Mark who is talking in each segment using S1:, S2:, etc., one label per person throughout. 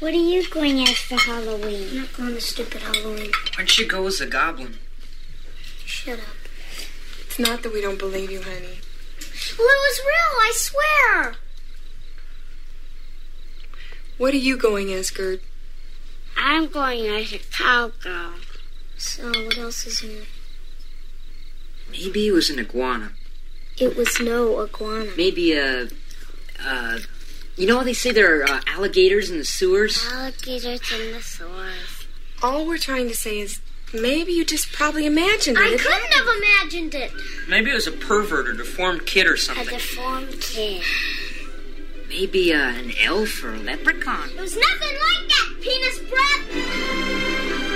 S1: What are you going as for Halloween?
S2: I'm not going to stupid Halloween.
S3: Why don't you go as a goblin?
S2: Shut up.
S4: It's not that we don't believe you, honey.
S1: Well, it was real, I swear.
S4: What are you going as, Gerd?
S1: I'm going as a cowgirl.
S2: So, what else is new?
S3: Maybe he was an iguana.
S2: It was no iguana.
S3: Maybe a. Uh, you know how they say there are uh, alligators in the sewers?
S1: Alligators in the sewers.
S4: All we're trying to say is maybe you just probably imagined it.
S1: I
S4: It-
S1: couldn't have imagined it.
S3: Maybe it was a pervert or deformed kid or
S1: A
S3: something.
S1: deformed kid.
S3: Maybe uh, an elf or a leprechaun.
S1: It was nothing like that, penis breath.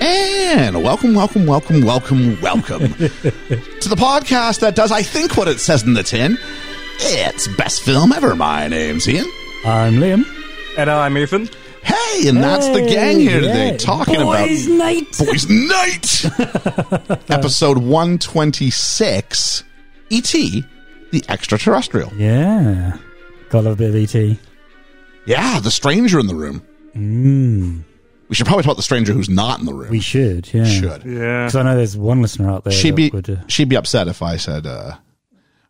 S5: And welcome, welcome, welcome, welcome, welcome to the podcast that does, I think, what it says in the tin. It's best film ever. My name's Ian.
S6: I'm Liam.
S7: And I'm Ethan.
S5: Hey, and that's the gang here today talking about
S6: night.
S5: Boys Night, episode one twenty six, E.T. the extraterrestrial.
S6: Yeah, got a little bit of E ET.
S5: Yeah, the stranger in the room. Mm. We should probably talk about the stranger who's not in the room.
S6: We should, yeah,
S5: should.
S7: Yeah.
S6: Because I know there's one listener out there.
S5: she'd
S6: that
S5: be
S6: would, uh,
S5: she'd be upset if I said uh,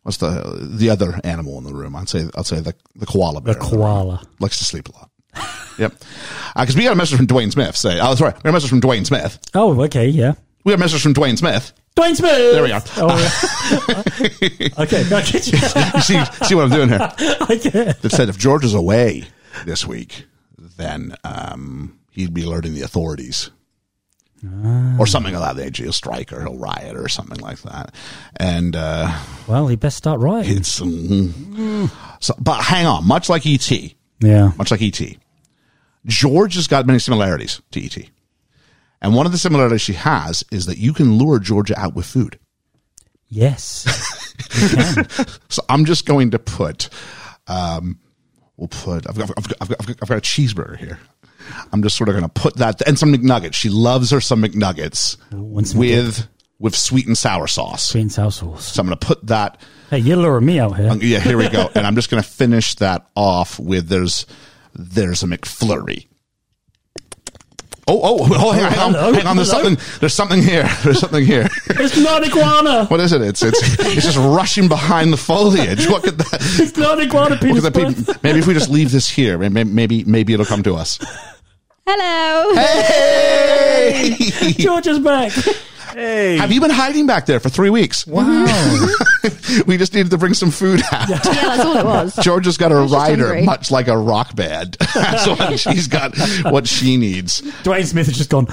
S5: what's the the other animal in the room. I'd say I'd say the the koala bear.
S6: the
S5: in room.
S6: koala.
S5: likes to sleep a lot. yep, because we got a message from Dwayne Smith. Say, oh sorry, we got a message from Dwayne Smith.
S6: Oh, okay, yeah.
S5: We got a message from Dwayne Smith.
S6: Dwayne Smith. There
S5: we are.
S6: Oh, yeah. okay, no, did you-
S5: you see see what I'm doing here?
S6: okay.
S5: That said, if George is away this week, then um, he'd be alerting the authorities.
S6: Ah.
S5: Or something like that. They do a strike or he'll riot or something like that. And uh,
S6: Well, he best start right.
S5: it's. mm. so, but hang on. Much like E.T.,
S6: Yeah.
S5: much like E.T. George has got many similarities to E.T. And one of the similarities she has is that you can lure Georgia out with food.
S6: Yes.
S5: So I'm just going to put, um, we'll put, I've got, I've, got, I've, got, I've got- I've got a cheeseburger here. I'm just sort of going to put that and some McNuggets. She loves her some McNuggets
S6: what's
S5: with with sweet and sour sauce.
S6: Green sour sauce.
S5: So I'm going to put that.
S6: Hey, you're luring me out here.
S5: um, Yeah, here we go. and I'm just going to finish that off with there's there's a McFlurry. Oh, oh, oh, hang on, hang on,
S6: Hello,
S5: hang on. There's
S6: hello.
S5: something. There's something here. There's something here.
S6: It's not iguana.
S5: What is it? It's it's it's just rushing behind the foliage. Look at that.
S6: It's not iguana.
S5: Well,
S6: Penis
S5: 'cause I-
S6: breath.
S5: maybe if we just leave this here, may- may- maybe maybe it'll come to us.
S8: Hello.
S5: Hey!
S6: George is back.
S7: Hey.
S5: Have you been hiding back there for three weeks?
S6: Wow.
S5: We just needed to bring some food out.
S8: yeah, that's all it was.
S5: George has got a
S8: was just
S5: rider,
S8: hungry.
S5: much like a rock band. That's what she's got. What she needs.
S6: Dwayne Smith has just gone.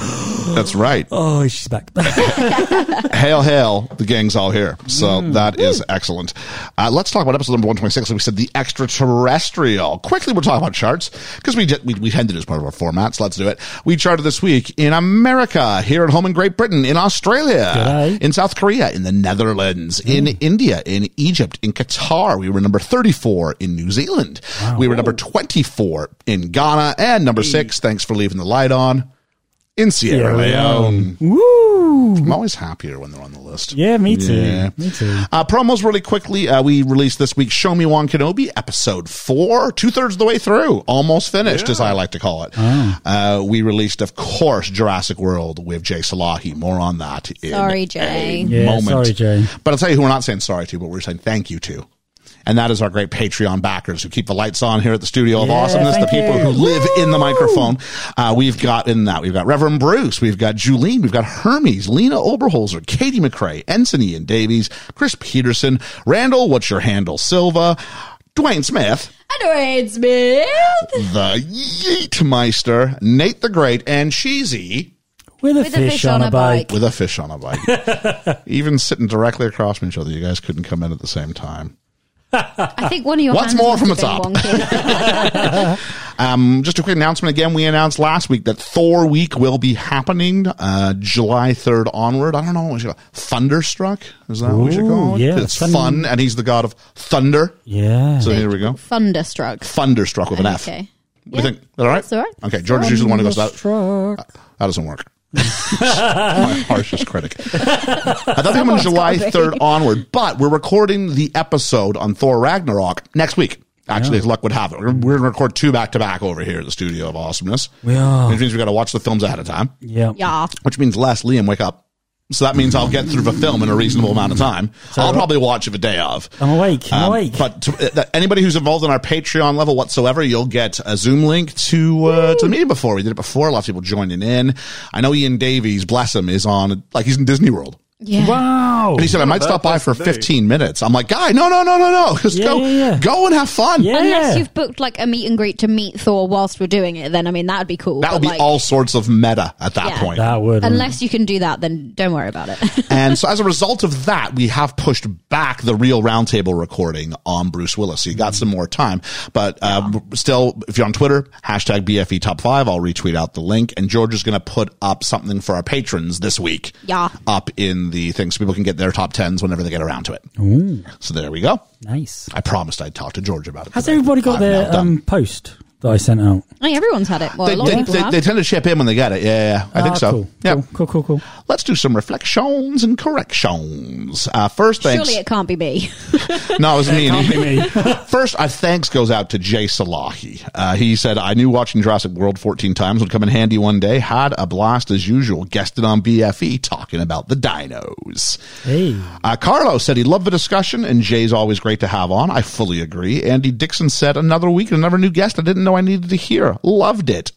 S5: That's right.
S6: Oh, she's back.
S5: Hail, hail! The gang's all here. So that is excellent. Uh, let's talk about episode number one twenty six. Like we said, the extraterrestrial. Quickly, we'll talk about charts because we, ju- we we tend to do as part of our formats. Let's do it. We charted this week in America, here at home in Great Britain, in Australia,
S6: G'day.
S5: in South Korea, in the Netherlands, in India, in Egypt, in Qatar. We were number thirty four in New Zealand. We were number twenty four in Ghana, and number six. Thanks for leaving the light on. In Sierra
S6: Sierra
S5: Leone.
S6: Woo.
S5: I'm always happier when they're on the list.
S6: Yeah, me too.
S5: Yeah.
S6: Me too.
S5: Uh, promos really quickly. Uh, we released this week Show Me Wan Kenobi, episode four, two thirds of the way through, almost finished, as I like to call it. Uh, we released, of course, Jurassic World with Jay Salahi. More on that in
S8: Sorry,
S5: a
S8: Jay.
S6: Yeah,
S5: moment.
S6: sorry, Jay.
S5: But I'll tell you who we're not saying sorry to, but we're saying thank you to. And that is our great Patreon backers who keep the lights on here at the Studio of
S6: Yeah,
S5: Awesomeness, the
S6: thank
S5: people
S6: you.
S5: who live in the microphone. Uh, we've got in that, we've got Reverend Bruce, we've got Julene, we've got Hermes, Lena Oberholzer, Katie McRae, Ensign Ian Davies, Chris Peterson, Randall, what's your handle, Silva, Dwayne Smith,
S8: Edward Smith.
S5: the Yeetmeister, Nate the Great, and Cheesy
S6: With a, fish, on, a bike.
S5: with a fish on a bike. Even sitting directly across from each other, you guys couldn't come in at the same time.
S8: I think one of your
S5: What's
S8: hands
S5: more
S8: must
S5: from
S8: have
S5: the
S8: been wonky.
S5: Um, just a quick announcement again. We announced last week that Thor Week will be happening uh, July 3rd onward. I don't know what we should call it. Thunderstruck? Is that what we should call it?
S6: Ooh, yeah,
S5: 'Cause It's
S6: thun-
S5: fun, and he's the god of thunder.
S6: Yeah.
S5: So here we go.
S8: Thunderstruck.
S5: Thunderstruck with an F.
S8: Okay.
S5: You think is that all right?
S8: That's all right.
S5: Okay, George is usually the one who goes that.
S6: Thunderstruck.
S5: That doesn't work. My harshest critic. I thought coming July
S8: gotta be.
S5: third onward, but we're recording the episode on Thor Ragnarok next week. Actually, as luck would have it, we're, we're going to record two back to back over here at the studio of awesomeness.
S6: We are.
S5: Which means we got to watch the films ahead of time,
S6: Yeah.
S8: Yeah.
S5: which means less Liam wake up. So that means I'll get through the film in a reasonable amount of time. I'll probably watch it the day of.
S6: I'm awake. I'm
S5: Um,
S6: awake.
S5: But to, uh, that- anybody who's involved in our Patreon level whatsoever, you'll get a Zoom link to uh, to the meeting before. We did it before. Lots of people joining in. I know Ian Davies, bless him, is on like he's in Disney World.
S8: Yeah.
S6: wow.
S5: And he said, I might
S7: that-
S5: stop by
S7: that's
S5: for
S7: the day.
S5: 15 minutes. I'm like, guy, no, no, no, no, no. Just
S6: Yeah,
S5: go,
S6: yeah, yeah.
S5: go and have fun.
S6: Yeah.
S8: Unless you've booked like a meet and greet to meet Thor whilst we're doing it, then I mean that'd be cool.
S5: That
S8: but,
S5: would be
S8: like,
S5: all sorts of meta at that
S8: Yeah.
S5: point.
S6: That would.
S8: Unless you can do that, then don't worry about it.
S5: and so as a result of that, we have pushed back the real roundtable recording on Bruce Willis. So you got some more time, but uh, still, if you're on Twitter, hashtag BFE top five, I'll retweet out the link and George is going to put up something for our patrons this week.
S8: Yeah.
S5: Up in the thing so people can get their top tens whenever they get around to it. So there we go.
S6: nice.
S5: I promised I'd talk to George about it.
S6: Has
S5: today.
S6: everybody got
S5: I've now
S6: their
S5: done.
S6: um, post that I sent out?
S8: I mean, everyone's had it. Well,
S5: they,
S8: a lot of
S5: they,
S8: people
S5: they,
S8: have.
S5: they tend to ship in when they get it. Yeah, yeah, yeah. I think
S6: Ah,
S5: so.
S6: Cool.
S5: Yeah.
S6: Cool. Cool. Cool. cool.
S5: Let's do some reflections and corrections. Uh, first, thanks.
S8: Surely it can't be me.
S5: no, it was me.
S6: me.
S5: First, our thanks goes out to Jay Salahi. Uh, he said, I knew watching Jurassic World 14 times would come in handy one day. Had a blast as usual, guested on BFE talking about the dinos.
S6: Hey.
S5: Uh, Carlo said he loved the discussion and Jay's always great to have on. I fully agree. Andy Dixon said, another week and another new guest I didn't know I needed to hear. Loved it.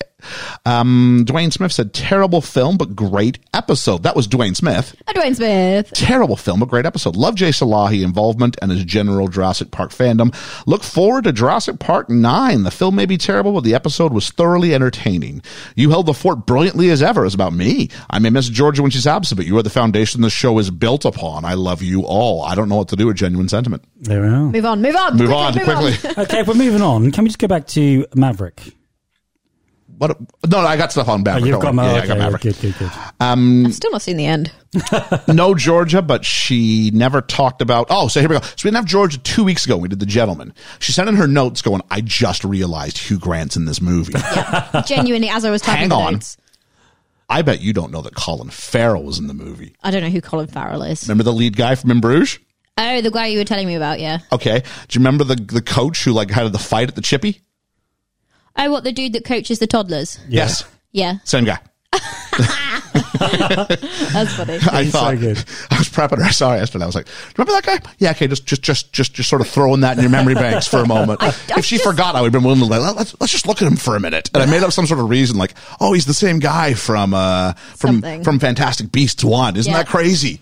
S5: Um, Dwayne Smith said, terrible film, but great episode. That was Dwayne Smith
S8: Oh, Dwayne Smith.
S5: terrible film, a great episode. Love Jay Salahi involvement and his general Jurassic Park fandom. Look forward to Jurassic Park 9. The film may be terrible, but the episode was thoroughly entertaining. You held the fort brilliantly as ever. It's about me. I may miss Georgia when she's absent, but you are the foundation the show is built upon. I love you all. I don't know what to do with genuine sentiment.
S6: There we are.
S8: Move on. Move on.
S5: Move
S8: quickly,
S5: on
S8: move
S5: quickly.
S6: Okay, we're moving on. Can we just go back to Maverick?
S5: What? a- no, no, I got stuff on Maverick.
S6: Oh, you've
S5: Don't
S6: got
S5: worry. Yeah,
S6: Maverick.
S5: I got
S6: okay,
S5: Maverick.
S6: Good. Good. Good.
S8: I've still not seen the end.
S5: no Georgia, but she never talked about. Oh, so here we go. So we didn't have Georgia two weeks ago. when We did the gentleman. She sent in her notes going, I just realized Hugh Grant's in this movie.
S8: Genuinely, as I was typing
S5: Hang
S8: the
S5: on.
S8: notes,
S5: I bet you don't know that Colin Farrell was in the movie.
S8: I don't know who Colin Farrell is.
S5: Remember the lead guy from In Bruges?
S8: Oh, the guy you were telling me about, yeah.
S5: Okay. Do you remember the, the coach who like had the fight at the chippy?
S8: Oh, what the dude that coaches the toddlers?
S5: Yes.
S8: Yeah,
S5: Same guy.
S8: that's funny.
S5: I
S6: He's so
S5: thought
S6: good.
S5: I was prepping her. I saw her yesterday. I was like, "Remember that guy? Yeah, okay. Just, just, just, just, just sort of throwing that in your memory banks for a moment. if she forgot, I would have been willing to let, let's let's just look at him for a minute. And I made up some sort of reason, like, "Oh, he's the same guy from uh from
S8: Something.
S5: from Fantastic Beasts one. Isn't
S8: Yeah.
S5: that crazy?"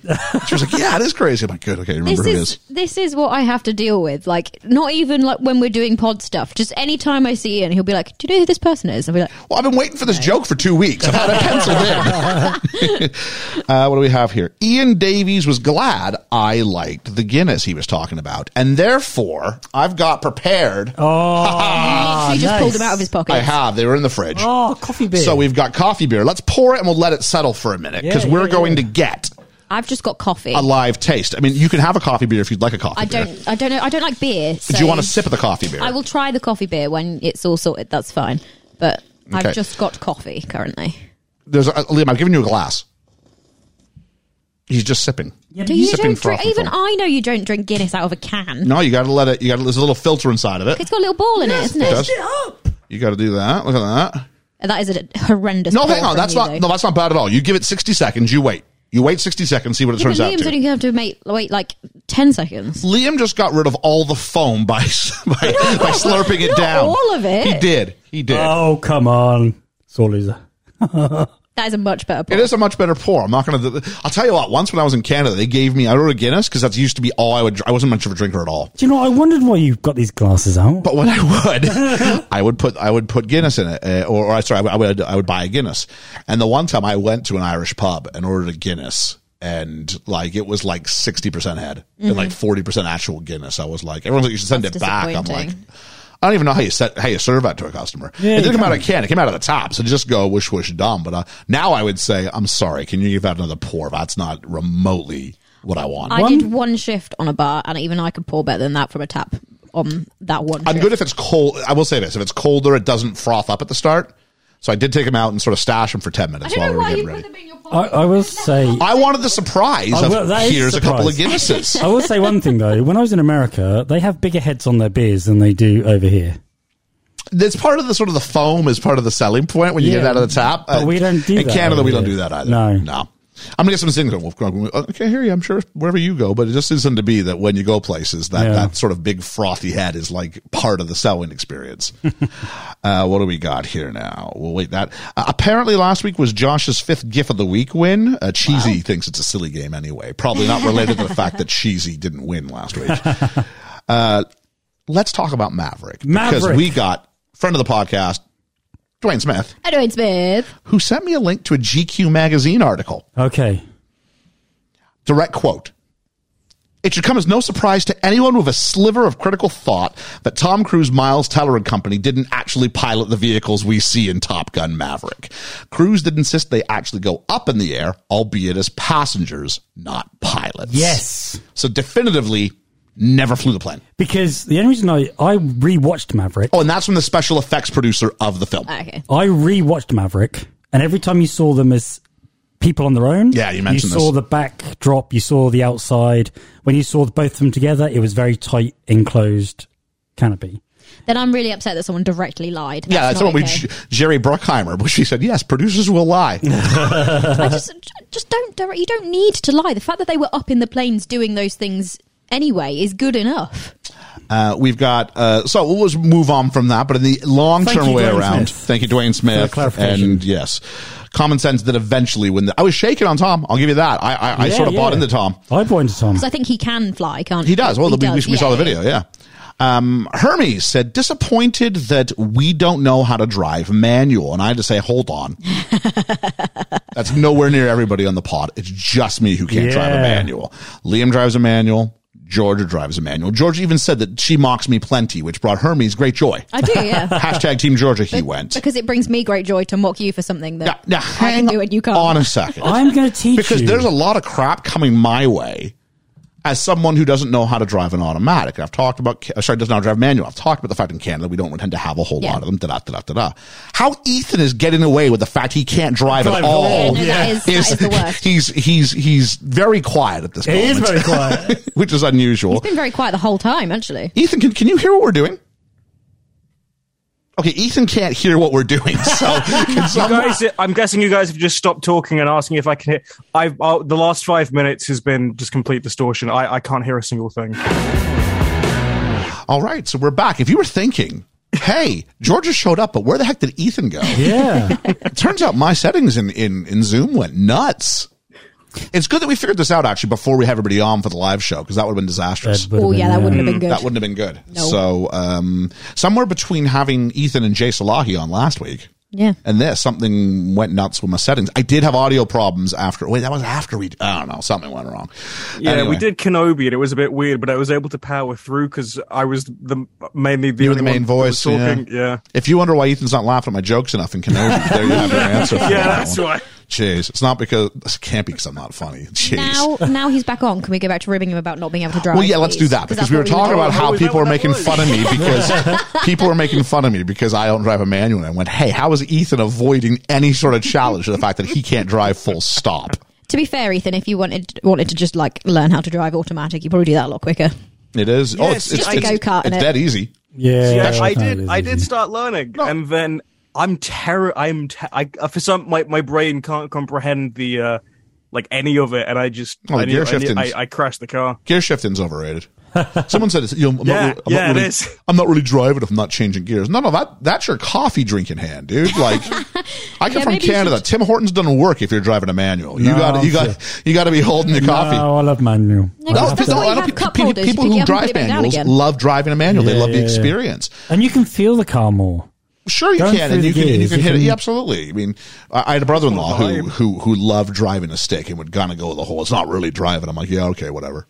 S5: She was like, "Yeah, it is crazy." I'm like, "Good, okay. I Remember
S8: This
S5: who it
S8: is
S5: is."
S8: this is what I have to deal with. Like, not even like when we're doing pod stuff. Just any time I see Ian, he'll be like, "Do you know who this person is?" I'll be like,
S5: Well, I've been waiting for this joke for two weeks. I've had it penciled in. uh, what do we have here? Ian Davies was glad I liked the Guinness he was talking about, and therefore I've got prepared.
S6: Oh,
S8: "Literally, just
S6: nice.
S8: pulled him out of his pocket."
S5: Ah, I have. They were in the fridge.
S6: Oh, coffee beer.
S5: So we've got Ah, coffee beer. Let's pour it and we'll let it settle for a minute because
S6: Yeah,
S5: we're
S6: yeah,
S5: going
S6: yeah.
S5: to get
S8: I've just got coffee.
S5: a live taste. I mean, you can have a coffee beer if you'd like a coffee
S8: I
S5: beer.
S8: don't. I don't know. I don't like beer.
S5: Do
S8: so-
S5: you want a sip of the coffee beer?
S8: I will try the coffee beer when it's all sorted. That's fine. But
S5: Okay.
S8: I've just got coffee currently.
S5: There's a, Liam. I've given you a glass. He's just sipping.
S8: Do you
S5: Sipping
S8: don't drink?
S5: frothy
S8: Even
S5: foam.
S8: I know you don't drink Guinness out of a can.
S5: No, you got to let it. You got to. There's a little filter inside of it.
S8: It's got a little ball in it, isn't it?
S5: Yes. You got to do that. Look at that.
S8: That is a horrendous.
S5: No,
S8: pour
S5: hang on.
S8: from
S5: That's
S8: you,
S5: not.
S8: though.
S5: No, that's not bad at all. You give it 60 seconds. You wait. You wait 60 seconds. See what it
S8: Yeah, but
S5: turns out
S8: Liam's
S5: to.
S8: only going to make wait like ten seconds.
S5: Liam just got rid of all the foam by by, by slurping it
S8: not
S5: down.
S8: all of it.
S5: He did. He did.
S6: Oh, come on. Sore loser.
S8: That is a much better. Pour.
S5: It is a much better pour. I'm not going to. I'll tell you what. Once when I was in Canada, they gave me. I ordered a Guinness because that used to be all I would. dr- I wasn't much of a drinker at all.
S6: Do you know? I wondered why you've got these glasses out.
S5: But when I would, I would put I would put Guinness in it, uh, or, or I sorry, I would- I would I would buy a Guinness. And the one time I went to an Irish pub and ordered a Guinness, and like it was like
S8: Mm-hmm.
S5: sixty percent head and like forty percent actual Guinness. I was like, everyone's like, you should send
S8: That's
S5: it back. I'm like,
S8: disappointing.
S5: I don't even know how you set how you serve that to a customer.
S6: Yeah,
S5: it didn't
S6: you
S5: come out of a
S6: can't.
S5: can; it came out of the top. So just go wish wish dumb. But uh, now I would say, I'm sorry. Can you give that another pour? That's not remotely what I want.
S8: I
S6: One-
S8: did one shift on a bar, and even I could pour better than that from a tap on that one.
S5: I'm
S8: shift.
S5: good if it's cold. I will say this: if it's colder, it doesn't froth up at the start. So I did take them out and sort of stash them for ten minutes while we were getting ready.
S8: in your
S6: I, I will say,
S5: I wanted the surprise
S6: I
S5: of
S6: will- Oh, that is
S5: here's a couple of Guinnesses.
S6: I will say one thing though. When I was in America, they have bigger heads on their beers than they do over here.
S5: That's part of the sort of the foam is part of the selling point when you get it
S6: Yeah,
S5: out of the top.
S6: but we don't do
S5: in
S6: that
S5: Canada.
S6: over
S5: We don't
S6: here.
S5: do that either.
S6: No.
S5: no. I'm gonna get some things. Wolf Grog. I can't hear you. I'm sure wherever you go, but it just isn't to be that when you go places that
S6: Yeah.
S5: that sort of big frothy head is like part of the selling experience. uh, what do we got here now? We'll wait that. Uh, apparently, last week was Josh's fifth GIF of the week win. Uh, Cheesy thinks it's a silly game anyway. Probably not related to the fact that Cheesy didn't win last week. Uh, let's talk about Maverick, because
S6: Maverick.
S5: we got friend of the podcast. Dwayne Smith,
S8: Edward Smith.
S5: who sent me a link to a GQ magazine article.
S6: Okay.
S5: Direct quote. It should come as no surprise to anyone with a sliver of critical thought that Tom Cruise, Miles Teller, and company didn't actually pilot the vehicles we see in Top Gun Maverick. Cruise did insist they actually go up in the air, albeit as passengers, not pilots.
S6: Yes.
S5: So definitively, never flew the plane.
S6: Because the only reason I I rewatched Maverick.
S5: Oh, and that's from the special effects producer of the film.
S8: Okay.
S6: I rewatched Maverick, and every time you saw them as people on their own,
S5: Yeah, you mentioned
S6: you saw
S5: this.
S6: the backdrop, you saw the outside. When you saw both of them together, it was very tight, enclosed canopy.
S8: Then I'm really upset that someone directly lied.
S5: yeah, that's the
S8: not
S5: one
S8: okay.
S5: with Jerry Bruckheimer, which she said, yes, producers will lie.
S8: I just, just don't. direct- You don't need to lie. The fact that they were up in the planes doing those things anyway is good enough.
S5: Uh, we've got uh, so we'll just move on from that, but in the long
S6: Thank
S5: term
S6: you,
S5: way
S6: Dwayne
S5: around,
S6: Smith.
S5: thank you, Dwayne Smith,
S6: clarification.
S5: and yes, common sense that eventually when the, I was shaking on Tom, I'll give you that. I I, I
S6: Yeah,
S5: sort of bought
S6: yeah.
S5: into Tom.
S6: I bought into Tom.
S8: Because I think he can fly, can't he?
S5: He does. Well,
S8: He
S5: we, we- we
S8: does,
S5: saw the
S8: yeah.
S5: video. Yeah. Um, Hermes said, disappointed that we don't know how to drive manual. And I had to say, hold on. That's nowhere near everybody on the pod. It's just me who can't drive a
S6: Yeah.
S5: manual. Liam drives a manual. Georgia drives a manual. Georgia even said that she mocks me plenty, which brought Hermes great joy.
S8: I do, yeah.
S5: Hashtag Team Georgia, he went.
S8: because it brings me great joy to mock you for something
S5: Now,
S8: that
S5: now
S8: I
S5: hang
S8: can do and you can't.
S5: on a second.
S6: I'm going to teach
S5: because
S6: you.
S5: there's a lot of crap coming my way as someone who doesn't know how to drive an automatic. And I've talked about, Ca- sorry, doesn't know how to drive manual. I've talked about the fact in Canada we don't tend to have a whole
S8: Yeah.
S5: lot of them. Da da da da da. How Ethan is getting away with the fact he can't drive at
S6: Drive at
S5: all?
S6: all.
S8: Yeah, no, that Yeah. is- that is the worst.
S5: He's he's he's very quiet at this.
S6: it is
S5: moment,
S6: very quiet.
S5: which is unusual.
S8: Been very quiet the whole time, actually.
S5: Ethan, can, can you hear what we're doing? Okay, Ethan can't hear what we're doing. So, can
S7: You
S5: someone-
S7: guys, I'm guessing you guys have just stopped talking and asking if I can hear. I've uh, the last five minutes has been just complete distortion. I, I can't hear a single thing.
S5: All right, so we're back. If you were thinking, hey, Georgia showed up, but where the heck did Ethan go?
S6: yeah.
S5: It turns out my settings in, in, in Zoom went nuts. It's good that we figured this out actually before we had everybody on for the live show because that would have been disastrous.
S6: That would've
S8: Oh,
S6: been,
S8: yeah, that wouldn't have been good.
S5: that wouldn't have been good.
S8: No.
S5: So, um, somewhere between having Ethan and Jay Salahi on last week
S8: Yeah.
S5: and this, something went nuts with my settings. I did have audio problems after. Wait, that was after we. I don't know. Something went wrong.
S7: Yeah,
S5: Anyway.
S7: we did Kenobi and it was a bit weird, but I was able to power through because I was the mainly the,
S5: You were
S7: only
S5: the main
S7: one that
S5: voice.
S7: was
S5: Yeah.
S7: talking. Yeah,
S5: If you wonder why Ethan's not laughing at my jokes enough in Kenobi, there you have your answer. for
S7: yeah,
S5: that
S7: that's
S5: one.
S7: why.
S5: Jeez, it's not because it can't be because I'm not funny. Jeez.
S8: Now, now he's back on. Can we go back to ribbing him about not being able to drive?
S5: well, yeah, let's do that because
S8: that's
S5: we were
S8: what
S5: talking
S8: doing.
S5: about how
S7: Oh, is that
S5: people are
S7: what that
S5: making
S7: was?
S5: fun of me because people are making fun of me because I don't drive a manual. And I went, hey, how is Ethan avoiding any sort of challenge to the fact that he can't drive full stop?
S8: To be fair, Ethan, if you wanted wanted to just like learn how to drive automatic, you probably do that a lot quicker.
S5: It is. oh, it's,
S7: Yes,
S5: it's,
S7: just
S8: a
S5: it's,
S8: go-kart in
S5: It's
S8: it.
S5: dead easy.
S6: Yeah.
S7: Yeah, I
S6: that
S7: did.
S6: is
S7: I did
S6: easy.
S7: start learning, and then I'm terror. I'm te- I, uh, for some my, my brain can't comprehend the uh, like any of it, and I just
S5: Oh, gear
S7: I, knew, I, knew-
S5: shifting's-
S7: I, I crashed the car.
S5: Gear shifting's overrated. Someone said, it's, you know, I'm,
S7: Yeah,
S5: not, re- I'm,
S7: yeah,
S5: not
S7: it
S5: really,
S7: is.
S5: I'm not really driving if I'm not changing gears. No, no, that, that's your coffee drinking hand, dude. Like, I come
S8: Yeah,
S5: from
S8: maybe you
S5: Canada.
S8: should-
S5: Tim Hortons doesn't work if you're driving a manual. You
S6: No,
S5: got you
S6: I'm
S5: got you got to be holding your coffee.
S7: Oh,
S6: No, I love manual.
S5: No,
S8: No, Well,
S5: it's
S8: that's
S5: because
S8: why
S5: a
S8: you
S5: lot of
S8: have
S5: people,
S8: cup
S5: people,
S8: holders. You
S5: people
S8: pick it
S5: who
S8: up and
S5: drive
S8: put it back down
S5: manuals
S8: again.
S5: love driving a manual. they
S6: Yeah,
S5: love the
S6: yeah, yeah.
S5: experience.
S6: And you can feel the car more.
S5: Sure, you
S6: Going
S5: can,
S6: through
S5: and
S6: the
S5: you can, you
S6: gears,
S5: can
S6: you
S5: hit it.
S6: can-
S5: Yeah, absolutely. I mean, I I had a brother-in-law
S7: It's all
S5: who
S7: vibe.
S5: who who loved driving a stick and would kind of go the whole. It's not really driving. I'm like, yeah, okay, whatever.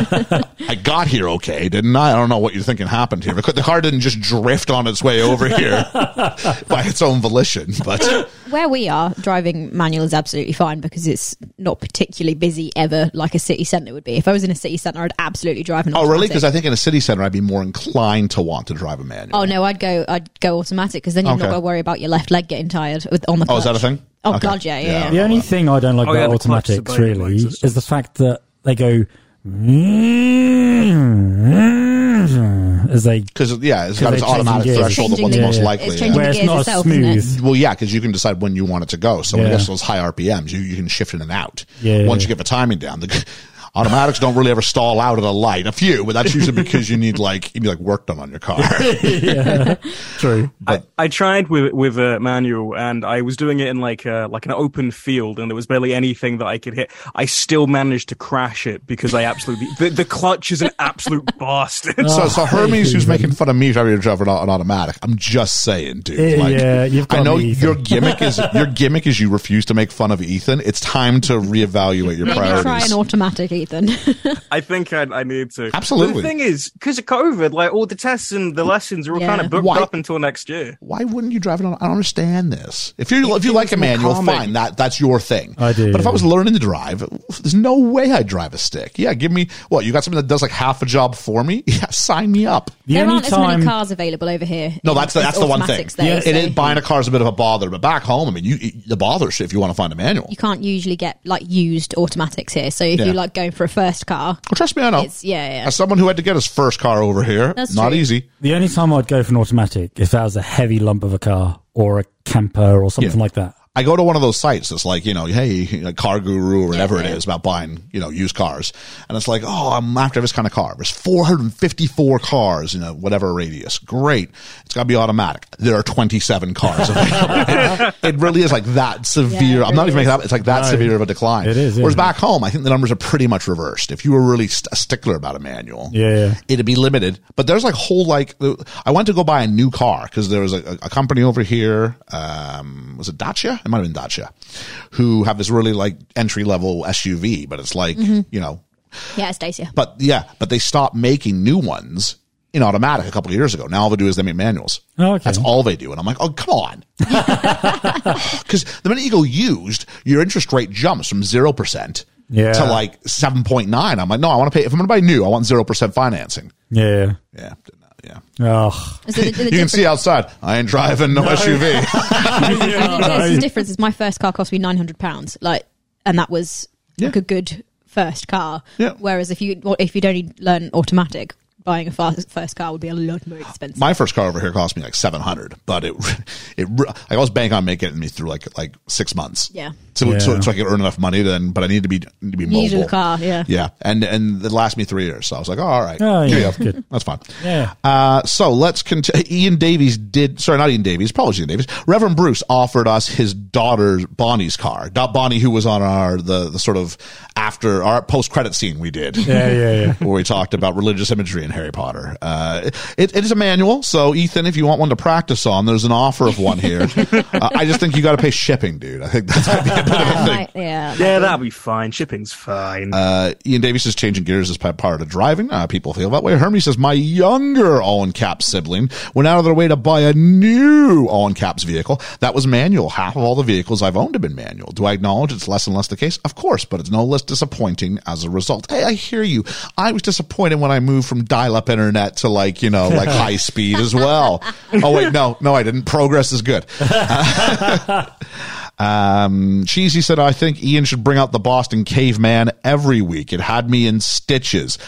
S5: I got here okay, didn't I? I don't know what you're thinking happened here. Because the car didn't just drift on its way over here by its own volition. But
S8: Where we are, driving manual is absolutely fine because it's not particularly busy ever like a city centre would be. If I was in a city centre, I'd absolutely drive an
S5: oh,
S8: automatic.
S5: really? Because I think in a city center, I'd be more inclined to want to drive a manual.
S8: Oh no, I'd go. I'd go automatic because then you've
S5: Okay.
S8: not got to worry about your left leg getting tired with, on the.
S5: Oh, is that
S8: clutch.
S5: a thing?
S8: Oh
S5: Okay.
S8: god, yeah, yeah.
S5: Yeah.
S8: yeah.
S6: The only thing I don't like
S7: Oh, yeah,
S6: about
S7: the clutch is a
S6: automatics
S7: bone
S6: really
S7: device system.
S6: is the fact that they go as they
S5: Because, yeah, it's got its
S6: Because they're changing
S5: automatic
S6: gears.
S5: threshold of
S8: Changing
S5: what's
S8: the-
S5: most
S8: it's
S5: likely.
S8: changing
S6: where it's
S8: gears
S6: not as
S8: itself, isn't it?
S6: smooth.
S5: Well, yeah, because you can decide when you want it to go. So when it
S6: Yeah.
S5: gets to those high RPMs, you, you can shift it and out.
S6: Yeah.
S5: Once you get the timing down, the automatics don't really ever stall out at a light. A few, but that's usually because you need like you need like work done on your car.
S6: True.
S7: I, I tried with with a manual, and I was doing it in like a, like an open field, and there was barely anything that I could hit. I still managed to crash it because I absolutely the, the clutch is an absolute bastard.
S5: so,
S6: Oh,
S5: so Hermes, who's
S6: Susan.
S5: making fun of me driving your driver an au- an automatic, I'm just saying, dude.
S6: Yeah, yeah, you've got
S5: I know
S6: me, Ethan.
S5: your gimmick is your gimmick is you refuse to make fun of Ethan. It's time to reevaluate your
S8: Maybe try
S5: priorities.
S8: an automatic, Ethan.
S7: I think I, I need to
S5: Absolutely.
S7: The thing is, because of COVID, like all the tests and the lessons are all
S8: Yeah.
S7: kind of booked
S5: Why-
S7: up until next year.
S5: why wouldn't you drive it on? I don't understand this. If you if you
S7: feels
S5: like a
S7: more
S5: manual,
S7: calming.
S5: fine. That that's your thing.
S6: I do,
S5: But if I
S6: yeah.
S5: was learning to drive, there's no way I'd drive a stick. Yeah, give me what you got. Something that does like half a job for me. Yeah, sign me up.
S6: The
S8: there
S6: only
S8: aren't as
S6: time
S8: many cars available over here.
S5: No,
S8: in-
S5: that's the,
S8: as
S5: that's the one thing.
S8: automatics Though,
S5: yeah,
S8: so
S5: it is buying a car is a bit of a bother, but back home, I mean, you it- the bothers if you want to find a manual.
S8: you can't usually get like used automatics here. So if
S5: Yeah. Oh.
S8: you like going for a first car,
S5: Well, trust me, I know.
S8: It's- yeah, yeah.
S5: As someone who had to get his first car over here,
S8: That's
S5: not
S8: true.
S5: easy.
S6: the only time I'd go for an automatic if that was a heavy lump of a car or a camper or something
S5: Yeah.
S6: like that.
S5: I go to one of those sites that's like, you know, hey, you know, car guru or whatever it is about buying, you know, used cars. And it's like, oh, I'm after this kind of car. There's 454 cars in a whatever radius. Great. It's got to be automatic. There are 27 cars available. it really is like that severe. I'm not
S8: really
S5: even making that. It's like that severe of a decline.
S6: It is, yeah.
S5: Whereas back home, I think the numbers are pretty much reversed. If you were really st- a stickler about a manual,
S6: Yeah, yeah.
S5: it'd be limited. But there's like whole like I went to go buy a new car because there was a, a company over here. Um, was it Dacia? It might have been Dacia, who have this really like entry level SUV, but it's like you know,
S8: yeah, it's Dacia.
S5: but yeah, but they stopped making new ones in automatic a couple of years ago. Now all they do is they make manuals.
S6: Oh, okay.
S5: That's all they do. And I'm like, oh, come on. Because the minute you go used, your interest rate jumps from 0%
S6: Yeah.
S5: to like 7.9. I'm like, no, I want to pay. If I'm going to buy new, I want 0% financing.
S6: Yeah.
S5: Yeah. didn't I? Yeah.
S6: Oh,
S8: So the, the
S5: You can
S8: difference-
S5: see outside. I ain't driving no, SUV.
S8: There's the difference is my first car cost me nine hundred pounds, like, and that was like a good first car.
S5: Yeah.
S8: Whereas if you well, if you'd only learn automatic, buying a fast, first car would be a lot more expensive.
S5: My first car over here cost me like 700, but it, it, I was banking on making it me through like, like six months.
S8: Yeah.
S5: So, so,
S6: Yeah.
S5: so I could earn enough money then, but I need to be, need to be mobile.
S8: Need a car, yeah.
S5: Yeah, and and it lasted me three years. So I was like, oh, all right,
S6: Oh,
S5: Here
S6: yeah,
S5: you go.
S6: that's good.
S5: that's fine.
S6: Yeah.
S5: Uh, so let's continue. Ian Davies did. Sorry, not Ian Davies. Probably Ian Davies. Reverend Bruce offered us his daughter Bonnie's car. Dot Bonnie, who was on our the the sort of after our post credit scene we did.
S6: yeah, yeah, yeah.
S5: Where we talked about religious imagery in Harry Potter. Uh, it, it is a manual, so Ethan, if you want one to practice on, there's an offer of one here. uh, I just think you got to pay shipping, dude. I think that's might be a bit of a thing.
S8: Right, yeah.
S7: Yeah, that'll be fine. Shipping's fine.
S5: Uh, Ian Davies is changing gears as pa- part of driving. Uh, people feel that way. Hermes says, my younger Owen Caps sibling went out of their way to buy a new Owen Caps vehicle. That was manual. Half of all the vehicles I've owned have been manual. Do I acknowledge it's less and less the case? Of course, but it's no less disappointing as a result. Hey, I hear you. I was disappointed when I moved from dial-up internet to like, you know, like high speed as well. Oh, wait, no, no, I didn't. Progress is good. Um, Cheesy said, I think Ian should bring out the Boston caveman every week. It had me in stitches.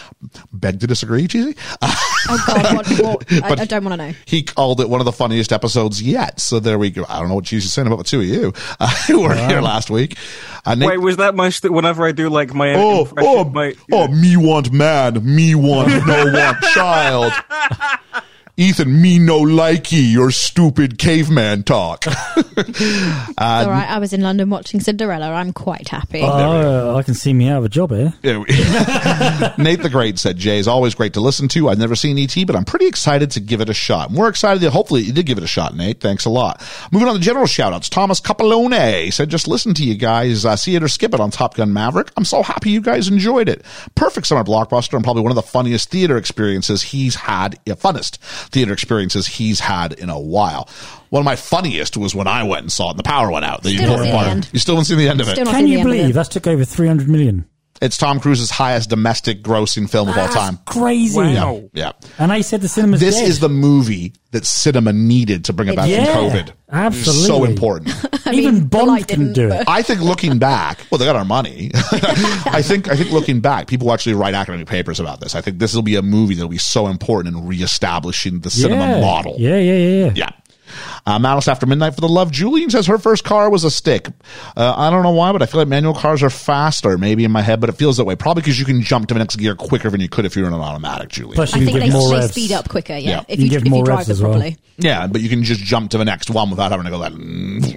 S5: Beg to disagree, Cheesy.
S8: Oh God, what, what,
S5: But-
S8: I, I don't want to know.
S5: He called it one of the funniest episodes yet. So there we go. I don't know what Cheesy's saying about the two of you uh, who were here last week. Uh, Nick-
S7: Wait, was that my st- whenever I do like my
S5: oh,
S7: impression,
S5: oh,
S7: my
S5: oh, me want man, me want no want child. Ethan, me no likey, your stupid caveman talk.
S8: All right, I was in London watching Cinderella. I'm quite happy.
S6: Oh, I can see me out of a job here.
S5: Yeah, we- Nate the Great said, Jay is always great to listen to. I've never seen ET, but I'm pretty excited to give it a shot. More excited that hopefully you did give it a shot, Nate. Thanks a lot. Moving on to general shout outs. Thomas Capolone said, just listen to you guys. Uh, see it or skip it on Top Gun Maverick. I'm so happy you guys enjoyed it. Perfect summer blockbuster and probably one of the funniest theater experiences he's had, yeah, funnest theater experiences he's had in a while. One of my funniest was when I went and saw it and the power went out. That you
S8: Still not
S5: couldn't
S8: seen the
S5: find-
S8: end.
S5: You still haven't seen the end of it.
S8: Still not
S6: Can
S8: seen
S6: you
S8: the end of
S6: believe
S8: it.
S6: that took over 300 million?
S5: It's Tom Cruise's highest domestic grossing film of all time.
S6: Crazy.
S7: Wow.
S5: Yeah.
S6: And I said the cinema's
S5: This
S6: Ah. dead.
S5: is the movie that cinema needed to bring about
S6: yeah,
S5: from COVID.
S6: Absolutely.
S5: So important.
S6: Even
S8: mean, the
S6: Bond
S8: light
S6: couldn't
S8: didn't
S6: do it.
S5: I think looking back, well, they got our money. I think I think looking back, people will actually write academic papers about this. I think this will be a movie that'll be so important in reestablishing the cinema
S6: yeah.
S5: model.
S6: Yeah, yeah, yeah, yeah.
S5: Yeah. Uh, Malice After Midnight for the Love. Julian says her first car was a stick. Uh, I don't know why, but I feel like manual cars are faster, maybe in my head, but it feels that way. Probably because you can jump to the next gear quicker than you could if you're in an automatic, Julian.
S6: Plus,
S8: I
S6: you
S8: think
S6: can
S8: they,
S6: give more
S8: they
S6: revs.
S8: speed up quicker, yeah.
S5: Yeah.
S8: If
S6: You
S8: you,
S6: give
S8: if
S6: more
S8: you drive
S6: revs
S8: them
S6: as well.
S8: properly.
S5: Yeah, but you can just jump to the next one without having to go that.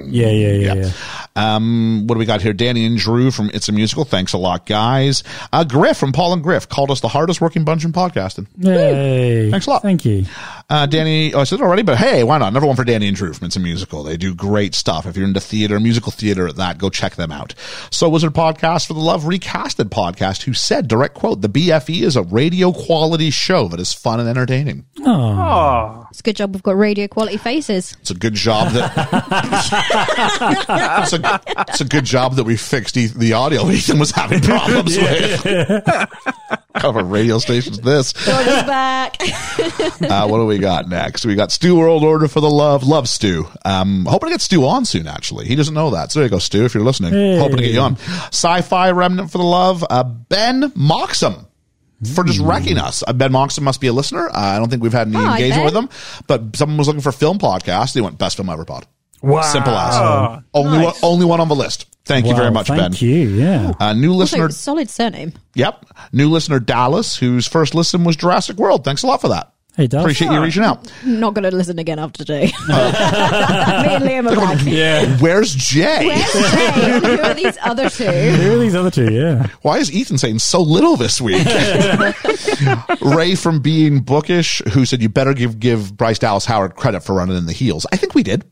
S6: Yeah, yeah, yeah, yeah.
S5: Um, what do we got here? Danny and Drew from It's a Musical. Thanks a lot, guys. Uh, Griff from Paul and Griff called us the hardest working bunch in podcasting.
S6: Yay.
S5: Thanks a lot.
S6: Thank you.
S5: Uh, Danny, oh, I said it already, but hey, why not? Another one for Danny and Drew from It's a Musical. They do great stuff. If you're into theater, musical theater at that, go check them out. So Wizard Podcast for the Love Recasted Podcast, who said, direct quote, the BFE is a radio quality show that is fun and entertaining.
S7: Ah.
S8: It's a good job we've got radio quality faces.
S5: It's a good job that it's, a, it's a good job that we fixed Eth- the audio Ethan was having problems with. Cover radio stations. This.
S8: George is back.
S5: Uh, what do we got next? We got Stu World Order for the love. Love Stu. Um, hoping to get Stu on soon. Actually, he doesn't know that. So there you go, Stu. If you're listening, hoping to get you on. Sci-fi Remnant for the love. Uh, ben Moxham. For just
S6: Hmm.
S5: wrecking us, uh, Ben Moxham must be a listener. Uh, I don't think we've had any
S6: Oh,
S8: Hi,
S5: engagement
S8: Ben.
S5: with him, but someone was looking for film podcast. They went best film ever pod.
S6: Wow.
S5: Simple as. Only one, only one on the list. Thank you very much,
S6: thank
S5: Ben.
S6: you, yeah.
S5: Uh, new
S8: also,
S5: listener,
S8: solid surname.
S5: yep, new listener Dallas, whose first listen was Jurassic World. Thanks a lot for that.
S6: Hey, Dallas.
S5: Appreciate you reaching out.
S8: Not going to listen again after today.
S6: Oh.
S8: Me and Liam are back.
S6: Yeah.
S5: Where's Jay?
S8: Where's Jay? Who are these other two?
S6: Who are these other two? Yeah.
S5: Why is Ethan saying so little this week? Ray from Being Bookish, who said you better give give Bryce Dallas Howard credit for running in the heels. I think we did.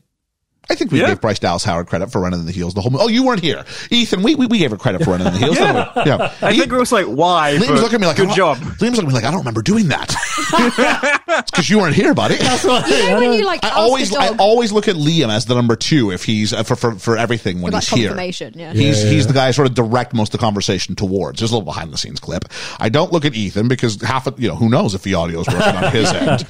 S5: I think we
S7: Yeah.
S5: gave Bryce Dallas Howard credit for running in the heels the whole. Oh, you weren't here, Ethan. We we, we gave her credit for running in the heels. didn't we? yeah.
S7: I think it was like, why?
S5: Liam's
S7: but
S5: looking at me like,
S7: good
S5: I don't-
S7: job.
S5: Liam's looking at me like, I don't remember doing that. it's because you weren't here, buddy.
S8: You know when you like
S5: I
S8: ask
S5: always,
S8: a
S5: I
S8: dog
S5: always look at Liam as the number two if he's uh, for for, for everything when
S8: about
S5: he's here.
S8: confirmation? Yeah.
S5: He's he's the guy I sort of direct most of the conversation towards. There's a little behind the scenes clip. I don't look at Ethan because half of you know who knows if the audio's working on his end.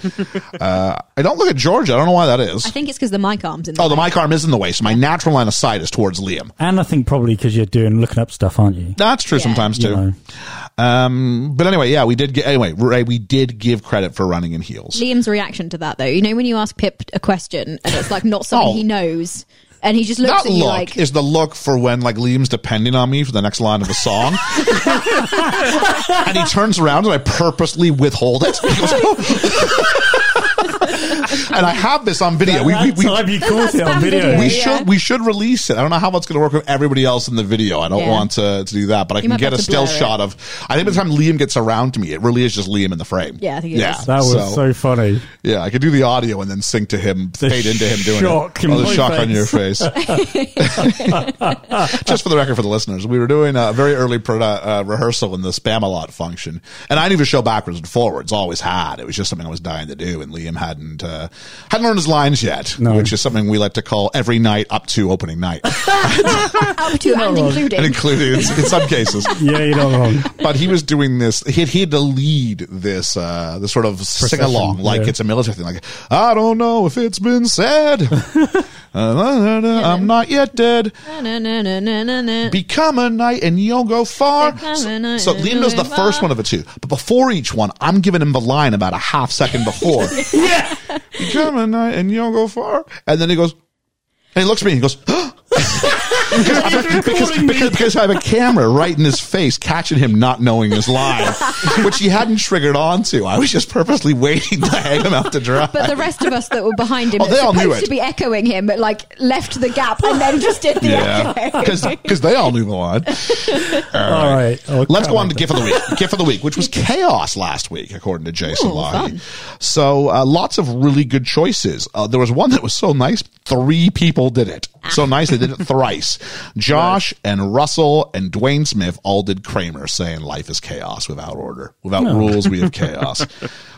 S5: Uh, I don't look at George. I don't know why that
S8: I
S5: is.
S8: think it's because the mic arm's in there.
S5: Oh, the mic arm is in the way, so my natural line of sight is towards Liam.
S6: And I think probably because you're doing looking up stuff, aren't you?
S5: That's true
S8: Yeah.
S5: sometimes
S6: You
S5: too.
S6: know.
S5: Um, but anyway, yeah, we did get anyway. Ray, we did give credit for running in heels.
S8: Liam's reaction to that, though, you know, when you ask Pip a question and it's like not something
S5: Oh.
S8: he knows, and he just looks
S5: That
S8: at you
S5: look
S8: like,
S5: is the look for when like Liam's depending on me for the next line of a song, and he turns around and I purposely withhold it. He goes, "Oh." and I have this on video. We we,
S6: That
S5: we,
S6: time you caught it on
S8: spam
S6: video.
S8: video.
S5: we
S8: Yeah.
S5: should we should release it. I don't know how that's going to work with everybody else in the video. I don't
S8: Yeah.
S5: want to, to do that, but I can
S8: might
S5: get a
S8: have to
S5: still
S8: blur it.
S5: shot of. I think by the time Liam gets around to me, it really is just Liam in the frame.
S8: Yeah, I think it
S5: yeah.
S8: is.
S6: That was so, funny.
S5: Yeah, I could do the audio and then sync to him,
S6: The
S5: fade into him doing
S6: shock
S5: it.
S6: in
S5: Oh, the
S6: my
S5: shock on your face. Just for the record, for the listeners, we were doing a very early produ- uh, rehearsal in the Spamalot function, and I knew the show backwards and forwards. Always had. It was just something I was dying to do, and Liam hadn't uh, hadn't learned his lines yet, which is something we like to call every night up to opening night,
S8: up to and including.
S5: and including in, in some cases.
S6: Yeah, you're not wrong.
S5: but he was doing this. He had, he had to lead this uh, this sort of sing along, like
S6: yeah.
S5: it's a military thing. Like I don't know if it's been said, Uh, na, na, na, I'm not yet dead.
S8: Na, na, na, na, na, na, na.
S5: Become a knight and you'll go far. So,
S8: Become a knight
S5: so
S8: and
S5: Liam does the
S8: you'll go
S5: first
S8: far.
S5: one of the two, but before each one, I'm giving him the line about a half second before. yeah, become a knight and you'll go far, and then he goes, and he looks at me, and he goes. because, because, because I have a camera right in his face catching him not knowing his line, which he hadn't triggered onto. I was just purposely waiting to hang him out to dry.
S8: But the rest of us that were behind him,
S5: Oh,
S8: oh,
S5: they all knew
S8: supposed
S5: it.
S8: to be echoing him, but like left the gap and then just did the
S5: yeah,
S8: echo.
S5: because they all knew the line.
S6: All right. Oh,
S5: Let's go
S6: crap.
S5: on to GIF of the week. GIF of the week, which was chaos last week, according to Jason
S8: Ooh,
S5: Lockheed.
S8: fun.
S5: So uh, lots of really good choices. Uh, there was one that was so nice. Three people did it
S8: Ah.
S5: so nice. They did it thrice. Josh and Russell and Dwayne Smith all did Kramer saying life is chaos without order, without rules. We have chaos.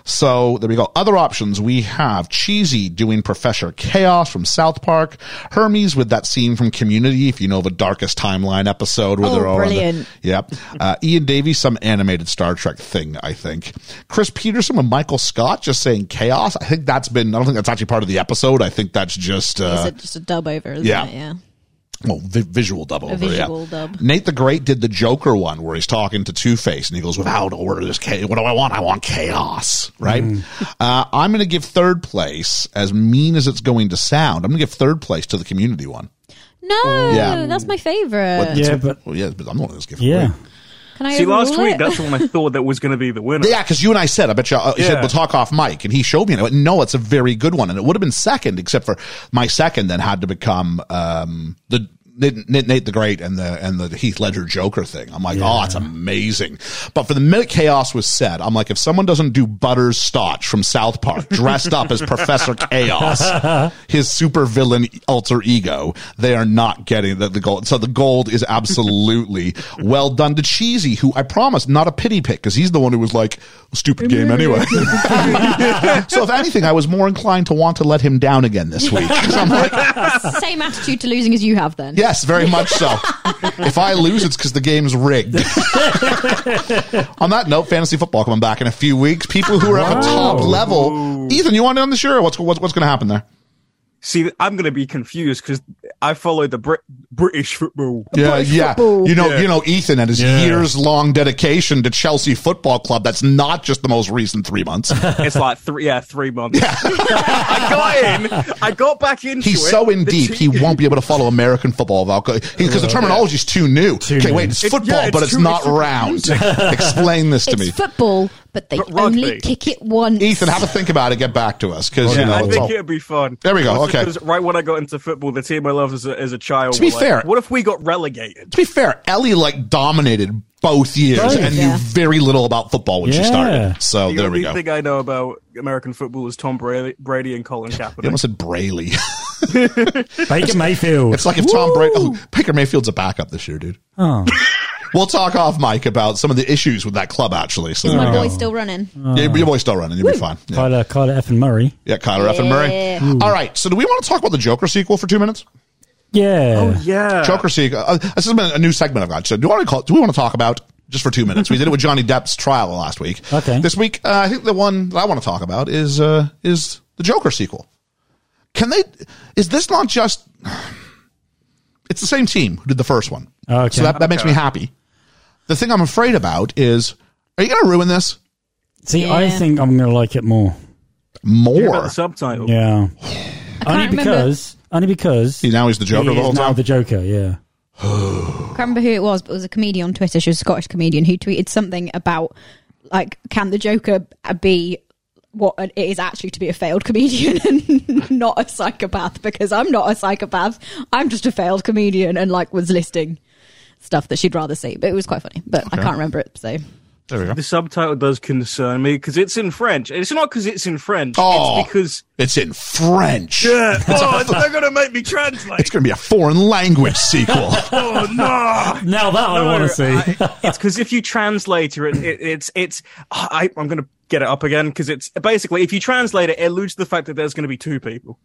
S5: So there we go. Other options we have Cheesy doing Professor Chaos from South Park, Hermes with that scene from Community, if you know the Darkest Timeline episode where
S8: Oh,
S5: they're all on the-
S8: brilliant.
S5: Yep. Uh, Ian Davies, some animated Star Trek thing, I think. Chris Peterson and Michael Scott just saying chaos. I think that's been, I don't think that's actually part of the episode. I think that's just,
S8: It's
S5: uh,
S8: a- just a dub over, isn't
S5: yeah.
S8: it? Yeah.
S5: well, vi- visual dub over, yeah.
S8: visual dub.
S5: Nate the Great did the Joker one where he's talking to Two Face and he goes, without order, this chaos. What do I want? I want chaos, right?
S6: Mm.
S5: Uh, I'm going to give third place, as mean as it's going to sound, I'm going to give third place to the community one.
S8: No,
S5: Yeah.
S8: that's my favourite.
S5: But-
S6: Yeah, but
S5: Well, yeah, but I'm not going to give
S6: yeah.
S8: Can I
S7: See, last
S8: overrule
S7: week,
S8: it?
S7: that's the one I thought that was going to be the winner.
S5: Yeah, because you and I said, I bet you, uh, you said,
S7: Yeah.
S5: we'll talk off mic. And he showed me, and I went, no, it's a very good one. And it would have been second, except for my second then had to become um, the. Nate, Nate Nate the Great and the and the Heath Ledger Joker thing. I'm like, oh, it's amazing. But for the minute chaos was said, I'm like, if someone doesn't do Butters Stotch from South Park dressed up as Professor Chaos, his super villain alter ego, they are not getting the, the gold. So the gold is absolutely well done to Cheesy, who I promise not a pity pick because he's the one who was like, stupid game anyway. so if anything, I was more inclined to want to let him down again this week. 'Cause I'm like,
S8: Same attitude to losing as you have then.
S5: yes, very much so. If I lose, it's because the game's rigged. on that note, fantasy football coming back in a few weeks. People who are at the top level. Ethan, you want in on this year? Or what's what's, what's going to happen there?
S7: See, I'm going to be confused because I follow the Brit- British football.
S5: Yeah, yeah. You know,
S7: Yeah.
S5: you know, Ethan and his
S6: Yeah.
S5: years long dedication to Chelsea Football Club. That's not just the most recent three months.
S7: It's like three, yeah, three months. I got in. I got back into
S5: He's
S7: it.
S5: so in
S7: The
S5: deep,
S7: team-
S5: he won't be able to follow American football because the terminology is too new. okay,
S6: new.
S5: wait, it's
S7: It- yeah,
S5: football,
S7: it's
S5: but it's
S7: too-
S5: not
S7: it's too
S5: round. Explain this to
S8: It's
S5: me.
S8: football, but they
S7: But rugby.
S8: only kick it once.
S5: Ethan, have a think about it. Get back to us because you
S7: Yeah,
S5: know.
S7: I
S5: it's
S7: think
S5: all-
S7: it'd be fun.
S5: There we go,
S7: Also,
S5: okay.
S7: 'cause Right when I got into football, the team I loved as a, as a child.
S5: To be
S7: were like,
S5: fair-
S7: what if we got relegated?
S5: to be fair, Ellie like dominated both years
S6: Right.
S5: and
S8: Yeah.
S5: knew very little about football when she
S6: Yeah.
S5: started. So
S7: the
S5: Oh, there
S7: only
S5: we go.
S7: thing I know about American football is Tom Brady, Brady and Colin Kaepernick.
S5: You almost said Brayley.
S6: Baker Mayfield.
S5: It's like if Tom Brady, oh, Baker Mayfield's a backup this year, dude.
S6: Oh.
S5: We'll talk off, Mike, about some of the issues with that club. Actually, so
S8: Is
S5: there
S8: my
S5: we go.
S8: boy still running?
S5: yeah, your boy's still running. You'll be fine. Yeah,
S6: Kyler, Kyler F. and Murray.
S5: yeah Kyler F. and
S8: Yeah.
S5: Murray. All right. So, do we want to talk about the Joker sequel for two minutes?
S6: Yeah.
S8: Oh,
S7: yeah.
S5: Joker sequel. Uh, this has been a new segment I've got. So, do you want to call? Do we want to talk about just for two minutes? We did it with Johnny Depp's trial last week.
S6: Okay.
S5: This week, uh, I think the one that I want to talk about is uh, is the Joker sequel. Can they? Is this not just? It's the same team who did the first one,
S6: Okay.
S5: so that, that makes me happy. The thing I'm afraid about is, are you going to ruin this
S6: See, I
S8: Yeah.
S6: think I'm going to like it more.
S7: Hear
S5: more?
S7: about the subtitle.
S6: Yeah. Only
S8: can't remember.
S6: because, only because
S5: See, now he's the Joker the
S6: he is
S5: whole
S6: now
S5: time.
S6: the Joker. Yeah.
S8: I can't remember who it was, but it was a comedian on Twitter. She was a Scottish comedian who tweeted something about like, can the Joker be what it is actually to be a failed comedian and not a psychopath? Because I'm not a psychopath. I'm just a failed comedian, and like was listing stuff that she'd rather see. But it was quite funny. But I can't remember it. So
S5: there we go.
S7: The subtitle does concern me because it's in French. It's not because it's in French.
S5: Oh.
S7: It's because.
S5: It's in French.
S7: Yeah. Oh, they're going to make me translate.
S5: It's going to be a foreign language sequel.
S7: oh, no.
S6: Now that I
S7: No,
S6: want to see.
S7: I- it's because if you translate it, it it's it's. I, I'm going to get it up again because it's basically if you translate it, it alludes to the fact that there's going to be two people,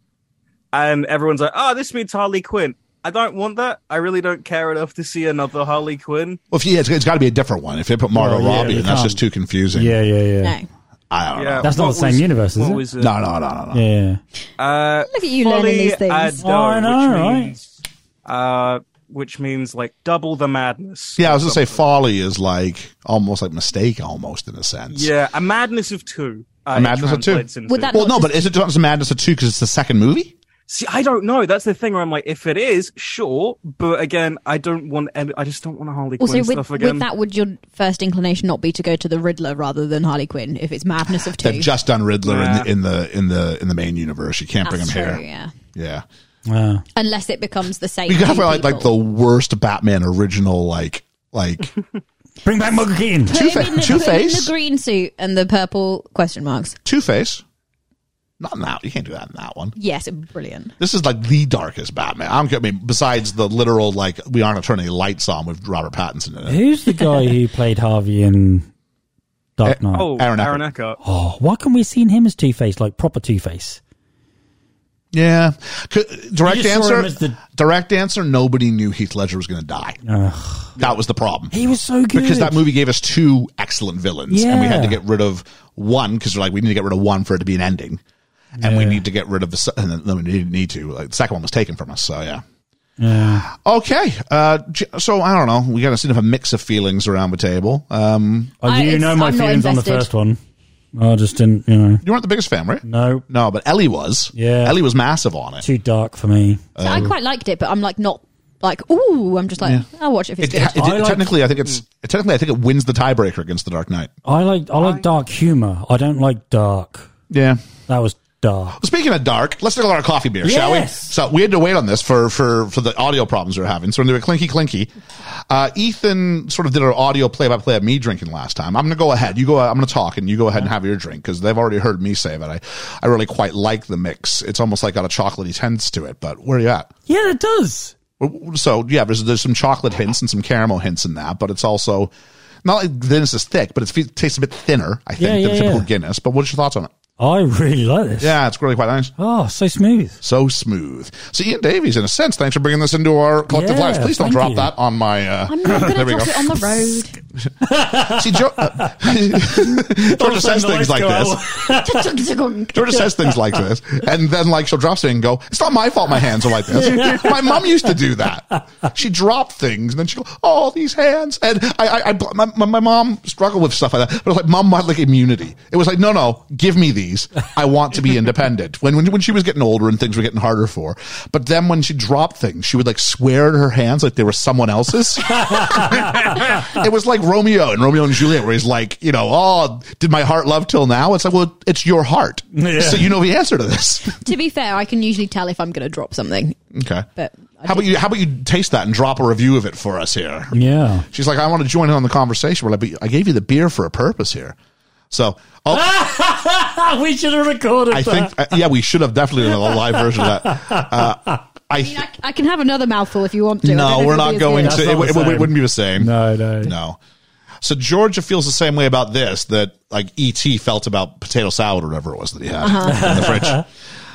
S7: and everyone's like, "Oh, this means Harley Quinn." I don't want that. I really don't care enough to see another Harley Quinn.
S5: Well, if you, it's, it's got to be a different one. If they put Margot
S6: Well, yeah,
S5: Robbie,
S6: you
S5: in, that's
S6: can't.
S5: just too confusing.
S6: yeah, yeah, yeah.
S8: no,
S5: I don't know.
S7: Yeah,
S6: That's not
S7: what
S6: the same
S7: was-
S6: universe, is
S7: what
S6: it?
S7: Was,
S5: No, no, no, no, no.
S6: Yeah.
S7: Uh,
S8: Look at you learning
S7: fully
S8: these things.
S7: ado,
S6: Oh, I know,
S7: which
S6: right?
S7: means, Uh, which means like double the madness.
S5: Yeah, I was going to say folly is like almost like mistake, almost in a sense.
S7: Yeah, a madness of two. Uh,
S5: A madness of two.
S7: translates into.
S8: Would that-
S5: Well, no, but is it just madness of two because it's the second movie?
S7: See, I don't know. That's the thing where I'm like, if it is, sure, but again, I don't want. Any, I just don't want a Harley
S8: Also,
S7: Quinn
S8: with,
S7: stuff again.
S8: with that, would your first inclination not be to go to the Riddler rather than Harley Quinn if it's Madness of 2
S5: They've just done Riddler
S7: Yeah.
S5: in, the, in the in the in the main universe. You can't
S8: That's
S5: bring him
S8: true,
S5: here.
S8: yeah.
S5: Yeah,
S6: Uh,
S8: Unless it becomes the same.
S5: you
S8: two
S5: have like like the
S8: people.
S5: worst Batman original like like
S6: bring back Michael Keaton.
S8: Put him in the-
S5: Two-Fa-
S8: put him in
S5: Two-Face?
S8: the green suit and the purple question marks.
S5: Two Face. Not in that. You can't do that in that one.
S8: Yes, brilliant.
S5: This is like the darkest Batman. I don't care. I mean, besides the literal like we aren't turning any lights on with Robert Pattinson in it.
S6: Who's the guy who played Harvey in Dark Knight?
S7: oh,
S5: Aaron
S7: Aaron,
S5: Eckhart.
S7: Eckhart.
S6: Eh, Oh, why can we seen him as Two Face, like proper Two Face?
S5: Yeah. C- direct
S6: You just saw
S5: answer.
S6: him as the-
S5: direct answer. Nobody knew Heath Ledger was going to die. That was the problem.
S6: He was so good
S5: because that movie gave us two excellent villains, and we had to
S6: Yeah.
S5: get rid of one because like we need to get rid of one for it to be an ending, and we
S6: Yeah.
S5: need to get rid of the se- and then- then we didn't need to. Like the second one was taken from us, so yeah. Okay, uh, J- so I don't know. We got a sort of a mix of feelings around the table. Um,
S6: Oh,
S8: I-
S6: you know
S8: it's-
S6: my
S8: I'm not
S6: feelings on the
S8: invested.
S6: first one. I just didn't, you know.
S5: you weren't the biggest fan, right?
S6: No,
S5: No, but Ellie was.
S6: Yeah.
S5: Ellie was massive on it.
S6: too dark for me.
S8: So
S5: Um,
S8: I quite liked it, but I'm like not like ooh. I'm just like I'll watch it if it's
S5: It,
S8: good.
S5: it,
S6: I like- Mm.
S5: technically, I think it's technically I think it wins the tiebreaker against the Dark Knight.
S6: I like I like dark humor. I don't like dark.
S5: Yeah.
S6: That was dark.
S5: Speaking of dark, let's take a lot of coffee beer, shall we?
S6: Yes.
S5: So we had to wait on this for for for the audio problems we were having. So when they were clinky clinky, uh, Ethan sort of did an audio play by play of me drinking last time. I'm going to go ahead. You go. I'm going to talk, and you go ahead and have your drink because they've already heard me say that I I really quite like the mix. It's almost like got a chocolatey tinge to it. But where are you at?
S6: Yeah, it does.
S5: So yeah, there's there's some chocolate hints and some caramel hints in that, but it's also not like Guinness is thick, but it's, it tastes a bit thinner, I think,
S6: Yeah,
S5: than
S6: yeah,
S5: typical
S6: yeah.
S5: Guinness. But what's your thoughts on it?
S6: I really like this.
S5: Yeah, it's really quite nice
S6: Oh, so smooth.
S5: so smooth. So Ian Davies, in a sense, thanks for bringing this into our collective
S6: Yeah,
S5: lives. Please don't
S6: thank
S5: drop
S6: you.
S5: that on my. Uh,
S8: I'm not going to
S5: there we
S8: drop
S5: go.
S8: it on the road.
S5: See, jo- uh, Georgia says
S6: the
S5: things
S6: lights
S5: like
S6: go
S5: this. Georgia says things like this, and then like she'll drop something and go, "It's not my fault. My hands are like this. my mom used to do that. She dropped things, and then she go, "Oh, these hands." And I, I, I bl- my, my, my mom struggled with stuff like that, but it was like mom had like immunity. It was like, no, no, give me these. I want to be independent. When when when she was getting older and things were getting harder for, her. but then when she dropped things, she would like swear at her hands like they were someone else's. it was like Romeo and Romeo and Juliet, where he's like, you know, oh, did my heart love till now? It's like, well, it's your heart,
S6: Yeah.
S5: so you know the answer to this.
S8: to be fair, I can usually tell if I'm going to drop something.
S5: okay,
S8: But I
S5: how about you? How about you taste that and drop a review of it for us here?
S6: Yeah.
S5: She's like, I want to join in on the conversation. We're like, but I gave you the beer for a purpose here. So, oh,
S6: we should have recorded
S5: I
S6: that.
S5: think, uh, yeah, we should have definitely done a live version of that. Uh, I,
S8: I, I can have another mouthful if you want to. I don't know
S5: no,
S8: if
S5: we're
S8: it'll be
S5: not
S8: as
S5: going
S8: good.
S5: to. It,
S6: That's not
S5: it,
S6: the same.
S5: wouldn't be the same.
S6: No, no.
S5: no. So Georgia feels the same way about this that like ET felt about potato salad or whatever it was that he had
S8: Uh-huh.
S5: in the fridge.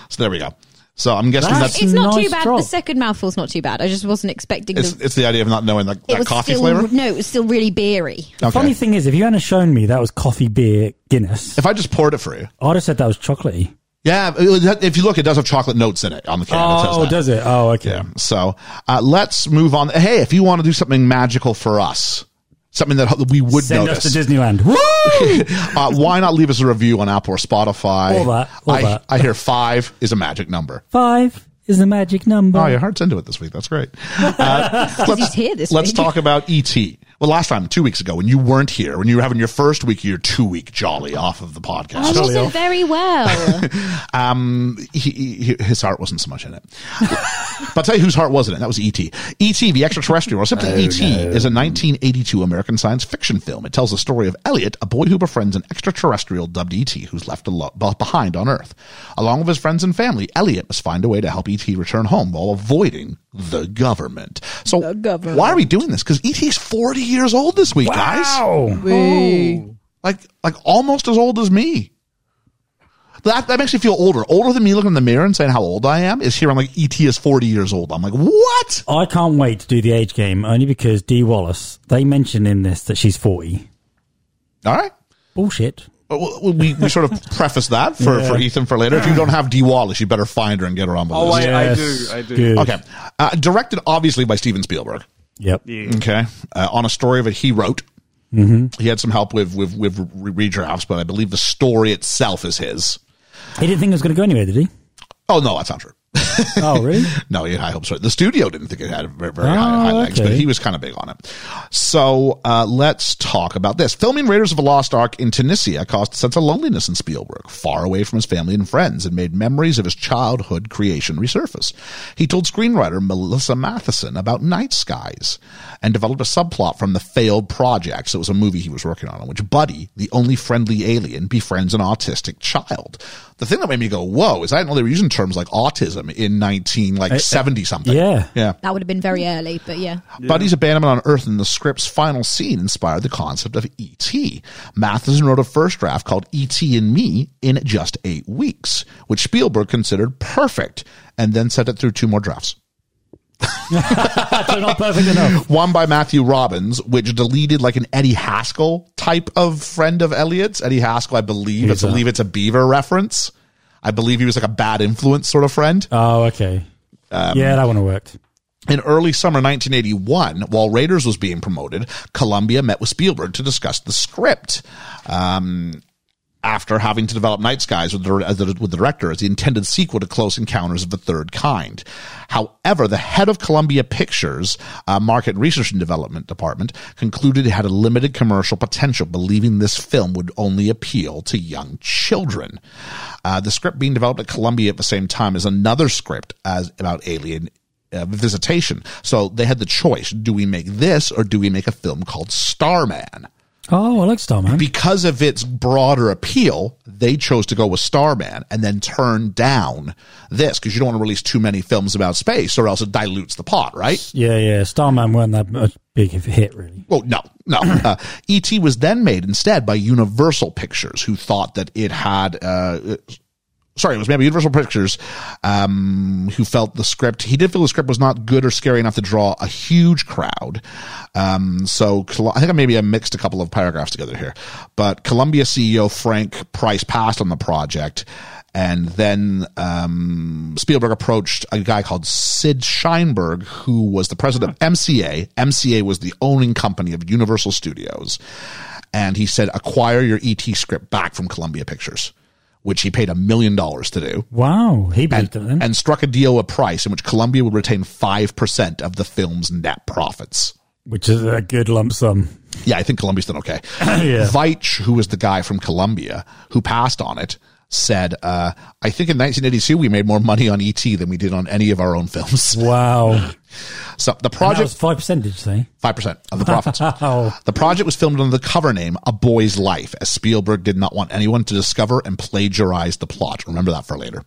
S5: So there we go. So I'm guessing
S6: That's-
S5: that's,
S8: It's not
S6: Nice
S8: too bad.
S6: drop.
S8: The second mouthful's not too bad. I just wasn't expecting
S5: it's
S8: the.
S5: it's the idea of not knowing like
S8: It
S5: that
S8: was
S5: coffee
S8: still
S5: flavor.
S8: no. It was still really beery.
S5: Okay.
S6: Funny thing is, if you hadn't shown me that was coffee, beer, Guinness,
S5: If I just poured it for you,
S6: I'd have said that was chocolatey.
S5: yeah. it- if you look, it does have chocolate notes in it on the can. it says
S6: Oh,
S5: that.
S6: does it? Oh, okay.
S5: Yeah. So uh, let's move on. Hey, if you want to do something magical for us, something that we would
S6: Send
S5: notice,
S6: us to Disneyland. Woo!
S5: uh, why not leave us a review on Apple or Spotify?
S6: All that, all
S5: I,
S6: that.
S5: I hear five is a magic number.
S6: Five is the magic number.
S5: Oh, your heart's into it this week. That's great. Uh, let's
S8: he's here this
S5: let's
S8: week.
S5: talk about ET. Well, last time, two weeks ago, when you weren't here, when you were having your first week, your two week jolly off of the
S8: I
S5: podcast,
S8: wasn't very well.
S5: um, he, he, his heart wasn't so much in it. but I'll tell you whose heart wasn't in it. That was E ET. ET, the extraterrestrial, or simply ET, is a 1982 American science fiction film. It tells the story of Elliot, a boy who befriends an extraterrestrial dubbed ET who's left alo- be- behind on Earth. Along with his friends and family, Elliot must find a way to help ET return home while avoiding the government. So why are we doing this? Because ET is 40 years old this week, guys.
S6: Wow.
S8: Oh.
S5: Like like almost as old as me. That that makes me feel older. Older than me looking in the mirror and saying how old I am is here. I'm like ET is 40 years old. I'm like what?
S6: I can't wait to do the age game only because Dee Wallace, they mention in this that she's 40.
S5: All right.
S6: Bullshit.
S5: But w- We, we sort of preface that for, for Ethan for later. If you don't have D Wallace, you better find her and get her on the
S7: Oh,
S5: list.
S7: I, I do. I do.
S6: Good.
S5: okay. Uh, directed obviously by Steven Spielberg.
S6: Yep.
S5: Okay. Uh, on a story that he wrote. Mm-hmm. He had some help with with with re- redrafts, but I believe the story itself is his.
S6: He didn't think it was going to go anywhere, did he?
S5: Oh no, that's not true.
S6: Oh, really?
S5: No, he had high hopes for it. The studio didn't think it had very, very
S6: Ah,
S5: high, high legs, but
S6: okay.
S5: he was kind of big on it. So uh, let's talk about this. Filming Raiders of the Lost Ark in Tunisia caused a sense of loneliness in Spielberg, far away from his family and friends, and made memories of his childhood creation resurface. He told screenwriter Melissa Matheson about Night Skies and developed a subplot from the failed projects. It was a movie he was working on, in which Buddy, the only friendly alien, befriends an autistic child. The thing that made me go, "Whoa!" is I didn't know they were using terms like autism in nineteen like seventy something.
S6: Yeah.
S5: yeah.
S8: That would have been very early, but yeah.
S5: Buddy's abandonment on Earth in the script's final scene inspired the concept of E.T. Matheson wrote a first draft called E.T. and Me in just eight weeks, which Spielberg considered perfect, and then sent it through two more drafts.
S6: So not perfect enough.
S5: One by Matthew Robbins, which deleted like an Eddie Haskell type of friend of Elliot's. Eddie Haskell, I believe,
S6: Who's
S5: I believe
S6: that?
S5: it's a Beaver reference. I believe he was like a bad influence sort of friend.
S6: Oh, okay. yeah, that one worked.
S5: In early summer 1981, while Raiders was being promoted, Columbia met with Spielberg to discuss the script. Um, after having to develop Night Skies with the, as the- with the director as the intended sequel to Close Encounters of the Third Kind. However, the head of Columbia Pictures uh, Market Research and Development Department concluded it had a limited commercial potential, believing this film would only appeal to young children. Uh, the script being developed at Columbia at the same time is another script as about alien uh, visitation. So they had the choice: do we make this, or do we make a film called Starman?
S6: Oh, I like Starman.
S5: Because of its broader appeal, they chose to go with Starman and then turn down this because you don't want to release too many films about space, or else it dilutes the pot, right?
S6: yeah, yeah. Starman weren't that much big of a hit, really.
S5: Well, no, no. Uh, E.T. was then made instead by Universal Pictures, who thought that it had. Uh, sorry, it was maybe Universal Pictures, um, who felt the script. He did feel the script was not good or scary enough to draw a huge crowd. Um, so Col- I think I maybe I mixed a couple of paragraphs together here, but Columbia CEO Frank Price passed on the project. And then um, Spielberg approached a guy called Sid Sheinberg, who was the president of MCA. MCA was the owning company of Universal Studios. And he said, acquire your ET script back from Columbia Pictures which he paid a million dollars to do,
S6: Wow, he believed it then.
S5: and struck a deal, a price in which Columbia would retain 5% of the film's net profits.
S6: which is a good lump sum.
S5: Yeah, I think Columbia's done okay.
S6: Yeah.
S5: Veitch, who was the guy from Columbia who passed on it, said, uh, I think in 1982 we made more money on ET than we did on any of our own films.
S6: Wow.
S5: So the
S6: And that was
S5: project,
S6: five percent, did you say?
S5: 5% of the profits.
S6: Oh,
S5: The project was filmed under the cover name A Boy's Life, as Spielberg did not want anyone to discover and plagiarize the plot. Remember that for later.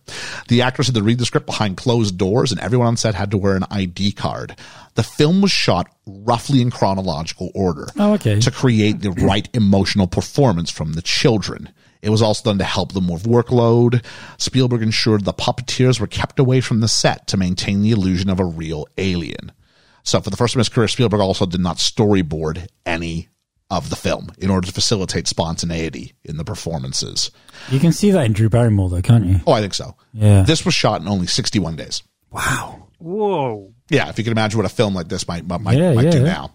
S5: The actors had to read the script behind closed doors, and everyone on set had to wear an ID card. The film was shot roughly in chronological order
S6: Oh, okay.
S5: to create the right emotional performance from the children. It was also done to help them with workload. Spielberg ensured the puppeteers were kept away from the set to maintain the illusion of a real alien. So for the first time in his career, Spielberg also did not storyboard any of the film in order to facilitate spontaneity in the performances.
S6: you can see that in Drew Barrymore, though, can't you?
S5: Oh, I think so.
S6: Yeah.
S5: This was shot in only 61 days.
S6: Wow.
S7: Whoa.
S5: Yeah, if you can imagine what a film like this might might, might,
S6: Yeah,
S5: might do
S6: yeah.
S5: now.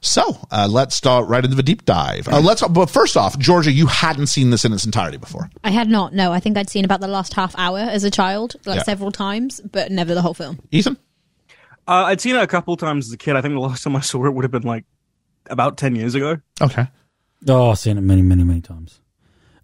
S5: So uh, let's start right into the deep dive. Uh, let's, but first off, Georgia, you hadn't seen this in its entirety before.
S8: I had not. No, I think I'd seen about the last half hour as a child, like
S5: Yeah.
S8: several times, but never the whole film.
S5: Ethan,
S7: Uh, I'd seen it a couple times as a kid. I think the last time I saw it would have been like about 10 years ago.
S5: okay,
S6: Oh, I've seen it many, many, many times.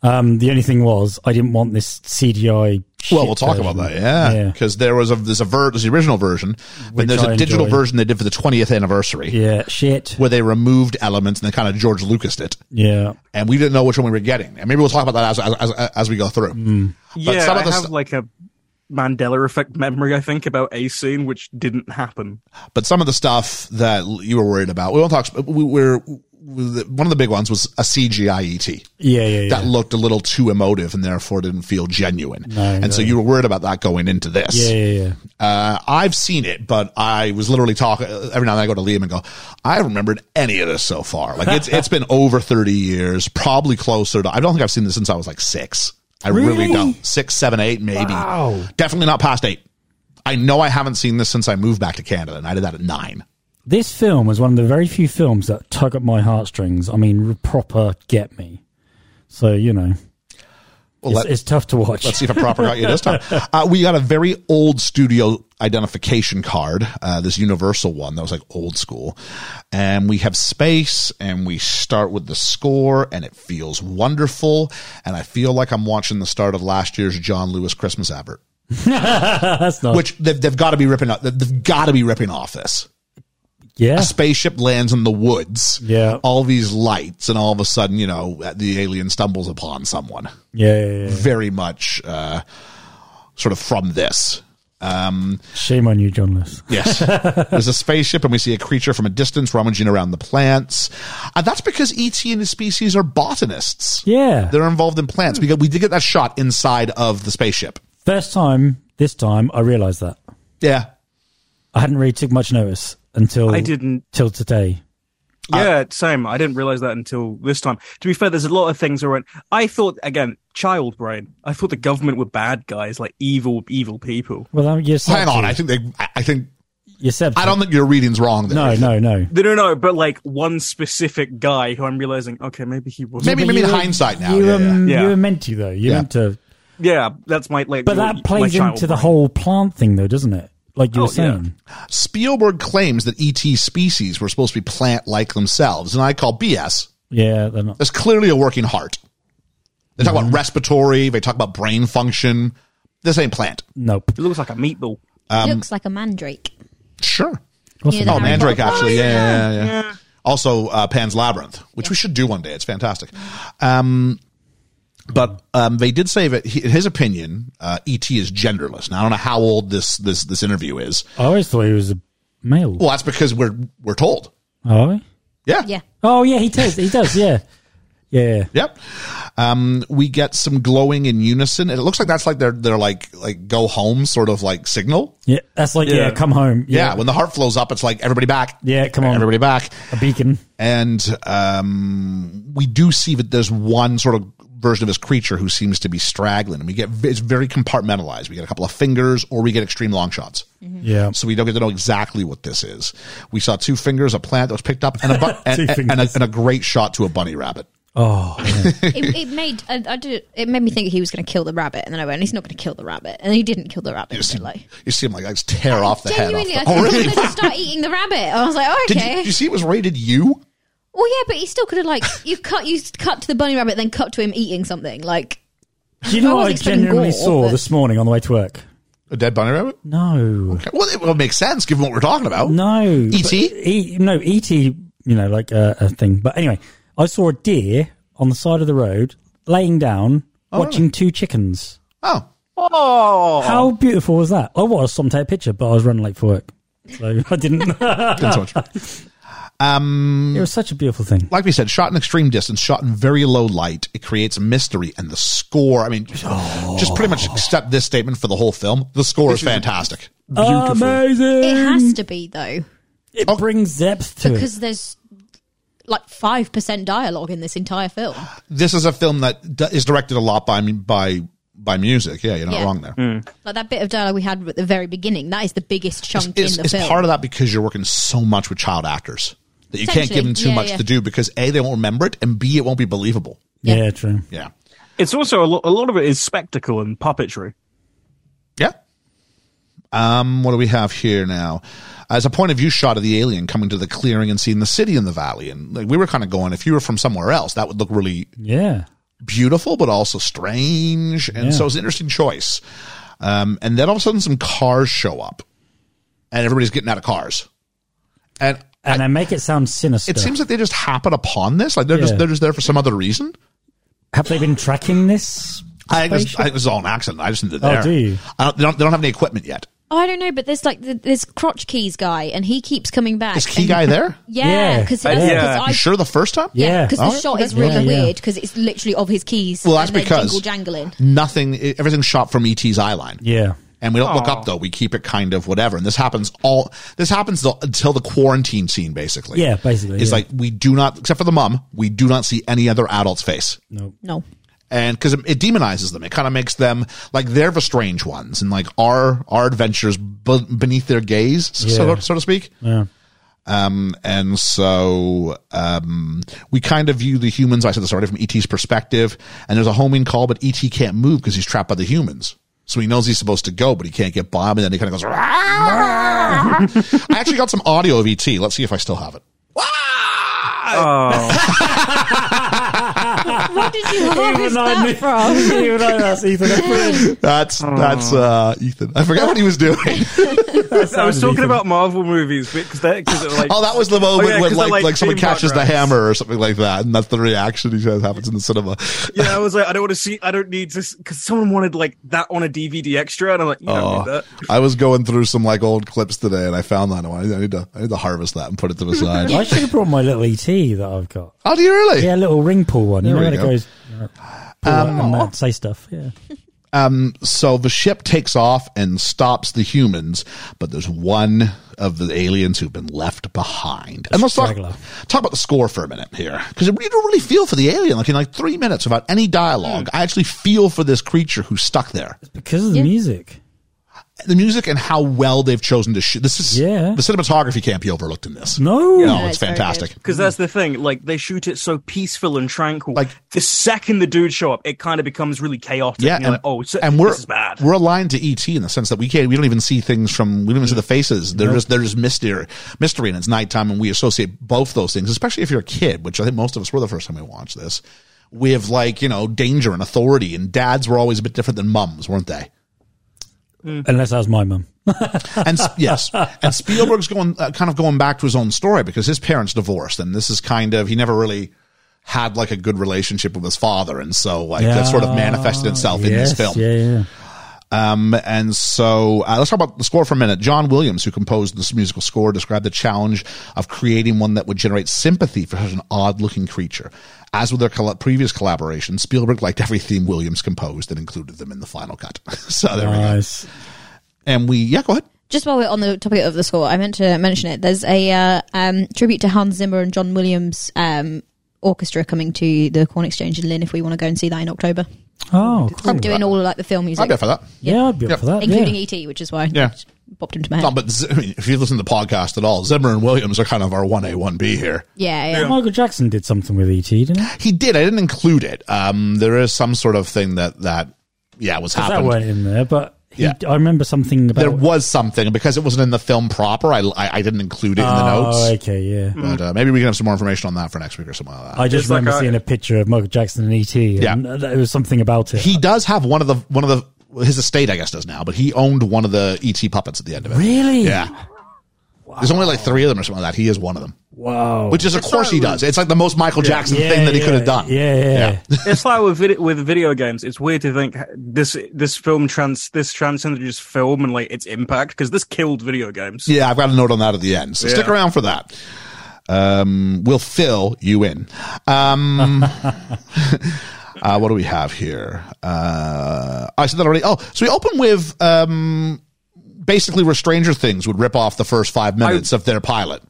S6: Um, the only thing was, I didn't want this CGI.
S5: well,
S6: shit
S5: we'll talk about that,
S6: version.
S5: yeah,
S6: yeah,
S5: because there was a there's a ver- there's the original version,
S6: Which
S5: and there's a
S6: I
S5: digital
S6: enjoy.
S5: version they did for the 20th anniversary,
S6: Yeah, shit.
S5: where they removed elements and they kind of George Lucased it,
S6: Yeah,
S5: and we didn't know which one we were getting, and maybe we'll talk about that as as, as, as we go through.
S6: Mm.
S7: Yeah,
S5: some
S7: I
S5: of the
S7: have
S5: st-
S7: like a Mandela effect memory, I think, about a scene which didn't happen.
S5: but some of the stuff that you were worried about, we won't talk. We were one of the big ones was a CGI ET.
S6: yeah, yeah. yeah.
S5: E that looked a little too emotive and therefore didn't feel genuine. and so you were worried about that going into this.
S6: yeah, yeah, yeah.
S5: Uh, I've seen it, but I was literally talking every now and then I go to Liam and go, I haven't remembered any of this so far. Like it's, it's been over 30 years, probably closer to, I don't think I've seen this since I was like six. I really,
S6: Really?
S5: don't. Six, seven, eight, maybe.
S6: Wow.
S5: Definitely not past eight. I know I haven't seen this since I moved back to Canada and I did that at nine.
S6: This film was one of the very few films that tug at my heartstrings. I mean, proper get me. So you know,
S5: Well,
S6: it's,
S5: let-
S6: it's tough to watch.
S5: Let's see if I proper got you this time. Uh, we got a very old studio identification card, uh, this universal one that was like old school. And we have space and we start with the score and it feels wonderful. And I feel like I'm watching the start of last year's John Lewis Christmas Albert,
S6: That's not.
S5: which they've, they've got to be ripping off. They've got to be ripping off this.
S6: yeah.
S5: A spaceship lands in the woods.
S6: Ah. Yeah.
S5: All these lights, and all of a sudden, you know, the alien stumbles upon someone
S6: yeah. Yeah. Yeah.
S5: very much uh, sort of from this. Um,
S6: Shame on you, John Lewis.
S5: yes, there's a spaceship, and we see a creature from a distance rummaging around the plants. And that's because ET and his species are botanists.
S6: Yeah.
S5: they're involved in plants because we did get that shot inside of the spaceship.
S6: First time, this time, I realised that.
S5: Yeah,
S6: I hadn't really took much notice until
S7: I didn't.
S6: till today.
S7: Yeah, same. I didn't realize that until this time. To be fair, there's a lot of things around. I thought again, child brain. I thought the government were bad guys, like evil, evil people.
S6: Well, um, you're
S5: hang on.
S6: septic.
S5: I think they. I- I think
S6: You're septic.
S5: I don't think your reading's wrong. There.
S6: No, no, no.
S7: No, no, no. But like one specific guy who I'm realizing, okay, maybe he was.
S5: Maybe-
S6: But
S5: in
S6: you were-
S5: hindsight now,
S6: You,
S5: yeah,
S6: were-
S5: yeah.
S7: Yeah.
S6: you were meant to though. You
S5: Yeah.
S6: meant to,
S7: Yeah, that's my like.
S6: but
S7: your-
S6: that plays
S7: my child
S6: into the
S7: brain.
S6: whole plant thing though, doesn't it? Like you
S7: Oh,
S6: were
S7: yeah.
S6: saying.
S5: Spielberg claims that ET species were supposed to be plant-like themselves, and I call BS.
S6: Yeah, they're not.
S5: There's clearly a working heart. They talk about respiratory. They talk about brain function. This ain't plant.
S6: Nope.
S7: It looks like a meatball.
S8: looks like a mandrake.
S5: Sure.
S8: You
S5: Um,
S8: know,
S5: Oh,
S8: the Harry
S5: Mandrake,
S8: Potter-
S5: actually. Yeah, yeah, yeah. yeah. Also, uh, Pan's Labyrinth, which we should do one day. It's fantastic. Um, but um, they did say that, he, in his opinion, uh, E.T. is genderless. Now, I don't know how old this, this, this interview is.
S6: I always thought he was a male.
S5: Well, that's because we're, we're told.
S6: Are we?
S5: Yeah.
S8: Yeah.
S6: Oh yeah, he does. He does. Yeah. Yeah.
S5: Yep. Um, we get some glowing in unison. and It looks like that's like their, their like, like go home sort of like signal.
S6: Yeah. That's like yeah.
S7: Yeah.
S6: come home.
S5: Yeah.
S6: Yeah.
S5: When the heart flows up, it's like everybody back.
S6: Yeah, come on.
S5: Everybody back.
S6: A beacon.
S5: and um, we do see that there's one sort of version of this creature who seems to be straggling and we get it's very compartmentalized we get a couple of fingers or we get extreme long shots
S6: Yeah.
S5: so we don't get to know exactly what this is we saw two fingers a plant that was picked up and a, bu- and,
S6: Two
S5: and, and a,
S6: fingers.
S5: and a great shot to a bunny rabbit
S6: Oh. yeah.
S8: it, it made I, I did, it made me think he was going to kill the rabbit, and then I went, "He's not going to kill the rabbit," and he didn't kill the rabbit.
S5: you see,
S8: so, like,
S5: you see him like, like tear off the head off
S8: genuinely,
S5: the,
S8: I
S5: oh
S8: thought he
S5: really
S8: was going to start eating the rabbit. I was like, "Oh,
S5: did
S8: okay."
S5: you, you see it was rated u
S8: well, yeah, but he still could have like you cut you cut to the bunny rabbit, then cut to him eating something. Like,
S6: Do you know
S8: I
S6: what I
S8: was expecting
S6: genuinely
S8: gore,
S6: saw
S8: but-
S6: this morning on the way to work?
S5: a dead bunny rabbit
S6: No.
S5: Okay, well it will make sense given what we're talking about
S6: No.
S5: E.T.?
S6: But E- no, ET, you know, like uh, a thing. But anyway, I saw a deer on the side of the road laying down watching two chickens.
S5: oh
S7: Oh,
S6: How beautiful was that? I was some type picture, but I was running late for work. So I didn't.
S5: didn't so much
S6: it was such a beautiful thing.
S5: like we said, shot in extreme distance, shot in very low light, it creates mystery. And the score, I mean, just pretty much accept this statement for the whole film. The score is fantastic.
S7: beautiful.
S8: it
S6: Amazing.
S8: has to be though,
S6: It brings depth to
S8: because there's like five percent dialogue in this entire film.
S5: This is a film that d- is directed a lot by by by music. Yeah, you're not
S8: Yeah. Mm.
S5: wrong there.
S8: Like that bit of dialogue we had at the very beginning. That is the biggest chunk
S5: It's,
S8: in the
S5: it's
S8: film.
S5: part of that because you're working so much with child actors that you can't give them too
S8: Potentially, yeah,
S5: much
S8: yeah.
S5: to do because A, they won't remember it, and B, it won't be believable.
S6: it.
S8: yeah.
S6: Yeah, true.
S5: Yeah.
S7: it's also a lot. A lot of it is spectacle and puppetry.
S5: Yeah. Um, what do we have here now? As a point of view shot of the alien coming to the clearing and seeing the city in the valley, and like we were kind of going, if you were from somewhere else, that would look really
S6: Yeah.
S5: beautiful, but also strange. And
S6: Yeah.
S5: so it's an interesting choice. Um, and then all of a sudden, some cars show up, and everybody's getting out of cars, and
S6: And they make it sound sinister.
S5: it seems like they just happen upon this. Like they're just
S6: Yeah.
S5: they're just there for some other reason.
S6: Have they been tracking this?
S5: I think, this,
S6: Spaceship?
S5: I think this is all an accident. I just think they're there.
S6: do you?
S5: I don't, they don't they don't have any equipment yet.
S8: Oh, I don't know, but there's like the, this crotch keys guy, and he keeps coming back.
S5: Is key
S8: and-
S5: guy there?
S8: Yeah,
S6: Yeah.
S8: because
S7: Uh, yeah.
S8: I
S5: You sure the first time?
S8: yeah
S6: Yeah.
S8: because
S5: All
S8: the
S5: right,
S8: shot
S5: okay.
S8: is really
S6: Yeah, yeah.
S8: weird because it's literally of his keys.
S5: Well, that's
S8: and they're
S5: because-
S8: jingle jangling.
S5: nothing e, everything's shot from et's eye line
S6: Yeah.
S5: and we don't look up though we keep it kind of whatever and this happens all this happens the, until the quarantine scene basically
S6: Yeah, basically,
S5: it's
S6: yeah.
S5: like we do not except for the mom we do not see any other adult's face
S6: No.
S8: No,
S5: and because it, it demonizes them it kind of makes them like they're the strange ones and like our our adventures b- beneath their gaze so,
S6: Yeah.
S5: so to speak
S6: Yeah.
S5: Um, and so um, we kind of view the humans, I said this already, from ET's perspective. And there's a homing call, but ET can't move because he's trapped by the humans. So he knows he's supposed to go, but he can't get by him. And then he kind of goes, "Rah!" I actually got some audio of ET. Let's see if I still have it.
S7: Oh,
S8: Where did you harvest
S6: I
S8: that
S6: knew-
S8: from?
S6: Even I- that's Ethan. I put it in.
S5: That's that's
S7: Oh.
S5: uh, Ethan. I forgot what he was doing.
S7: I was talking about Marvel movies because because like
S5: Oh, that was the moment
S7: yeah,
S5: when
S7: 'cause they're
S5: like, like,
S7: like
S5: someone
S7: theme park
S5: catches the
S7: rides.
S5: hammer or something like that, and that's the reaction he says happens in the cinema.
S7: yeah, I was like, I don't want to see, I don't need to, because someone wanted like that on a DVD extra, and I'm like, you don't need that.
S5: I was going through some like old clips today, and I found that one. I need to I need to harvest that and put it to the side.
S6: I should have brought my little ET that I've got.
S5: oh, do you really?
S6: Yeah, a little ring pull one. You
S5: There
S6: know
S5: we
S6: when it
S5: go. Um, oh.
S6: goes uh, pull up and that, say stuff. Yeah.
S5: So the ship takes off and stops the humans, but there's one of the aliens who've been left behind. and let's talk,
S6: straggler.
S5: talk about the score for a minute here, because you don't really feel for the alien. Like in like three minutes without any dialogue,
S6: Hmm.
S5: I actually feel for this creature who's stuck there.
S6: Because of the music.
S5: the music and how well they've chosen to shoot. This is
S6: Yeah.
S5: the cinematography can't be overlooked in this.
S6: No.
S5: no,
S8: Yeah,
S5: it's
S8: it's very
S5: fantastic.
S7: Because that's the thing, like they shoot it so peaceful and tranquil.
S5: Hmm. Like-
S7: Like the second the dudes show up, it kind of becomes really chaotic.
S5: Yeah,
S7: and, you're like, oh, so,
S5: and we're
S7: this is bad.
S5: we're aligned to ET in the sense that we can't we don't even see things from we don't even see the faces. They're just they're just mystery mystery and it's nighttime and we associate both those things, especially if you're a kid, which I think most of us were the first time we watched this, with like, you know, danger and authority. And dads were always a bit different than mums, weren't they?
S6: Unless that was my mum.
S5: and s- yes, and Spielberg's going uh, kind of going back to his own story because his parents divorced, and this is kind of he never really had like a good relationship with his father, and so like that sort of manifested itself in this
S6: Yes,
S5: film.
S6: Yeah, yeah.
S5: Um, and so uh, let's talk about the score for a minute. John Williams, who composed this musical score, described the challenge of creating one that would generate sympathy for such an odd looking creature. As with their colla- previous collaboration, Spielberg liked every theme Williams composed and included them in the final cut. so there we go.
S6: Nice.
S5: And we, yeah, go ahead.
S8: Just while we're on the topic of the score, I meant to mention it. There's a uh, um, tribute to Hans Zimmer and John Williams um, orchestra coming to the Corn Exchange in Lynn if we want to go and see that in October.
S6: Oh, cool.
S8: Doing all of like the film
S5: I'd
S8: music,
S5: go for that.
S6: yeah, I'd be up for that.
S8: including E
S6: yeah.
S8: ET, which is why
S5: Yeah.
S8: I popped into my head.
S5: No, but Z- I mean, if you listen to the podcast at all, Zimmer and Williams are kind of our one A one B here.
S8: yeah, yeah.
S6: Michael Jackson did something with ET, didn't he?
S5: He did. I didn't include it. Um, there is some sort of thing that that yeah was
S6: That
S5: happened.
S6: weren't in there, but he,
S5: Yeah.
S6: I remember something about.
S5: There was something because it wasn't in the film proper. I I, I didn't include it in the notes.
S6: Oh, okay, yeah.
S5: But uh, maybe we can have some more information on that for next week or something like that.
S6: I just
S7: like
S6: remember
S7: I-
S6: seeing a picture of Michael Jackson and ET. And
S5: Yeah.
S6: yeah, there was something about it.
S5: he does have one of the one of the his estate, I guess, does now. But he owned one of the ET puppets at the end of it.
S6: really?
S5: Yeah. There's only like three of them or something like that. He is one of them,
S6: Wow.
S5: which is of course he does. It's like the most Michael Jackson
S6: Oh. Yeah,
S5: thing that he
S6: yeah,
S5: could have done.
S6: Yeah, yeah.
S7: it's like with vid- with video games. It's weird to think this this film trans this transcended just film and like its impact because this killed video games.
S5: Yeah, I've got a note on that at the end. So stick
S7: Yeah.
S5: around for that. Um, we'll fill you in. Um, uh, what do we have here? Uh, I said that already. Oh, so we open with um, basically where Stranger Things would rip off the first five minutes of their pilot.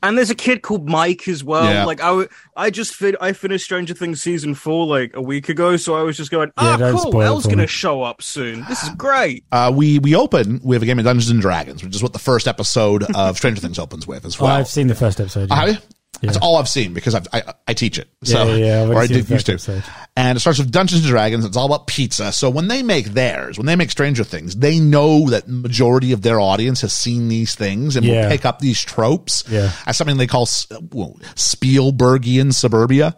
S7: And there's a kid called Mike as well.
S5: Yeah.
S7: Like I, w- I just fin- I finished Stranger Things season four like a week ago, so I was just going, ah,
S6: don't
S7: cool,
S6: spoil it
S7: Elle's
S6: for
S7: gonna
S6: me.
S7: show up soon. This is great.
S5: Uh, we we open with a game of Dungeons and Dragons, which is what the first episode of Stranger Things opens with as
S6: Oh,
S5: well.
S6: I've seen the first episode. yeah.
S5: Oh, Have you? That's all I've seen because I've, I I teach it. So
S6: Yeah, yeah, yeah. I've
S5: or
S6: already
S5: I
S6: seen
S5: did
S6: the
S5: used to.
S6: first episode.
S5: And it starts with Dungeons and Dragons. It's all about pizza. So when they make theirs, when they make Stranger Things, they know that majority of their audience has seen these things and will
S6: Yeah.
S5: pick up these tropes
S6: Yeah.
S5: as something they call s- well, Spielbergian suburbia.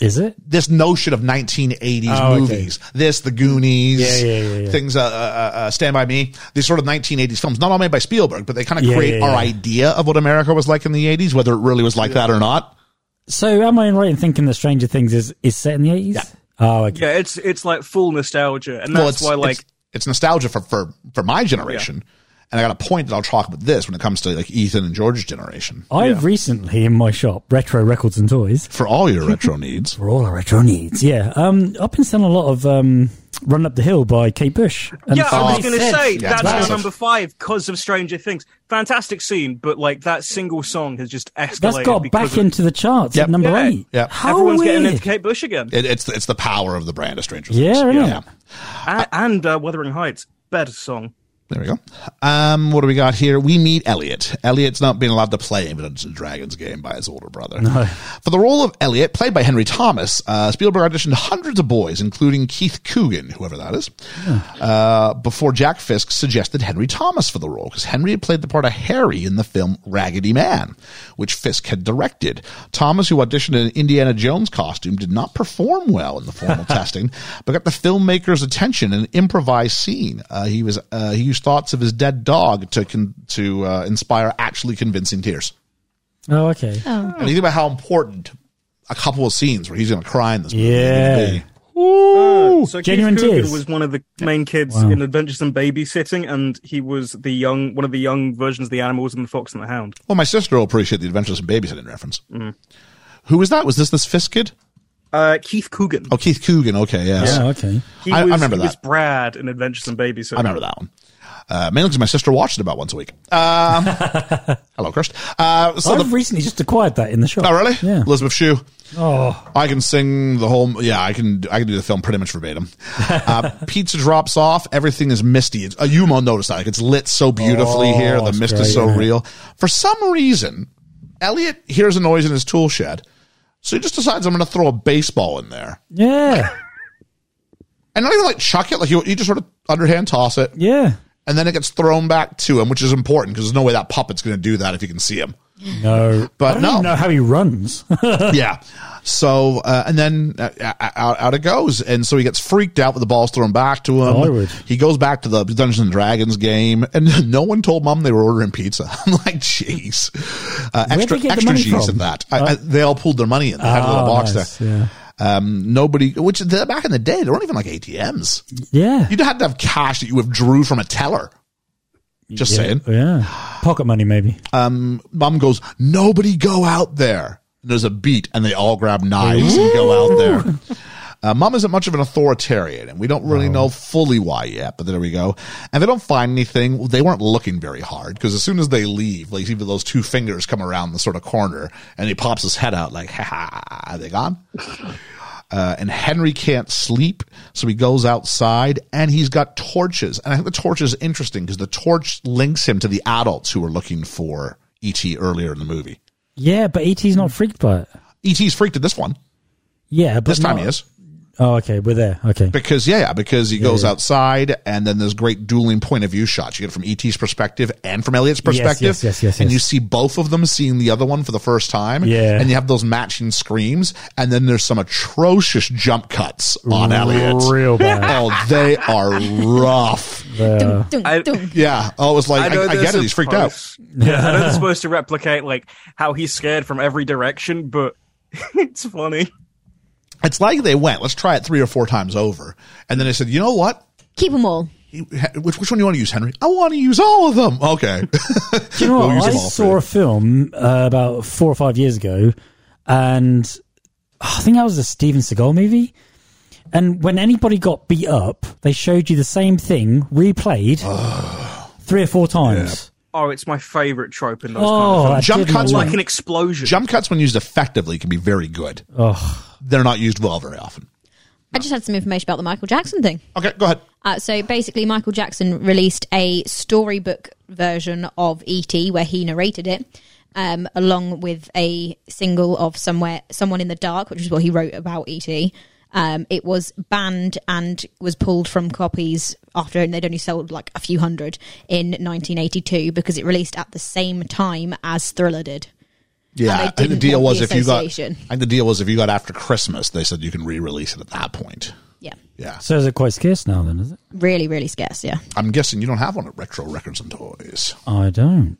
S6: Is it?
S5: This notion of 1980s
S6: Oh, okay.
S5: movies, this, The Goonies,
S6: Yeah, yeah, yeah, yeah.
S5: things, uh, uh, uh, Stand By Me, these sort of 1980s films, not all made by Spielberg, but they kind of
S6: Yeah,
S5: create
S6: yeah,
S5: our
S6: yeah.
S5: idea of what America was like in the 80s, whether it really was like that or not.
S6: So, am I right in thinking that Stranger Things is, is set in the 80s? Oh, okay.
S7: Yeah, it's it's like full nostalgia, and that's why like
S5: it's, it's nostalgia for for for my generation. And I got a point that I'll talk about this when it comes to like Ethan and George's generation.
S6: I've recently in my shop, Retro Records and Toys,
S5: For all your retro needs,
S6: for all our retro needs. Yeah. Um, I've been selling a lot of um, Run Up the Hill by Kate Bush. Uh, And
S7: Yeah, I
S5: Oh,
S7: was going to
S5: sense.
S7: say
S5: Yeah,
S7: that's
S5: massive.
S7: your number five because of Stranger Things. Fantastic scene, but like that single song has just escalated.
S6: that's got
S7: because
S6: back
S7: of-
S6: into the charts
S5: Yep.
S6: at number
S7: Yeah.
S6: eight.
S5: Yep.
S6: How
S7: Everyone's
S6: weird.
S7: getting into Kate Bush again,
S5: it, it's it's the power of the brand of Stranger Things.
S6: Yeah, isn't it?
S7: A- and, uh, Wuthering Heights. Better song.
S5: There we go. Um, what do we got here? We meet Elliot. Elliot's not being allowed to play in the Dungeons and Dragons game by his older brother. For the role of Elliot, played by Henry Thomas, uh, Spielberg auditioned hundreds of boys, including Keith Coogan, whoever that is, uh, before Jack Fisk suggested Henry Thomas for the role, because Henry had played the part of Harry in the film Raggedy Man, which Fisk had directed. Thomas, who auditioned in an Indiana Jones costume, did not perform well in the formal testing, but got the filmmaker's attention in an improvised scene. Uh, he was uh, he used thoughts of his dead dog to con- to uh, inspire actually convincing tears.
S6: Oh, okay.
S5: And you think about how important a couple of scenes where he's going to cry in this movie
S6: Yeah.
S5: would be.
S7: Uh, so
S6: genuine
S7: Keith Coogan
S6: tears.
S7: was one of the main kids in Adventures in Babysitting, and he was the young one of the young versions of the animals in The Fox and the Hound.
S5: Well, my sister will appreciate the Adventures in Babysitting reference.
S6: Mm.
S5: Who was that? Was this this Fisk kid?
S7: Uh, Keith Coogan.
S5: Oh, Keith Coogan. Okay, yes.
S6: Yeah, okay.
S7: He
S5: I- I
S7: was,
S5: remember
S7: he
S5: that.
S7: was Brad in Adventures in Babysitting.
S5: I remember that one. Uh, mainly because my sister watched it about once a week. Um, hello, Kirst. Uh, so
S6: I've
S5: the,
S6: recently just acquired that in the shop.
S5: oh, really?
S6: Oh, Yeah.
S5: Elizabeth Shue.
S6: Oh,
S5: I can sing the whole. Yeah, I can. I can do the film pretty much verbatim. Uh, pizza drops off. Everything is misty. It's, uh, you won't notice that. Like, it's lit so beautifully
S6: Oh,
S5: here. The
S6: that's
S5: mist is
S6: great,
S5: so
S6: yeah.
S5: real. For some reason, Elliot hears a noise in his tool shed, so he just decides I'm going to throw a baseball in there,
S6: yeah.
S5: and not even like chuck it. Like you, you just sort of underhand toss it,
S6: Yeah.
S5: and then it gets thrown back to him, which is important because there's no way that puppet's going to do that if you can see him.
S6: No.
S5: But
S6: I don't
S5: no.
S6: even know how he runs.
S5: yeah. So uh, and then uh, out, out it goes, and so he gets freaked out with the balls thrown back to him.
S6: I would.
S5: He goes back to the Dungeons and Dragons game, and no one told mom they were ordering pizza. I'm like, jeez, uh,
S6: they
S5: extra
S6: get the
S5: extra
S6: money
S5: G's
S6: from?
S5: in that. I, I, they all pulled their money in. They had a little
S6: Oh,
S5: box
S6: nice,
S5: there. Um, nobody, which the, back in the day, there weren't even like ATMs.
S6: Yeah. Yeah.
S5: You'd have to have cash that you withdrew from a teller. Just
S6: yeah.
S5: saying.
S6: Yeah. Pocket money, maybe.
S5: mom goes, nobody go out there. And there's a beat, and they all grab knives and go out there. Uh, mom isn't much of an authoritarian, and we don't really know fully why yet, but there we go. And they don't find anything. Well, they weren't looking very hard because as soon as they leave, like even those two fingers come around the sort of corner, and he pops his head out like, ha ha, are they gone? Uh, and Henry can't sleep, so he goes outside and he's got torches. And I think the torch is interesting because the torch links him to the adults who were looking for E.T. earlier in the movie.
S6: Yeah, but ET's not freaked by it.
S5: E.T.'s freaked at this one.
S6: Yeah, but
S5: This time
S6: not-
S5: he is.
S6: Oh, okay. We're there. Okay.
S5: Because, yeah, yeah, because he goes
S6: yeah.
S5: outside and then there's great dueling point of view shots. You get it from E.T.'s perspective and from Elliot's perspective.
S6: yes, yes, yes,
S5: And
S6: yes.
S5: you see both of them seeing the other one for the first time.
S6: Yeah.
S5: And you have those matching screams. And then there's some atrocious jump cuts on Elliot.
S6: Real bad.
S5: Oh, they are rough.
S8: Dun, dun,
S7: I-
S8: dun.
S5: Yeah. Oh, it was like, I, I,
S7: they're
S5: get it. He's freaked out.
S7: supposed- Yeah, I know they're supposed to replicate like how he's scared from every direction, but it's funny.
S5: It's like they went, let's try it three or four times over. And then they said, you know what?
S8: Keep them all.
S5: You- he- Which, which one do you want to use, Henry? I want to use all of them. Okay.
S6: Do you know
S5: We'll
S6: what?
S5: use
S6: I
S5: them all for
S6: saw
S5: you.
S6: a film uh, about four or five years ago, and oh, I think that was a Steven Seagal movie. And when anybody got beat up, they showed you the same thing replayed three or four times.
S7: Oh, it's my favorite trope in those
S6: Oh,
S7: kind
S6: that
S7: of films.
S5: Jump
S6: did
S5: cuts
S6: not-
S7: Like an explosion.
S5: Jump cuts, when used effectively, can be very good.
S6: Oh,
S5: They're not used well very often.
S8: I just had some information about the Michael Jackson thing.
S5: Okay, go ahead.
S8: Uh, so basically, Michael Jackson released a storybook version of E.T. where he narrated it, um, along with a single of somewhere someone in the dark, which is what he wrote about E.T. Um, it was banned and was pulled from copies after and they'd only sold like a few hundred in 1982 because it released at the same time as Thriller did.
S5: Yeah,
S8: they
S5: I think the
S8: didn't
S5: deal
S8: want
S5: was
S8: the
S5: if you got. I
S8: association.
S5: think the deal was if you got after Christmas, they said you can re-release it at that point.
S8: Yeah,
S5: Yeah,
S6: So is it quite scarce now? Then is it?
S8: really, really scarce. Yeah,
S5: I'm guessing you don't have one at Retro Records and Toys.
S6: I don't.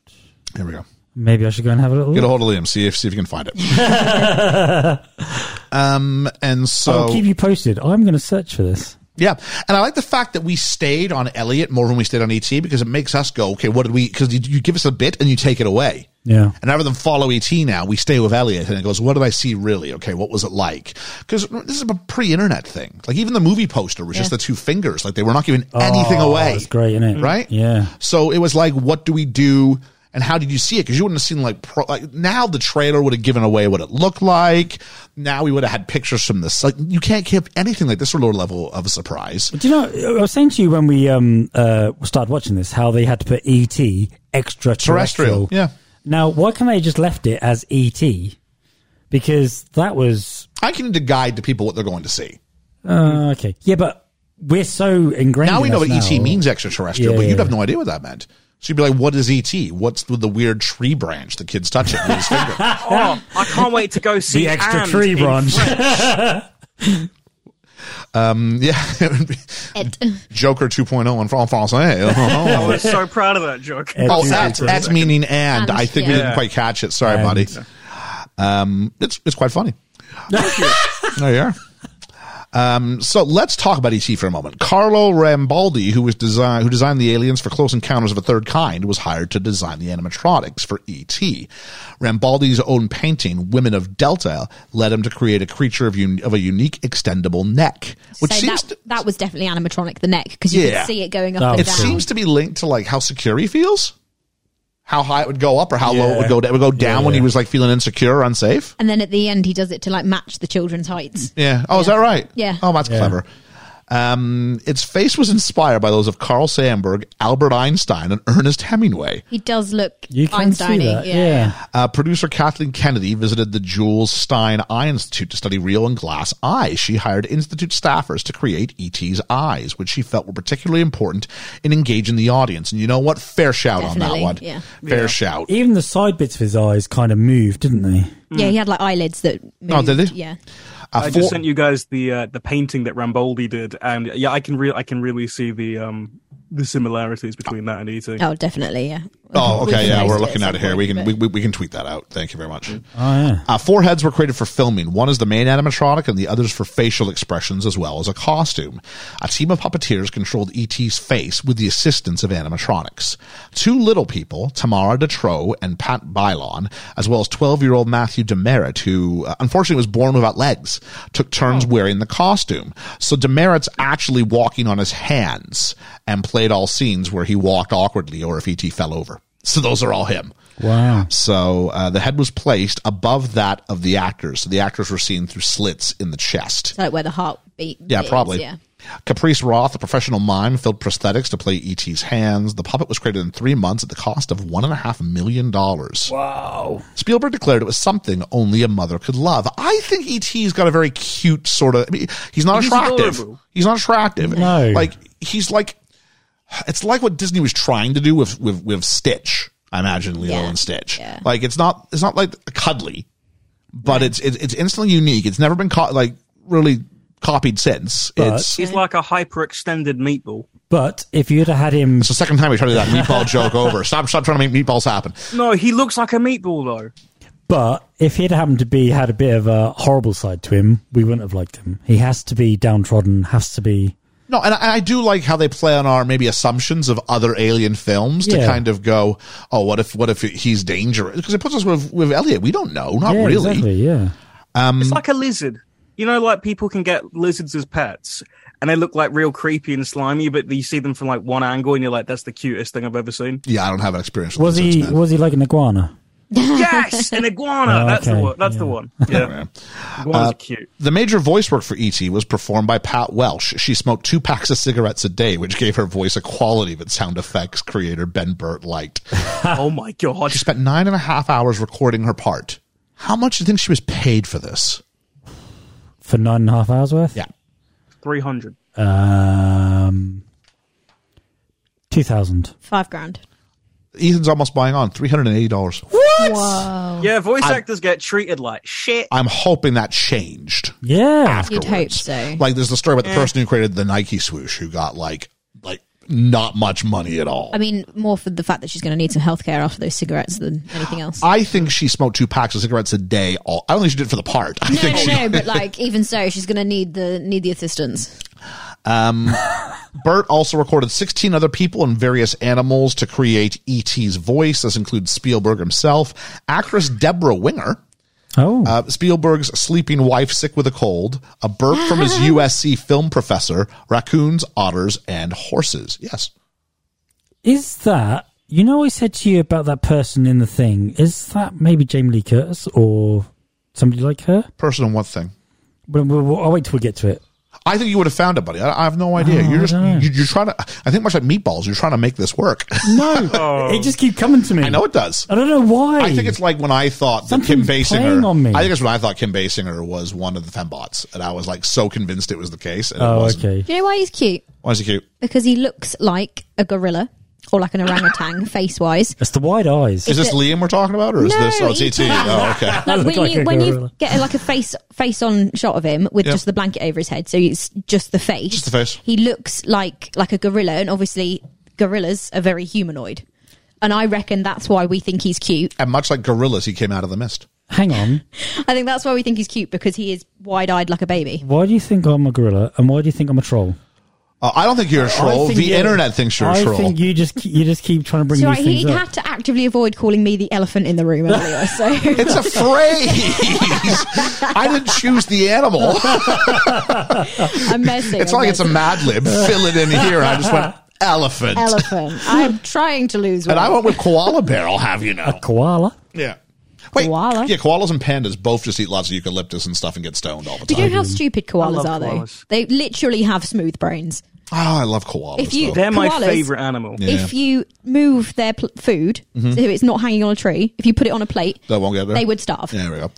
S5: Here we go.
S6: Maybe I should go and have a little.
S5: Get a
S6: look.
S5: hold of Liam. See if see if you can find it. um, and so
S6: I'll keep you posted. I'm going to search for this.
S5: Yeah. And I like the fact that we stayed on Elliot more than we stayed on ET because it makes us go, okay, what did we, because you, you give us a bit and you take it away.
S6: Yeah.
S5: And rather than follow ET now, we stay with Elliot and it goes, what did I see really? Okay, what was it like? Because this is a pre internet thing. Like even the movie poster was just the two fingers. Like they were not giving anything
S6: Oh,
S5: away.
S6: That's great, isn't it?
S5: Right?
S6: Yeah.
S5: So it was like, what do we do? and how did you see it? Because you wouldn't have seen like pro. Like now, the trailer would have given away what it looked like. Now we would have had pictures from this. Like you can't keep anything like this sort of level of a surprise.
S6: Do you know? I was saying to you when we um uh started watching this how they had to put ET extraterrestrial.
S5: Terrestrial, yeah.
S6: Now, why can't they just left it as ET? Because that was
S5: I can need to guide to people what they're going to see.
S6: uh, okay. Yeah, but we're so ingrained.
S5: now we
S6: in
S5: know what
S6: us
S5: ET
S6: now.
S5: means extraterrestrial,
S6: Yeah,
S5: but
S6: yeah,
S5: you'd have
S6: yeah.
S5: no idea what that meant. So you'd be like, "What is ET? What's with the weird tree branch the kid's touching with his finger?"
S7: Oh, I can't wait to go see
S6: The extra
S7: Ant
S6: tree
S7: in
S6: branch.
S7: French.
S5: yeah, it would be Joker 2.0 in français.
S7: I was so proud of that joke.
S6: Yeah.
S5: Oh,
S6: Juicy
S5: at,
S6: fruit.
S5: at meaning and.
S8: And,
S5: I think we
S8: Um, yeah.
S5: didn't quite catch it. Sorry,
S6: And.
S5: buddy. Um, it's it's quite funny. there you are. Um, so let's talk about ET for a moment. Carlo Rambaldi, who was design, who designed the aliens for Close Encounters of a Third Kind, was hired to design the animatronics for ET. Rambaldi's own painting, Women of Delta, led him to create a creature of, un- of a unique extendable neck, which
S8: so
S5: seems
S8: that, that was definitely animatronic, the neck, because you
S5: Yeah.
S8: could see it going up
S6: That
S8: and
S5: it
S6: was
S8: down.
S6: down.
S5: seems to be linked to like how secure he feels, how high it would go up or how low it would
S6: Yeah.
S5: go. It would go down when he
S6: yeah.
S5: was like feeling insecure, or unsafe.
S8: and then at the end, he does it to like match the children's heights.
S5: Yeah. Oh, is that right?
S8: Yeah.
S5: Oh, that's
S6: Yeah.
S5: clever. Um, its face was inspired by those of Carl Sandburg, Albert Einstein, and Ernest Hemingway.
S8: He does look
S6: You can see
S8: Einstein-y,
S6: that. Yeah.
S5: Uh, producer Kathleen Kennedy visited the Jules Stein Eye Institute to study real and glass eyes. She hired institute staffers to create ET's eyes, which she felt were particularly important in engaging the audience. And you know what? Fair shout on that
S8: Definitely,
S5: one.
S8: yeah.
S5: Fair shout.
S6: Even the side bits of his eyes kind of moved, didn't they?
S8: Yeah, he had like eyelids that. Moved.
S5: Oh, did he?
S8: Yeah.
S5: Uh,
S7: I
S5: four-
S7: just sent you guys the uh, the painting that Ramboldi did, and yeah, I can re- I can really see the um the similarities between that and E ET.
S8: Oh, definitely. Yeah.
S5: Oh,
S8: We
S5: okay.
S8: can
S5: Yeah,
S8: post
S5: we're
S8: at
S5: looking
S8: some
S5: at it here.
S8: point,
S5: We can
S8: but-
S5: we, we, we can tweet that out. Thank you very much.
S6: Oh yeah.
S5: Uh, four heads were created for filming. One is the main animatronic, and the others for facial expressions as well as a costume. A team of puppeteers controlled ET's face with the assistance of animatronics. Two little people, Tamara Detrow and Pat Bylon, as well as 12 year old Matthew Demerit, who uh, unfortunately was born without legs, took turns wearing the costume. So Demerit's actually walking on his hands and played all scenes where he walked awkwardly or if ET fell over. So those are all him.
S6: Wow.
S5: So uh, the head was placed above that of the actors. So the actors were seen through slits in the chest.
S8: like where the heartbeat.
S5: Yeah,
S8: is,
S5: probably.
S8: Yeah.
S5: Caprice Roth, a professional mime, filled prosthetics to play E.T.'s hands. The puppet was created in three months at the cost of one and a half million dollars.
S6: Wow.
S5: Spielberg declared it was something only a mother could love. I think E.T.'s got a very cute sort of. I mean, he's not
S7: He's
S5: attractive.
S7: adorable.
S5: He's not attractive.
S6: No.
S5: Like, he's like. It's like what Disney was trying to do with, with, with Stitch, I imagine, Lilo
S8: Yeah.
S5: and Stitch.
S8: Yeah.
S5: Like, it's not, it's not like cuddly, but it's, it's, it's instantly unique. It's never been caught, like, really copied since. it's,
S7: He's like a hyperextended meatball.
S6: But if you'd have had him,
S5: it's the second time we tried to do that meatball joke over. Stop, stop trying to make meatballs happen.
S7: No, he looks like a meatball though.
S6: but if he'd happened to be had a bit of a horrible side to him, we wouldn't have liked him. He has to be downtrodden. Has to be.
S5: No, and I, I do like how they play on our maybe assumptions of other alien films to
S6: Yeah.
S5: kind of go, oh, what if what if he's dangerous? Because it puts us with with Elliot. We don't know, not
S6: yeah,
S5: really. Um,
S6: Exactly, yeah.
S5: Mm.
S7: It's like a lizard. You know, like people can get lizards as pets, and they look like real creepy and slimy, but you see them from like one angle, and you're like, "That's the cutest thing I've ever seen."
S5: Yeah, I don't have an experience. With
S6: Was
S5: lizards,
S6: he?
S5: man.
S6: Was he like an iguana?
S7: yes, an iguana.
S6: Oh,
S7: that's the
S6: okay.
S7: one. That's the
S6: Yeah.
S7: one. Yeah, iguanas are cute.
S5: The major voice work for E.T. was performed by Pat Welsh. She smoked two packs of cigarettes a day, which gave her voice a quality that sound effects creator Ben Burt liked.
S7: oh my god.
S5: She spent nine and a half hours recording her part. How much do you think she was paid for this?
S6: For nine and a half hours worth.
S5: Yeah.
S7: Three hundred.
S6: Um. Two thousand.
S8: Five grand.
S5: Ethan's almost buying on $380.
S8: Whoa.
S7: Yeah, voice actors get treated like shit.
S5: I'm hoping that changed. Ah.
S6: Yeah.
S8: You'd hope
S5: afterwards.
S8: so. Eh.
S5: Like there's the story about the person who created the Nike swoosh who got like like not much money at all.
S8: I mean, more for the fact that she's going to need some healthcare after those cigarettes than anything else.
S5: I think she smoked two packs of cigarettes a day. All I don't think she did it for the part. I
S8: no,
S5: think
S8: no,
S5: she,
S8: no. But like, even so, she's going to need the need the assistance.
S5: Bert also recorded 16 other people and various animals to create E.T.'s voice. This includes Spielberg himself, actress Deborah Winger,
S6: Oh.
S5: uh, Spielberg's sleeping wife sick with a cold, a burp from his USC film professor, raccoons, otters, and horses. Yes.
S6: Is that You know, I said to you about that person in the thing. Is that maybe Jamie Lee Curtis or somebody like her?
S5: Person and one thing.
S6: Well, well, well, I'll wait till we get to it.
S5: I think you would have found it, buddy. I, I have no idea.
S6: Oh, I
S5: you're just
S6: don't know.
S5: you, you're trying to. I think much like meatballs, you're trying to make this work.
S6: No, it just keep coming to me.
S5: I know it does.
S6: I don't know why.
S5: I think it's like when I thought that Kim
S6: Something's playing
S5: Basinger.
S6: on me.
S5: I think it's when I thought Kim Basinger was one of the fembots, and I was like so convinced it was the case, and it
S6: Oh,
S5: wasn't.
S6: okay.
S8: Do you know why he's cute?
S5: Why is he cute?
S8: Because he looks like a gorilla or like an orangutan face wise.
S6: It's the wide eyes.
S5: Is this Liam we're talking about, or is
S8: No,
S5: this oh, it's
S8: he
S5: ET?
S6: E
S5: Oh,
S8: does.
S5: okay.
S8: Like
S6: look
S8: when
S6: like
S8: you
S6: a
S8: when you
S6: gorilla.
S8: get like a face face on shot of him with
S5: Yeah.
S8: just the blanket over his head, so it's just the face.
S5: Just the face.
S8: He looks like like a gorilla, and obviously gorillas are very humanoid. And I reckon that's why we think he's cute.
S5: And much like gorillas, he came out of the mist.
S6: Hang on.
S8: I think that's why we think he's cute because he is wide eyed like a baby.
S6: Why do you think I'm a gorilla and why do you think I'm a troll?
S5: Uh, I don't think you're a troll.
S6: I think
S5: The
S6: you're-
S5: internet thinks you're
S6: I
S5: a troll.
S6: think you just ke- you just keep trying to bring
S8: So
S6: these
S8: right, he
S6: things up.
S8: had to actively avoid calling me the elephant in the room earlier. So
S5: it's a phrase. I didn't choose the animal.
S8: I'm messing.
S5: It's
S8: I'm
S5: like it's a
S8: messing.
S5: Mad Lib. Fill it in here. And I just went elephant.
S8: elephant. I'm trying to lose weight.
S5: And I went with koala bear. I'll have you know.
S6: Koala.
S5: Yeah. Wait,
S8: Koala?
S5: Yeah, koalas and pandas both just eat lots of eucalyptus and stuff and get stoned all the
S8: Do
S5: time.
S8: you know how stupid koalas
S7: love
S8: are, though?
S7: koalas.
S8: They literally have smooth brains.
S5: Ah, I love koalas.
S8: If you-
S5: though.
S7: They're my
S8: Koalas-
S7: favorite animal.
S5: Yeah. Mm-hmm.
S8: If you move their pl- food, so it's not hanging on a tree, if you put it on a plate,
S5: That won't get there.
S8: they would starve.
S5: Yeah, there we go.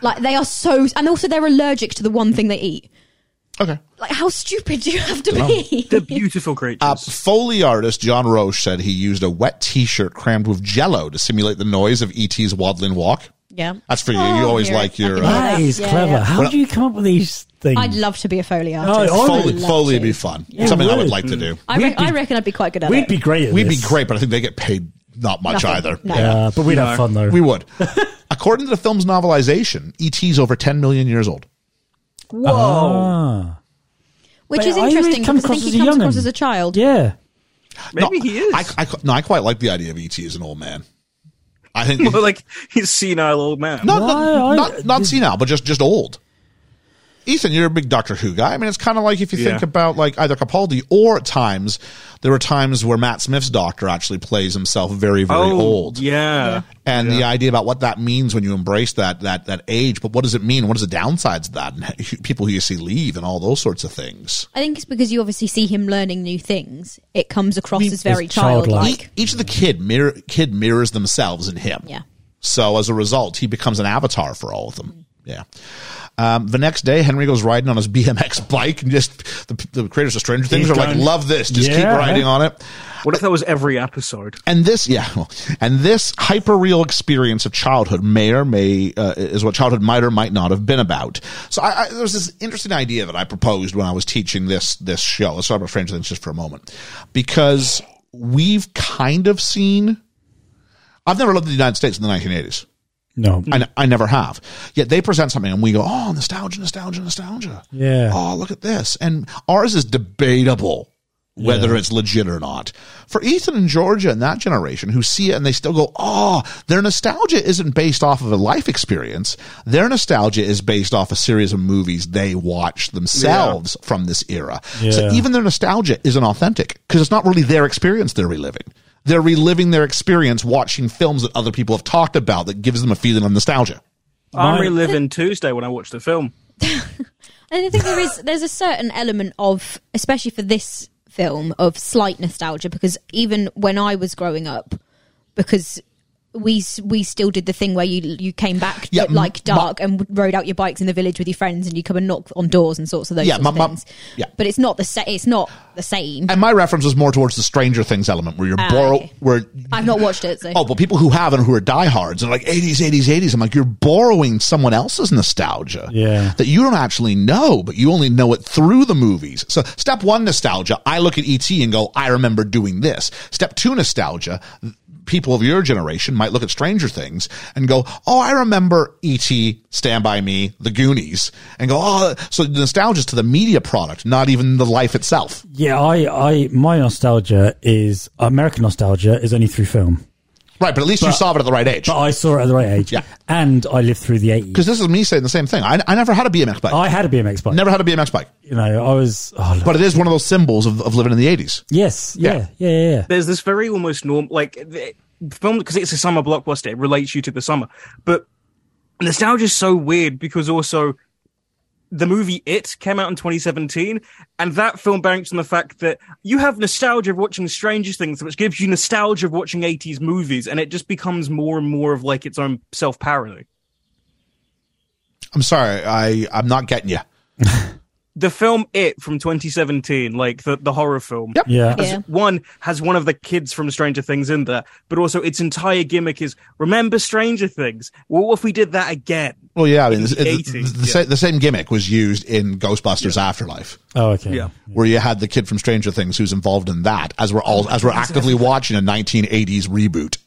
S8: Like, they are so. And also, they're allergic to the one thing they eat.
S5: Okay.
S8: Like, how stupid do you have to
S5: Dunno.
S8: be?
S7: They're beautiful creatures.
S5: Uh, Foley artist John Roche said he used a wet T-shirt crammed with Jello to simulate the noise of ET's waddling walk.
S8: Yeah.
S5: That's for you. you
S8: Oh,
S5: always
S8: yeah.
S5: like your.
S8: Okay.
S5: Uh,
S6: That is
S8: Yeah,
S6: clever.
S8: yeah.
S6: How do you come up with these things?
S8: I'd love to be a Foley
S6: Oh,
S8: artist.
S6: I would
S5: Foley,
S8: love
S5: Foley would
S8: to.
S5: be fun.
S6: Yeah,
S5: Something I
S6: would.
S5: would like to do.
S8: I, re-
S6: We'd be-
S8: I reckon I'd be quite good at
S6: We'd
S8: it.
S6: be great at
S5: We'd be
S6: this.
S5: great, but I think they get paid not much
S8: Nothing.
S5: either.
S8: No.
S6: Uh, but we'd have
S7: No.
S6: fun though.
S5: We would. According to the film's novelization, ET's over 10 million years old.
S7: Whoa!
S6: Ah.
S8: Which
S6: But
S8: is
S6: I always
S8: interesting
S6: come
S8: because I think
S6: across as
S8: he
S6: a
S8: comes
S6: young'un.
S8: across as a child.
S6: Yeah.
S7: Maybe
S5: no,
S7: he is.
S5: I, I, no, I quite like the idea of ET as an old man. I think
S7: Well, like he's senile old man.
S5: not,
S6: Why?
S5: not, not, not senile, but just just old. Ethan, you're a big Doctor Who guy. I mean, it's kind of like if you think
S7: Yeah.
S5: about like either Capaldi or at times there were times where Matt Smith's Doctor actually plays himself very very
S7: oh,
S5: old,
S7: Yeah.
S5: and the idea about what that means when you embrace that that that age. But what does it mean? What is the downsides of that? And people who you see leave and all those sorts of things.
S8: I think it's because you obviously see him learning new things. It comes across as very
S6: It's childlike.
S5: E- each of the kid mirror, kid mirrors themselves in him.
S8: Yeah.
S5: So as a result, he becomes an avatar for all of them. Yeah. Um, the next day, Henry goes riding on his BMX bike, and just the, the creators of Stranger Things are like,
S6: done.
S5: "Love this! Just keep
S6: Yeah.
S5: riding on it."
S7: What if that was every episode?
S5: And this, yeah, well, and this hyperreal experience of childhood may or may uh, is what childhood might or might not have been about. So I, I, there was this interesting idea that I proposed when I was teaching this this show. Let's talk about Stranger Things just for a moment, because we've kind of seen. I've never lived in the United States in the 1980s.
S6: No.
S5: I, I never have. Yet they present something and we go, oh, nostalgia, nostalgia, nostalgia.
S6: Yeah.
S5: Oh, look at this. And ours is debatable whether it's legit or not. For Ethan and Georgia and that generation who see it and they still go, oh, their nostalgia isn't based off of a life experience. Their nostalgia is based off a series of movies they watched themselves from this era. So
S6: Yeah.
S5: even their nostalgia isn't authentic because it's not really their experience they're reliving. They're reliving their experience watching films that other people have talked about that gives them a feeling of nostalgia.
S7: I'm
S6: My-
S7: reliving Tuesday when I watched the film.
S8: And I think there is there's a certain element of, especially for this film, of slight nostalgia because even when I was growing up, because we s- we still did the thing where you you came back
S5: Yeah,
S8: at, like
S5: m-
S8: dark and w- rode out your bikes in the village with your friends and you come and knock on doors and sorts of those
S5: Yeah,
S8: sorts of
S5: my- my-
S8: things.
S5: yeah.
S8: But it's not the sa- it's not the same.
S5: And my reference was more towards the Stranger Things element where you're
S8: Ah,
S5: borrow
S8: okay.
S5: where
S8: I've not watched it. So.
S5: Oh, but people who have and who are diehards and like 80s, 80s, 80s. I'm like, you're borrowing someone else's nostalgia
S6: Yeah.
S5: that you don't actually know, but you only know it through the movies. So step one, nostalgia. I look at ET and go, I remember doing this. Step two, nostalgia. People of your generation might look at Stranger Things and go, Oh, I remember ET, Stand By Me, The Goonies, and go, Oh, so the nostalgia is to the media product, not even the life itself.
S6: Yeah, I, I my nostalgia is American nostalgia is only through film.
S5: Right, but at least you
S6: But-
S5: saw it at the right age.
S6: But I saw it at the right age.
S5: Yeah.
S6: And I lived through the 80s.
S5: Because this is me saying the same thing. I, I never had a BMX bike.
S6: I had a BMX bike.
S5: never had a BMX bike.
S6: You know, I was. Oh, look.
S5: But it is one of those symbols of, of living in the 80s.
S6: yes.
S5: Yeah.
S6: Yeah. Yeah. Yeah. yeah.
S7: there's this very almost norm like the film because it's a summer blockbuster it relates you to the summer but nostalgia is so weird because also the movie it came out in 2017 and that film banks on the fact that you have nostalgia of watching stranger things which gives you nostalgia of watching 80s movies and it just becomes more and more of like its own self-parody
S5: I'm sorry, I, I'm not getting you.
S7: the film it from 2017 like the, the horror film
S6: Yeah.
S8: Yeah.
S7: one has one of the kids from Stranger Things in there, but also its entire gimmick is remember Stranger Things. Well, what if we did that again?
S5: Well, yeah, I mean, it's,
S7: In the
S5: it's-
S7: 80s,
S5: the, sa- the same gimmick was used in Ghostbusters Afterlife,
S6: Oh, okay.
S7: Yeah.
S5: where you had the kid from Stranger Things who's involved in that as we're all as we're actively watching a 1980s reboot.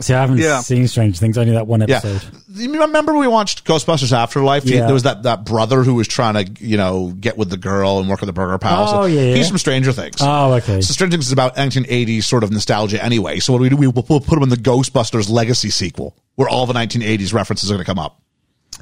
S6: See, I haven't
S7: Yeah.
S6: seen Strange Things. Only that one
S5: Yeah,
S6: episode.
S5: you remember we watched Ghostbusters Afterlife? He-
S6: Yeah.
S5: There was that that brother who was trying to you know get with the girl and work with the Burger Pals.
S6: Oh, yeah,
S5: he's
S6: yeah.
S5: from Stranger Things.
S6: Oh, okay.
S5: So Stranger Things is about 1980s sort of nostalgia anyway. So what do we do? We- We'll, we'll put him in the Ghostbusters Legacy sequel, where all the 1980s references are going to come up.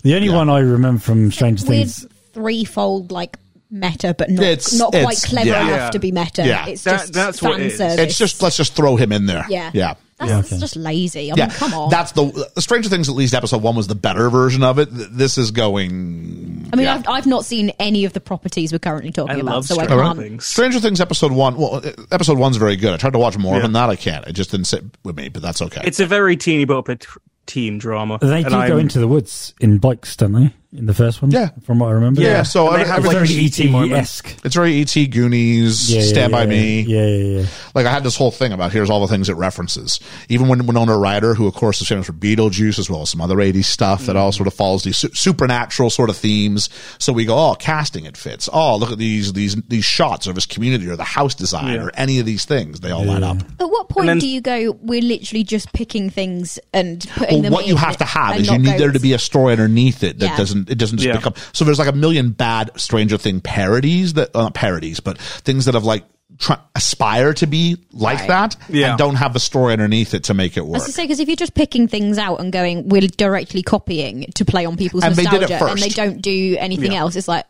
S6: The only one I remember from Stranger
S8: Weird
S6: Things.
S8: threefold like meta, but not
S5: It's-
S8: not quite
S5: it's-
S8: clever
S5: yeah.
S8: enough
S7: Yeah.
S8: to be meta.
S5: Yeah.
S8: It's
S7: That-
S8: just
S7: that's what
S8: fan
S7: it is.
S8: service.
S5: It's just let's just throw him in there.
S8: yeah,
S5: yeah.
S8: That's,
S6: Yeah,
S8: that's
S6: okay.
S8: just lazy. I
S5: Yeah,
S8: mean, come on.
S5: that's the Stranger Things. At least episode one was the better version of it. Th- This is going
S8: I mean,
S5: yeah.
S8: I've, I've not seen any of the properties we're currently talking
S7: I
S8: about,
S7: love
S8: so I
S7: Stranger
S8: can't.
S7: Things.
S5: Stranger Things episode one. Well, uh, episode one's very good. I tried to watch more of it. Not I can't. It just didn't sit with me. But that's okay.
S7: It's a very teeny bit of a t- teen drama.
S6: They do
S7: and
S6: go
S7: I'm-
S6: into the woods in bikes, don't they? In the first one.
S5: Yeah.
S6: From what I remember. E
S5: yeah. So
S7: And
S5: I,
S7: they have
S5: I was
S7: like E
S5: like,
S6: very
S7: ET
S6: ET
S7: moment.
S6: esque.
S5: it's very ET Goonies. Stand by Me.
S6: Yeah, yeah, yeah.
S5: Like I had this whole thing about here's all the things it references. Even when Winona Ryder, who of course is famous for Beetlejuice as well as some other 80s stuff that
S7: Mm.
S5: all sort of follows these su- supernatural sort of themes. So we go, oh, casting it fits. Oh, look at these these these shots of his community or the house design
S7: Yeah.
S5: or any of these things. They all line up.
S8: At what point
S7: then-
S8: do you go? We're literally just picking things and putting
S5: Well,
S8: them.
S5: what you
S8: in
S5: have to have
S8: and
S5: is you
S8: not
S5: need
S8: go,
S5: there to be a story underneath it that
S8: Yeah.
S5: doesn't it doesn't just
S7: Yeah.
S5: become so there's like a million bad stranger thing parodies that uh, not parodies but things that have like try, aspire to be like that
S7: Yeah.
S5: and don't have a story underneath it to make it work
S8: As I say, because if you're just picking things out and going, we're directly copying to play on people's
S5: And they did
S8: nostalgia,
S5: it
S8: and they
S5: first.
S8: don't do anything else, it's like,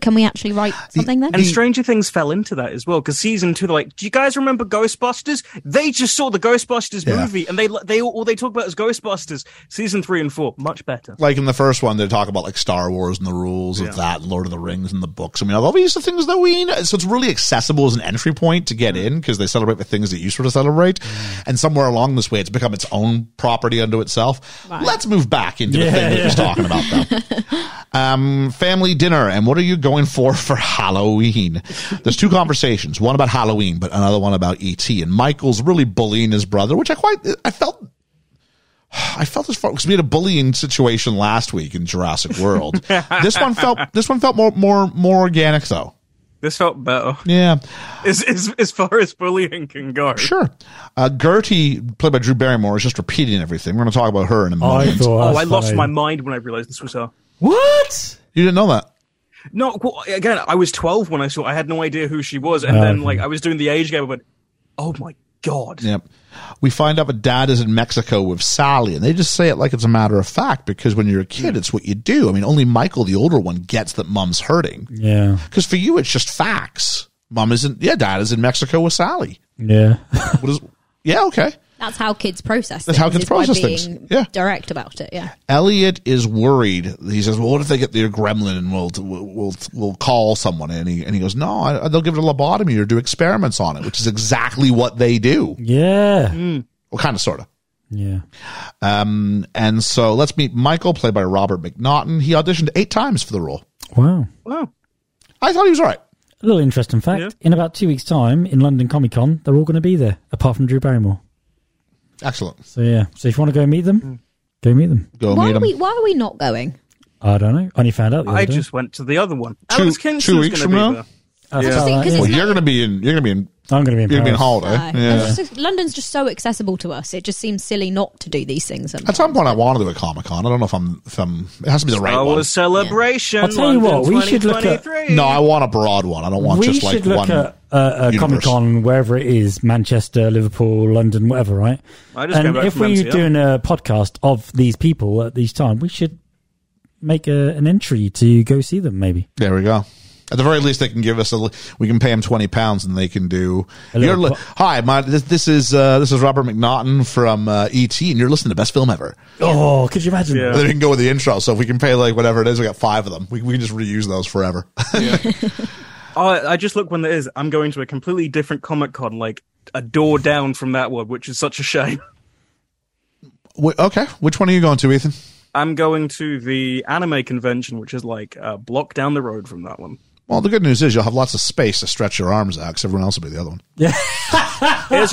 S8: can we actually write something then?
S7: And Stranger Things fell into that as well because season two, they're like, "Do you guys remember Ghostbusters? They just saw the Ghostbusters
S5: Yeah.
S7: movie, and they they all they talk about is Ghostbusters." Season three and four, much better.
S5: like in the first one, they talk about like Star Wars and the rules of that, and Lord of the Rings and the books. I mean, all these are things that we know. So it's really accessible as an entry point to get in because they celebrate the things that you sort of celebrate.
S6: Mm.
S5: And somewhere along this way, it's become its own property unto itself. Let's move back into the
S6: Yeah,
S5: thing we were just talking about, though. um, family dinner. And what are you going for for Halloween? There's two conversations one about Halloween, but another one about ET. And Michael's really bullying his brother, which I quite, I felt I felt this because we had a bullying situation last week in Jurassic World. this one felt this one felt more more more organic though.
S7: This felt better,
S5: Yeah,
S7: as, as as far as bullying can go.
S5: sure. Uh, Gertie, played by Drew Barrymore, is just repeating everything. We're going to talk about her in a
S6: I
S5: moment.
S6: thought.
S7: Oh,
S6: was
S7: I lost
S6: fine.
S7: my mind when I realized this was her.
S6: What?
S5: you didn't know that.
S7: No, well, again, I was 12 when I saw. I had no idea who she was, and
S6: Oh,
S7: then
S6: okay.
S7: like I was doing the age gap. I went, "Oh my god!"
S5: Yep. We find out that dad is in Mexico with Sally, and they just say it like it's a matter of fact because when you're a kid, it's what you do. I mean, only Michael, the older one, gets that mom's hurting
S6: Yeah.
S5: because for you, it's just facts. Mom isn't. Yeah, dad is in Mexico with Sally.
S6: Yeah.
S5: What is? Yeah, okay.
S8: That's how kids process.
S5: That's
S8: things,
S5: how kids
S8: is by
S5: process
S8: being
S5: things. Yeah.
S8: direct about it. Yeah,
S5: Elliot is worried. He says, "Well, what if they get their gremlin and we'll we'll we'll call someone?" And he and he goes, "No, I, they'll give it a lobotomy or do experiments on it, which is exactly what they do.
S6: Yeah.
S7: Mm.
S5: Well, kind of, sort of."
S6: Yeah.
S5: Um, and so let's meet Michael, played by Robert McNaughton. He auditioned eight times for the role.
S6: Wow.
S7: Wow.
S5: I thought he was all right.
S6: A little interesting fact.
S7: Yeah.
S6: In about two weeks' time in London Comic Con, they're all going to be there, apart from Drew Barrymore.
S5: Excellent.
S6: So yeah. So if you want to go meet them,
S7: Hmm.
S6: go meet them.
S5: Go
S8: why
S5: meet
S8: are
S5: him.
S8: we why are we not going?
S6: I don't know. I only found out. The other
S7: I
S6: day.
S7: just went to the other one.
S5: Two-
S7: Alex
S5: two
S7: Kingston's
S5: weeks
S7: going
S5: from
S7: to be
S5: now?
S7: there.
S6: That's
S8: Because
S6: about that,
S8: it's
S5: well,
S6: yeah.
S5: you're going to be in. You're going to be in
S6: I'm going to be in
S5: You're
S6: Paris.
S5: gonna be in holiday.
S8: No.
S5: Yeah.
S8: It's just- London's just so accessible to us. It just seems silly not to do these things.
S5: At
S8: sometimes.
S5: some point, I want to do a Comic Con. I don't know if I'm, if I'm. It has to be the right
S7: Our
S5: one.
S7: celebration.
S6: I'll tell you what,
S7: London
S6: we should look at-
S7: 2023.
S5: No, I want a broad one. I don't want
S6: we
S5: just like
S6: should look
S5: one.
S6: at uh, a
S5: universe.
S6: Comic Con wherever it is, Manchester, Liverpool, London, whatever, right?
S7: I just came
S6: and
S7: back
S6: if
S7: from
S6: we're
S7: MCL.
S6: doing a podcast of these people at these time, we should make a, an entry to go see them. Maybe
S5: There we go. At the very least, they can give us a. li- We can pay them twenty pounds, and they can do.
S6: A little
S5: You're li-
S6: po-
S5: Hi, my this, this is uh, this is Robert McNaughton from uh, ET, and you're listening to Best Film Ever.
S6: oh, could you imagine?
S7: Yeah.
S5: And then we can go with the intro. So if we can pay like whatever it is, we got five of them. We, we can just reuse those forever.
S7: Oh, I just look when there is. I'm going to a completely different Comic Con, like a door down from that one, which is such a shame.
S5: Wh- okay, which one are you going to, Ethan?
S7: I'm going to the anime convention, which is like a block down the road from that one.
S5: Well, the good news is you'll have lots of space to stretch your arms out because everyone else will be the other one.
S7: It's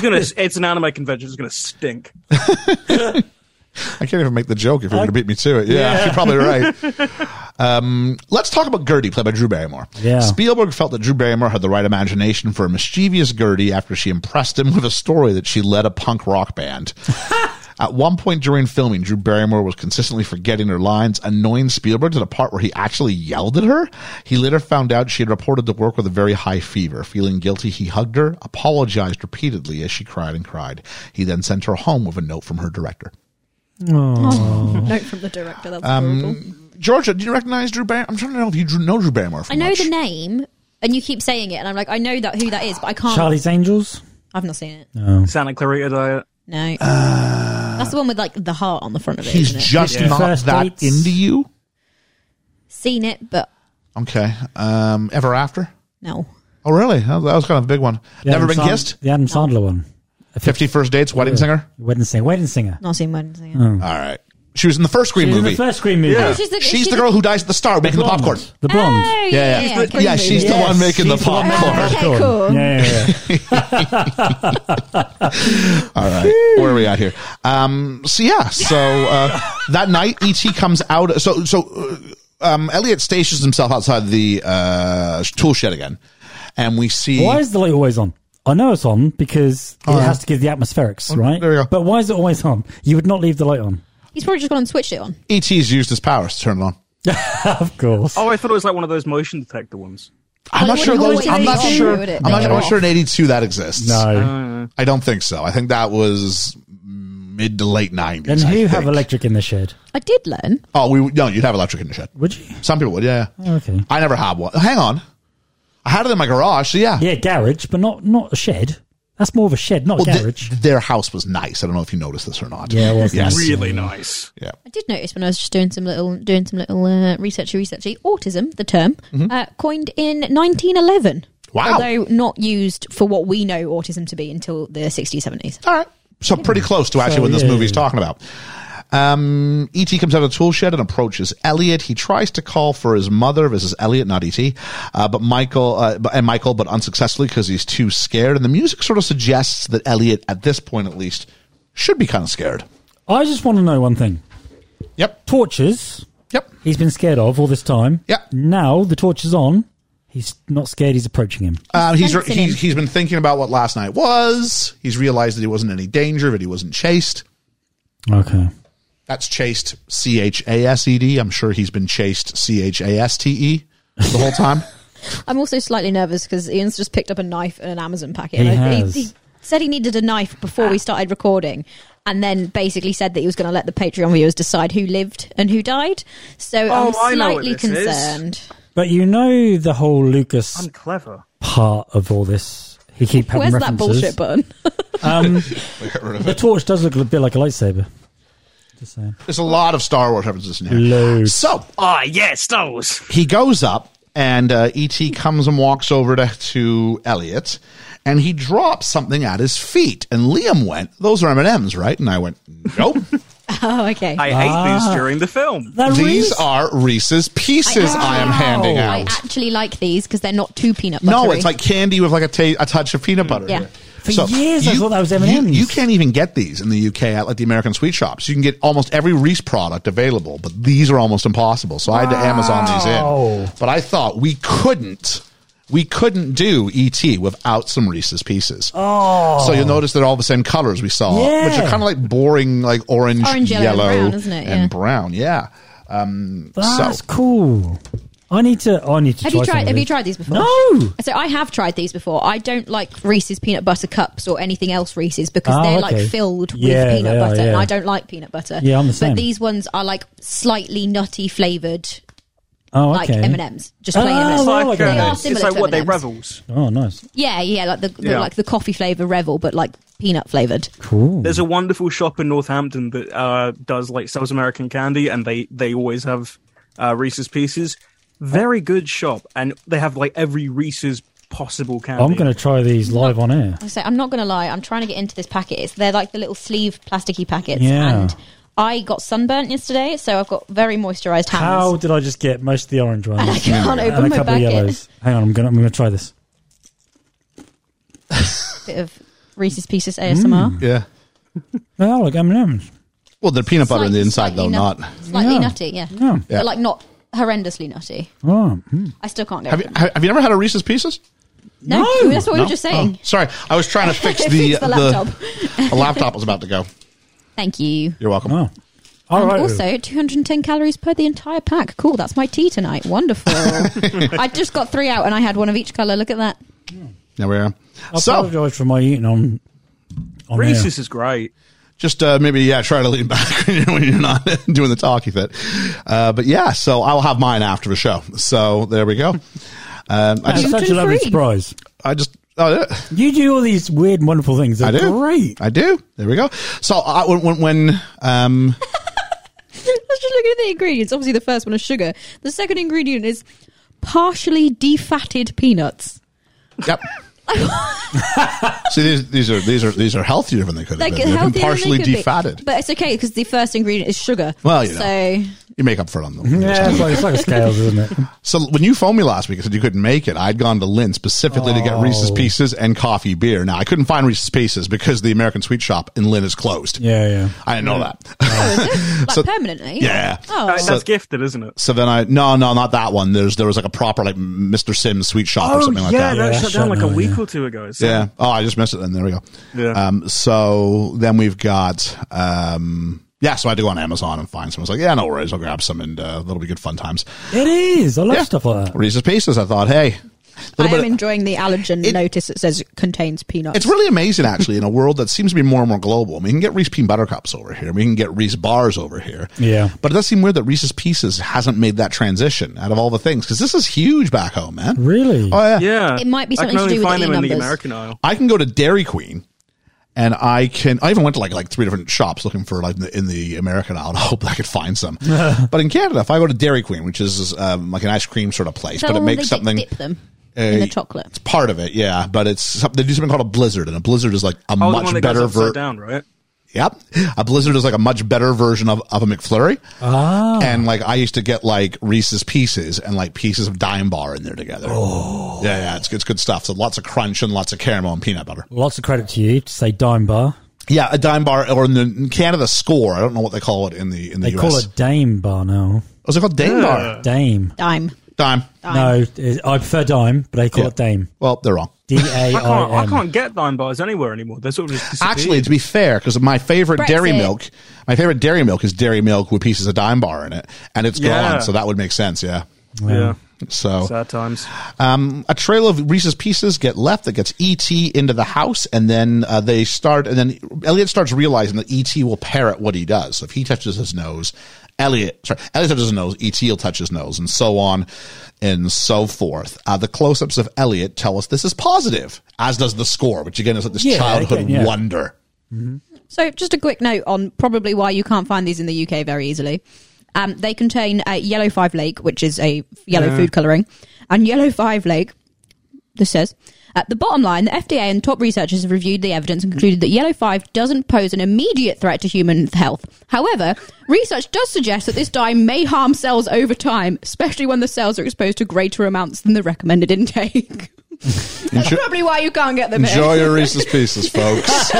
S7: gonna. It's an anime convention. It's gonna stink.
S5: I can't even make the joke if you're going to beat me to it. Yeah, you're probably right. Um, let's talk about Gertie, played by Drew Barrymore.
S6: Yeah.
S5: Spielberg felt that Drew Barrymore had the right imagination for a mischievous Gertie after she impressed him with a story that she led a punk rock band. At one point during filming, Drew Barrymore was consistently forgetting her lines, annoying Spielberg to the part where he actually yelled at her. He later found out she had reported to work with a very high fever. Feeling guilty, he hugged her, apologized repeatedly as she cried and cried. He then sent her home with a note from her director.
S8: Oh. Note from the director. That's
S5: Um,
S8: horrible.
S5: Georgia, do you recognize Drew Barrymore? I'm trying to know if you drew, know Drew Barrymore. From
S8: I know
S5: much.
S8: the name, and you keep saying it, and I'm like, I know that who that is, but I can't.
S6: Charlie's Angels.
S8: I've not seen it. No.
S7: Santa Clarita Diet.
S8: That's the one with like the heart on the front of it.
S5: Uh, He's
S8: isn't it?
S5: just
S6: Yeah.
S5: not
S6: First
S5: that
S6: dates.
S5: into you.
S8: seen it, but
S5: Okay. Um, Ever After.
S8: no.
S5: Oh, really? That, that was kind of a big one.
S6: The
S5: Never
S6: Adam
S5: been
S6: Sand-
S5: kissed.
S6: The Adam Sandler one.
S5: Fifty First Dates. Wedding Singer.
S6: Wedding singer. Wedding singer.
S8: Not seen Wedding Singer.
S5: All right. She was in the first Scream
S6: Mm. She's in
S5: movie.
S6: the first screen movie.
S8: She's the,
S5: She's
S8: she
S5: the girl who dies at the star making the
S6: Blonde.
S5: popcorn.
S6: The blonde.
S8: Oh,
S5: Yeah,
S8: yeah,
S5: yeah.
S8: yeah,
S5: Yeah,
S8: Green
S5: she's
S8: Movie.
S5: the one making the
S6: she's one making
S5: popcorn.
S6: the
S8: Okay, cool.
S6: Yeah, yeah, yeah.
S5: All right, where are we at here? Um, so yeah, so uh, that night ET comes out. So so uh, um, Elliot stations himself outside the uh, tool shed again, and we see.
S6: Why is the light always on? I know it's on because it has to give the atmospherics, right?
S5: Oh, there we go.
S6: But why is it always on? You would not leave the light on.
S8: He's probably just gone and switched it on.
S5: ET's E used his powers to turn it on.
S6: Of course.
S7: Oh, I thought it was like one of those motion detector ones.
S5: I'm
S8: Well,
S5: not
S8: it
S5: sure.
S8: wouldn't
S5: Those,
S8: always
S5: I'm not
S8: be on,
S5: sure.
S8: would it?
S5: I'm not
S8: No.
S5: I'm sure in '82 that exists.
S6: no.
S5: I don't think so. I think that was mid to late '90s.
S6: Then
S5: I
S6: who have
S5: think.
S6: electric in the shed?
S8: I did learn.
S5: Oh, we no. You'd have electric in the shed.
S6: Would you?
S5: Some people would. Yeah. yeah.
S6: Oh, Okay.
S5: I never had one. Hang on. I had it in my garage. So yeah.
S6: Yeah, garage, but not not a shed. That's more of a shed, not a
S5: Well, th-
S6: garage.
S5: their house was nice. I don't know if you noticed this or not.
S6: yeah, it was
S5: Yes.
S6: nice.
S7: Really nice.
S8: I did notice when I was just doing some little doing some little uh, researchy researchy. Autism, the term,
S7: Mm-hmm.
S8: uh, coined in 1911.
S5: Wow.
S8: Although not used for what we know autism to be until the 60s, 70s.
S5: All right. So pretty close to actually
S6: So,
S5: what this
S6: yeah,
S5: movie's
S6: yeah.
S5: talking about. Um, E.T. comes out of the tool shed and approaches Elliot. He tries to call for his mother. This is Elliot, not E.T. Uh, but Michael, uh, but- and Michael, but unsuccessfully because he's too scared. And the music sort of suggests that Elliot, at this point at least, should be kind of scared.
S6: I just want to know one thing.
S5: Yep.
S6: Torches
S5: Yep.
S6: he's been scared of all this time.
S5: Yeah.
S6: Now the torch is on. He's not scared, he's approaching him.
S5: Uh, he's,
S8: sensing
S5: he's,
S8: him.
S5: he's been thinking about what last night was. He's realized that he wasn't in any danger, that he wasn't chased.
S6: Okay.
S5: That's chased C H A S E D. I'm sure he's been chased C H A S T E the whole time.
S8: I'm also slightly nervous because Ian's just picked up a knife and an Amazon packet.
S6: He
S8: And I-
S6: has.
S8: he said he needed a knife before
S7: Ah.
S8: we started recording, and then basically said that he was going to let the Patreon viewers decide who lived and who died. So I'm
S7: Oh, I know what
S8: slightly
S7: this is.
S8: concerned.
S6: But you know the whole Lucas
S7: I'm clever.
S6: part of all this. He keep having
S8: Where's that
S6: references.
S8: bullshit button?
S6: Um,
S5: Get rid of
S6: the
S5: it.
S6: torch does look a bit like a lightsaber. Just saying.
S5: There's a lot of Star Wars references in here.
S6: Loads.
S5: So
S7: Ah, yes, Star Wars.
S5: he goes up, and uh, E.T. comes and walks over to, to Elliot, and he drops something at his feet. And Liam went, "Those are M and M's, right?" And I went, "Nope,
S8: oh, okay.
S7: I hate
S5: Ah.
S7: these during the film.
S6: That
S5: these
S6: Reese-
S5: are Reese's Pieces. I, am handing
S8: I
S5: out."
S8: actually like these because they're not too peanut buttery.
S5: no, it's like candy with like a ta- a touch of peanut butter.
S8: Yeah.
S5: in it.
S6: For years, I thought that was
S5: you-
S6: M&Ms.
S5: You can't even get these in the UK at like the American sweet shops. You can get almost every Reese product available, but
S8: Oh.
S5: these are almost impossible. So I had to Amazon these in. But I thought we couldn't we couldn't do ET without some Reese's Pieces.
S6: Oh,
S5: So you'll notice they're all the same colors we saw,
S6: Yeah.
S5: which are kind of like boring, like orange,
S8: Orange,
S5: yellow,
S8: yellow, and brown, isn't it? Yeah.
S5: And brown, yeah. Um,
S6: that's
S5: so
S6: cool. I need to. I need to.
S8: Have
S6: try
S8: you tried?
S6: some of
S8: Have you
S6: these.
S8: tried these before?
S6: No.
S8: So I have tried these before. I don't like Reese's peanut butter cups or anything else Reese's because
S6: Oh,
S8: they're
S6: okay.
S8: like filled
S6: Yeah,
S8: with peanut
S6: they are,
S8: butter, and
S6: yeah.
S8: I don't like peanut butter.
S6: Yeah, I'm the same.
S8: But these ones are like slightly nutty flavored,
S6: Oh,
S8: like
S6: okay.
S8: M and M's, just plain
S6: Oh,
S8: M
S7: It's
S8: and
S6: well,
S8: M's.
S7: like,
S6: okay.
S7: uh,
S8: They are similar
S7: it's like
S8: to
S7: what they
S8: M&Ms.
S7: revels.
S6: Oh, nice.
S8: Yeah, yeah, like the, the
S7: Yeah.
S8: like the coffee flavor revel, but like peanut flavored.
S6: Cool.
S7: There's a wonderful shop in Northampton that uh, does like sells American candy, and they they always have uh, Reese's Pieces. Very good shop, and they have like every Reese's possible candy.
S6: I'm going to try these live on air.
S8: I say, I'm not going to lie. I'm trying to get into this packet. It's they're like the little sleeve plasticky packets,
S6: Yeah.
S8: and I got sunburnt yesterday, so I've got very moisturised hands.
S6: How did I just get most of the orange ones?
S8: And I can't
S6: And
S8: open
S6: a
S8: my
S6: couple of
S8: packet.
S6: yellows. Hang on, I'm gonna I'm gonna try this.
S8: Bit of Reese's Pieces
S6: Mm.
S8: ASMR.
S5: yeah.
S6: Oh, like M and M's.
S5: Well, they're peanut butter on the inside
S8: Slightly-
S5: though,
S8: slightly
S5: not.
S8: nut- slightly
S6: Yeah.
S8: nutty, yeah.
S6: Yeah.
S5: Yeah.
S8: but like not horrendously nutty.
S6: Oh, hmm.
S8: I still can't get
S5: Have
S8: it.
S5: you have have you never had a Reese's Pieces?
S8: No,
S6: No!
S8: that's what we
S5: No?
S8: were just saying.
S5: Oh, sorry, I was trying to fix the uh,
S8: Fix the
S5: the
S8: laptop.
S5: the laptop was about to go.
S8: Thank you.
S5: You're welcome.
S6: Oh. All
S8: And
S6: right.
S8: also, 210 calories per the entire pack. Cool, that's my tea tonight. Wonderful. I just got three out and I had one of each colour. Look at that.
S5: There we are.
S6: I
S5: so
S6: apologise for my eating on.
S5: oh,
S6: on air.
S7: Reese's is great.
S5: just uh, maybe yeah, try to lean back when you're- when you're not doing the talky fit. Uh, but yeah, so I'll have mine after the show. So there we go. Um, I
S6: That's
S5: just,
S6: such a lovely
S8: Gluten-free.
S6: surprise.
S5: I just. Oh, yeah.
S6: You do all these weird, and wonderful things. They're
S5: I do.
S6: Great.
S5: I do. There we go. So I, when, when, when um,
S8: I was just looking at the ingredients. Obviously, the first one is sugar. The second ingredient is partially defatted peanuts.
S5: yep. See, these, these are these are these are healthier than they could have
S8: Like
S5: been. They've been
S8: healthier
S5: partially
S8: than they could be.
S5: defatted.
S8: But it's okay because the first ingredient is sugar.
S5: Well, you know.
S8: So,
S5: you make up for it on the
S6: Yeah, it's like, it's like a scales, isn't it?
S5: So when you phoned me last week and said you couldn't make it, I'd gone to Lynn specifically to get Reese's Pieces and coffee beer. Now I couldn't find Reese's Pieces because the American Sweet Shop in Lynn is closed.
S6: Yeah, yeah.
S5: I didn't know that.
S8: oh, is it? Like
S5: So-
S8: permanently?
S5: yeah.
S8: Oh.
S7: Uh, that's gifted, isn't it?
S5: So then I no no not that one. There's there was like a proper like Mr. Sims Sweet Shop or something like
S7: Oh, yeah,
S5: that.
S6: Yeah,
S7: shut down like
S6: shut
S7: a
S6: down,
S7: week
S6: yeah.
S7: or two ago. So.
S5: Yeah. Oh, I just missed it. Then there we go.
S7: Yeah.
S5: Um. So then we've got um. Yeah. So I had to go on Amazon and find some. I was like, yeah, no worries. I'll grab some and uh, that'll be good fun times.
S6: It is. I love
S5: Yeah.
S6: stuff like that.
S5: Reese's Pieces. I thought, hey,
S8: I
S5: little
S8: am
S5: bit. of-
S8: enjoying the allergen
S5: It-
S8: notice that says it contains peanuts.
S5: It's really amazing, actually, in a world that seems to be more and more global. We can get Reese Peanut Butter Cups over here. We can get Reese Bars over here.
S6: Yeah.
S5: But it does seem weird that Reese's Pieces hasn't made that transition out of all the things because this is huge back home, man.
S6: Really?
S5: Oh, yeah.
S7: Yeah,
S8: It might be something
S7: I can
S8: to
S7: only
S8: do with
S7: find
S8: E
S7: them in the
S8: numbers.
S7: American aisle.
S5: I can go to Dairy Queen and I can, I even went to like, like three different shops looking for like in the, in the American aisle and hope I could find some. but in Canada, if I go to Dairy Queen, which is um, like an ice cream sort of place,
S8: So
S5: but it
S8: they
S5: makes
S8: dip-
S5: something.
S8: Dip them in
S5: Uh,
S8: the chocolate.
S5: It's part of it, yeah, but it's some- they do something called a blizzard, and a blizzard is like a
S7: Oh, the
S5: much
S7: one that
S5: better
S7: goes upside
S5: version.
S7: down, right?
S5: Yep. A blizzard is like a much better version of, of a McFlurry.
S6: ah.
S5: And like I used to get like Reese's pieces and like pieces of dime bar in there together. Oh. Yeah, yeah, it's, it's good stuff. So lots of crunch and lots of caramel and peanut butter.
S6: Lots of credit to you to say dime bar.
S5: Yeah, a dime bar or in, the, in Canada score. I don't know what they call it in the in the
S6: They
S5: US.
S6: call it dame bar now.
S5: What's it called? Dime
S7: Uh,
S5: bar.
S6: Dame.
S8: Dime.
S5: Dime.
S6: No, it- I prefer dime, but they call
S5: Yeah.
S6: it dame.
S5: Well, they're wrong.
S6: D
S7: I
S6: A
S7: can't. I,
S6: I M.
S7: can't get dime bars anywhere anymore. They're sort of just disappeared.
S5: Actually, to be fair, because my favorite dairy
S8: Brexit.
S5: milk, my favorite dairy milk is dairy milk with pieces of dime bar in it, and it's
S7: Yeah.
S5: gone. So that would make sense. Yeah.
S7: yeah,
S5: So
S7: sad times.
S5: Um, a trail of Reese's pieces get left that gets ET into the house, and then uh, they start. And then Elliot starts realizing that ET will parrot what he does. So if he touches his nose, Elliot sorry, Elliot touches his nose, ET will touch his nose, and so on and so forth. Uh, the close-ups of Elliot tell us this is positive, as does the score, which again is like this
S6: Yeah,
S5: childhood
S6: again, yeah.
S5: wonder.
S8: So, just a quick note on probably why you can't find these in the UK very easily. Um, they contain uh, yellow five lake, which is a yellow food coloring, and yellow five lake. This says. At the bottom line, the FDA and top researchers have reviewed the evidence and concluded that yellow 5 doesn't pose an immediate threat to human health. However, research does suggest that this dye may harm cells over time, especially when the cells are exposed to greater amounts than the recommended intake. That's
S5: Enjoy-
S8: probably why you can't get them here.
S5: Enjoy your Reese's pieces, folks.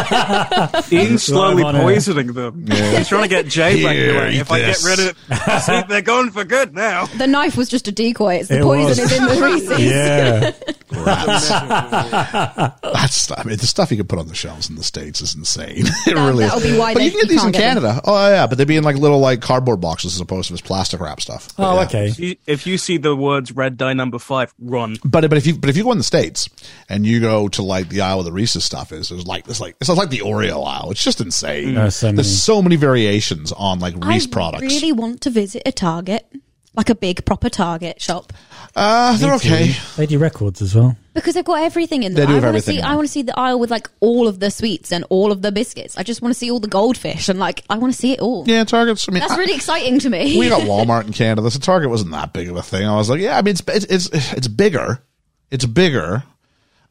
S7: Ian's slowly
S6: on air.
S7: poisoning them. He's trying to get Jay back
S5: Here,
S7: away.
S5: eat
S7: If I get
S5: this.
S7: rid of it, I think they're gone for good now.
S8: The knife was just a decoy. It's the
S6: It
S8: poison
S6: was.
S8: is in the Reese's.
S6: Yeah.
S5: rats. That's I mean, the stuff you can put on the shelves in the states is insane. it
S8: That-
S5: really. is.
S8: that'll be why
S5: But
S8: they-
S5: you can get
S8: you
S5: these in
S8: can't get them.
S5: Canada. Oh yeah, but they'd be in like little like cardboard boxes as opposed to this plastic wrap stuff. But,
S6: Oh,
S5: yeah.
S6: okay.
S7: You- If you see the words red dye number five, run.
S5: But but if you but if you go in the states and you go to like the aisle where the Reese's stuff is, there's like it's like it's like the Oreo aisle. It's just insane.
S6: There are Mm. Uh, so many.
S5: There's so many variations on like Reese
S8: I
S5: products.
S8: really want to visit a Target, like a big proper Target shop,
S5: uh, they're okay.
S6: They do records as well.
S8: because they've got everything in there.
S5: They do
S8: I
S5: have
S8: wanna
S5: everything
S8: see.
S5: in
S8: I
S5: there.
S8: want to see the aisle with like all of the sweets and all of the biscuits. I just want to see all the goldfish and like I want to see it all.
S5: Yeah, Targets. I mean,
S8: That's
S5: I-
S8: really exciting to me.
S5: we got Walmart in Canada, so Target wasn't that big of a thing. I was like, yeah, I mean, it's it's it's, it's bigger, it's bigger.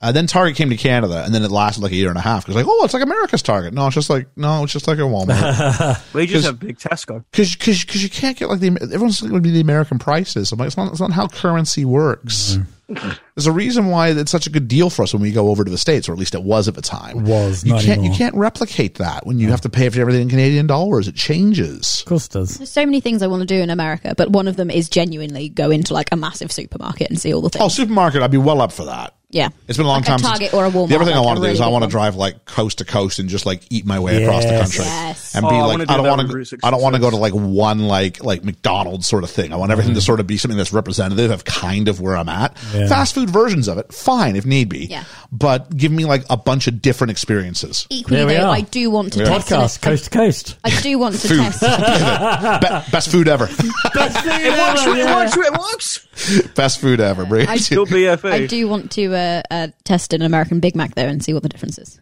S5: Uh, then Target came to Canada, and then it lasted like a year and a half. Because like, oh, it's like America's Target. No, it's just like no, it's just like a Walmart.
S7: They just
S5: 'Cause-
S7: have big Tesco.
S5: Because because you can't get like the everyone's going to be the American prices. I'm like, it's not, it's not how currency works.
S6: Mm-hmm.
S5: There's a reason why it's such a good deal for us when we go over to the states, or at least it was at the time.
S6: Was,
S5: you
S6: not
S5: can't
S6: anymore. Mm.
S5: you can't replicate that when you have to pay for everything in Canadian dollars. It changes.
S6: Of course it does.
S8: There's so many things I want to do in America, but one of them is genuinely go into like a massive supermarket and see all the things.
S5: Oh, supermarket! I'd be well up for that.
S8: Yeah,
S5: It's been a long
S8: Like
S5: time.
S8: A
S5: since-
S8: Target or a Walmart.
S5: The other thing I
S8: like
S5: want
S8: a
S5: to do is
S8: really
S5: I
S8: big
S5: want to
S8: one.
S5: drive like coast to coast and just like eat my way across the
S6: Yes.
S5: country
S8: Yes.
S5: and
S7: Oh,
S5: be
S7: I
S5: like
S7: wanna do
S5: I don't
S7: that
S5: want
S7: with Route
S5: to I don't want to go
S7: 66.
S5: to like one like like McDonald's sort of thing. I want
S7: Mm-hmm.
S5: everything to sort of be something that's representative of kind of where I'm at.
S6: Yeah.
S5: Fast food versions of it, fine if need be.
S8: Yeah.
S5: But give me like a bunch of different experiences.
S6: There we
S8: Equally though,
S6: are.
S8: I do want to
S5: Yeah.
S8: test.
S6: Podcast,
S8: an-
S6: coast to coast.
S8: I, I do want to
S5: Food.
S8: test.
S5: Be- best food ever.
S7: It works. It works. It works.
S5: best food ever. Brie.
S8: I-
S7: Still E. BFA.
S8: I do want to uh, uh, test an American Big Mac though and see what the difference is.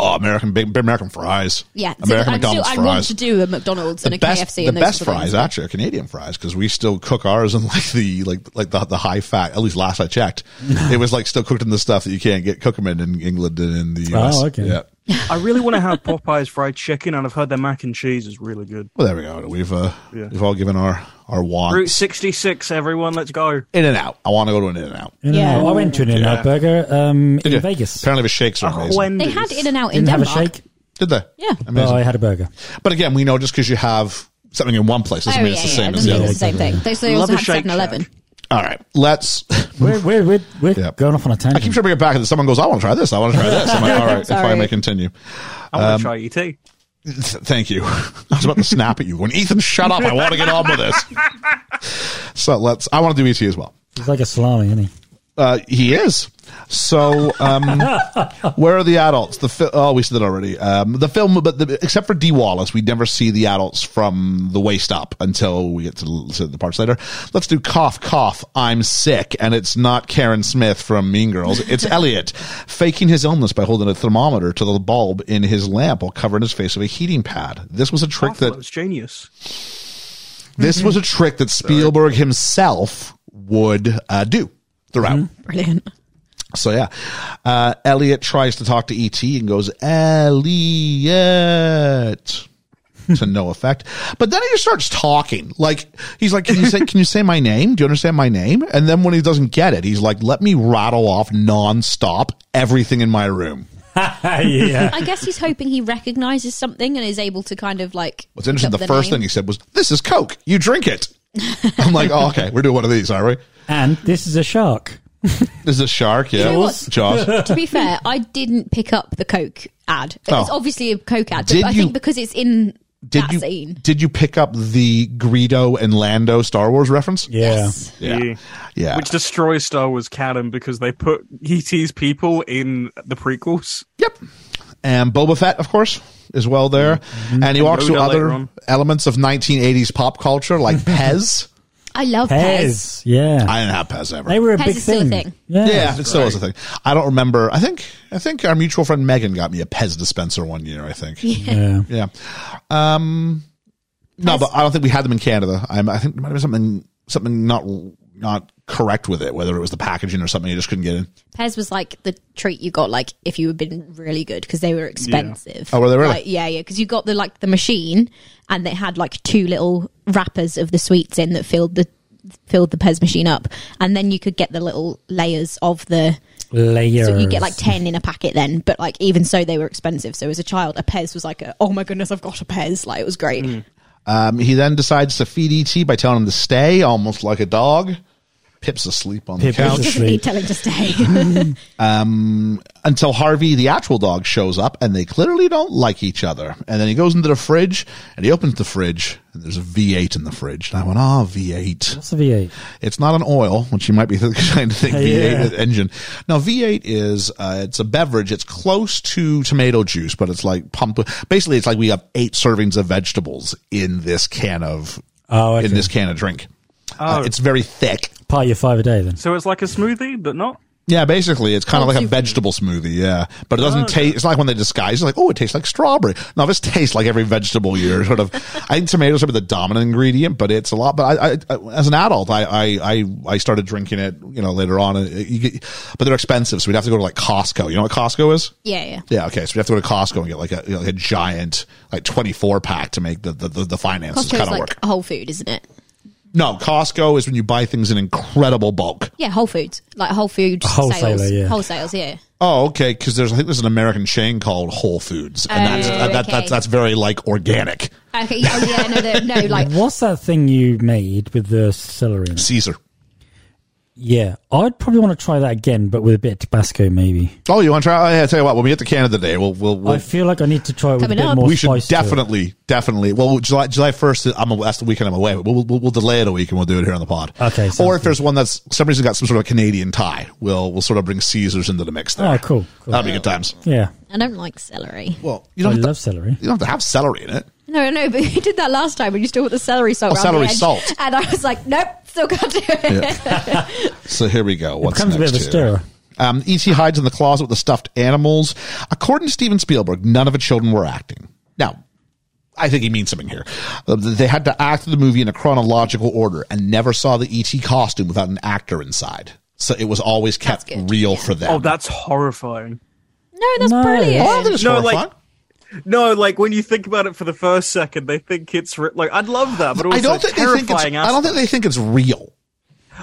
S5: oh, American big American fries.
S8: Yeah, so
S5: American
S8: I'm still-
S5: McDonald's
S8: I want
S5: fries.
S8: to do a McDonald's and a KFC.
S5: the
S8: and those
S5: best
S8: sort of
S5: fries
S8: things.
S5: actually are Canadian fries because we still cook ours in like the like like the, the high fat. At least last I checked, it was like still cooked in the stuff that you can't get cook 'em in in England and in the
S6: Oh,
S5: US.
S6: okay.
S5: Yeah.
S7: I really want to have Popeye's fried chicken, and I've heard their mac and cheese is really good.
S5: Well, there we go. We've uh,
S7: Yeah.
S5: we've all given our our
S7: Route
S5: wants.
S7: 66, everyone, let's go.
S5: In and out. I want to go to an In and Out.
S6: In
S8: Yeah.
S6: and out. I went to an In and Out Burger um, in Vegas.
S5: Apparently, the shakes
S7: Uh-huh.
S5: are amazing.
S8: They had Oh, In and Out in
S6: Didn't have a
S8: Denmark.
S6: shake,
S5: Did they?
S8: Yeah.
S6: but
S5: Amazing.
S6: I had a burger.
S5: But again, we know just because you have something in one place doesn't
S8: Oh
S5: mean
S8: yeah,
S5: it's the
S8: yeah,
S5: same
S8: it
S5: as the
S8: doesn't mean
S5: other.
S8: it's the same thing. They, so they
S7: Love
S8: also
S7: a
S8: had
S7: Shake
S8: 7-Eleven.
S7: Shack.
S5: All right, let's.
S6: We're we're we're, we're
S5: Yeah.
S6: going off on a
S5: I
S6: tangent.
S5: keep trying to bring it back, and someone goes, "I want to try this. I want to try this." I'm like, "All right, if I
S8: Sorry.
S5: may continue."
S7: I want to try ET.
S5: Th- thank you. I was about to snap at you when Ethan, shut up. I want to get on with this. So let's, I want to do ET as well.
S6: He's like a salami, isn't he?
S5: Uh, he is. So, um, where are the adults? The fi- oh, we said that already. Um, the film, but the, except for D Wallace, we never see the adults from the waist up until we get to, to the parts later. Let's do cough, cough. I'm sick, and it's not Karen Smith from Mean Girls. It's Elliot faking his illness by holding a thermometer to the bulb in his lamp while covering his face with a heating pad. This was a trick
S7: That
S5: that
S7: was genius.
S5: this was a trick that Spielberg himself would uh, do throughout.
S8: Brilliant.
S5: So yeah, uh, Elliot tries to talk to ET and goes Elliot to no effect. But then he just starts talking. Like he's like, "Can you say? Can you say my name? Do you understand my name?" And then when he doesn't get it, he's like, "Let me rattle off nonstop everything in my room."
S6: yeah.
S8: I guess he's hoping he recognizes something and is able to kind of like.
S5: What's interesting, the,
S8: pick up
S5: first thing
S8: name.
S5: he said was, "This is Coke. You drink it." I'm like, "Oh, okay, we're doing one of these, are we?"
S6: And this is a shark.
S5: This is a shark. Yeah,
S8: know what?
S5: Jaws.
S8: to be fair, I didn't pick up the Coke ad. It was
S5: Oh.
S8: obviously a Coke ad, but
S5: Did
S8: I
S5: you-
S8: think because it's in
S5: did
S8: that
S5: you
S8: scene.
S5: did you pick up the Greedo and Lando Star Wars reference?
S6: Yeah.
S8: Yes.
S5: yeah, yeah.
S7: Which destroys Star Wars canon because they put ET's people in the prequels.
S5: yep. And Boba Fett, of course, is well there, and he walks through
S7: Yoda later
S5: other
S7: on.
S5: elements of 1980s pop culture like Pez.
S8: I love Pez.
S6: Pez. Yeah.
S5: I didn't have Pez ever.
S6: they were a
S8: Pez
S6: big
S8: is still a
S6: thing.
S8: thing.
S6: Yeah.
S5: yeah, it still is a thing. I don't remember. I think I think our mutual friend Megan got me a Pez dispenser one year. I think.
S6: Yeah.
S5: Yeah. Um, no, but I don't think we had them in Canada. I, I think there might have been something something not not correct with it, whether it was the packaging or something. You just couldn't get in.
S8: Pez was like the treat you got like if you had been really good because they were expensive.
S5: Oh, were they really?
S8: Like, yeah, yeah. Because you got the like the machine and they had like two little wrappers of the sweets in that filled the filled the Pez machine up, and then you could get the little layers of the.
S6: Layers.
S8: So you get like ten in a packet then, but like even so they were expensive. So as a child, a Pez was like, a, oh my goodness, I've got a Pez. Like it was great.
S5: Mm. E Um, he then decides to feed ET by telling him to stay, almost like a dog. Pip's asleep on
S6: Pip is
S5: the couch
S8: Doesn't
S6: asleep.
S8: need telling to stay.
S5: until Harvey, the actual dog, shows up and they clearly don't like each other. And then he goes into the fridge and he opens the fridge and there's a V8 in the fridge. And I went, ah, V8.
S6: What's the V8?
S5: It's not an oil, which you might be trying to think V8
S6: Yeah.
S5: engine. Now, V8 is, uh, it's a beverage. It's close to tomato juice, but it's like pumped. with- Basically, it's like we have eight servings of vegetables in this can of,
S6: Oh, okay.
S5: in this can of drink. Uh,
S7: Oh.
S5: it's very thick.
S6: Part of your five a day then.
S7: So it's like a smoothie, but not.
S5: Yeah, basically, it's
S8: Oh,
S5: kind of like a vegetable smoothie. Yeah, but it doesn't taste. It's like when they disguise. It's like, oh, it tastes like strawberry. No, this tastes like every vegetable you're sort of. I think tomatoes are the dominant ingredient, but it's a lot. But I, I, I as an adult, I, I, I, I started drinking it. You know, later on, and it- you get, but they're expensive, so we'd have to go to like Costco. You know what Costco is?
S8: yeah, yeah.
S5: Yeah, okay. So we have to go to Costco and get like a, you know, like a giant, like twenty four pack to make the the, the, the finances
S8: Costco's
S5: kind of
S8: like
S5: work.
S8: a Whole Food, isn't it?
S5: No, Costco is when you buy things in incredible bulk.
S8: Yeah, Whole Foods, like Whole Food
S6: Wholesaler,
S8: sales,
S6: yeah.
S8: wholesales, yeah.
S5: Oh, okay. Because there's, I think there's an American chain called Whole Foods, and that's uh,
S8: Oh,
S5: that, that,
S8: okay.
S5: that's that's very like organic.
S8: Okay, yeah, oh, yeah, no, the- no, like
S6: What's that thing you made with the celery? In it?
S5: Caesar.
S6: Yeah, I'd probably want to try that again, but with a bit of Tabasco maybe.
S5: Oh, you want to try? Oh, yeah, I tell you what. When we get to Canada Day, we'll we'll,
S6: I
S5: we'll
S6: feel like I need to try it with
S8: Coming
S6: a bit
S8: up.
S6: more
S5: we should
S6: spice to it.
S5: definitely definitely. Well, July July first. I'm that's the weekend I'm away, but we'll, we'll we'll delay it a week and we'll do it here on the pod.
S6: Okay, sounds
S5: Or if
S6: good.
S5: there's one that's somebody's got some sort of Canadian tie, we'll we'll sort of bring Caesars into the mix there.
S6: Oh, cool, cool.
S5: That'll be good times.
S6: Yeah,
S8: I don't like celery.
S5: Well, you
S6: I
S5: Uh, don't have
S6: love
S5: to,
S6: celery.
S5: you don't have to have celery in it.
S8: No, I know, but you did that last time when you still put the celery salt.
S5: Oh,
S8: around
S5: celery
S8: the edge.
S5: salt.
S8: And I was like, nope, still can't do it.
S5: So here we go. What's
S6: becomes a
S5: next
S6: bit of a
S5: here?
S6: stirrer.
S5: Um, E.T. hides in the closet with the stuffed animals. According to Steven Spielberg, none of the children were acting. Now, I think he means something here. Uh, They had to act the movie in a chronological order and never saw the E.T. costume without an actor inside. So it was always kept
S8: good,
S5: real for them.
S7: Oh, that's horrifying.
S8: No, that's
S6: No.
S8: brilliant.
S5: Well, that is
S7: No,
S5: horrifying.
S7: like- No, like when you think about it for the first second, they think it's ri- like I'd love that, but also
S5: I don't think they think
S7: terrifying.
S5: it's, I don't think they think it's real.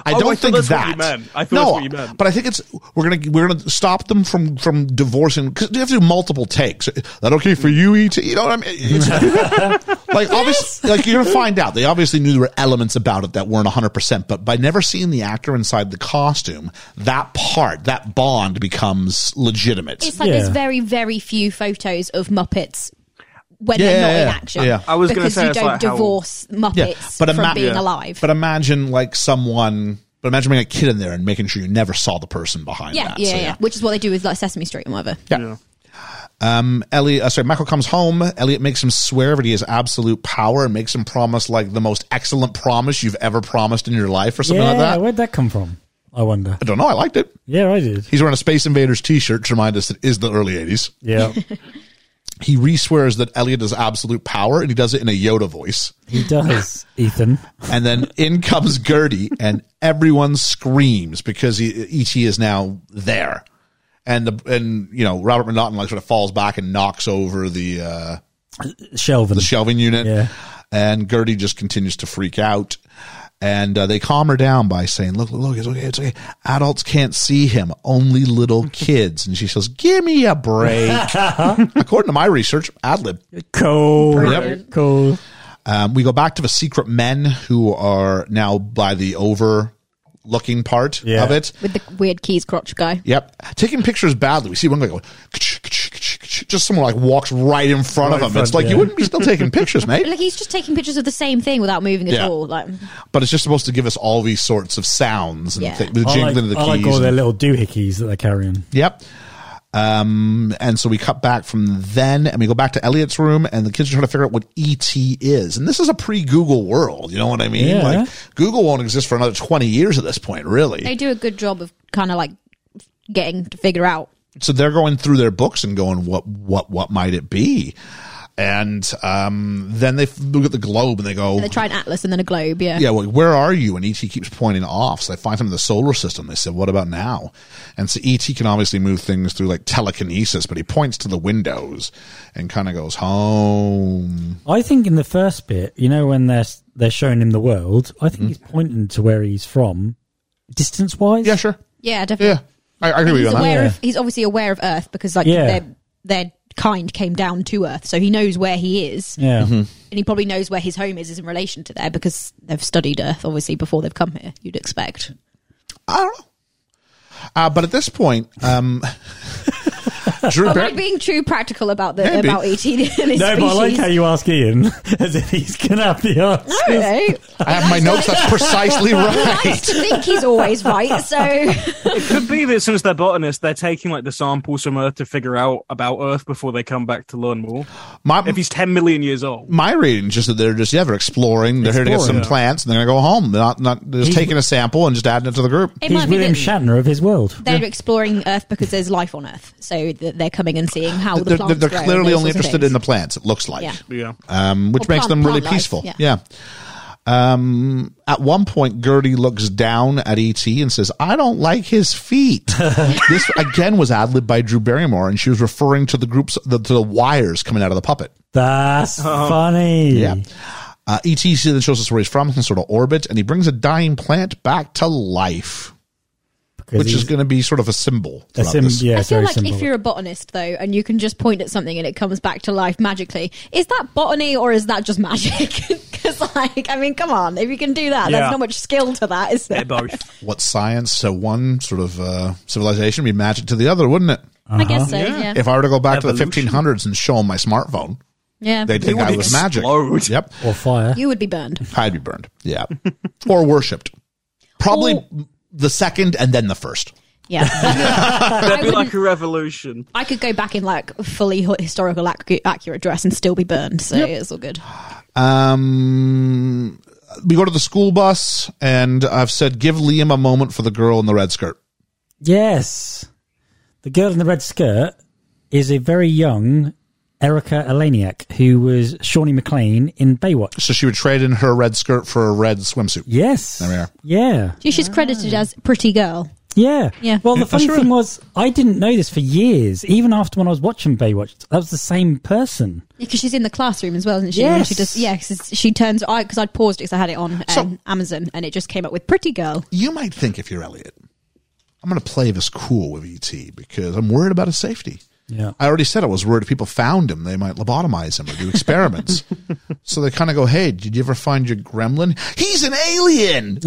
S5: I
S7: Oh, I
S5: don't
S7: thought
S5: think
S7: that's what
S5: that.
S7: you meant. I thought
S5: no,
S7: that's what you meant.
S5: but I think it's we're gonna we're gonna stop them from from divorcing because you have to do multiple takes. Is that okay for you, Et? You know what I mean? It's, like obviously, like you're gonna find out. They obviously knew there were elements about it that weren't 100, percent but by never seeing the actor inside the costume, that part, that bond becomes legitimate.
S8: It's like
S6: Yeah.
S8: there's very, very few photos of Muppets when they're
S5: Yeah,
S8: not in
S5: yeah,
S8: action.
S5: yeah.
S7: I was gonna
S8: because
S7: say
S8: you
S7: it's
S8: don't
S7: like how-
S8: divorce Muppets from
S5: ima-
S8: being
S5: yeah.
S8: alive.
S5: But imagine like someone, but imagine being a kid in there and making sure you never saw the person behind
S8: yeah,
S5: that.
S8: yeah,
S5: So,
S8: yeah, Which is what they do with like Sesame Street and whatever.
S5: yeah. Um, Elliot, uh, sorry, Michael comes home. Elliot makes him swear that he has absolute power and makes him promise like the most excellent promise you've ever promised in your life or something
S6: yeah,
S5: like that.
S6: where'd that come from? I wonder.
S5: I don't know. I liked it.
S6: Yeah, I did.
S5: He's wearing a Space Invaders t-shirt to remind us that is the early 80s.
S6: Yeah,
S5: He re-swears that Elliot has absolute power and he does it in a Yoda voice.
S6: he does, Ethan.
S5: And then in comes Gertie, and everyone screams because he, E.T. is now there. And the and you know Robert Monotton like sort of falls back and knocks over the uh,
S6: Shelvin.
S5: the shelving unit,
S6: Yeah.
S5: and Gertie just continues to freak out. And uh, they calm her down by saying, "Look, look, look, it's okay, it's okay. Adults can't see him, only little kids." And she says, "Give me a break." According to my research, ad lib.
S6: cool.
S5: Yep.
S6: Cool.
S5: Um, we go back to the secret men who are now by the overlooking part
S6: Yeah.
S5: of it.
S8: With the weird keys crotch guy.
S5: Yep, taking pictures badly. We see one guy go, "Ksh, ksh, ksh, ksh," just someone like walks right in front
S6: Right
S5: of him.
S6: in
S5: it's
S6: front,
S5: like you
S6: yeah.
S5: wouldn't be still taking pictures, mate.
S8: Like he's just taking pictures of the same thing without moving at
S5: Yeah.
S8: all. Like
S5: But it's just supposed to give us all these sorts of sounds and
S8: Yeah.
S5: thi- the
S6: I
S5: jingling
S6: like,
S5: of the
S6: I
S5: keys.
S6: like all their
S5: and-
S6: little doohickeys that they're carrying.
S5: Yep. Um, and so we cut back from then and we go back to Elliot's room and the kids are trying to figure out what ET is. And this is a pre Google world. You know what I mean?
S6: Yeah.
S5: Like Google won't exist for another 20 years at this point, really.
S8: they do a good job of kind of like getting to figure out.
S5: so they're going through their books and going, what, what, what might it be? And, um, then they f- look at the globe and they go,
S8: And they try an atlas and then a globe. Yeah.
S5: yeah, well, where are you? And ET keeps pointing off. So they find him in the solar system. They said, what about now? And so ET can obviously move things through like telekinesis, but he points to the windows and kind of goes home.
S6: I think in the first bit, you know, when they're they're showing him the world, I
S5: Mm-hmm.
S6: think he's pointing to where he's from, distance wise.
S5: Yeah, sure.
S8: Yeah, definitely.
S5: Yeah. I, I agree with
S8: he's
S5: you on that.
S8: aware
S6: Yeah.
S8: of he's obviously aware of Earth because like
S6: Yeah.
S8: their their kind came down to Earth, so he knows where he is,
S6: Yeah.
S5: Mm-hmm.
S8: and he probably knows where his home is, is in relation to there because they've studied Earth obviously before they've come here. You'd expect.
S5: I don't know. Uh, but at this point, um, Drew
S8: Am I
S5: Barry-
S8: being too practical about the
S5: Maybe.
S8: about ET and his species?
S6: No, but I like how you ask Ian as if he's going to have the answer.
S8: I don't know.
S5: I have my notes. That's precisely
S8: Nice
S5: right.
S8: to think he's always right. So
S7: It could be that since they're botanists, they're taking like the samples from Earth to figure out about Earth before they come back to learn more.
S5: My,
S7: If he's 10 million years old.
S5: my reading is just that they're just yeah, they're exploring. They're here to get some
S6: Exploring.
S5: plants, and they're gonna go home. They're not not they're just
S6: He's-
S5: taking a sample and just adding it to the group.
S8: it
S6: He's
S8: might be
S6: William
S8: that
S6: Shatner of his world.
S8: they're exploring Earth because there's life on Earth, so th- they're coming and seeing how the
S5: They're,
S8: plants
S5: they're
S8: grow and
S5: clearly
S8: those
S5: only
S8: sorts of
S5: interested
S8: things.
S5: in the plants. It looks like,
S8: Yeah.
S7: Yeah.
S5: um, which
S8: Or
S5: makes
S8: plant-
S5: them really
S8: plant life,
S5: peaceful.
S8: yeah.
S5: yeah. Um, at one point, Gertie looks down at ET and says, "I don't like his feet." this again was ad libbed by Drew Barrymore, and she was referring to the groups the, to the wires coming out of the puppet.
S6: That's funny.
S5: Oh. Yeah. Uh, ET then shows us where he's from, some sort of orbit, and he brings a dying plant back to life,
S6: Because
S5: which is
S6: he's
S5: going to be sort of a symbol.
S6: a
S5: throughout
S6: sim-
S5: this.
S6: yeah,
S8: I
S6: it's
S8: feel
S6: very
S8: like
S6: simple.
S8: if you're a botanist though, and you can just point at something and it comes back to life magically, is that botany or is that just magic? Because like, I mean, come on, if you can do that,
S7: Yeah.
S8: there's not much skill to that, is there?
S7: They're both.
S5: What science to one sort of uh, civilization would be magic to the other, wouldn't it?
S8: I guess so.
S7: Yeah.
S8: Yeah,
S5: If I were to go back to
S7: Evolution.
S5: the 1500s and show them my smartphone,
S8: yeah.
S5: they'd
S7: It
S5: think
S7: would
S5: I was magic.
S7: explode.
S5: Yep.
S6: or fire.
S8: you would be burned.
S5: I'd be burned. Yeah. or worshipped. Probably the second and then the first.
S8: Yeah, I,
S7: That'd be
S8: wouldn't-
S7: like a revolution.
S8: I could go back in like fully hi- historical accu- accurate dress and still be burned, so it's all good.
S5: Um, we go to the school bus, and I've said, give Liam a moment for the girl in the red skirt.
S6: Yes. The girl in the red skirt is a very young Erica Eleniak, who was Shawnee McLean in Baywatch.
S5: So she would trade in her red skirt for a red swimsuit.
S6: Yes.
S5: There we are.
S6: Yeah.
S8: She's credited as pretty girl.
S6: Yeah.
S8: Yeah.
S6: Well, the funny
S5: sure.
S6: thing was, I didn't know this for years, even after when I was watching Baywatch. That was the same person.
S8: Because she's in the classroom as well, isn't she?
S6: Yes.
S8: She does. Yeah, 'cause she turns. I because I'd paused because I had it on um,
S5: So-
S8: Amazon and it just came up with "pretty girl."
S5: You might think if you're Elliot, I'm going to play this cool with ET because I'm worried about his safety.
S6: Yeah.
S5: I already said I was worried if people found him, they might lobotomize him or do experiments. so they kind of go, hey, did you ever find your gremlin? He's an alien!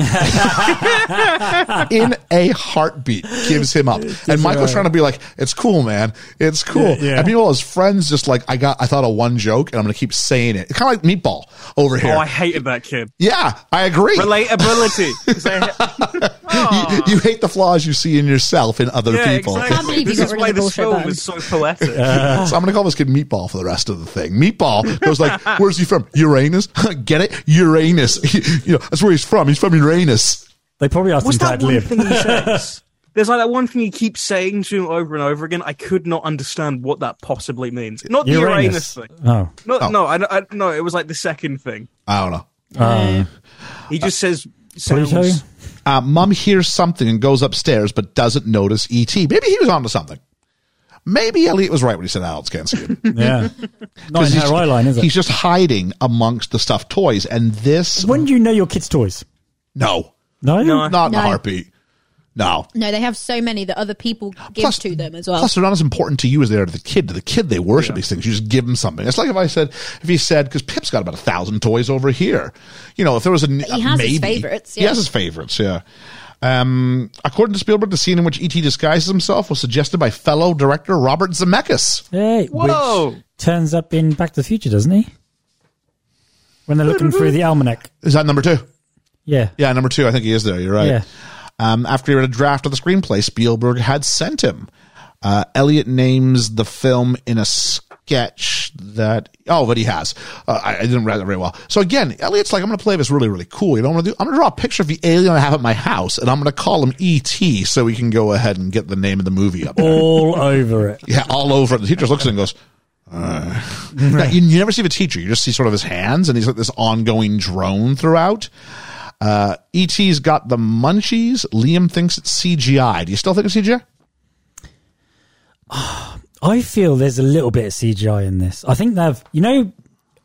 S5: In a heartbeat, gives him up. and Michael's trying to be like, it's cool, man. It's cool.
S6: Yeah, yeah.
S5: And meanwhile, his friend's just like, I got, I thought of one joke and I'm going to keep saying it. Kind of like Meatball over here.
S7: Oh, I hated that kid.
S5: yeah, I agree.
S7: Relatability. 'Cause I ha-
S5: you, you hate the flaws you see in yourself in other
S7: yeah,
S5: people. Uh,
S7: exactly.
S8: Can't believe you
S7: This
S8: got
S7: is
S8: rid of
S7: why
S8: the
S7: this
S8: bullshit
S7: film
S8: button.
S7: is so poetic.
S5: So I'm going to call this kid Meatball for the rest of the thing. Meatball goes like, "Where's he from? Uranus? Get it? Uranus? you know that's where he's from. He's from Uranus."
S6: They probably asked
S7: What's
S6: him to
S7: that
S6: ad
S7: one
S6: lib.
S7: thing he says? There's like that one thing he keeps saying to him over and over again. I could not understand what that possibly means. Not the Uranus, thing.
S6: Oh.
S7: No, no, I, I, no, it was like the second thing.
S5: I don't know.
S6: Uh,
S7: He just says
S6: Pluto?
S7: sounds.
S5: Uh, Mum hears something and goes upstairs, but doesn't notice ET. Maybe he was onto something. Maybe Elliot was right when he said adults can't see him.
S6: Yeah. Not in her eye line, is
S5: He's
S6: it?
S5: just hiding amongst the stuffed toys, and this
S6: When do you know your kids' toys?
S5: no,
S6: No?
S7: No.
S5: not in a
S8: No.
S5: heartbeat. No,
S8: No, they have so many that other people give to them as well.
S5: Plus, they're not as important to you as they are to the kid. To the kid, they worship these things. You just give them something. It's like if I said, if he said, because Pip's got about a thousand toys over here. You know, if there was a
S8: he has his favorites,
S5: He
S8: yeah.
S5: has his favorites. Yeah. Um, according to Spielberg, the scene in which ET disguises himself was suggested by fellow director Robert Zemeckis.
S6: Hey,
S7: Whoa.
S6: which turns up in Back to the Future, doesn't he? When they're looking through the almanac.
S5: Is that number two?
S6: Yeah.
S5: Yeah, number two. I think he is there. You're right.
S6: Yeah.
S5: Um, after he read a draft of the screenplay Spielberg had sent him, uh, Elliot names the film in a sketch that oh, but he has. Uh, I, I didn't read that very well. So again, Elliot's like, I'm going to play this really, really cool. You know, what I'm going to do. I'm going to draw a picture of the alien I have at my house, and I'm going to call him E.T. so we can go ahead and get the name of the movie up. there.
S6: All over it.
S5: Yeah, all over it. The teacher looks at it and goes. "Uh." Now, you, you never see the teacher. You just see sort of his hands, and he's like this ongoing drone throughout. Uh, ET's got the munchies. Liam thinks it's CGI. Do you still think it's CGI?
S6: I feel there's a little bit of CGI in this. I think they've, you know,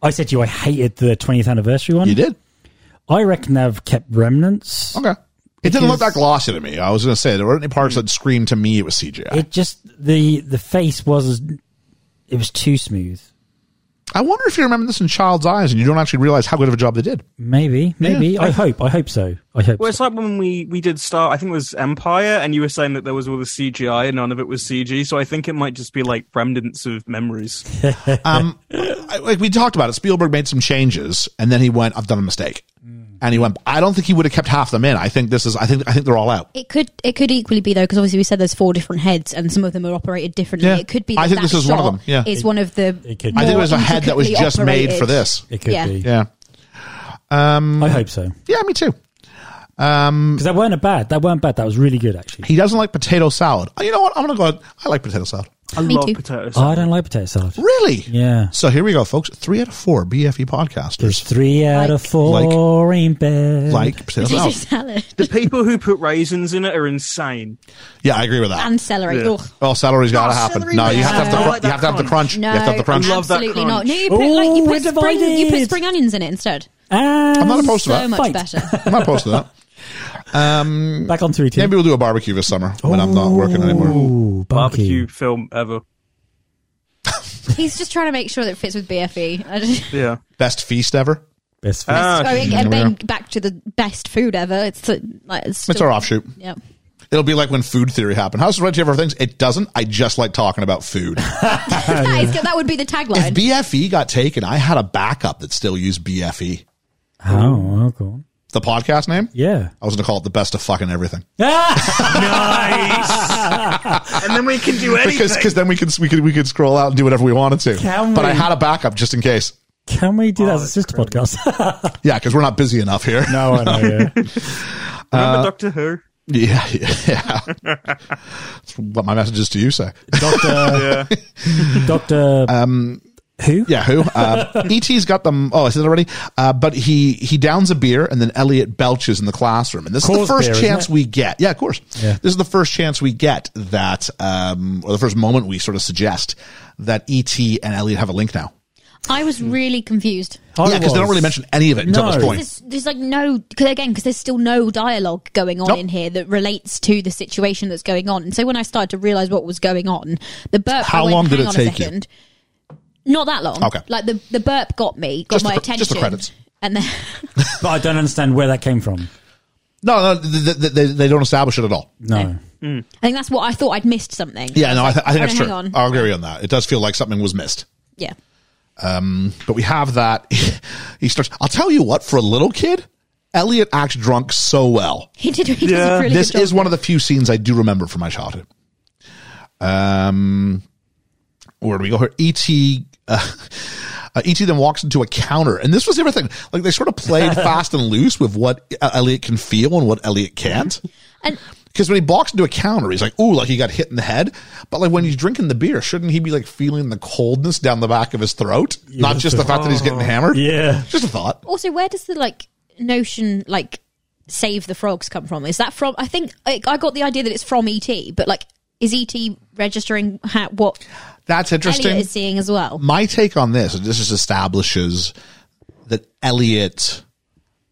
S6: I said to you I hated the 20th anniversary one.
S5: You did.
S6: I reckon they've kept remnants.
S5: Okay. It didn't look that
S6: Because-
S5: glossy to me. I was going to say there weren't any parts that screamed to me it was CGI.
S6: It just the the face was it was too smooth.
S5: I wonder if you remember this in child's eyes and you don't actually realize how good of a job they did.
S6: Maybe, maybe. I hope. I hope so. I hope. so.
S7: Well, it's like when we, we did Star, I think it was Empire, and you were saying that there was all the CGI and none of it was CG, so I think it might just be like remnants of memories.
S5: Um, I- like we talked about it, Spielberg made some changes and then he went, I've done a mistake. And he went, I don't think he would have kept half them in. I think this is, I think, I think they're all out.
S8: It could it could equally be though because obviously we said there's four different heads and some of them are operated differently.
S5: Yeah.
S8: It could be.
S5: I
S8: that
S5: think
S8: that
S5: this is one of
S8: shot
S5: them, yeah.
S8: is one of the.
S6: It could be.
S5: I think it was a
S8: more
S5: head that was
S8: intricately
S5: just made for
S8: operated.
S5: this.
S6: it could
S8: yeah.
S6: be.
S5: Yeah.
S6: I hope so.
S5: Yeah, me too.
S6: Because that weren't a bad. That weren't bad. That was really good actually.
S5: He doesn't like potato salad. Oh, you know what? I'm going to go, I like potato salad.
S7: I
S8: Me
S7: love
S8: too.
S7: potatoes.
S6: I don't like potato salad.
S5: Really?
S6: Yeah.
S5: So here we go, folks. Three out of four BFE podcasters
S6: There's three out of
S8: Like-
S6: four in bed.
S5: like potato
S8: Potato
S5: salad.
S8: salad
S7: the people who put raisins in it are insane.
S5: Yeah, I agree with that.
S8: and celery.
S7: Yeah.
S8: Ugh.
S5: Well, celery's got to happen.
S7: celery
S5: No,
S7: makes
S5: you have to have
S8: sense.
S5: the,
S8: I
S5: cr-
S7: like
S5: you
S7: that
S5: have to have the
S7: crunch.
S5: crunch.
S8: No,
S5: You have to have the crunch.
S7: I love that
S8: absolutely not.
S7: crunch.
S8: No, you put like
S6: Ooh,
S8: you
S6: we're
S8: put spring, you
S6: divided.
S8: put spring onions in it instead.
S6: And
S5: I'm not opposed to
S8: So
S5: that.
S8: much
S6: fight.
S8: better.
S5: I'm not opposed to that.
S6: Back on three.
S5: Maybe we'll do a barbecue this summer when I'm not working anymore.
S6: Ooh, barbecue.
S7: Barbecue film ever.
S8: He's just trying to make sure that it fits with BFE. I just-
S7: Yeah.
S5: Best feast ever.
S6: Best food.
S7: Ah,
S8: I mean,
S5: yeah.
S8: and then back to the best food ever. It's uh, like it's,
S5: It's
S8: still-
S5: our offshoot.
S8: Yep.
S5: It'll be like when food theory happened. How's the right ever things? It doesn't. I just like talking about food.
S8: That is- that would be the
S5: if
S8: tagline.
S5: BFE got taken, I had a backup that still used BFE.
S6: oh, well, go on.
S5: The podcast name?
S6: Yeah.
S5: I was going to call it the best of fucking everything
S6: Ah!
S7: and then we can do anything.
S5: because because then we could we could we could scroll out and do whatever we wanted to.
S6: Can
S5: but
S6: we?
S5: I had a backup just in case.
S6: Can we
S5: Oh,
S6: do that as a sister podcast?
S5: Yeah, because we're not busy enough here.
S6: no, I know. Yeah.
S7: Remember Doctor Who?
S5: Yeah, yeah. yeah. That's what my message is to you, say.
S6: Doctor. Doctor. Um. Who?
S5: Yeah, who? Uh, E.T.'s got them. Oh, I said that already. Uh, but he he downs a beer, and then Elliot belches in the classroom, and this is
S6: Coors
S5: the first
S6: beer, isn't
S5: chance
S6: it?
S5: we get. Yeah, of course.
S6: Yeah.
S5: This is the first chance we get that, um, or the first moment we sort of suggest that E.T. and Elliot have a link now.
S8: I
S5: Hmm.
S8: was really confused.
S6: I
S5: yeah, because they don't
S6: was.
S5: really mention any of it until
S6: No.
S5: this point.
S8: There's, there's like no cause again because there's still no dialogue going on
S5: Nope.
S8: in here that relates to the situation that's going on. And so when I started to realize what was going on, the burp.
S5: How
S8: I went,
S5: long did
S8: "Hang
S5: it
S8: on a
S5: take you?"
S8: second. Not that long.
S5: Okay.
S8: Like the the burp got me, got
S5: Just the
S8: my
S5: cr-
S8: attention.
S5: just the credits.
S8: And then
S6: But I don't understand where that came from.
S5: No, no, th- th- they, they don't establish it at all.
S6: No.
S8: I think that's what I thought I'd missed something.
S5: Yeah, no, I, th- I think
S8: oh,
S5: that's
S8: no,
S5: true.
S8: hang on.
S5: I'll agree on that. It does feel like something was missed.
S8: Yeah.
S5: but we have that. He starts. I'll tell you what. For a little kid, Elliot acts drunk so well.
S8: He did. He does
S7: Yeah.
S8: a really
S5: this
S8: good job.
S5: is one of the few scenes I do remember from my childhood. Um, where do we go here? Et. Uh, uh, Et then walks into a counter, and this was everything. Like they sort of played fast and loose with what uh, Elliot can feel and what Elliot can't.
S8: And
S5: Because when he walks into a counter, he's like, "Ooh, like he got hit in the head." But like when he's drinking the beer, shouldn't he be like feeling the coldness down the back of his throat? Not just the fact that he's getting hammered.
S6: Yeah.
S5: Just a thought.
S8: also, where does the like notion like save the frogs come from? Is that from? I think I, I got the idea that it's from ET, but like, is ET registering ha- what
S5: That's interesting.
S8: Elliot is seeing as well?
S5: My take on this, this just establishes that Elliot,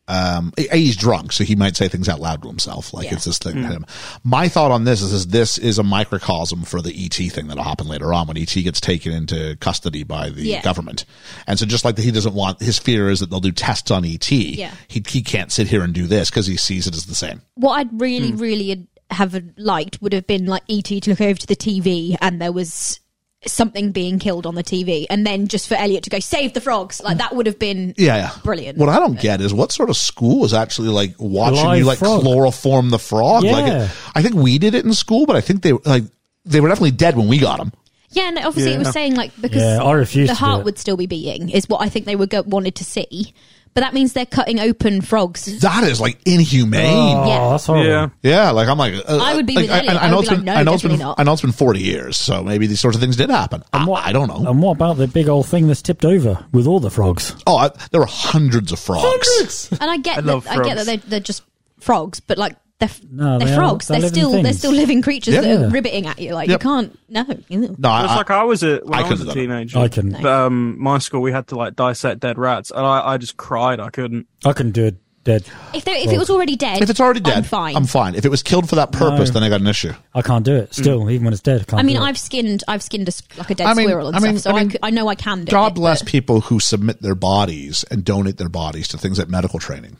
S5: um, A, he's drunk, so he might say things out loud to himself. Like
S8: Yeah.
S5: it's this thing. that Him. My thought on this is, is this is a microcosm for the ET thing that'll happen later on when ET gets taken into custody by the
S8: Yeah.
S5: government. And so just like that, he doesn't want, his fear is that they'll do tests on ET.
S8: Yeah.
S5: He, he can't sit here and do this because he sees it as the same.
S8: What I'd really,
S5: Hmm.
S8: really have liked would have been like ET to look over to the TV and there was something being killed on the TV, and then just for Elliot to go save the frogs. Like that would have been
S5: Yeah, yeah.
S8: brilliant.
S5: What I don't get is what sort of school is actually like watching
S6: Live
S5: you like
S6: frog.
S5: chloroform the frog.
S6: Yeah.
S5: Like, I think we did it in school, but I think they like they were definitely dead when we got them.
S8: Yeah, and obviously it was saying like because
S6: Yeah, I refuse
S8: the
S6: to do
S8: heart
S6: it.
S8: would still be beating is what I think they were go- wanted to see, but that means they're cutting open frogs.
S5: That is like inhumane.
S6: Oh,
S8: Yeah.
S6: that's horrible.
S7: Yeah.
S5: Yeah, like I'm like uh,
S8: I would be
S5: like,
S8: with Elliot. I would
S5: it's
S8: be
S5: been
S8: like, no,
S5: I know it's been
S8: definitely not.
S5: I know it's been forty years, so maybe these sorts of things did happen. I, I don't know.
S6: And what about the big old thing that's tipped over with all the frogs?
S5: oh, I, there were hundreds of frogs.
S8: And I get
S7: love
S8: that I get
S7: frogs.
S8: that they're, they're just frogs, but like they're f-
S6: No,
S8: they're
S6: they are-
S8: frogs.
S6: they're
S8: They're,
S6: living
S8: still they're
S6: things.
S8: still living creatures that
S6: Yeah.
S8: are ribbiting at you. Like
S5: Yep.
S8: you can't no. Ew.
S5: No, I,
S7: It's like
S5: I-
S7: I was a when
S5: I
S7: I,
S5: couldn't
S7: was a
S5: have done it.
S7: teenager.
S6: I couldn't.
S7: But, um, my school we had to like dissect dead rats, and I, I just cried. I couldn't.
S6: I couldn't do a dead.
S8: If, they- if it was already dead,
S5: If it's already dead,
S8: I'm fine.
S5: I'm fine. If it was killed for that purpose,
S6: No.
S5: then I got an issue.
S6: I can't do
S7: Mm.
S6: it. Still, even when it's dead, I can't.
S8: I mean,
S6: do it.
S8: I've skinned, I've skinned a, s- like a dead
S5: I mean-
S8: squirrel and
S5: I mean-
S8: stuff, so
S5: I
S8: I,
S5: mean,
S8: could- I know I can do it.
S5: God
S8: but-
S5: bless people who submit their bodies and donate their bodies to things like medical training,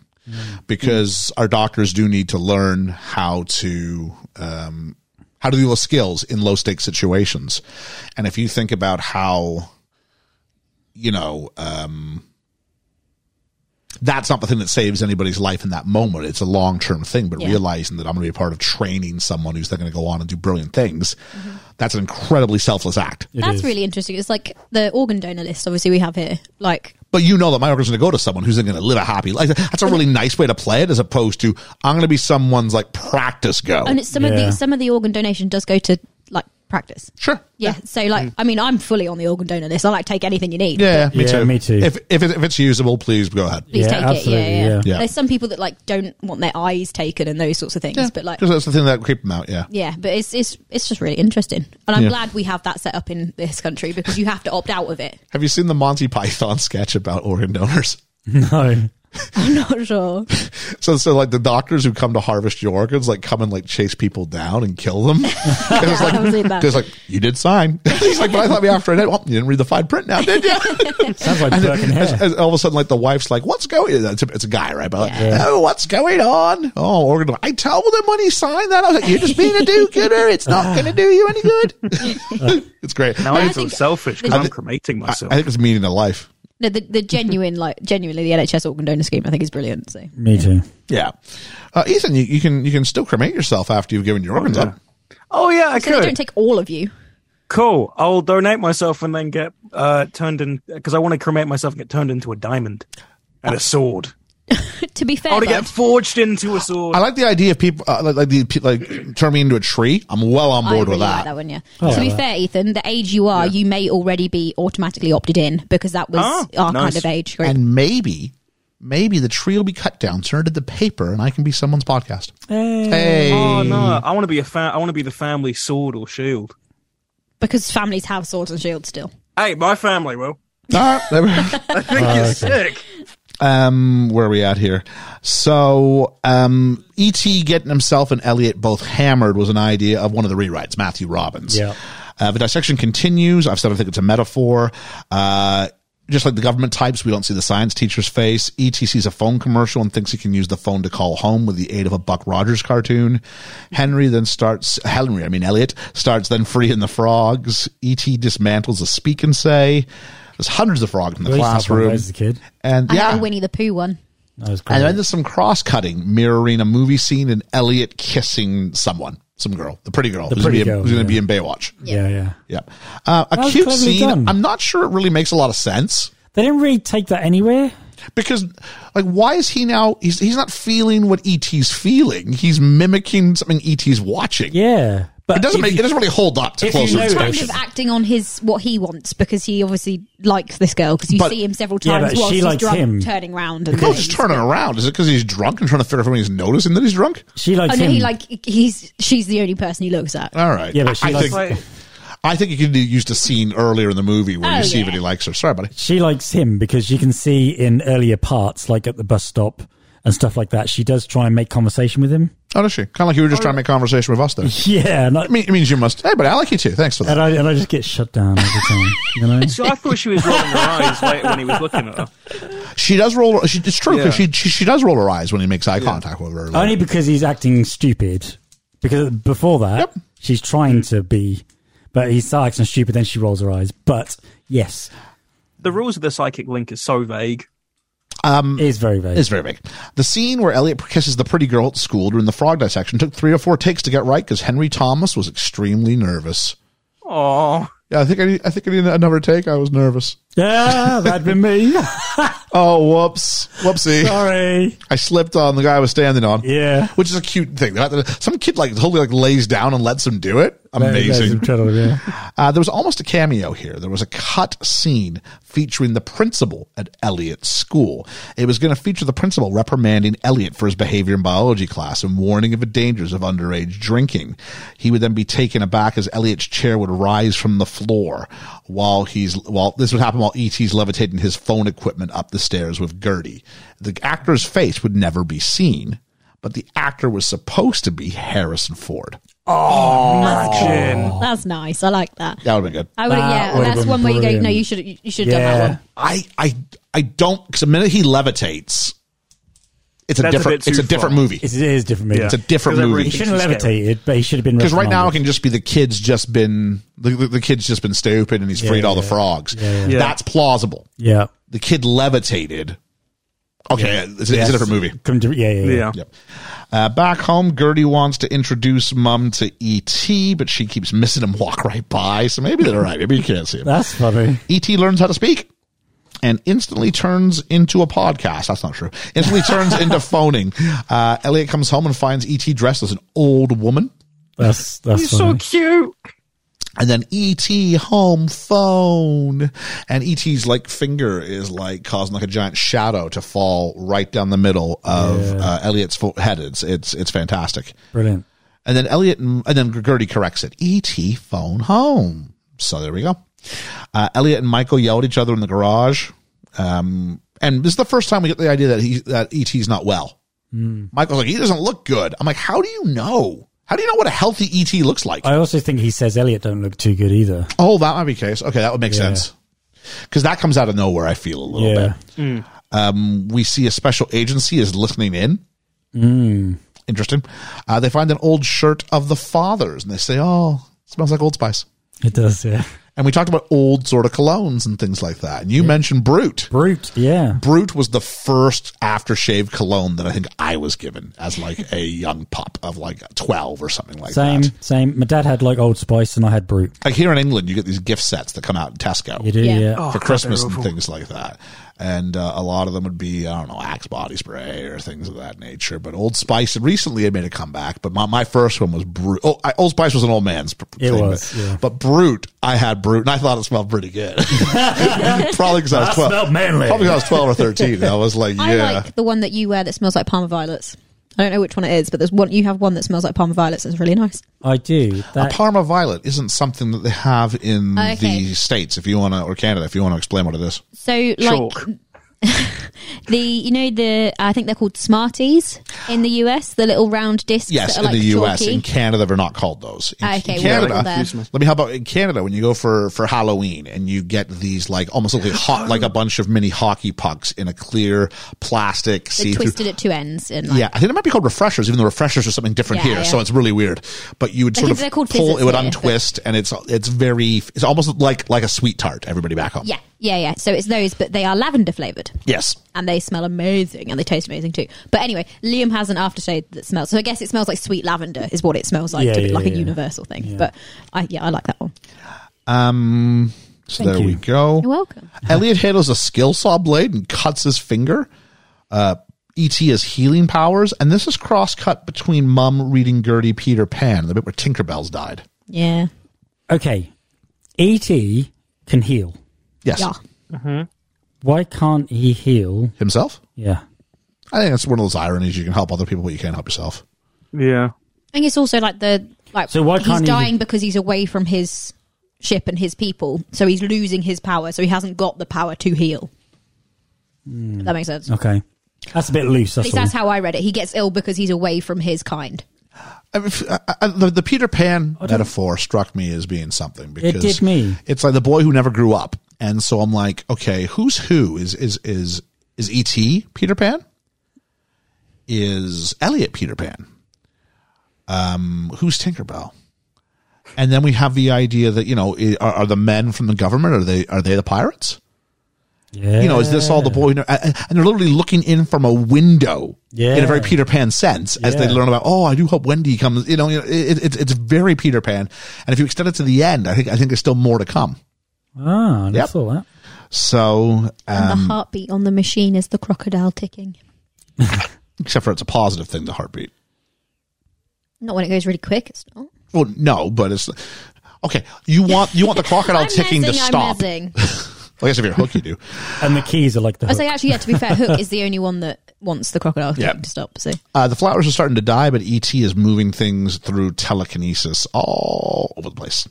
S5: because our doctors do need to learn how to um, how to deal with skills in low stakes situations. And if you think about how, you know, um, that's not the thing that saves anybody's life in that moment. It's a long term thing. But
S8: Yeah.
S5: realizing that I'm going to be a part of training someone who's then going to go on and do brilliant things, that's an incredibly selfless act.
S8: That's
S6: is.
S8: really interesting. It's like the organ donor list, obviously, we have here. Like,
S5: But you know that my organ's going to go to someone who's going to live a happy life. That's a really nice way to play it, as opposed to I'm going to be someone's like practice go.
S8: and it's some of
S6: Yeah.
S8: the some of the organ donation does go to like practice.
S5: Sure.
S8: Yeah. So like, I mean, I'm fully on the organ donor list. I like take anything you need.
S5: Mm. Yeah, me
S6: Yeah,
S5: too.
S6: me too.
S5: If if, it, if it's usable, please go ahead.
S8: Please
S6: Yeah,
S8: take it. Yeah,
S6: absolutely,
S8: yeah.
S6: yeah.
S5: Yeah.
S8: There's some people that like don't want their eyes taken and those sorts of things, but like,
S5: because that's the thing that creep them out. Yeah.
S8: yeah. But it's it's it's just really interesting, and I'm
S5: Yeah.
S8: glad we have that set up in this country because you have to opt out of it.
S5: Have you seen the Monty Python sketch about organ donors?
S6: no.
S8: I'm not sure.
S5: So so like the doctors who come to harvest your organs like come and like chase people down and kill them. And it's like,
S8: I've seen that.
S5: it's like you did sign. He's like, but I thought we after it. Well, you didn't read the fine print now, did you?
S6: Sounds like
S5: And
S6: Burke and
S5: as-
S6: Hare.
S5: as all of a sudden, like the wife's like, "What's going?" It's a, it's a guy, right? But like,
S8: Yeah.
S5: oh, what's going on? Oh, organ. donor. I told him when he signed that. I was like, "You're just being a do-gooder. It's not going to do you any good." it's great.
S7: Now
S5: I,
S7: I
S8: I
S7: feel
S8: think-
S7: selfish because
S8: I
S7: I'm
S5: thi-
S7: cremating
S5: I
S7: myself.
S5: think it's meaning to life.
S8: No, the, the genuine like genuinely the NHS organ donor scheme I think is brilliant. So
S6: Me too.
S5: Yeah, uh, Ethan, you, you can you can still cremate yourself after you've given your organs up.
S7: oh yeah, I
S8: so they
S7: could.
S8: don't take all of you.
S7: cool. I'll donate myself and then get uh, turned in because I want to cremate myself and get turned into a diamond and a sword.
S8: to be fair,
S7: I want to
S8: bud,
S7: get forged into a sword.
S5: I like the idea of people uh, like like, the, pe- like turn me into a tree. I'm well on
S8: I
S5: board
S8: really
S5: with
S8: like
S5: that.
S8: that one, Oh, yeah.
S6: I
S8: to
S6: like
S8: be
S6: that.
S8: fair, Ethan, the age you are, you may already be automatically opted in because that was
S5: Ah,
S7: Oh,
S8: our
S7: nice.
S8: kind of age group.
S5: and maybe maybe the tree will be cut down, turned into paper, and I can be someone's podcast. Hey,
S7: oh no, I want to be a fa- I want to be the family sword or shield.
S8: because families have swords and shields still.
S7: Hey, my family will.
S5: All right, Ah, there we-
S7: I think you're sick.
S5: um, where are we at here? So, um, E.T. getting himself and Elliot both hammered was an idea of one of the rewrites, Matthew Robbins.
S6: Yeah.
S5: Uh, the dissection continues. I've said I think it's a metaphor. Uh, just like the government types, we don't see the science teacher's face. ET sees a phone commercial and thinks he can use the phone to call home with the aid of a Buck Rogers cartoon. Henry then starts, Henry, I mean Elliot, starts then freeing the frogs. ET dismantles a speak and say. There's hundreds of frogs in the
S6: At least I thought
S5: classroom.
S6: that was the kid.
S5: And
S8: I
S5: yeah.
S8: had a Winnie the Pooh one.
S6: That was
S5: And then
S6: great.
S5: there's some cross cutting mirroring a movie scene and Elliot kissing someone, some girl, the pretty girl, who's
S6: pretty
S5: going
S6: girl,
S5: to
S6: yeah.
S5: be in Baywatch.
S6: Yeah, yeah.
S5: Yep. Uh, a
S6: That was
S5: cute
S6: cleverly
S5: scene.
S6: done.
S5: I'm not sure it really makes a lot of sense
S6: They didn't really take that anywhere.
S5: because, like, why is he now? He's he's not feeling what ET's feeling. He's mimicking something ET's watching.
S6: Yeah, but
S5: It doesn't
S6: if
S5: make
S6: you-
S5: it doesn't really hold up to
S6: if you
S5: closer
S6: notice-
S8: Kind
S5: inspection.
S8: of acting on his what he wants because he obviously likes this girl because you
S5: But-
S8: see him several
S6: Yeah,
S8: times
S6: but
S8: whilst
S6: she
S8: he's
S6: likes
S8: drunk,
S6: him.
S8: turning round and
S5: No,
S8: things.
S5: just turning around. Is it because he's drunk and trying to figure out if he's noticing that he's drunk?
S6: she likes
S8: Oh no,
S6: him.
S8: he like he's she's the only person he looks at.
S5: All right.
S6: Yeah, but she
S5: I,
S6: likes-
S5: think, I think you could have used a scene earlier in the movie where
S8: Oh,
S5: you see
S8: yeah.
S5: that he likes her. Sorry, buddy.
S6: she likes him because you can see in earlier parts, like at the bus stop and stuff like that, she does try and make conversation with him.
S5: Oh, does she? Kind of like you were just trying to make conversation with us there.
S6: Yeah, and I,
S5: It mean- it means you must. Hey, buddy, I like you too. Thanks for that.
S6: and I, and I just get shut down every time. You know,
S7: So I thought she was rolling her eyes later when he was looking at her.
S5: She does roll. She, it's true 'cause
S7: Yeah.
S5: she, she she does roll her eyes when he makes eye contact with her.
S6: only because he's acting stupid. Because before that,
S5: Yep.
S6: she's trying to be, but he's still acting stupid. Then she rolls her eyes. But yes,
S7: The rules of the psychic link is so vague.
S6: it is very vague.
S5: Um, It's very big. The scene where Elliot kisses the pretty girl at school during the frog dissection took three or four takes to get right because Henry Thomas was extremely nervous.
S7: Oh,
S5: Yeah, I think I, need- I think I need another take. I was nervous.
S6: Yeah, that'd be me.
S5: Oh, whoops, whoopsie!
S6: Sorry.
S5: I slipped on the guy I was standing on.
S6: Yeah.
S5: which is a cute thing. Some kid like totally like lays down and lets him do it. Amazing. Uh, there was almost a cameo here. There was a cut scene featuring the principal at Elliot's school. It was going to feature the principal reprimanding Elliot for his behavior in biology class and warning of the dangers of underage drinking. He would then be taken aback as Elliot's chair would rise from the floor while he's while this would happen while E.T.'s levitating his phone equipment up the stairs with Gertie. The actor's face would never be seen, but the actor was supposed to be Harrison Ford.
S6: Oh,
S7: Imagine.
S8: That's nice. I like that.
S5: That would have been good.
S8: I would.
S6: That
S8: Yeah,
S6: would've
S8: that's
S6: been
S8: one where you go.
S6: brilliant.
S8: No, you should. You should have done that
S6: Yeah.
S8: one.
S5: I I I don't because the minute he levitates, it's a
S7: That's a
S5: different
S7: bit
S5: it's a
S7: too
S5: different
S7: far.
S5: movie.
S6: It's, it is different movie.
S7: Yeah.
S5: It's a different
S7: 'Cause I
S5: movie.
S6: He
S7: really-
S6: shouldn't have
S7: It's scary.
S6: levitated, but he should have been
S5: Because right now it
S6: recognized.
S5: can just be the kid's just been the, the, the kid's just been stupid and he's freed all the
S6: yeah.
S5: frogs.
S7: yeah.
S5: That's plausible.
S6: yeah,
S5: The kid levitated. Okay, it's, it's
S6: Yes.
S5: a different movie.
S6: Come to- yeah, yeah, yeah.
S7: Yeah.
S5: Yep. Uh, back home, Gertie wants to introduce Mum to E.T., but she keeps missing him walk right by. So maybe they're all right. Maybe you can't see him.
S6: That's funny.
S5: E.T. E learns how to speak and instantly turns into a podcast. That's not true. Instantly turns into phoning. Uh, Elliot comes home and finds E.T. dressed as an old woman.
S6: That's that's
S7: He's so
S6: funny.
S7: cute.
S5: And then E.T. home phone. And E.T.'s like finger is like causing like a giant shadow to fall right down the middle of uh, Elliot's fo- head. It's, it's, it's fantastic.
S6: Brilliant.
S5: And then Elliot and, and then Gertie corrects it. E.T. phone home. So there we go. Uh, Elliot and Michael yell at each other in the garage. Um, and this is the first time we get the idea that he that E.T.'s not well.
S6: Hmm.
S5: Michael's like, he doesn't look good. I'm like, how do you know? How do you know what a healthy E.T. looks like?
S6: I also think he says Elliot don't look too good either.
S5: oh, that might be the case. Okay, that would make sense. Because that comes out of nowhere, I feel a little bit
S6: Yeah,
S5: um, we see a special agency is listening in. Interesting. Uh, they find an old shirt of the father's and they say, oh, smells like Old Spice.
S6: it does. Yeah,
S5: And we talked about old sort of colognes and things like that. And you mentioned Brute.
S6: brute. Yeah,
S5: Brute was the first aftershave cologne that I think I was given as like a young pup of like 12 or something like
S6: same,
S5: that.
S6: same. My dad had like Old Spice, and I had brute.
S5: Like here in England, you get these gift sets that come out in Tesco.
S6: You do, yeah.
S8: Yeah.
S5: for
S7: God,
S5: Christmas
S7: they're
S5: and
S7: awful.
S5: things like that. And uh, a lot of them would be, I don't know, Axe body spray or things of that nature. But Old Spice recently had made a comeback. But my, my first one was Brute. Oh, I, Old Spice was an old man's pr-
S6: It
S5: thing,
S6: was,
S5: but,
S6: yeah.
S5: but Brute, I had Brute, and I thought it smelled pretty good. probably because I was
S6: That
S5: twelve.
S6: smelled manly.
S5: Oh. Probably 'cause I was twelve or thirteen. and I was like,
S8: I
S5: yeah,
S8: like the one that you wear that smells like Palmer violets. I don't know which one it is, but there's one you have one that smells like Palmer violets. It's really nice.
S6: I do.
S5: a
S6: That
S5: Parma Violet isn't something that they have in
S8: Okay.
S5: the states. If you want to, or Canada, if you want to explain what it is.
S8: So like
S7: Chalk.
S8: the you know the I think they're called Smarties in the US, the little round discs.
S5: Yes,
S8: that
S5: in
S8: are like
S5: the U.S.
S8: chalky.
S5: In Canada, they're not called those. In
S8: Okay, we'll
S5: Canada,
S8: call them.
S5: Let me. How about in Canada when you go for for Halloween and you get these like almost look like hot like a bunch of mini hockey pucks in a clear plastic see
S8: They're
S5: through.
S8: twisted at two ends and like,
S5: Yeah, I think it might be called refreshers, even though refreshers are something different
S8: Yeah,
S5: here.
S8: yeah.
S5: So it's really weird. But you would
S8: I
S5: sort
S8: think
S5: of
S8: they're called
S5: pull, it would
S8: fizzes here,
S5: untwist, and it's it's very it's almost like like a sweet tart. Everybody back home.
S8: yeah, yeah, yeah. So it's those, but they are lavender flavored.
S5: Yes.
S8: and they smell amazing and they taste amazing too. But anyway, Liam has an aftershave that smells. So I guess it smells like sweet lavender is what it smells like,
S6: Yeah,
S8: to be
S6: yeah,
S8: like a
S6: yeah.
S8: universal thing. But I, yeah, I like that one.
S5: Um. So
S6: Thank
S5: there we
S6: you.
S5: go.
S8: You're welcome.
S5: Elliot handles a skill saw blade and cuts his finger. Uh, ET has healing powers, and this is cross cut between Mum reading Gertie Peter Pan, the bit where Tinkerbell's died.
S8: Yeah,
S6: okay. E.T. can heal.
S5: Yes.
S8: yeah.
S6: Why can't he heal?
S5: Himself?
S6: Yeah.
S5: I think that's one of those ironies. You can help other people, but you can't help yourself.
S7: Yeah.
S8: I think it's also like the like
S6: So why
S8: he's
S6: can't he-
S8: dying because he's away from his ship and his people, so he's losing his power. So he hasn't got the power to heal. That makes sense.
S6: Hmm. Okay. That's a bit loose.
S8: At
S6: That's
S8: least
S6: all.
S8: that's how I read it. He gets ill because he's away from his kind.
S5: I mean, f- I- I- the, the Peter Pan
S6: Oh,
S5: metaphor struck me as being something because
S6: did me.
S5: It's like the boy who never grew up, and so I'm like, okay, who's who? Is is is is E.T. Peter Pan? Is Elliot Peter Pan? Um, who's Tinkerbell? And then we have the idea that you know i- are, are the men from the government? Are they are they the pirates?
S6: yeah.
S5: you know, is this all the boy? And and they're literally looking in from a window in a
S6: Yeah.
S5: very Peter Pan sense as they
S6: Yeah.
S5: learn about. Oh, I do hope Wendy comes. You know, you know, it, it, it's very Peter Pan. And if you extend it to the end, I think I think there's still more to come.
S6: Ah, I never
S5: Yep.
S6: saw that.
S5: So, uh,
S8: And the heartbeat on the machine is the crocodile ticking.
S5: except for it's a positive thing, the heartbeat.
S8: Not when it goes really quick. It's not.
S5: Well, no, but it's okay. You want you want the crocodile ticking
S8: messing,
S5: to stop.
S8: I'm messing.
S5: I guess if you're a hook, you do.
S6: And the keys are like the.
S8: I was
S6: hook.
S8: like, actually, yeah. To be fair, Hook is the only one that wants the crocodile
S5: Yeah.
S8: to stop. So
S5: Uh, the flowers are starting to die, but ET is moving things through telekinesis all over the place.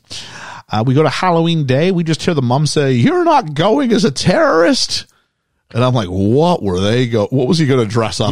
S5: Uh, we go to Halloween Day. We just hear the mum say, "You're not going as a terrorist," and I'm like, "What were they go? What was he going to dress up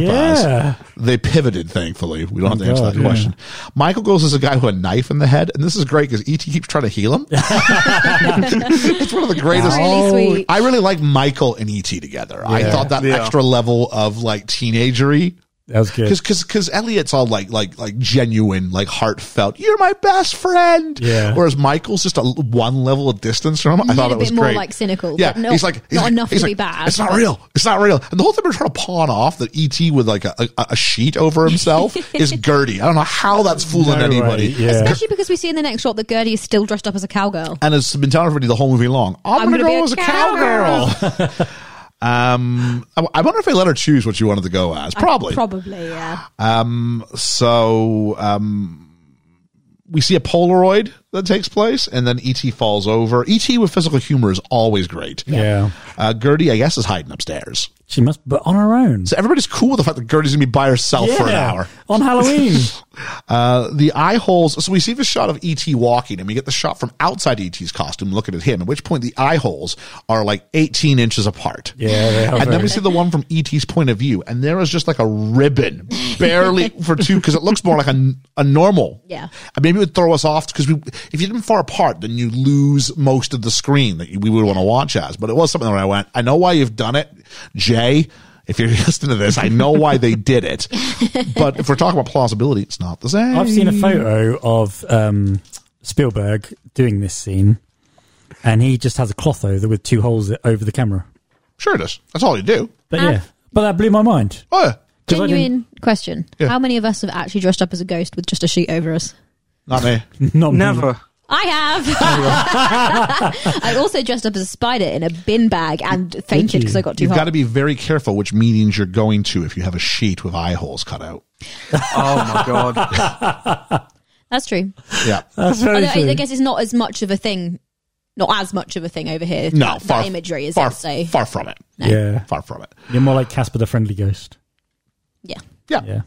S5: as?"
S6: Yeah.
S5: They pivoted, thankfully. We don't have to answer
S6: God,
S5: that
S6: yeah.
S5: question. Michael goes as a guy with a knife in the head, and this is great because ET keeps trying to heal him. it's one of the greatest.
S8: really sweet.
S5: I really like Michael and ET together. I
S6: Yeah.
S5: thought that
S7: Yeah.
S5: extra level of like teenagery
S6: That was good.
S5: because because because Elliot's all like like like genuine like heartfelt. You're my best friend.
S6: Yeah.
S5: Whereas Michael's just a l- one level of distance from him. I thought
S8: Little
S5: it was
S8: bit more,
S5: great.
S8: like, cynical,
S5: Yeah.
S8: but not-
S5: he's like he's
S8: not
S5: like-
S8: enough
S5: he's
S8: to be
S5: like,
S8: bad,
S5: It's not
S8: but-
S5: real. It's not real. And the whole time we're trying to pawn off that ET with like a, a, a sheet over himself is Gertie. I don't know how that's fooling
S6: No
S5: anybody.
S6: way, yeah.
S8: especially because we see in the next shot that Gertie is still dressed up as a cowgirl.
S5: And it's been telling everybody the whole movie long. I'm,
S8: I'm
S5: gonna,
S8: gonna
S5: go
S8: be a
S5: as a cowgirl. um, I, I wonder if they let her choose what she wanted to go as. Probably.
S8: Probably, yeah.
S5: Um, so um, we see a Polaroid that takes place, and then ET falls over. ET with physical humor is always great.
S6: yeah.
S5: Uh, Gertie, I guess, is hiding upstairs.
S6: She must, but on her own.
S5: So everybody's cool with the fact that Gertie's gonna be by herself for an hour.
S6: On Halloween.
S5: Uh, the eye holes. So we see the shot of ET walking, and we get the shot from outside ET's costume, looking at him. At which point, the eye holes are like 18 inches apart.
S6: yeah. They have
S5: And then
S6: it.
S5: we see the one from ET's point of view, and there is just like a ribbon, barely for two, because it looks more like a, a normal.
S8: Yeah.
S5: And maybe it would throw us off because we, if you didn't far apart, then you lose most of the screen that we would want to watch as. But it was something where I went, I know why you've done it, Jay. If you're listening to this, I know why they did it. But if we're talking about plausibility, it's not the same.
S6: I've seen a photo of um, Spielberg doing this scene, and he just has a cloth over with two holes over the camera.
S5: Sure it is. That's all you do.
S6: But yeah, but that blew my mind.
S5: Oh, yeah.
S6: 'Cause I didn't-
S8: Genuine question.
S5: Yeah.
S8: How many of us have actually dressed up as a ghost with just a sheet over us?
S5: not me.
S6: Not me.
S7: Never.
S8: I have. I also dressed up as a spider in a bin bag and fainted
S6: you?
S8: because I got too
S5: You've
S8: hot.
S5: got to be very careful which meetings you're going to if you have a sheet with eye holes cut out.
S7: Oh my god.
S8: That's true.
S5: Yeah.
S6: That's very
S8: Although I, I
S6: true.
S8: guess it's not as much of a thing, not as much of a thing over here.
S5: No,
S8: that,
S5: far
S8: that imagery is
S5: far,
S8: it, so
S5: far from it.
S6: Yeah,
S5: Far from it.
S6: you're more like Casper the Friendly Ghost.
S8: yeah.
S5: Yeah.
S6: Yeah,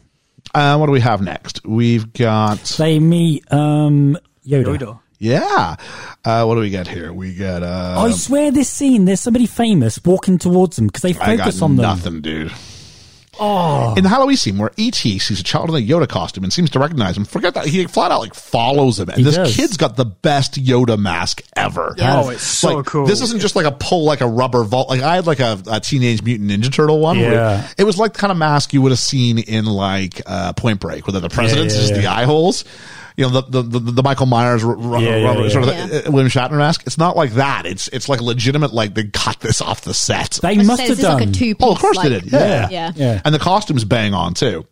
S5: Uh, what do we have next? We've got
S6: they meet um, Yoda.
S5: yeah. Uh, what do we got here? We got uh,
S6: I swear, this scene, there's somebody famous walking towards them because they
S5: I
S6: focus
S5: got
S6: on them.
S5: nothing, dude. Oh. In the Halloween scene where E.T. sees a child in a Yoda costume and seems to recognize him, forget that he flat out like follows him. And
S6: He
S5: this
S6: does.
S5: kid's got the best Yoda mask ever.
S7: Oh, it's so
S5: Like,
S7: cool.
S5: This isn't just like a pull like a rubber vault. Like I had like a, a Teenage Mutant Ninja Turtle one. where
S6: Yeah.
S5: It was like the kind of mask you would have seen in like uh, Point Break, where the president's
S6: yeah,
S5: just the
S6: yeah.
S5: eye holes. You know the the the, the Michael Myers r- r-
S6: Yeah, yeah,
S5: rubber-
S6: yeah.
S5: sort of
S8: Yeah.
S5: the, uh, William Shatner mask. It's not like that. It's it's like legitimate. Like they got this off the set.
S6: They
S8: I was
S6: must
S8: gonna say,
S6: have
S8: this is
S6: done.
S8: Like a two-piece,
S5: Oh, of course they
S8: like-
S5: did. Yeah.
S8: Yeah.
S6: Yeah.
S5: And the costumes bang on too.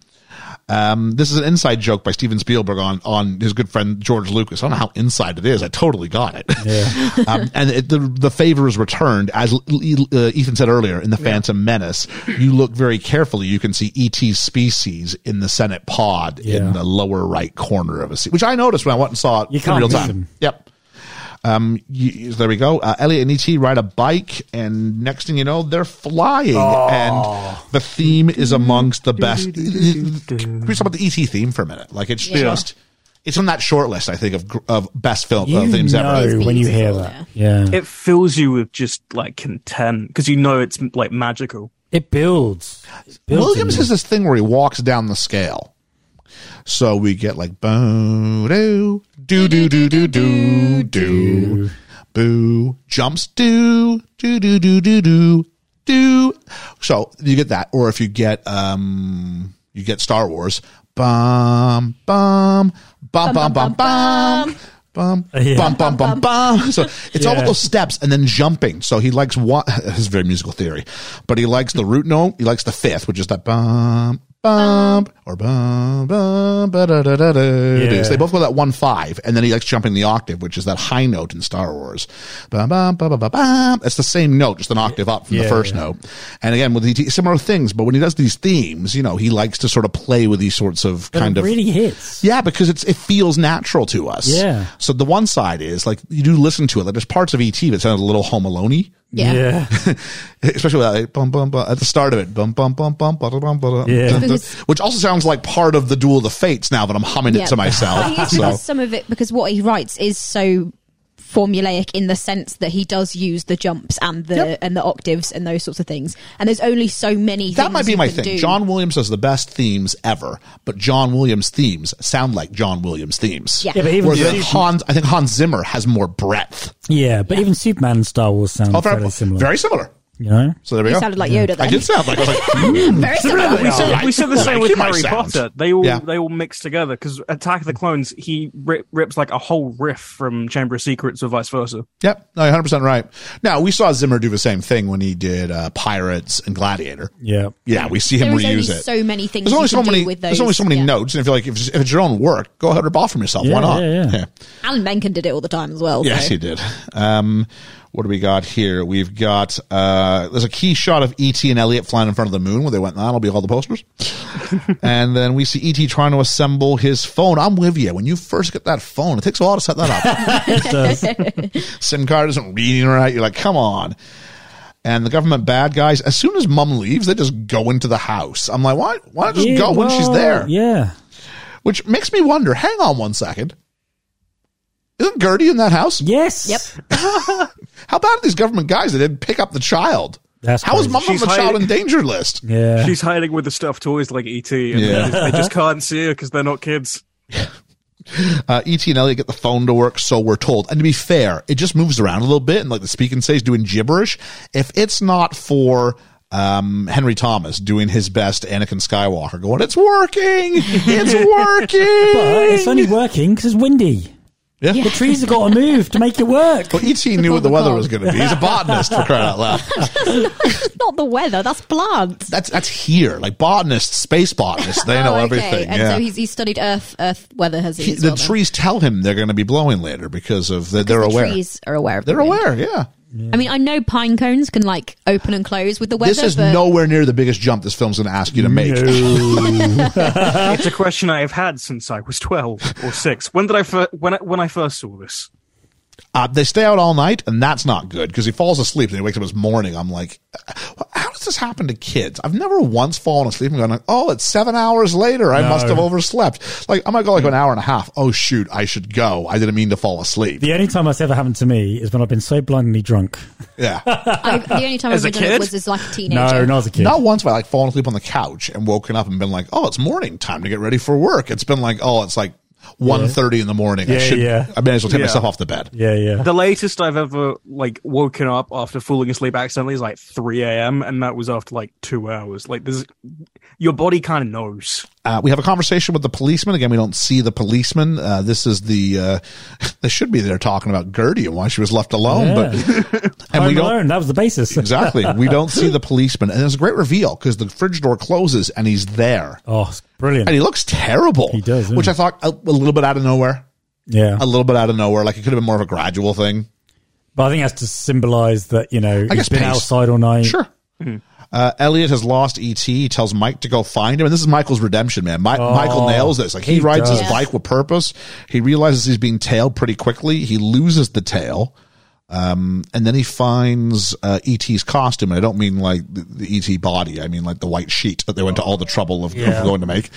S5: Um, this is an inside joke by Steven Spielberg on, on his good friend George Lucas. I don't know how inside it is. I totally got it. um, and it, the, the favor is returned. As L- L- uh, Ethan said earlier in The Phantom Menace, you look very carefully. You can see ET's species in the Senate pod in
S6: Yeah.
S5: the lower right corner of a seat, which I noticed when I went and saw it
S6: You
S5: in
S6: can't
S5: real
S6: miss
S5: time.
S6: them.
S5: Yep. Um, you, there we go. Uh, Elliot and ET ride a bike, and next thing you know, they're flying. And the theme is amongst the best. Can we talk about the ET theme for a minute? Like it's just, it's on that short list. I think of gr- of best film
S6: You
S5: of themes ever.
S6: know
S8: It's
S6: when you hear
S8: beautiful,
S6: that. Yeah, it,
S7: It fills you with just like content because you know it's like magical.
S6: builds. It builds
S5: Williams
S6: in
S5: has
S6: you.
S5: this thing where he walks down the scale. So we get like boo doo doo doo doo doo doo doo boo jumps doo doo doo doo doo doo doo. So you get that, or if you get um you get Star Wars bum bum bum bum bum bum. Bum,
S6: Yeah.
S5: bum, bum, bum, bum. So it's all about
S6: Yeah.
S5: those steps and then jumping. So he likes one, his very musical theory, but he likes the root note. He likes the fifth, which is that bum, bum, or bum, bum, ba da da da da.
S6: Yeah.
S5: So they both go that one five, and then he likes jumping the octave, which is that high note in Star Wars. Bum, bum, bum, bum, bum, bum. It's the same note, just an octave up from the
S6: Yeah,
S5: first
S6: yeah.
S5: note. And again, with the similar things, but when he does these themes, you know, he likes to sort of play with these sorts of
S6: But
S5: kind
S6: it
S5: of
S6: really hits.
S5: yeah, because it's it feels natural to us.
S6: Yeah.
S5: E So the one side is like you do listen to it. Like there's parts of ET that sound a little Home Alone.
S8: Yeah.
S5: especially with that like, bum, bum, bum, at the start of it, bum, bum, bum, bum, ba, da, bum, ba, da,
S6: Yeah.
S5: dun, dun,
S8: Because-
S5: which also sounds like part of the Duel of the Fates. Now that I'm humming
S8: Yeah.
S5: it to myself,
S8: I think it's
S5: so
S8: because some of it, because what he writes is so formulaic in the sense that he does use the jumps and the and the octaves and those sorts of things. And there's only so many.
S5: that
S8: things
S5: might be
S8: you
S5: my
S8: can
S5: thing.
S8: do.
S5: John Williams does the best themes ever, but John Williams themes sound like John Williams themes.
S8: Yeah.
S6: Yeah, but even
S5: Whereas I think
S6: Superman-
S5: Hans, I think Hans Zimmer has more breadth.
S6: yeah, but even Superman and Star Wars sound
S5: Oh, very,
S6: fairly similar.
S5: very similar.
S6: you know,
S5: So there we
S8: You
S5: go.
S8: sounded like Yoda. Then.
S5: I did sound like I was like, mm,
S8: Very similar.
S7: We said, we said the same
S5: Like
S7: with
S5: my
S7: Harry
S5: sound.
S7: Potter. They all
S5: Yeah.
S7: they all mix together because Attack of the Clones he ri- rips like a whole riff from Chamber of Secrets or vice versa.
S5: Yep, no, you're 100% right. Now, we saw Zimmer do the same thing when he did uh, Pirates and Gladiator.
S6: yeah,
S5: Yeah, we see him
S8: There is
S5: reuse
S8: only
S5: it.
S8: so many things
S5: There's only
S8: you
S5: so
S8: can do
S5: many.
S8: with
S5: There's
S8: those,
S5: only so many
S8: yeah.
S5: notes, and if you're like, if it's, if it's your own work, go ahead and borrow from yourself.
S6: Yeah,
S5: Why not?
S6: yeah, yeah.
S8: Alan Menken did it all the time as well.
S5: Yes,
S8: so.
S5: he did. Um, what do we got here? We've got uh, there's a key shot of ET and Elliot flying in front of the moon where they went. That'll be all the posters. and then we see ET trying to assemble his phone. I'm with you. When you first get that phone, it takes a while to set that up.
S6: it does.
S5: SIM card isn't reading right. You're like, come on. And the government bad guys, as soon as mum leaves, they just go into the house. I'm like, why? Why not just
S6: Yeah,
S5: go when she's
S6: well,
S5: there?
S6: Yeah,
S5: Which makes me wonder. Hang on one second. Isn't Gertie in that house?
S6: yes,
S8: Yep.
S5: How bad are these government guys that didn't pick up the child?
S6: That's
S5: How is
S6: crazy.
S5: mum on
S7: She's
S5: the child
S7: hiding-
S5: in danger list?
S6: Yeah,
S7: She's hiding with the stuffed toys like ET, and
S5: Yeah.
S7: they, just, they just can't see her because they're not kids.
S5: Uh, E.T. and Elliot get the phone to work, so we're told. And to be fair, it just moves around a little bit, and like the speak and say is doing gibberish. If it's not for um, Henry Thomas doing his best Anakin Skywalker, going, "It's working, it's working,"
S6: but it's only working because it's windy.
S5: Yeah.
S6: The trees have got to move to make it work.
S5: But E.T. E knew what the weather was going to be. He's a botanist for crying out loud.
S8: Not the weather. That's plants.
S5: That's that's here, like botanists, space botanists. They know
S8: Oh, okay.
S5: everything.
S8: And
S5: yeah.
S8: so he's, he's studied Earth Earth weather, has he?
S5: He-
S8: as
S5: the
S8: well, then?
S5: trees tell him they're going to be blowing later because of the, they're
S8: The
S5: aware.
S8: trees are aware of the
S5: They're
S8: wind.
S5: aware, yeah.
S8: I mean, I know pine cones can like open and close with the weather.
S5: this is
S8: but
S5: nowhere near the biggest jump this film's going to ask you to make.
S7: It's a question I have had since I was twelve or six. When did I fir- when I, when I first saw this?
S5: Uh, they stay out all night, and that's not good because he falls asleep and he wakes up this morning. I'm like, how does this happen to kids? I've never once fallen asleep and gone, like, oh, it's seven hours later. I must have overslept. Like, I might go like an hour and a half. Oh, shoot, I should go. I didn't mean to fall asleep.
S6: The only time that's ever happened to me is when I've been so blindly drunk.
S5: Yeah.
S8: I, the only time
S7: As
S8: I've
S7: a
S8: ever done it
S7: kid?
S8: was as like a teenager.
S6: No, not as a kid.
S5: Not once have I like fallen asleep on the couch and woken up and been like, oh, it's morning time to get ready for work. It's been like, oh, it's like 1.30 in the morning. I
S6: Yeah,
S5: should,
S6: yeah.
S5: I may as well take
S7: Yeah.
S5: myself off the bed.
S6: Yeah, yeah.
S7: The latest I've ever like woken up after falling asleep accidentally is like three a.m. and that was after like two hours. Like there's your body kind of knows.
S5: Uh, we have a conversation with the policeman. Again, we don't see the policeman. Uh, this is the, uh, they should be there talking about Gertie and why she was left alone. But, and
S6: Home
S5: we don't,
S6: Alone, that was the basis.
S5: exactly, we don't see the policeman. And there's a great reveal because the fridge door closes and he's there.
S6: Oh, it's brilliant.
S5: And he looks terrible.
S6: He does, yeah.
S5: Which I thought uh, a, a little bit out of nowhere.
S6: Yeah.
S5: A little bit out of nowhere. Like it could have been more of a gradual thing.
S6: But I think that's to symbolise that, you know,
S5: I
S6: he's
S5: guess
S6: been
S5: pace.
S6: outside all night.
S5: Sure. Uh, Elliot has lost ET. He tells Mike to go find him, and this is Michael's redemption, man. Mi- Michael nails this. Like he,
S6: Oh, he
S5: rides his
S6: does.
S5: bike with purpose. He realizes he's being tailed pretty quickly. He loses the tail, um, and then he finds uh, ET's costume. And I don't mean like the, the ET body. I mean like the white sheet that they went to all the trouble of, of going to make.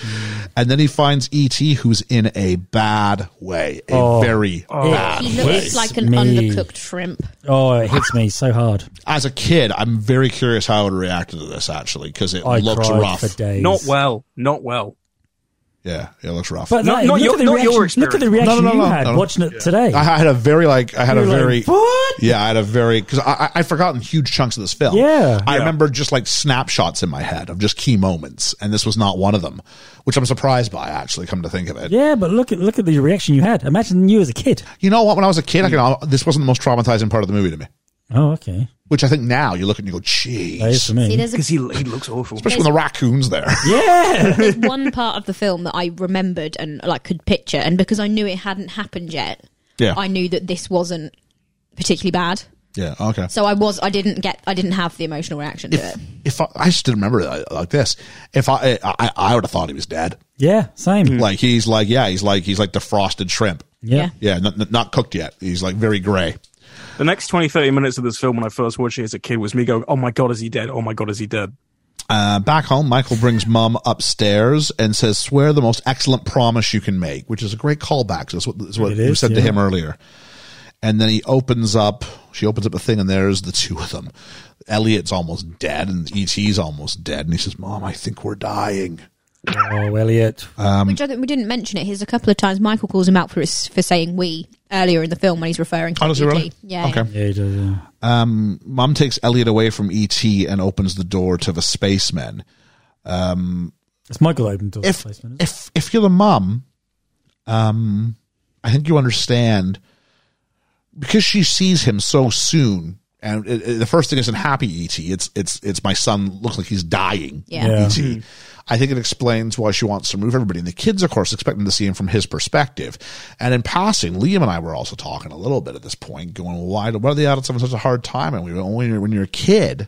S5: And then he finds ET, who's in a bad way, a
S6: Oh.
S5: very bad
S8: He
S5: way.
S8: looks like an
S6: Me.
S8: undercooked shrimp.
S6: Oh, it hits me so hard.
S5: As a kid, I'm very curious how I would have reacted to this actually because it
S6: I
S5: looks
S6: cried
S5: rough.
S6: for days.
S7: Not well. Not well.
S5: Yeah, it looks rough.
S6: But
S7: Not-
S6: that-
S7: not
S6: look,
S7: your-
S6: at the
S7: not
S6: reaction,
S7: your
S6: look at the reaction
S5: No, no, no,
S6: you
S5: no,
S6: had
S5: no, no.
S6: watching it today.
S5: I had a very like I had
S6: You
S5: a
S6: were like,
S5: very
S6: "What?"
S5: yeah I had a very because I I I'd forgotten huge chunks of this film.
S6: Yeah.
S5: I
S7: Yeah.
S5: remember just like snapshots in my head of just key moments, and this was not one of them, which I'm surprised by actually. Come to think of it,
S6: yeah, but look at look at the reaction you had. Imagine you as a kid.
S5: you know what? When I was a kid, I can, this wasn't the most traumatizing part of the movie to me.
S6: Oh, okay.
S5: Which I think now you look at and you go,
S6: That is
S5: jeez,
S6: for me.
S8: See, there's, a,
S7: Because he, he looks awful.
S5: especially when the raccoons there.
S6: yeah.
S8: there's one part of the film that I remembered and like could picture, and because I knew it hadn't happened yet,
S5: Yeah.
S8: I knew that this wasn't particularly bad.
S5: Yeah, okay.
S8: So I was, I didn't get, I didn't have the emotional reaction to it.
S5: If I, I just didn't remember it uh, like this, if I I, I would have thought he was dead.
S6: Yeah, same.
S5: Like he's like yeah, he's like he's like defrosted shrimp.
S6: Yeah.
S5: Yeah, not, not cooked yet. He's like very gray.
S7: The next 20, 30 minutes of this film, when I first watched it as a kid, was me going, "Oh my god, is he dead? Oh my god, is he dead?"
S5: Uh, back home, Michael brings mom upstairs and says, "Swear the most excellent promise you can make," which is a great callback. So that's what, that's what
S6: It
S5: we
S6: is,
S5: said to
S6: yeah.
S5: him earlier. And then he opens up. She opens up a thing, and there's the two of them. Elliot's almost dead, and ET's almost dead. And he says, "Mom, I think we're dying."
S6: Oh, Elliot.
S5: Uh,
S8: Which I think we didn't mention it. Here's a couple of times Michael calls him out for his, for saying "we" earlier in the film when he's referring to.
S5: Oh, does he
S8: ET.
S5: really?
S8: E Yeah.
S5: Okay.
S6: Yeah, he does, uh, yeah.
S5: Mom takes Elliot away from ET and opens the door to the spacemen.
S6: It's Michael opened doors
S5: if
S6: placement.
S5: if if you're the mum, um, I think you understand because she sees him so soon, and it, it- the first thing isn't happy ET. It's it's it's my son looks like he's dying.
S8: Yeah.
S6: Yeah.
S5: ET. I think it explains why she wants to remove everybody. And the kids, of course, expecting to see him from his perspective. And in passing, Liam and I were also talking a little bit at this point, going, well, why, why are the adults having such a hard time? And we were only when you're a kid,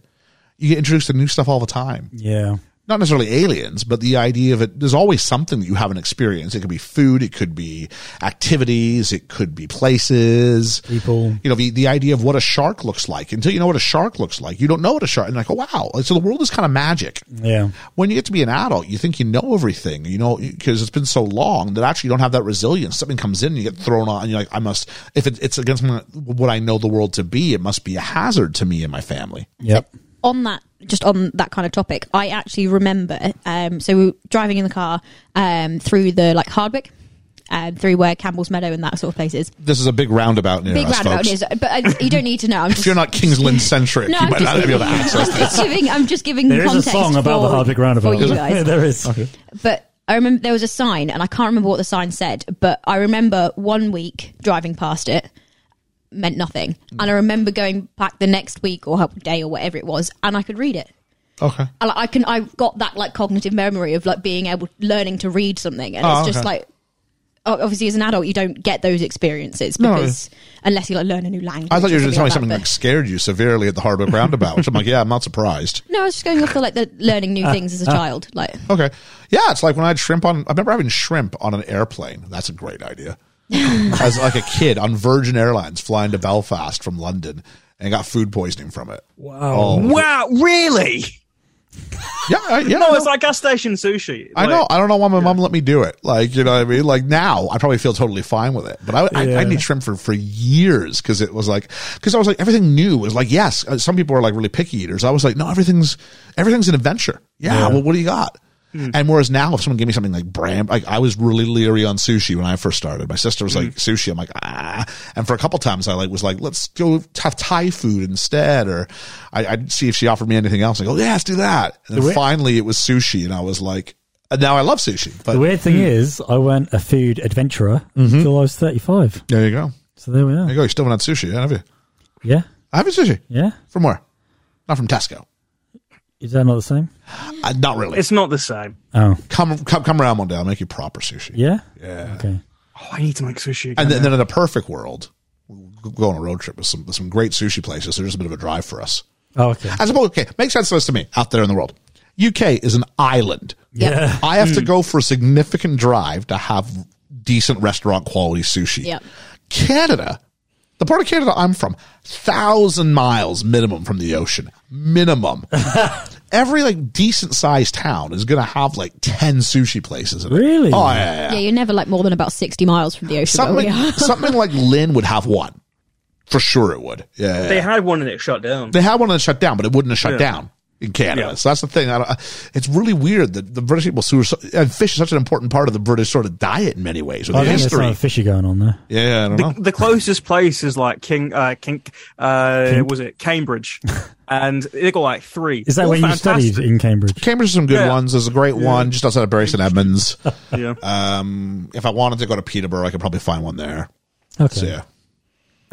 S5: you get introduced to new stuff all the time
S6: Yeah.
S5: not necessarily aliens, but the idea of it, there's always something that you haven't experienced. It could be food, it could be activities, it could be places.
S6: People.
S5: You know, the, the idea of what a shark looks like. Until you know what a shark looks like, you don't know what a shark, and like, oh, wow. So the world is kind of magic.
S6: Yeah.
S5: When you get to be an adult, you think you know everything, you know, because it's been so long that actually you don't have that resilience. Something comes in and you get thrown on, and you're like, I must, if it, it's against my, what I know the world to be, it must be a hazard to me and my family.
S6: Yep.
S8: on that just on that kind of topic i actually remember um so we were driving in the car um through the like hardwick um, through where Campbell's Meadow and that sort of place is.
S5: This is a big roundabout near
S8: Big
S5: us,
S8: roundabout
S5: folks.
S8: is, but uh, you don't need to know. I'm just,
S5: if you're not Kingsland centric,
S8: no,
S5: you
S8: I'm
S5: might
S8: just,
S5: not be able to access
S8: I'm just giving. I'm just giving
S6: There is a
S8: context
S6: song about the
S8: for-
S6: Hardwick Roundabout.
S8: for you
S6: Is
S8: guys.
S6: there? there is. Okay.
S8: But I remember there was a sign, and I can't remember what the sign said, but I remember one week driving past it meant nothing.
S5: Mm.
S8: And I remember going back the next week or day or whatever it was, and I could read it.
S5: Okay.
S8: I, like, I can, I got that like cognitive memory of like being able, learning to read something. And
S5: Oh,
S8: it's just
S5: okay.
S8: like, o- obviously as an adult, you don't get those experiences
S5: No.
S8: because unless you like learn a new language.
S5: I thought you
S8: or
S5: were going to tell me something
S8: like
S5: that
S8: that,
S5: scared you severely at the Hardwick Roundabout, which I'm like, yeah, I'm not surprised.
S8: but- No, I was just going off the like the learning
S5: Uh,
S8: new things as a child. Like,
S5: Okay. Yeah, it's like when I had shrimp on, I remember having shrimp on an airplane. That's a great idea. As like a kid on Virgin Airlines flying to Belfast from London and got food poisoning from it. Oh.
S6: Wow.
S7: Wow, really?
S5: Yeah, I, yeah.
S7: No,
S5: I
S7: it's
S5: know.
S7: like gas station sushi.
S5: I
S7: Like,
S5: know. I don't know why my mom let me do it. Like, you know what I mean? Like now, I probably feel totally fine with it. But I, I,
S6: Yeah.
S5: I need shrimp for, for years because it was like, because I was like, everything new was like, yes, uh, some people are like really picky eaters. I was like, no, everything's, everything's an adventure. Yeah. Well, what do you got? And whereas now, if someone gave me something like brand, like I was really leery on sushi when I first started. My sister was like sushi. I'm like ah. And for a couple times, I like was like, let's go have Thai food instead, or I, I'd see if she offered me anything else. I go, yeah, let's do that. And then finally, it was sushi, and I was like, and now I love sushi. But
S6: The weird thing is, I went a food adventurer until I was 35.
S5: there you go,
S6: So there we
S5: there you
S6: are.
S5: go. You still haven't had sushi, have you?
S6: Yeah.
S5: I haven't sushi
S6: Yeah.
S5: from where? Not from Tesco.
S6: Is that not the same?
S5: Uh, not really.
S7: It's not the same.
S6: Oh,
S5: Come, come, come around one day. I'll make you proper sushi.
S6: yeah?
S5: Yeah.
S6: Okay.
S7: Oh, I need to make sushi again.
S5: And then, then in a perfect world, we'll go on a road trip with some with some great sushi places. They're just a bit of a drive for us.
S6: Oh, okay.
S5: I suppose okay, makes sense to us to me out there in the world. UK is an island.
S6: Yeah.
S5: I have to go for a significant drive to have decent restaurant quality sushi.
S8: Yep.
S5: Canada, the part of Canada I'm from, thousand miles minimum from the ocean. Minimum. Every like decent sized town is gonna have like ten sushi places in it.
S6: Really?
S5: Oh yeah, yeah, yeah.
S8: yeah, you're never like more than about 60 miles from the ocean. where
S5: Something
S8: we are.
S5: something like Lynn would have one. For sure it would. Yeah. yeah, yeah.
S7: They had one and it shut down.
S5: They had one that shut down, but it wouldn't have shut
S7: Yeah.
S5: down in Canada.
S7: Yeah.
S5: So that's the thing. I don't, it's really weird that the British people who are so, and fish is such an important part of the British sort of diet in many ways with
S7: Oh,
S6: I
S5: the
S6: think there's
S5: history.
S6: something fishy going on there.
S5: Yeah, I don't know.
S7: The closest place is like King, uh, Kink, uh, was it Cambridge? and they got like three.
S6: Is that
S7: All
S6: where you
S7: fantastic.
S6: studied in Cambridge?
S5: Cambridge has some good
S7: Yeah.
S5: ones. There's a great one just outside of Bury St Edmunds.
S7: Yeah.
S5: um, if I wanted to go to Peterborough, I could probably find one there.
S6: Okay.
S5: So yeah.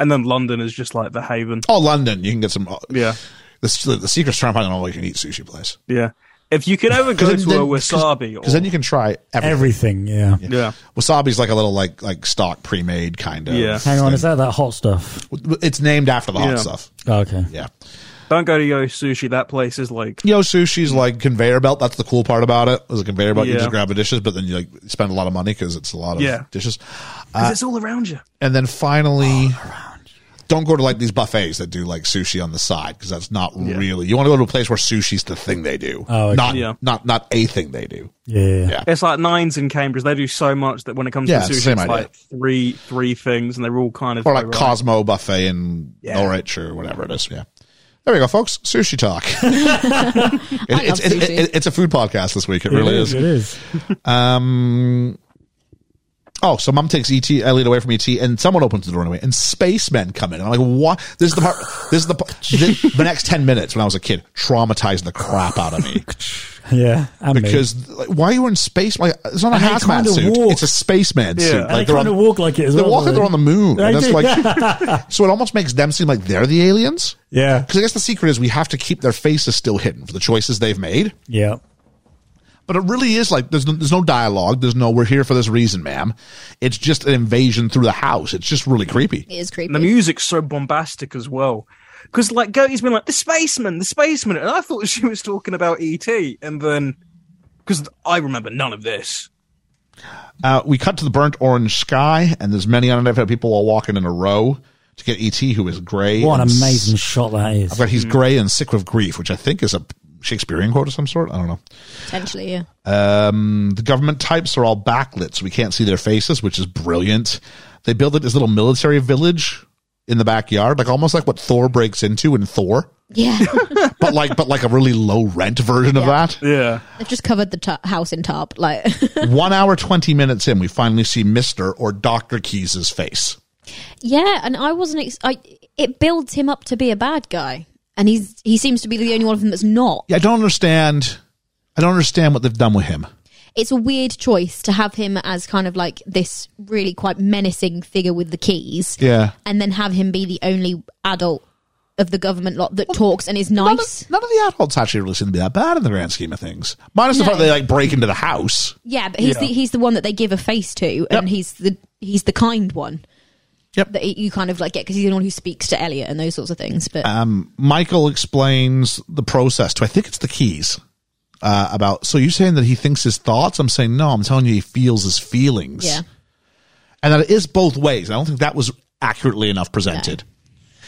S7: and then London is just like the haven.
S5: Oh, London, you can get some.
S7: Yeah.
S5: The, the, the secret's trying to find an all you can eat sushi place.
S7: Yeah. If you could ever go to a wasabi,
S5: Because then you can try everything.
S6: Everything, yeah.
S7: yeah,
S5: Wasabi's like a little like like stock pre made kind of.
S7: Yeah.
S6: Hang on, is that that hot stuff?
S5: It's named after the hot
S7: Yeah.
S5: stuff.
S6: Oh, okay.
S5: Yeah.
S7: don't go to Yo Sushi. That place is like
S5: Yo Sushi's like conveyor belt. That's the cool part about it. There's a conveyor belt. You
S7: Yeah.
S5: just grab the dishes, but then you like spend a lot of money because it's a lot of
S7: Yeah.
S5: dishes.
S7: 'cause it's all around you.
S5: And then finally, Don't go to like these buffets that do like sushi on the side because that's not really. You want to go to a place where sushi's the thing they do,
S6: Oh, okay.
S5: not
S7: Yeah.
S5: not not a thing they do.
S6: Yeah, yeah, yeah.
S7: It's like nines in Cambridge. They do so much that when it comes
S5: Yeah,
S7: to sushi,
S5: same
S7: it's
S5: idea.
S7: like three three things, and they're all kind of
S5: or like
S7: right.
S5: Cosmo Buffet in
S7: Yeah.
S5: Norwich or whatever it is. Yeah. There we go, folks. Sushi talk. It- it's, it-
S8: sushi.
S5: it- it's a food podcast this week. It, really is.
S6: It is.
S5: Um, oh, so mom takes ET Elliot away from ET, and someone opens the doorway, and spacemen come in. And I'm like, what? This is the part. This is the part. The, the next ten minutes when I was a kid traumatized the crap out of me
S6: Yeah, and me.
S5: because like, why you were in space? Like it's not a
S6: And they
S5: hazmat
S6: kinda
S5: suit.
S6: walk.
S5: It's a spaceman
S7: Yeah.
S5: suit.
S7: And
S6: And they
S5: they're
S6: kind of
S5: on-
S6: walk like it as
S5: They're
S6: well.
S5: walking.
S6: don't
S5: They're on the moon.
S6: They
S5: And that's
S6: do,
S5: like, so it almost makes them seem like they're the aliens.
S6: Yeah.
S5: Because I guess the secret is we have to keep their faces still hidden for the choices they've made.
S6: Yeah.
S5: But it really is like there's no, there's no dialogue. There's no we're here for this reason, ma'am. It's just an invasion through the house. It's just really creepy.
S8: It is creepy.
S7: And the music's so bombastic as well. Because like Gertie's been like the spaceman, the spaceman, and I thought she was talking about ET, and then because I remember none of this.
S5: Uh, we cut to the burnt orange sky, and there's many unidentified people all walking in a row to get ET, who is gray.
S6: What an
S5: and
S6: amazing shot that is.
S5: But he's gray and sick with grief, which I think is a Shakespearean quote of some sort. I don't know.
S8: Potentially, yeah.
S5: Um, the government types are all backlit, so we can't see their faces, which is brilliant. They build it this little military village in the backyard, like almost like what Thor breaks into in Thor,
S8: Yeah.
S5: but like but like a really low rent version of that.
S7: Yeah,
S8: They've just covered the ta house in tarp. Like,
S5: One hour twenty minutes in, we finally see Mister or Doctor Keys's face.
S8: yeah, and I wasn't. Ex- I, it builds him up to be a bad guy, and he's he seems to be the only one of them that's not.
S5: Yeah, I don't understand. I don't understand what they've done with him.
S8: It's a weird choice to have him as kind of like this really quite menacing figure with the keys,
S5: Yeah.
S8: and then have him be the only adult of the government lot that talks and is
S5: None
S8: nice.
S5: of, none of the adults actually really seem to be that bad in the grand scheme of things. Minus the
S8: No.
S5: fact they like break into the house.
S8: Yeah, but he's the he's the one that they give a face to, and he's the he's the kind one.
S5: Yep.
S8: That you kind of like get because he's the one who speaks to Elliot and those sorts of things. But
S5: Michael explains the process to, I think it's the keys. Uh, about so you're saying that he thinks his thoughts. I'm saying no. I'm telling you, he feels his feelings.
S8: yeah,
S5: and that it is both ways. I don't think that was accurately enough presented.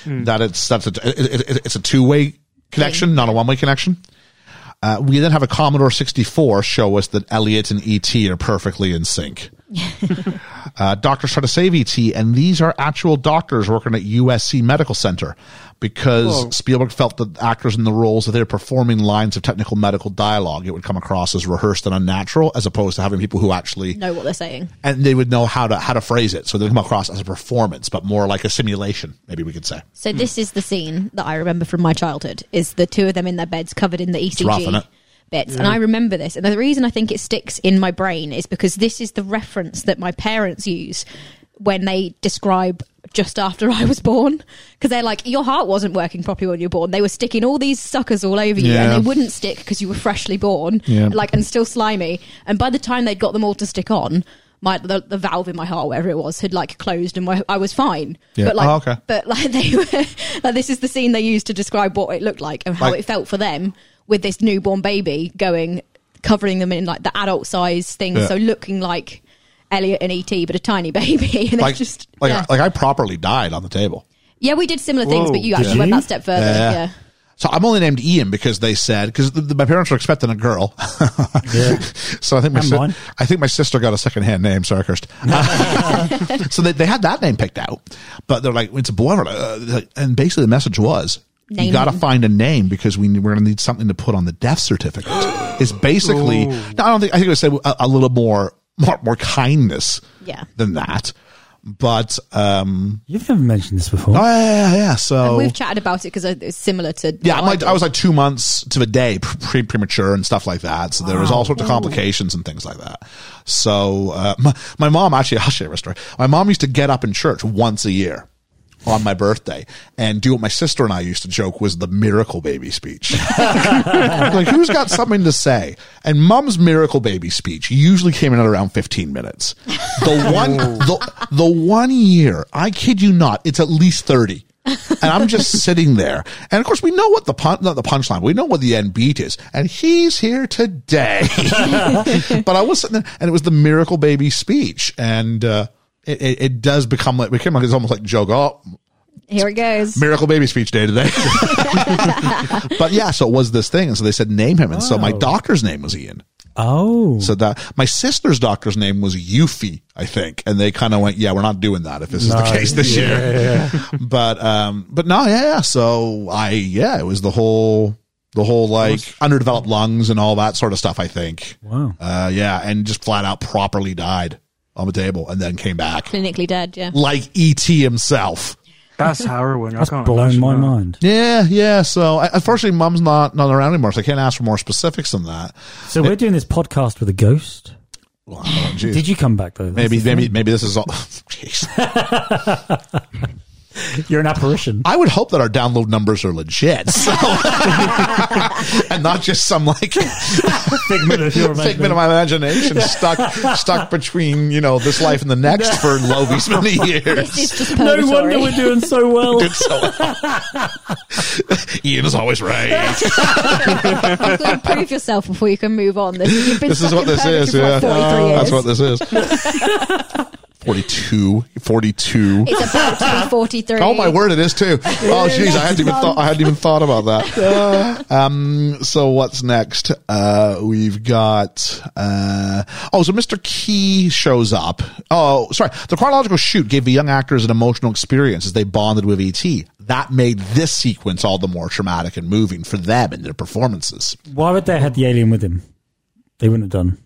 S5: That it's that's a, it, it, it's a two way connection, not a one way connection. Uh, we then have a Commodore 64 show us that Elliot and ET are perfectly in sync. uh, doctors try to save ET, and these are actual doctors working at USC Medical Center because Spielberg felt that actors in the roles that they're performing lines of technical medical dialogue, it would come across as rehearsed and unnatural, as opposed to having people who actually
S8: know what they're saying.
S5: and they would know how to how to phrase it, so they come across as a performance, but more like a simulation. Maybe we could say
S8: So this is the scene that I remember from my childhood: is the two of them in their beds covered in the ECG
S5: rough, isn't it?
S8: bits, and I remember this. And the reason I think it sticks in my brain is because this is the reference that my parents use when they describe just after I was born, because they're like, "Your heart wasn't working properly when you were born. They were sticking all these suckers all over you, and
S5: Yeah.
S8: they wouldn't stick because you were freshly born,
S5: Yeah.
S8: like and still slimy. And by the time they'd got them all to stick on." My, the, the valve in my heart, wherever it was, had like closed, and my, I was fine.
S5: Yeah.
S8: But like,
S5: Oh, okay.
S8: but like they were, like this is the scene they used to describe what it looked like and how
S5: Like-
S8: it felt for them with this newborn baby going, covering them in like the adult size thing,
S5: Yeah.
S8: so looking like Elliot and ET, but a tiny baby, and
S5: like
S8: it's just
S5: like
S8: yeah.
S5: like I properly died on the table.
S8: yeah, we did similar things,
S7: Whoa,
S8: but you
S6: did
S8: actually went
S6: you?
S8: that step further. Yeah,
S5: So I'm only named Ian because they said because th- th- my parents were expecting a girl.
S6: Yeah.
S5: so I think my
S6: And
S5: si-
S6: mine.
S5: I think my sister got a second hand name. Sorry, cursed. so they, they had that name picked out, but they're like it's a boy. We're like, uh, they're like- and basically the message was. you
S8: Name
S5: got to
S8: him.
S5: find a name because we we're going to need something to put on the death certificate. it's basically. No, I don't think. I think it would say a, a little more more more kindness.
S8: Yeah.
S5: Than that, but um.
S6: You've never mentioned this before.
S5: Oh yeah, yeah. yeah. So
S8: we've chatted about it because it's similar to
S5: Oh. yeah,
S8: how
S5: I'm like,
S8: did.
S5: I was like two months to the day pre- premature and stuff like that. So there was all sorts of complications and things like that. So uh, my, my mom actually, I'll share a story. My mom used to get up in church once a year on my birthday and do what my sister and I used to joke was the miracle baby speech. like who's got something to say? And Mum's miracle baby speech usually came in at around 15 minutes. The one the, the one year, I kid you not, it's at least 30. And I'm just sitting there. And of course we know what the pun not the punchline, we know what the end beat is. And he's here today. but I was sitting there and it was the miracle baby speech and uh it, it, it does become like, it became like it's almost like joke. Oh,
S8: Here it goes.
S5: Miracle Baby speech day today. but yeah, so it was this thing. And so they said, name him. And so my
S6: Wow.
S5: doctor's name was Ian.
S6: Oh.
S5: So that my sister's doctor's name was Yuffie, I think. And they kind of went, yeah, we're not doing that if this is the
S6: No,
S5: case this year. but, um, but no, yeah, yeah. So I, yeah, it was the whole, the whole like underdeveloped lungs and all that sort of stuff, I think.
S6: Wow.
S5: Uh, yeah. And just flat out properly died on the table and then came back
S8: Clinically dead, yeah.
S5: like ET himself.
S7: That's harrowing. I
S6: That's
S7: can't
S6: blown
S7: imagine
S6: my
S7: that.
S6: mind.
S5: Yeah, yeah. So I, unfortunately, mum's not not around anymore, so I can't ask for more specifics than that.
S6: So we're doing this podcast with a ghost.
S5: Well, I don't know, geez.
S6: Did you come back though? That's
S5: Maybe,
S6: the thing.
S5: maybe, maybe this is all. Jeez.
S6: you're an apparition.
S5: I would hope that our download numbers are legit, so, and not just some like
S6: Figment of your
S5: figment of my imagination stuck stuck between you know this life and the next for Lovey's many years.
S8: It's just
S6: No
S8: purgatory.
S6: wonder we're doing so well.
S5: Ian is always right.
S8: You've got to prove yourself before you can move on. This, you've been
S5: this is
S8: stuck
S5: what
S8: in
S5: this
S8: purgatory
S5: is. Yeah,
S8: for
S5: Ah,
S8: like 43
S5: that's
S8: years.
S5: what this is. 42, 42.
S8: It's about to be 43.
S5: Oh my word, it is too. Oh jeez, I hadn't even thought. I hadn't even thought about that. Um, so what's next? Uh, we've got. Uh, oh, so Mr. Key shows up. Oh, sorry. The chronological shoot gave the young actors an emotional experience as they bonded with ET. That made this sequence all the more traumatic and moving for them in their performances.
S6: Why would they have had the alien with him? They wouldn't have done.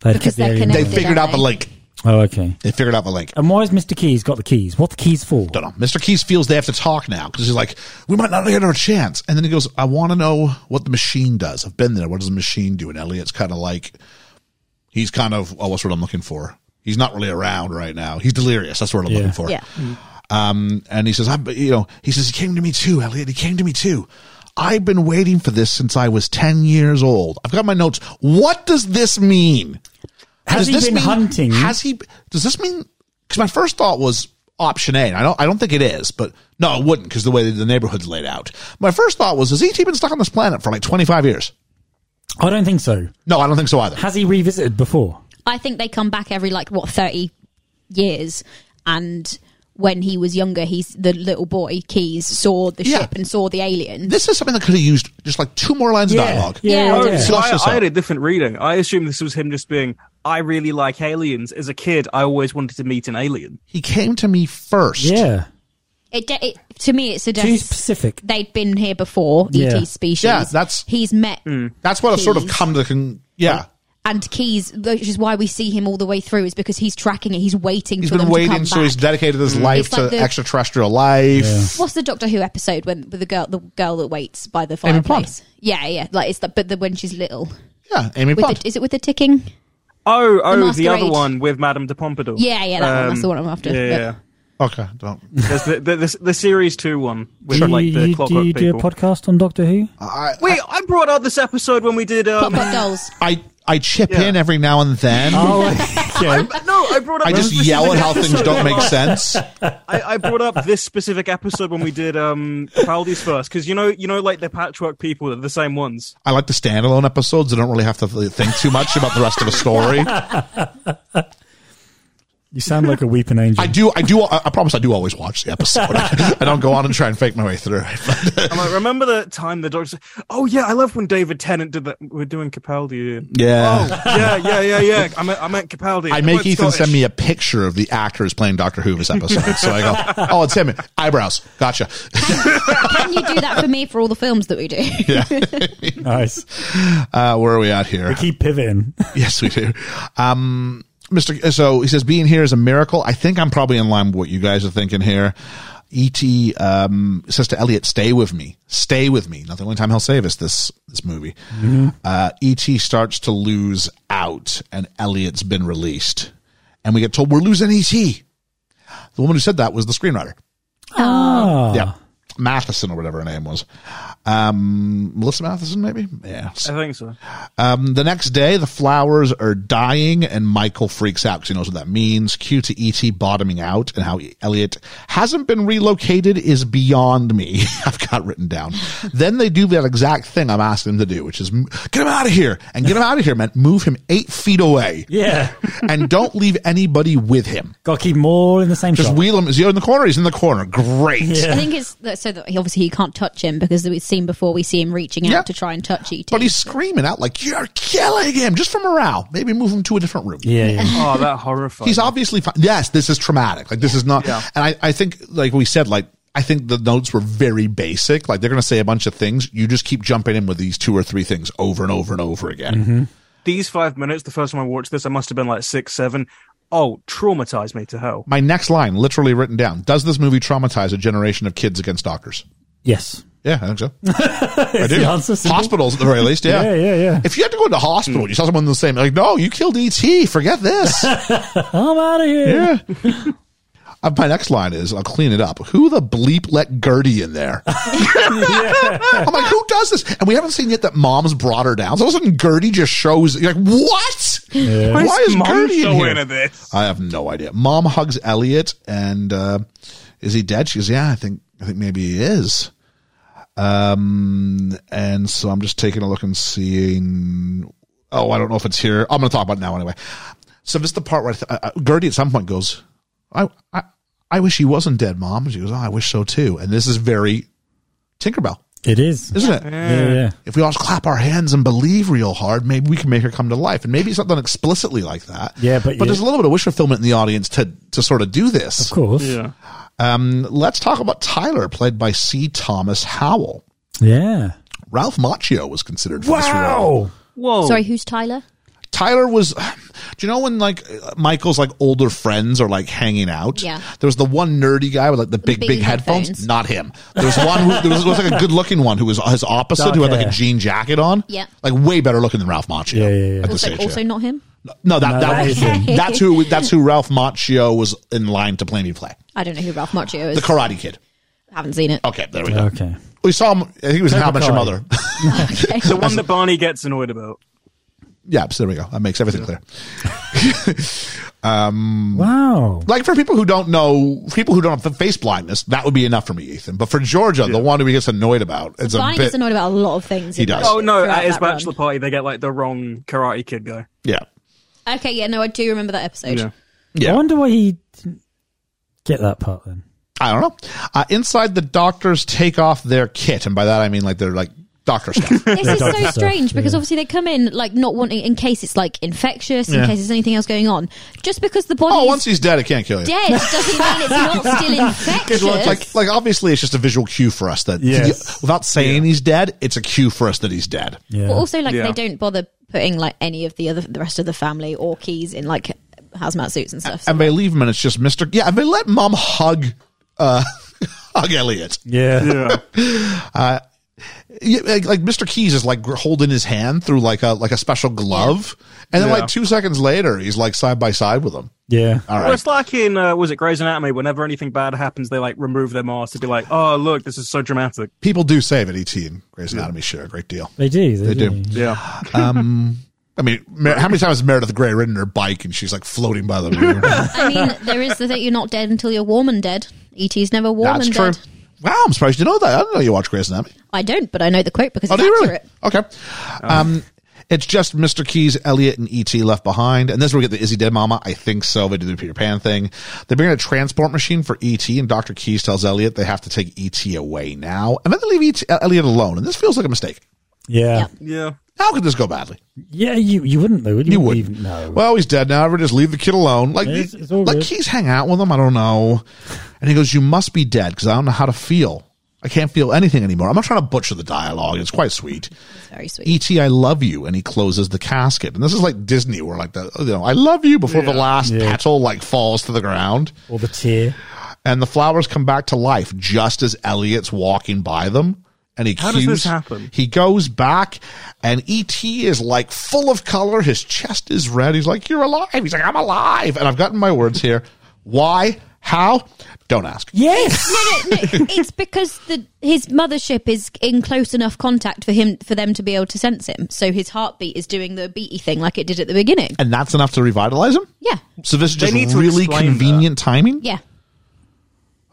S6: They'd kept
S8: Because
S6: the
S8: they're
S6: alien.
S5: They
S8: connected. Did
S5: figured out
S8: they?
S5: the link.
S6: Oh, okay.
S5: They figured out the link.
S6: And why has Mr. Keys got the keys? What the keys for?
S5: don't know. Mr. Keys feels they have to talk now because he's like, we might not get our chance. And then he goes, I want to know what the machine does. I've been there. What does the machine do? And Elliot's kind of like, he's kind of, oh, what's what I'm looking for? He's not really around right now. He's delirious. That's what I'm
S6: Yeah.
S5: looking for.
S8: Yeah.
S5: Um, and he says, I, you know, he says, he came to me too, Elliot. He came to me too. I've been waiting for this since I was 10 years old. I've got my notes. What does this mean? Does
S6: Has he
S5: this
S6: been
S5: mean-
S6: hunting?
S5: Has he? Does this mean? Because my first thought was option A. And I don't. I don't think it is, but no, it wouldn't because the way the neighborhood's laid out. My first thought was: Has ET been stuck on this planet for like twenty five years?
S6: I don't think so.
S5: No, I don't think so either.
S6: Has he revisited before?
S8: I think they come back every like what thirty years, and when he was younger, he's the little boy Keys saw the
S5: Yeah.
S8: ship and saw the alien.
S5: This is something that could have used just like two more lines of dialogue.
S8: Yeah.
S6: Yeah.
S8: Oh,
S6: yeah.
S7: So
S5: Flush
S7: I,
S5: this
S7: I
S5: out.
S7: had a different reading. I assumed this was him just being, I really like aliens. As a kid, I always wanted to meet an alien.
S5: He came to me first.
S6: Yeah.
S8: It, de- it to me it
S6: Too
S8: suggests
S6: specific.
S8: they'd been here before
S6: Yeah.
S8: ET species.
S5: Yeah, that's-
S8: he's met
S7: Hmm.
S5: that's what I've sort of
S8: Keys.
S5: come to. Con- yeah,
S8: and Keys, which is why we see him all the way through, is because he's tracking it. He's waiting
S5: he's
S8: for
S5: been
S8: them to
S5: waiting,
S8: come
S5: so he's
S8: back.
S5: dedicated his life
S8: It's like
S5: to
S8: the-
S5: extraterrestrial life.
S8: What's the Doctor Who episode when with the girl the girl that waits by the fireplace? Yeah, yeah, like it's that, but the, when she's little,
S5: Yeah, Amy
S8: with
S5: Pond.
S8: the, is it with the ticking?
S7: Oh, oh, the, other
S8: masquerade.
S7: one with Madame de Pompadour.
S8: Yeah, yeah, that one. That's the one I'm after.
S7: Um, Yeah,
S8: But-
S7: yeah.
S5: okay, don't.
S7: There's the, the, the, the series two one with
S6: Do
S7: like
S6: you,
S7: the
S6: you- do,
S7: clockwork
S6: you do a
S7: people.
S6: podcast on Doctor Who?
S5: I,
S7: Wait, I brought out this episode when we did. Um,
S8: Clockwork Dolls.
S5: I I chip
S7: Yeah.
S5: in every now and then.
S8: Oh,
S7: Oh,
S6: okay.
S7: no, I brought up.
S5: I just
S7: this
S5: yell at how
S7: specific
S5: things don't
S7: episode.
S5: make sense.
S7: I, I brought up this specific episode when we did um Capaldi's first because you know you know like the patchwork people they're the same ones.
S5: I like the standalone episodes. I don't really have to think too much about the rest of the story.
S6: You sound like a weeping angel.
S5: I do, I do, I I promise I do always watch the episode. I don't go on and try and fake my way through.
S7: I'm like, remember the time the doctor? said, Oh yeah, I love when David Tennant did that. We're doing Capaldi.
S5: Yeah.
S7: Oh yeah, yeah, yeah, yeah. I meant I meant Capaldi.
S5: I make Ethan send me a picture of the actors playing Doctor Who this episode. So I go, oh, it's him. Eyebrows. Gotcha.
S8: Can you do that for me for all the films that we do?
S6: nice.
S5: Uh, where are we at here?
S6: We keep pivoting.
S5: Yes, we do. Um, Mr. So he says, being here is a miracle. I think I'm probably in line with what you guys are thinking here. E.T. Um, says to Elliot, stay with me. Stay with me. Not the only time he'll save us this, this movie. Uh, E.T. starts to lose out and Elliot's been released. And we get E told we're losing E.T. The woman who said that was the screenwriter.
S6: Ah.
S5: Yeah. Matheson or whatever her name was. Um, Melissa Matheson, maybe? Yeah.
S7: I think so.
S5: Um, the next day, the flowers are dying, and Michael freaks out because he knows what that means. Cue to E.T. bottoming out, and how Elliot hasn't been relocated is beyond me. I've got written down. then they do that exact thing I'm asking them to do, which is m- get him out of here and get him out of here, man. Move him eight feet away
S6: Yeah.
S5: and don't leave anybody with him.
S6: Got to keep them all in the same
S5: Just
S6: shot.
S5: wheel him. Is he in the corner? He's in the corner. Great.
S6: Yeah.
S8: I think it's that, so that he, obviously he can't touch him because we've seen before we see him reaching out
S5: Yeah. Oh.
S8: to try and touch ET.
S5: But he's screaming out like, you're killing him just for morale. Maybe move him to a different room.
S6: yeah, yeah.
S7: Oh, that horrifying.
S5: He's obviously fine. Yes, this is traumatic. Like this is not. And I, I think, like we said, like I think the notes were very basic. Like they're going to say a bunch of things. You just keep jumping in with these two or three things over and over and over again.
S6: Mm-hmm.
S7: These five minutes, the first time I watched this, I must have been like six, seven. Oh, traumatized me to hell.
S5: My next line, literally written down: Does this movie traumatize a generation of kids against doctors?
S6: Yes.
S5: Yeah, I think so. I do.
S6: the answer, simple.
S5: Hospitals, at the very least. Yeah.
S6: Yeah, yeah, yeah. Mm.
S5: If you had to go into hospital, you saw someone the same. Like, no, you killed ET. Forget this.
S6: I'm out of here.
S5: Yeah. Uh, My next line is, I'll clean it up. Who the bleep let Gertie in there? I'm like, who does this? And we haven't seen yet that mom's brought her down. So all of a sudden, Gertie just shows. You're like, what?
S7: Why,
S5: is
S7: Mom
S5: Gertie in
S7: so
S5: here?
S7: into this?
S5: I have no idea. Mom hugs Elliot, and uh, is he dead? She goes, yeah, I think, I think maybe he is. Um, and so I'm just taking a look and seeing. Oh, I don't know if it's here. I'm going to talk about it now anyway. So this is the part where I th- uh, uh, Gertie at some point goes, I, I, I wish he wasn't dead, Mom. She goes, oh, I wish so too. And this is very Tinkerbell,
S6: It is.
S5: isn't it?
S6: Yeah, yeah.
S5: if we all just clap our hands and believe real hard, maybe we can make her come to life. And maybe it's not done explicitly like that.
S6: Yeah, but
S5: but
S6: you-
S5: there's a little bit of wish fulfillment in the audience to to sort of do this.
S6: Of course.
S7: Yeah.
S5: Um, let's talk about Tyler, played by C. Thomas Howell.
S6: Yeah.
S5: Ralph Macchio was considered for this role.
S7: Whoa.
S8: Sorry, who's Tyler?
S5: Tyler was, do you know when like Michael's like older friends are like hanging out?
S8: Yeah.
S5: There was the one nerdy guy with like the big big,
S8: big
S5: headphones.
S8: headphones.
S5: Not him. There was one. Who, there, was, there was like a good looking one who was his opposite,
S6: Dark
S5: who had like a
S6: hair.
S5: jean jacket on.
S8: Yeah.
S5: Like way better looking than Ralph Macchio.
S6: Yeah, yeah, yeah.
S5: At this
S8: Also,
S5: age, yeah.
S8: also not him.
S5: No, that, that,
S6: that
S5: was,
S6: is him.
S5: that's who that's who Ralph Macchio was in line to play me play.
S8: I don't know who Ralph Macchio is.
S5: The Oh, Karate Kid.
S8: Haven't seen it.
S5: Okay, there we go.
S6: Okay.
S5: We saw him. I think he was in How
S6: Cobra
S5: Much Your
S6: Kai.
S5: Mother.
S7: The one that Barney gets annoyed about.
S5: yeah, so there we go. That makes everything clear. Mm.
S6: Wow.
S5: Like for people who don't know, people who don't have face blindness, that would be enough for me, Ethan. But for Georgia, the one who he gets annoyed about, it's a
S8: Barney
S5: bit.
S8: gets annoyed about a lot of things.
S5: He
S8: in
S5: does.
S8: that-
S7: Oh no,
S8: throughout
S7: at his
S8: that run.
S7: bachelor party, they get like the wrong Karate Kid guy.
S5: yeah,
S8: Okay, yeah, no, I do remember that episode.
S7: Yeah.
S5: yeah.
S6: I wonder why he didn't get that part then.
S5: I don't know. Uh, inside, the doctors take off their kit, and by that I mean like they're like doctor stuff.
S8: This is
S6: Doctor
S8: so
S6: stuff,
S8: strange because
S6: yeah.
S8: obviously they come in like not wanting, in case it's like infectious, in
S5: Yeah.
S8: case there's anything else going on. Just because the body's
S5: oh, once he's dead, it can't kill you.
S8: dead doesn't mean it's not still infectious.
S5: Good luck. Like, like obviously, it's just a visual cue for us that
S6: Yes.
S5: without saying he's dead, it's a cue for us that he's dead.
S6: Yeah.
S8: But also, like
S7: Yeah.
S8: they don't bother putting like any of the other, the rest of the family or keys in like hazmat suits and stuff. So-
S5: And
S7: Um,
S5: they leave him, and it's just Mister. Yeah, and they let Mom hug, uh, hug Elliot.
S6: yeah.
S7: Yeah.
S5: Yeah, like, like Mr. Keys is like gr- holding his hand through like a like a special glove, and then
S7: Yeah.
S5: like two seconds later, he's like side by side with him.
S6: Yeah.
S5: All
S7: Well,
S5: right,
S7: it's like in uh, was it Grey's Anatomy? Whenever anything bad happens, they like remove their mask to be like, "Oh, look, this is so dramatic."
S5: people do save at ET and Grey's Anatomy share a great deal.
S6: They do. They,
S5: They
S6: do.
S5: do.
S7: Yeah,
S5: I mean, Mer- how many times has Meredith Grey ridden her bike and she's like floating by the room?
S8: I mean, there is the thing you're not dead until you're warm and dead. ET's never warm
S5: That's
S8: and
S5: true.
S8: dead.
S5: Wow, I'm surprised you know that. I didn't know you watched Grey's Anatomy.
S8: I don't, but I know the quote because
S5: Oh,
S8: it's
S5: do you really?
S8: accurate.
S5: Okay. Um, it's just Mr. Keys, Elliot, and E.T. left behind. And this is where we get the Is He Dead Mama? I think so. They do the Peter Pan thing. They bring in a transport machine for E.T., and Dr. Keys tells Elliot they have to take E.T. away now. And then they leave E.T. Elliot alone. And this feels like a mistake.
S6: Yeah.
S7: yeah.
S5: How could this go badly?
S6: Yeah. You you wouldn't though, would you?
S5: You wouldn't.
S6: Even, no.
S5: Well, he's dead now. Everyone just leave the kid alone. Like,
S6: It's- it's all
S5: like
S6: good.
S5: Keys hang out with him. I don't know. And he goes, "You must be dead because I don't know how to feel. I can't feel anything anymore." I'm not trying to butcher the dialogue. It's quite sweet.
S8: It's very sweet.
S5: E.T. E I love you, and he closes the casket. And this is like Disney, where like the you know I love you before the last petal like falls to the ground,
S6: or the tear.
S5: and the flowers come back to life just as Elliot's walking by them. And he
S7: How does
S5: cues,
S7: this happen?
S5: He goes back, and ET is like full of color. His chest is red. He's like, "You're alive." He's like, "I'm alive," and I've gotten my words here. Why How? Don't ask.
S6: Yes.
S8: no, no, it's because the his mothership is in close enough contact for him for them to be able to sense him. So his heartbeat is doing the beaty thing like it did at the beginning.
S5: And that's enough to revitalize him?
S8: Yeah,
S5: So this is
S7: They
S5: just
S7: need to
S5: really
S7: explain that.
S5: convenient timing?
S8: yeah.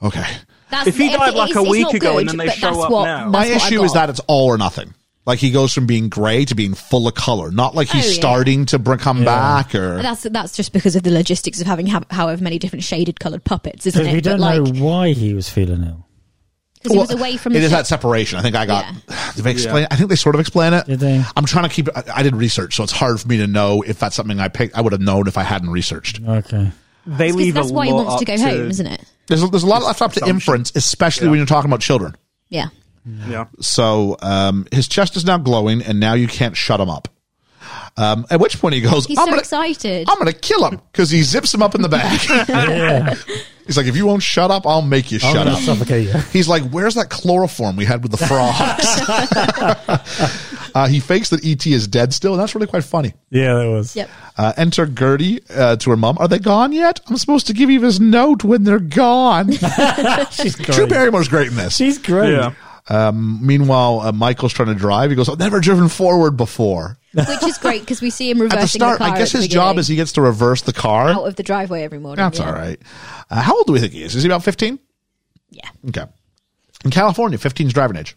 S5: Okay.
S8: That's,
S7: If he died
S8: it-
S7: like a
S8: it's- it's
S7: week
S8: not
S7: ago and then they
S8: but that's
S7: show up
S8: what-
S7: now.
S8: that's
S5: My
S8: what I
S5: issue is
S8: got.
S5: that it's all or nothing. Like he goes from being gray to being full of color. Not like he's
S8: Oh, yeah.
S5: starting to br- come back or.
S8: That's that's just because of the logistics of having ha- however many different shaded coloured puppets, isn't
S6: Because
S8: it?
S6: we don't
S8: but like
S6: know why he was feeling ill.
S8: because he was
S5: Well,
S8: away from
S5: it
S8: the
S5: is
S8: ship.
S5: that separation. I think I got. Did they explain? I think they sort of explain it.
S6: Did they?
S5: I'm trying to keep. I, I did research, so it's hard for me to know if that's something I picked. I would have known if I hadn't researched.
S6: Okay.
S7: They
S8: Because
S7: leave
S8: that's
S7: a
S8: why he
S7: lot
S8: wants to
S7: up
S8: go home, isn't it?
S5: There's a, there's a lot left up to
S7: Assumption.
S5: inference, especially when you're talking about children.
S8: Yeah.
S7: Yeah.
S5: So um, his chest is now glowing, and now you can't shut him up. Um, at which point he goes,
S8: He's
S5: "I'm
S8: so
S5: gonna,
S8: excited.
S5: I'm gonna kill him," because he zips him up in the back. He's like, "If you won't shut up, I'll make you shut
S6: gonna
S5: up."
S6: suffocate you.
S5: He's like, "Where's that chloroform we had with the frogs?" uh, he fakes that ET is dead still, and that's really quite funny.
S6: Yeah, that was.
S8: yep.
S5: Uh, enter Gertie uh, to her mum. Are they gone yet? I'm supposed to give you this note when they're gone.
S6: She's great.
S5: Drew Barrymore's great in this.
S6: She's great.
S7: Yeah.
S5: Meanwhile, uh, Michael's trying to drive. He goes, I've never driven forward before.
S8: Which is great because we see him reversing
S5: At the start,
S8: car
S5: I guess
S8: at the
S5: his job
S8: beginning,
S5: is he gets to reverse the car.
S8: out of the driveway every morning.
S5: That's
S8: yeah.
S5: all right. Uh, how old do we think he is? Is he about 15?
S8: Yeah.
S5: Okay. In California, 15 is driving age.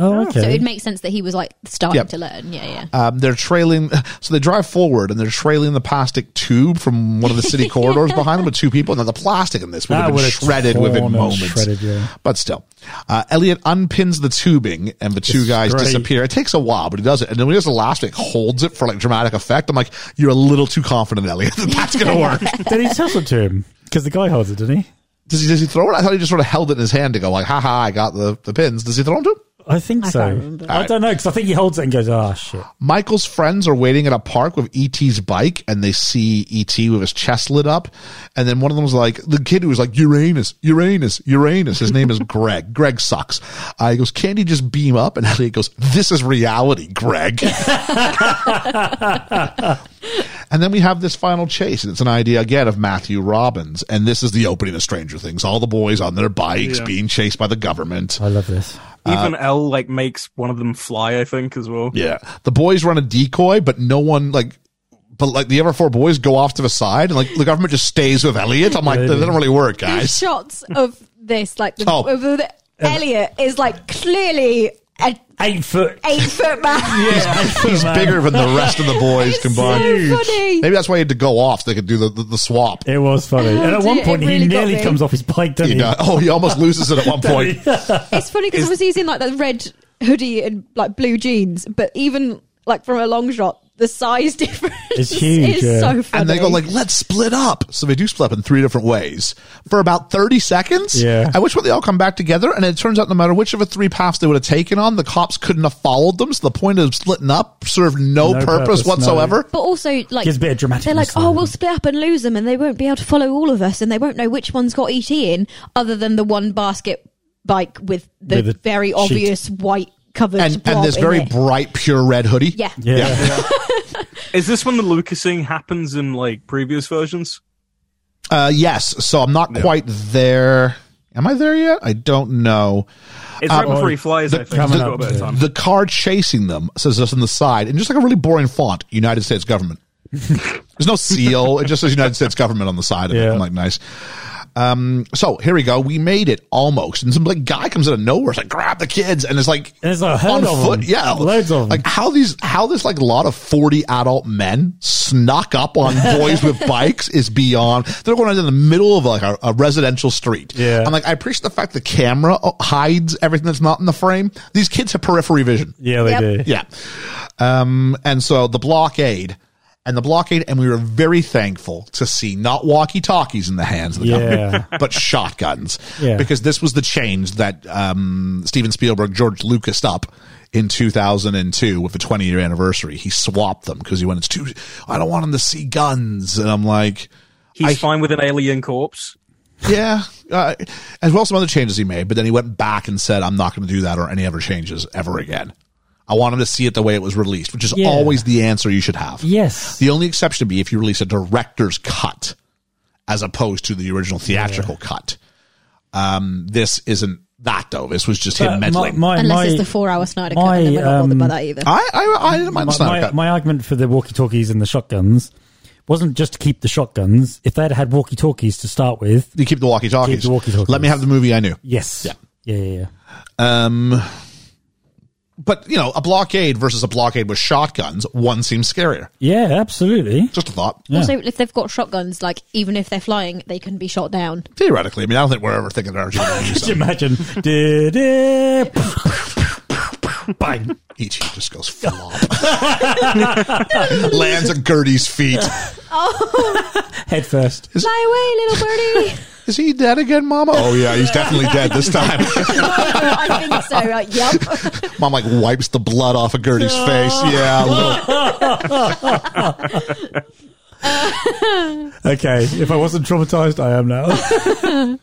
S6: Oh, okay.
S8: So it makes sense that he was like starting
S5: Yep.
S8: to learn. Yeah, yeah.
S5: Um, they're trailing, so they drive forward and they're trailing the plastic tube from one of the city corridors behind them with two people. Now, the plastic in this would
S6: That
S5: have been
S6: would've
S5: shredded
S6: torn
S5: within
S6: and
S5: moments.
S6: shredded, yeah.
S5: But still, uh, Elliot unpins the tubing and the two
S6: It's
S5: guys
S6: great.
S5: disappear. It takes a while, but he does it. And then when he does the last bit, holds it for like dramatic effect. I'm like, you're a little too confident, Elliot, that that's going to work.
S6: Did he toss it to him? Because the guy holds it, didn't he?
S5: does, he, does he throw it? I thought he just sort of held it in his hand to go like, ha ha, I got the, the pins. Does he throw them to him?
S6: I think so.
S8: can't remember.
S6: I don't know because I think he holds it and goes, "Ah, shit."
S5: Michael's friends are waiting at a park with E.T.'s bike and they see E.T. with his chest lit up. And then one of them's like, the kid who was like, Uranus, Uranus, Uranus. His name is Greg. Greg sucks. Uh, he goes, Can't he just beam up? And Elliot goes, This is reality, Greg. and then we have this final chase. And it's an idea again of Matthew Robbins. And this is the opening of Stranger Things. All the boys on their bikes
S7: Yeah.
S5: being chased by the government.
S6: I love this.
S7: Even L like makes one of them fly, I think, as well.
S5: Yeah. The boys run a decoy, but no one like but like the other four boys go off to the side and like the government just stays with Elliot. I'm like, that doesn't really work,
S8: There's
S5: guys.
S8: shots of this, like the,
S5: Oh.
S8: of the Elliot is like clearly a
S6: Eight foot.
S8: eight foot man.
S5: He's bigger than the rest of the boys combined.
S8: so funny.
S5: Maybe that's why he had to go off. So they could do the, the, the swap.
S6: It was funny. and at
S8: dear,
S6: one
S8: Oh, it
S6: point,
S8: really
S6: he
S8: got
S6: nearly
S8: me.
S6: comes off his bike, doesn't
S5: He
S6: he?
S5: does- oh, he almost loses it at one point.
S8: It's funny because obviously he's in like that red hoodie and like blue jeans, but even like from a long shot, the size difference
S6: It's huge,
S8: is
S6: yeah.
S8: so funny.
S5: And they go like, let's split up. So they do split up in three different ways for about 30 seconds.
S6: Yeah.
S5: At which point they all come back together. And it turns out no matter which of the three paths they would have taken on, the cops couldn't have followed them. So the point of splitting up served no,
S6: No
S5: purpose,
S6: purpose, no.
S5: whatsoever.
S8: but also like
S6: Gives a bit of dramatic
S8: They're like,
S6: insight.
S8: oh, we'll split up and lose them, and they won't be able to follow all of us, and they won't know which one's got ET in, other than the one basket bike with the
S6: With a
S8: very
S6: sheet.
S8: obvious white covered
S5: and and
S8: blob
S5: this
S8: in
S5: very
S8: it.
S5: bright pure red hoodie.
S8: yeah.
S6: Yeah.
S7: Is this when the Lucasing happens in like previous versions?
S5: Uh, yes. So I'm not quite there. Am I there yet? I don't know.
S7: It's right before he flies, I
S5: the-
S7: think. He's
S6: coming
S7: got a
S6: up
S7: bit of
S6: to-
S7: time.
S5: The car chasing them says this on the side, and just like a really boring font, United States government. There's no seal. It just says United States government on the side of it.
S6: Yeah.
S5: I'm like, nice. Um, so here we go. We made it almost. And some like guy comes out of nowhere, it's like grab the kids, and it's like
S6: And there's a herd
S5: on
S6: of
S5: foot.
S6: them.
S5: Yeah,
S6: Loads of them.
S5: Like how these how this like lot of forty adult men snuck up on boys with bikes is beyond. They're going out in the middle of like a, a residential street.
S6: Yeah.
S5: I'm like, I appreciate the fact the camera uh, hides everything that's not in the frame. These kids have periphery vision.
S6: Yeah, they
S8: Yep.
S6: do.
S5: Yeah. Um, and so the blockade and the blockade, and we were very thankful to see not walkie talkies in the hands of the
S6: Yeah.
S5: government, but shotguns.
S6: Yeah.
S5: Because this was the change that um, Steven Spielberg, George Lucas up in 2002 with the 20 year anniversary. He swapped them because he went, it's too, I don't want him to see guns. And I'm like,
S7: He's
S5: I-
S7: fine with an alien corpse.
S5: yeah, uh, as well as some other changes he made. But then he went back and said, "I'm not going to do that or any other changes ever again. I wanted to see it the way it was released, which is
S6: Yeah.
S5: always the answer you should have.
S6: Yes.
S5: The only exception would be if you release a director's cut as opposed to the original theatrical cut. Um, this isn't that though. This was just him
S6: But Uh, my,
S5: meddling.
S6: my,
S8: Unless
S6: my,
S8: it's the four-hour Snyder cut,
S6: my,
S8: and then we're not bothered by
S6: um,
S8: that either.
S5: I, I, I didn't mind the
S6: my,
S5: Snyder
S6: my,
S5: cut.
S6: my argument for the walkie talkies and the shotguns wasn't just to keep the shotguns. If they'd had walkie talkies to start with,
S5: you keep the walkie
S6: Keep the walkie-talkies.
S5: Let me have the movie I knew.
S6: yes.
S5: Yeah.
S6: Yeah, yeah, yeah.
S5: Um, but you know, a blockade versus a blockade with shotguns, one seems scarier.
S6: Yeah, absolutely.
S5: Just a thought.
S8: Also, if they've got shotguns, like even if they're flying, they can be shot down.
S5: Theoretically, I mean, I don't think we're ever thinking of
S6: Could you
S5: RG.
S6: imagine? Did it? Bang.
S5: He just goes flop, lands at Gertie's feet.
S6: Head first.
S8: Fly away, little birdie.
S5: Is he dead again, Mama? Oh yeah, he's definitely dead this time.
S8: I think so. uh, Like, yep.
S5: Mom like wipes the blood off of Gertie's face. Yeah, a little.
S6: Okay, if I wasn't traumatized, I am now.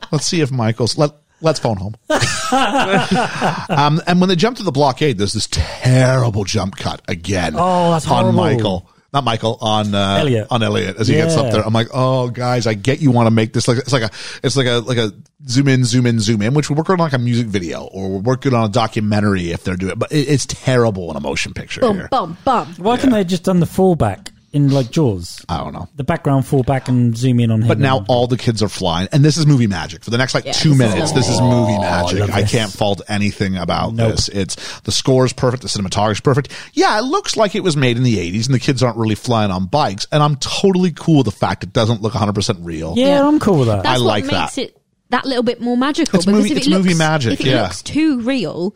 S5: let's see if Michael's let. Let's phone home. um, and when they jump to the blockade, there's this terrible jump cut again.
S6: Oh, that's
S5: on
S6: horrible.
S5: Michael, not Michael on uh,
S6: Elliot.
S5: on Elliot as he gets
S6: Yeah.
S5: up there. I'm like, oh guys, I get you want to make this like it's like a it's like a like a zoom in, zoom in, zoom in, which we're working on like a music video or we're working on a documentary if they're doing, it. but it, it's terrible in a motion picture.
S8: Boom,
S5: here.
S8: bum, bum.
S6: Why couldn't they have just done the fallback in like Jaws?
S5: I don't know.
S6: The background fallback and zoom in on him.
S5: But now
S6: and-
S5: all the kids are flying, and this is movie magic for the next like
S8: Yeah,
S5: two
S8: this is
S5: minutes. This is movie magic.
S6: love
S5: I
S6: this.
S5: can't fault anything about
S6: Oh, Nope.
S5: this. It's the score is perfect, the cinematography is perfect. Yeah, it looks like it was made in the '80s, and the kids aren't really flying on bikes. And I'm totally cool with the fact it doesn't look 100 percent real.
S6: yeah, I'm cool with that.
S8: That's
S5: I like
S8: what makes
S5: that.
S8: it that little bit more magical.
S5: It's
S8: because
S5: movie-
S8: if it
S5: it's
S8: looks,
S5: movie magic,
S8: If it
S5: yeah.
S8: looks too real,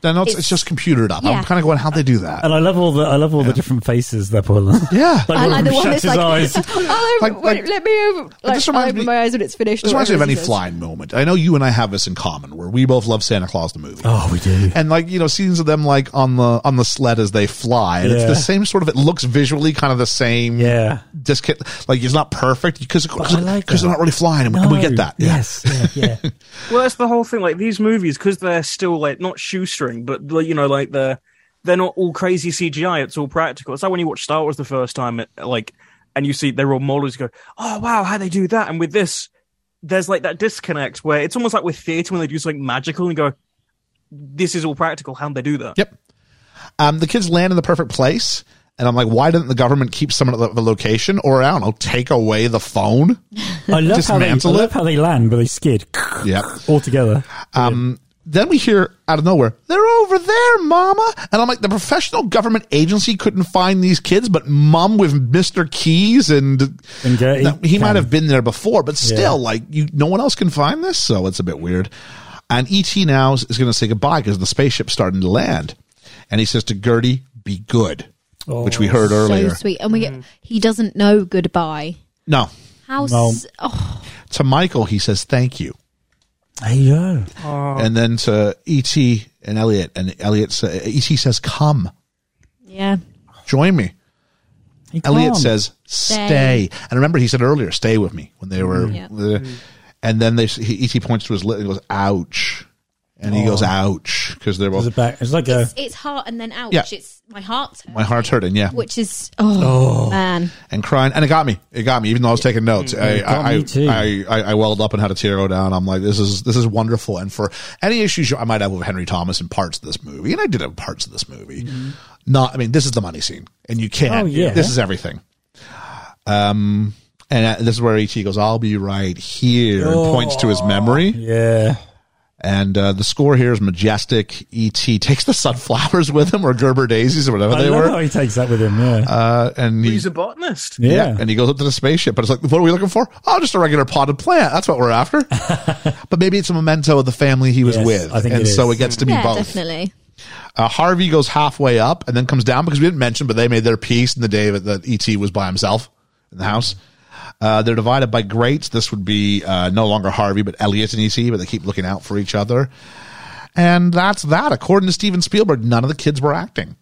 S5: Then it's, it's,
S8: It's-
S5: just computered up.
S8: yeah.
S5: I'm kind of going, how'd they do that?
S6: and I love all the I love all the different faces they're pulling.
S5: Yeah.
S6: like
S8: I
S6: one
S8: like
S6: of
S8: the
S6: them
S8: one
S6: shuts
S8: that's
S6: his
S8: like,
S6: eyes.
S8: oh,
S5: Like-
S8: wait,
S5: like-
S8: let me over. Like,
S5: just reminds
S8: I'll open
S5: me-
S8: my eyes when it's finished.
S5: This
S8: or
S5: reminds me of
S8: whatever
S5: any
S8: he says.
S5: flying moment. I know you and I have this in common, where we both love Santa Claus the movie.
S6: Oh, we do.
S5: and like you know scenes of them like on the on the sled as they fly and it's
S6: Yeah.
S5: the same sort of it looks visually kind of the same
S6: Yeah.
S5: disc like it's not perfect because because
S6: I like
S5: they're
S6: that.
S5: not really flying and we, and we get
S6: No.
S5: that yeah.
S6: Yes. Yeah. yeah.
S7: Well, that's the whole thing. Like these movies, because they're still like not shoestring, but like, you know, like they're they're not all crazy CGI. It's all practical. It's like when you watch Star Wars the first time, it, like, and you see they're all models. You go, oh wow, how they do that? And with this, there's like that disconnect where it's almost like with theater when they do something magical and go, this is all practical. How would they do that?
S5: Yep. um the kids land in the perfect place and I'm like, why didn't the government keep someone at the- the location, or I don't know, take away the phone?
S6: I love how they I
S5: Dismantle it.
S6: love how they land, but they skid
S5: Yep.
S6: all together.
S5: Um, then we hear out of nowhere, they're over there, Mama. And I'm like, the professional government agency couldn't find these kids, but Mum with Mr. Keys and
S6: And Gertie
S5: Now, he might
S6: can.
S5: have been there before, but still, like you, no one else can find this, so it's a bit weird. And ET now is, going to say goodbye because the spaceship's starting to land, and he says to Gertie, "Be good," which we heard earlier.
S8: Oh, So sweet, and we get, he doesn't know goodbye.
S5: No,
S8: How?
S6: No.
S8: s- oh,
S5: to Michael he says thank you,
S6: There you go.
S8: Oh.
S5: and then to ET and Elliot, and Elliot sa- ET says, "Come."
S8: yeah.
S5: join me.
S6: He
S5: Elliot
S6: can't.
S5: says, stay. And remember, he said earlier, stay with me when they were.
S8: Yeah.
S5: the- and then they, he, he points to his lip and goes, ouch. And he goes, ouch. Because they're
S6: There's a
S5: both,
S6: back. It's like a.
S8: It's, it's heart and then ouch.
S5: Yeah.
S8: It's my heart,
S5: my heart's hurting, yeah.
S8: which is oh, man.
S5: And crying. And it got me. It got me, even though I was taking notes. I,
S6: got
S5: I,
S6: me too.
S5: I, I, I welled up and had a tear go down. I'm like, this is, this is wonderful. And for any issues I might have with Henry Thomas in parts of this movie, and I did have parts of this movie, not, I mean, this is the money scene. And you can't,
S6: Mm-hmm. Oh, yeah.
S5: this is everything. And uh, this is where ET goes, I'll be right here, and points to
S6: Oh.
S5: his memory.
S6: Yeah.
S5: And uh, the score here is majestic. ET takes the sunflowers with him, or Gerber daisies, or whatever
S6: I
S5: they
S6: love
S5: were.
S6: how he takes that with him. Yeah.
S5: Uh, and he,
S7: He's a botanist.
S6: yeah.
S5: yeah, and he goes up to the spaceship. But it's like, what are we looking for? Oh, just a regular potted plant. That's what we're after. but maybe it's a memento of the family he was
S6: Yes,
S5: with,
S6: I think
S5: and
S6: it
S5: so
S6: is.
S5: it gets to be
S8: Yeah,
S5: both.
S8: definitely.
S5: Uh, Harvey goes halfway up and then comes down because we didn't mention, but they made their peace in the day that, that ET was by himself in the house. Uh, they're divided by greats. This would be uh, no longer Harvey, but Elliot and ET, but they keep looking out for each other. And that's that. According to Steven Spielberg, none of the kids were acting.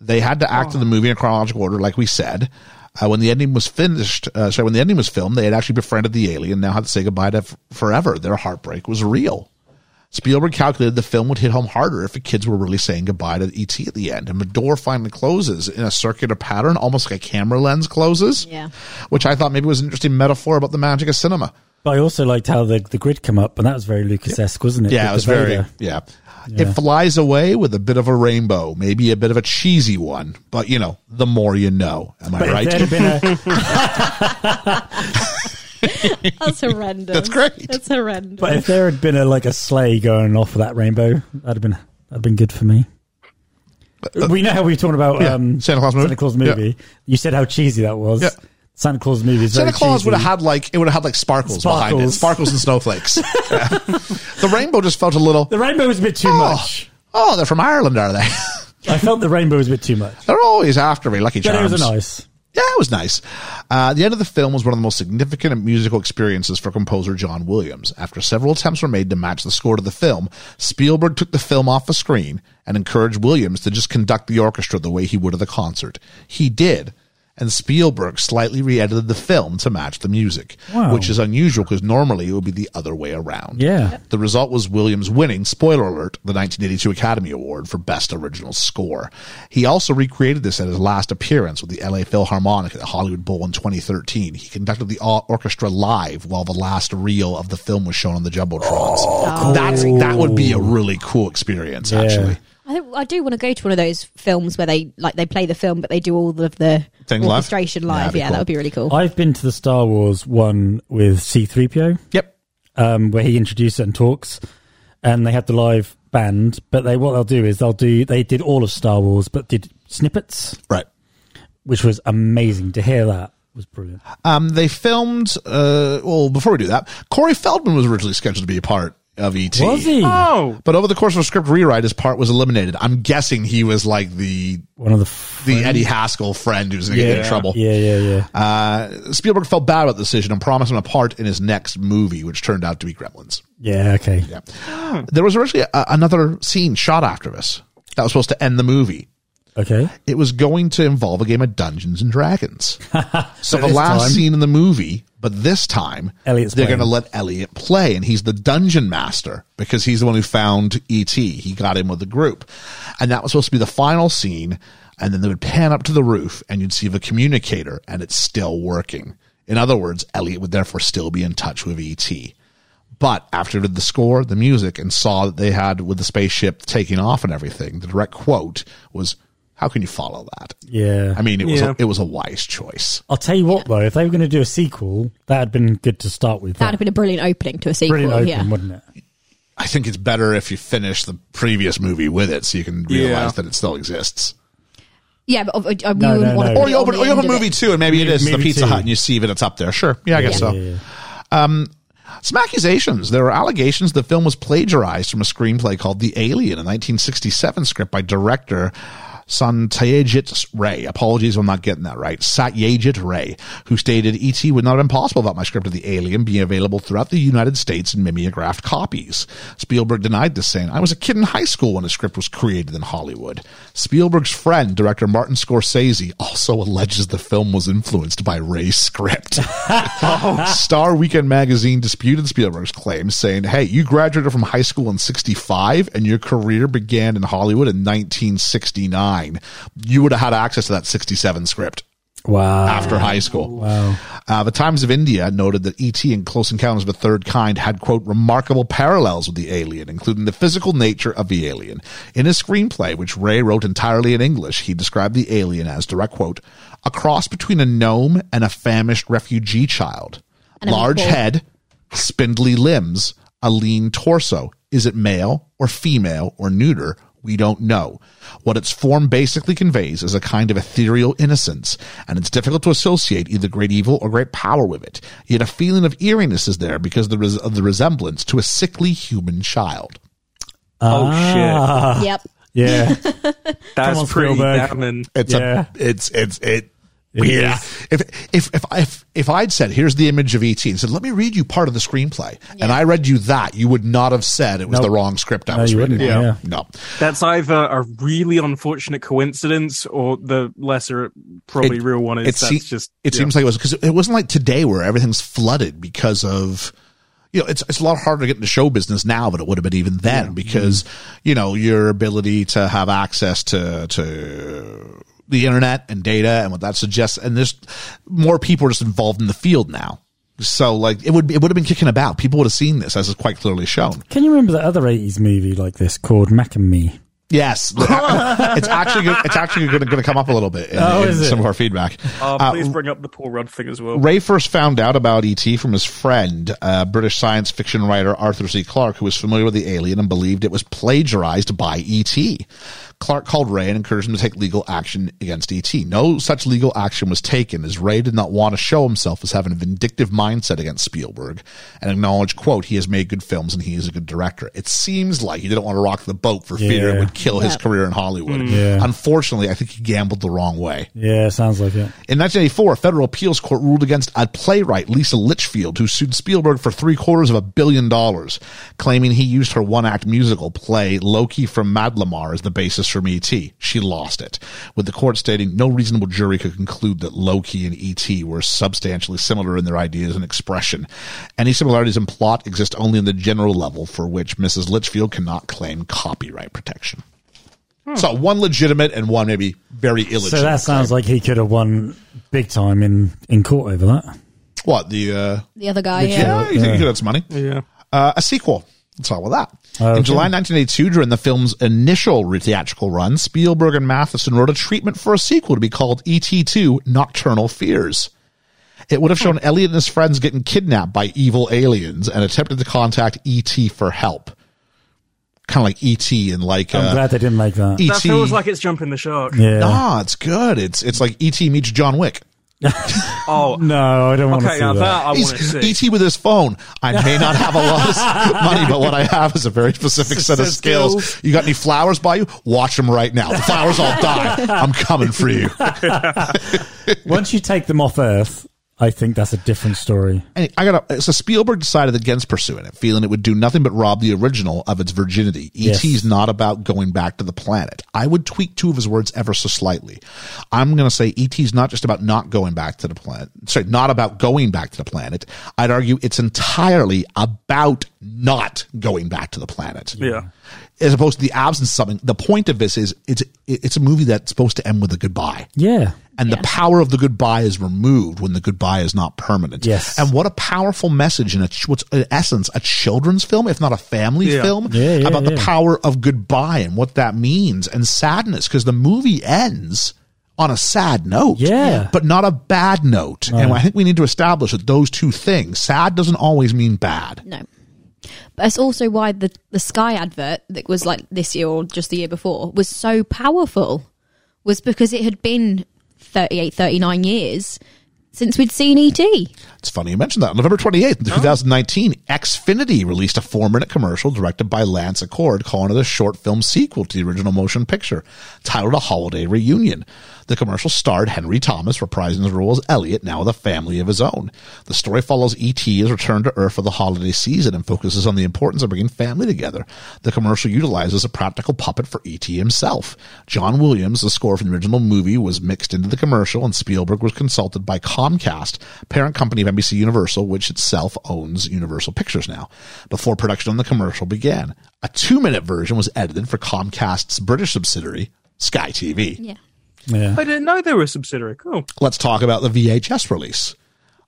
S5: They had to act in the movie in chronological order, like we said. Uh, when the ending was finished, uh, sorry, when the ending was filmed, they had actually befriended the alien, now had to say goodbye to f- forever. Their heartbreak was real. Spielberg calculated the film would hit home harder if the kids were really saying goodbye to ET at the end, and the door finally closes in a circular pattern, almost like a camera lens closes.
S8: Yeah.
S5: which I thought maybe was an interesting metaphor about the magic of cinema.
S6: But I also liked how the, the grid come up, and that was very Lucas esque, wasn't it?
S5: Yeah,
S6: With
S5: it was
S6: the
S5: very
S6: Vader.
S5: yeah. It flies away with a bit of a rainbow, maybe a bit of a cheesy one, but you know, the more you know. Am I
S6: But
S5: right?
S6: if there'd have been a,
S8: That's horrendous.
S5: That's great.
S8: That's horrendous.
S6: but if there had been a like a sleigh going off with that rainbow, that'd have been that'd been good for me. we know how we were talking about
S5: Uh, yeah,
S6: um,
S5: Santa Claus movie.
S6: Santa Claus
S5: Yeah.
S6: movie. You said how cheesy that was.
S5: Yeah.
S6: Santa Claus movie is
S5: Santa
S6: very
S5: Claus would have
S6: cheesy.
S5: had like it would have had like sparkles, behind it, sparkles
S6: Sparkles.
S5: and snowflakes. Yeah. The rainbow just felt a little.
S6: The rainbow was a bit too
S5: Oh,
S6: much.
S5: oh, they're from Ireland, are they?
S6: I felt the rainbow was a bit too much.
S5: they're always after me. Lucky
S6: But
S5: charms.
S6: it was nice.
S5: Yeah, it was nice. Uh, the end of the film was one of the most significant musical experiences for composer John Williams. After several attempts were made to match the score to the film, Spielberg took the film off the screen and encouraged Williams to just conduct the orchestra the way he would at the concert. He did, and Spielberg slightly re edited the film to match the music,
S6: Wow.
S5: which is unusual because normally it would be the other way around.
S6: Yeah.
S5: The result was Williams winning, spoiler alert, the 1982 Academy Award for Best Original Score. He also recreated this at his last appearance with the LA Philharmonic at the Hollywood Bowl in 2013. He conducted the or- orchestra live while the last reel of the film was shown on the Jumbotrons. Oh,
S8: Oh,
S5: That's, that would be a really cool experience, actually.
S8: I, think- I do want to go to one of those films where they like they play the film, but they do all of the
S5: Thing live?
S8: orchestration
S5: Yeah,
S8: live.
S5: that'd be
S8: Yeah,
S5: cool.
S8: that would be really cool.
S6: I've been to the Star Wars one with C3PO.
S5: Yep.
S6: um, where he introduces it and talks, and they had the live band. But they what they'll do is they'll do they did all of Star Wars, but did snippets,
S5: Right.
S6: which was amazing to hear. That was brilliant.
S5: Um, they filmed, uh, well, before we do that, Corey Feldman was originally scheduled to be a part of E.T.
S6: Was he
S7: Oh,
S5: But over the course of a script rewrite, his part was eliminated. I'm guessing he was like the
S6: one of the?
S5: the Eddie Haskell friend who's going to get in
S7: Yeah.
S5: trouble.
S6: yeah, yeah, yeah.
S5: Uh, Spielberg felt bad about the decision and promised him a part in his next movie, which turned out to be Gremlins.
S6: yeah, okay.
S5: Yeah. There was originally a, another scene shot after this that was supposed to end the movie.
S6: Okay.
S5: It was going to involve a game of Dungeons and Dragons. so the
S6: this
S5: last
S6: time-
S5: scene in the movie, but this time
S6: Elliot's
S5: they're
S6: playing.
S5: going to let Elliot play, and he's the dungeon master because he's the one who found ET. He got in with the group, and that was supposed to be the final scene. And then they would pan up to the roof, and you'd see the communicator, and it's still working. In other words, Elliot would therefore still be in touch with E ET. But after the score, the music, and saw that they had with the spaceship taking off and everything, the direct quote was, "How can you follow that?"
S6: Yeah.
S5: I mean, it was
S7: Yeah.
S5: a, it was a wise choice.
S6: I'll tell you what though, if they were going to do a sequel, that had been good to start with.
S8: That'd have been a brilliant opening to a sequel.
S6: brilliant open,
S8: yeah.
S6: wouldn't it?
S5: I think it's better if you finish the previous movie with it, so you can realize
S7: Yeah.
S5: that it still exists.
S8: Yeah, but I, I, we
S6: No,
S8: wouldn't
S6: no,
S8: want
S6: no.
S8: to.
S5: Or you open, or you open movie two, and maybe it
S6: Maybe-
S5: is the
S6: maybe
S5: Pizza
S6: two.
S5: Hut, and you see that it's up there. Sure, yeah, I guess so.
S6: Yeah, yeah, yeah.
S5: Some accusations. There are allegations the film was plagiarized from a screenplay called The Alien, a 1967 script by director Satyajit Ray. Apologies, if I'm not getting that right. Satyajit Ray, who stated E.T. would not have been possible without my script of The Alien being available throughout the United States in mimeographed copies. Spielberg denied this, saying, I was a kid in high school when the script was created in Hollywood. Spielberg's friend, director Martin Scorsese, also alleges the film was influenced by Ray's script. Star Weekend magazine disputed Spielberg's claim, saying, Hey, you graduated from high school in 65 and your career began in Hollywood in 1969. You would have had access to that 67 script
S6: Wow.
S5: after high school. Wow. Uh, the Times of India noted that E.T. and Close Encounters of the Third Kind had, quote, remarkable parallels with the alien, including the physical nature of the alien. In his screenplay, which Ray wrote entirely in English, he described the alien as, direct quote, a cross between a gnome and a famished refugee child.
S8: a
S5: Large
S8: meatball.
S5: head, spindly limbs, a lean torso. Is it male or female or neuter? We don't know. What its form basically conveys is a kind of ethereal innocence, and it's difficult to associate either great evil or great power with it. Yet a feeling of eeriness is there because of the, res- of the resemblance to a sickly human child.
S7: oh shit!
S8: Yep.
S6: Yeah.
S7: That's
S6: Come on,
S7: pretty
S6: Spielberg.
S7: damning.
S5: It's a,
S6: Yeah.
S5: it's, it's, it, yeah. If, if, if, if, if I'd said, here's the image of ET and said, let me read you part of the screenplay, and I read you that, you would not have said it was the wrong script I
S6: No,
S5: was
S6: you
S5: reading.
S6: wouldn't, yeah.
S5: No.
S7: That's either a really unfortunate coincidence or the lesser, probably real one is
S5: it
S7: that's
S5: se-
S7: just.
S5: it
S7: yeah.
S5: seems like it was because it wasn't like today where everything's flooded because of you know, it's it's a lot harder to get into show business now than it would have been even then because you know your ability to have access to to the internet and data and what that suggests, and there's more people are just involved in the field now. So like it would it would have been kicking about. People would have seen this as is quite clearly shown.
S6: Can you remember that other 80s movie like this called Mac and Me?
S5: Yes, it's actually go- it's actually going to come up a little bit in,
S6: Oh,
S5: in
S6: is it?
S5: some of our feedback.
S7: Uh, please bring up the Paul Rudd thing as well.
S5: Ray first found out about ET from his friend, uh, British science fiction writer Arthur C. Clarke, who was familiar with the alien and believed it was plagiarized by ET. Clark called Ray and encouraged him to take legal action against ET. No such legal action was taken, as Ray did not want to show himself as having a vindictive mindset against Spielberg and acknowledged, quote, he has made good films and he is a good director. It seems like he didn't want to rock the boat for fear it
S6: Yeah.
S5: would kill his career in Hollywood.
S6: Yeah.
S5: Unfortunately, I think he gambled the wrong way.
S6: Yeah, sounds like it.
S5: In 1984, a federal appeals court ruled against a playwright, Lisa Litchfield, who sued Spielberg for three quarters of a billion dollars, claiming he used her one act musical play, Loki from Madlamar, as the basis for E.T. She lost it, with the court stating no reasonable jury could conclude that Loki and E.T. were substantially similar in their ideas and expression. Any similarities in plot exist only in the general level, for which Mrs. Litchfield cannot claim copyright protection. So one legitimate and one maybe very illegitimate.
S6: So that sounds like he could have won big time in, in court over that.
S5: What the uh,
S8: The other guy, yeah.
S5: yeah, you think you could have some money?
S7: Yeah.
S5: Uh, a sequel. Let's talk about that.
S6: Okay.
S5: In July 1982, during the film's initial re- theatrical run, Spielberg and Matheson wrote a treatment for a sequel to be called E.T. 2 Nocturnal Fears. It would have shown Elliot and his friends getting kidnapped by evil aliens and attempted to contact E.T. for help. Kind of like E.T. and like
S6: I'm
S5: uh,
S6: glad they didn't make that.
S5: E.T.
S7: That feels like it's jumping the shark.
S6: Yeah.
S5: Nah, Ah, it's good. It's it's like E.T. meets John Wick.
S7: Oh,
S6: No, I don't want to
S7: okay,
S6: see
S7: now that,
S6: that.
S7: I want to
S5: He's
S7: see.
S5: ET with his phone. I may not have a lot of money, but what I have is a very specific set of
S7: Set of
S5: skills.
S7: skills.
S5: You got any flowers by you? Watch them right now. The flowers all die. I'm coming for you.
S6: Once you take them off Earth, I think that's a different story.
S5: And I got a, so Spielberg decided against pursuing it, feeling it would do nothing but rob the original of its virginity.
S6: Yes.
S5: ET's not about going back to the planet. I would tweak two of his words ever so slightly. I'm going to say ET's not just about not going back to the planet. Sorry, not about going back to the planet. I'd argue it's entirely about not going back to the planet
S7: Yeah.
S5: as opposed to the absence of something. The point of this is it's it's a movie that's supposed to end with a goodbye.
S6: Yeah.
S5: And the power of the goodbye is removed when the goodbye is not permanent.
S6: Yes.
S5: And what a powerful message in a ch- what's in essence a children's film, if not a family
S7: Yeah.
S5: film,
S6: Yeah, yeah,
S5: about the
S6: yeah.
S5: power of goodbye and what that means and sadness because the movie ends on a sad note.
S6: Yeah.
S5: But not a bad note. And I think we need to establish that those two things, sad doesn't always mean bad.
S8: No. But that's also why the, the Sky advert that was like this year or just the year before was so powerful, was because it had been 38, 39 years since we'd seen E E.T.
S5: It's funny you mentioned that. On November 28th, 2019, Xfinity released a four minute commercial directed by Lance Accord calling it a short film sequel to the original motion picture titled A Holiday Reunion. The commercial starred Henry Thomas reprising his role as Elliot, now with a family of his own. The story follows E E.T.'s return to Earth for the holiday season and focuses on the importance of bringing family together. The commercial utilizes a practical puppet for E E.T. himself. John Williams, the score from the original movie, was mixed into the commercial, and Spielberg was consulted by Comcast, parent company of NBC Universal, which itself owns Universal Pictures now, before production on the commercial began. A two minute version was edited for Comcast's British subsidiary, Sky TV.
S8: Yeah.
S6: Yeah.
S7: I didn't know they were a subsidiary. Cool.
S5: Let's talk about the VHS release.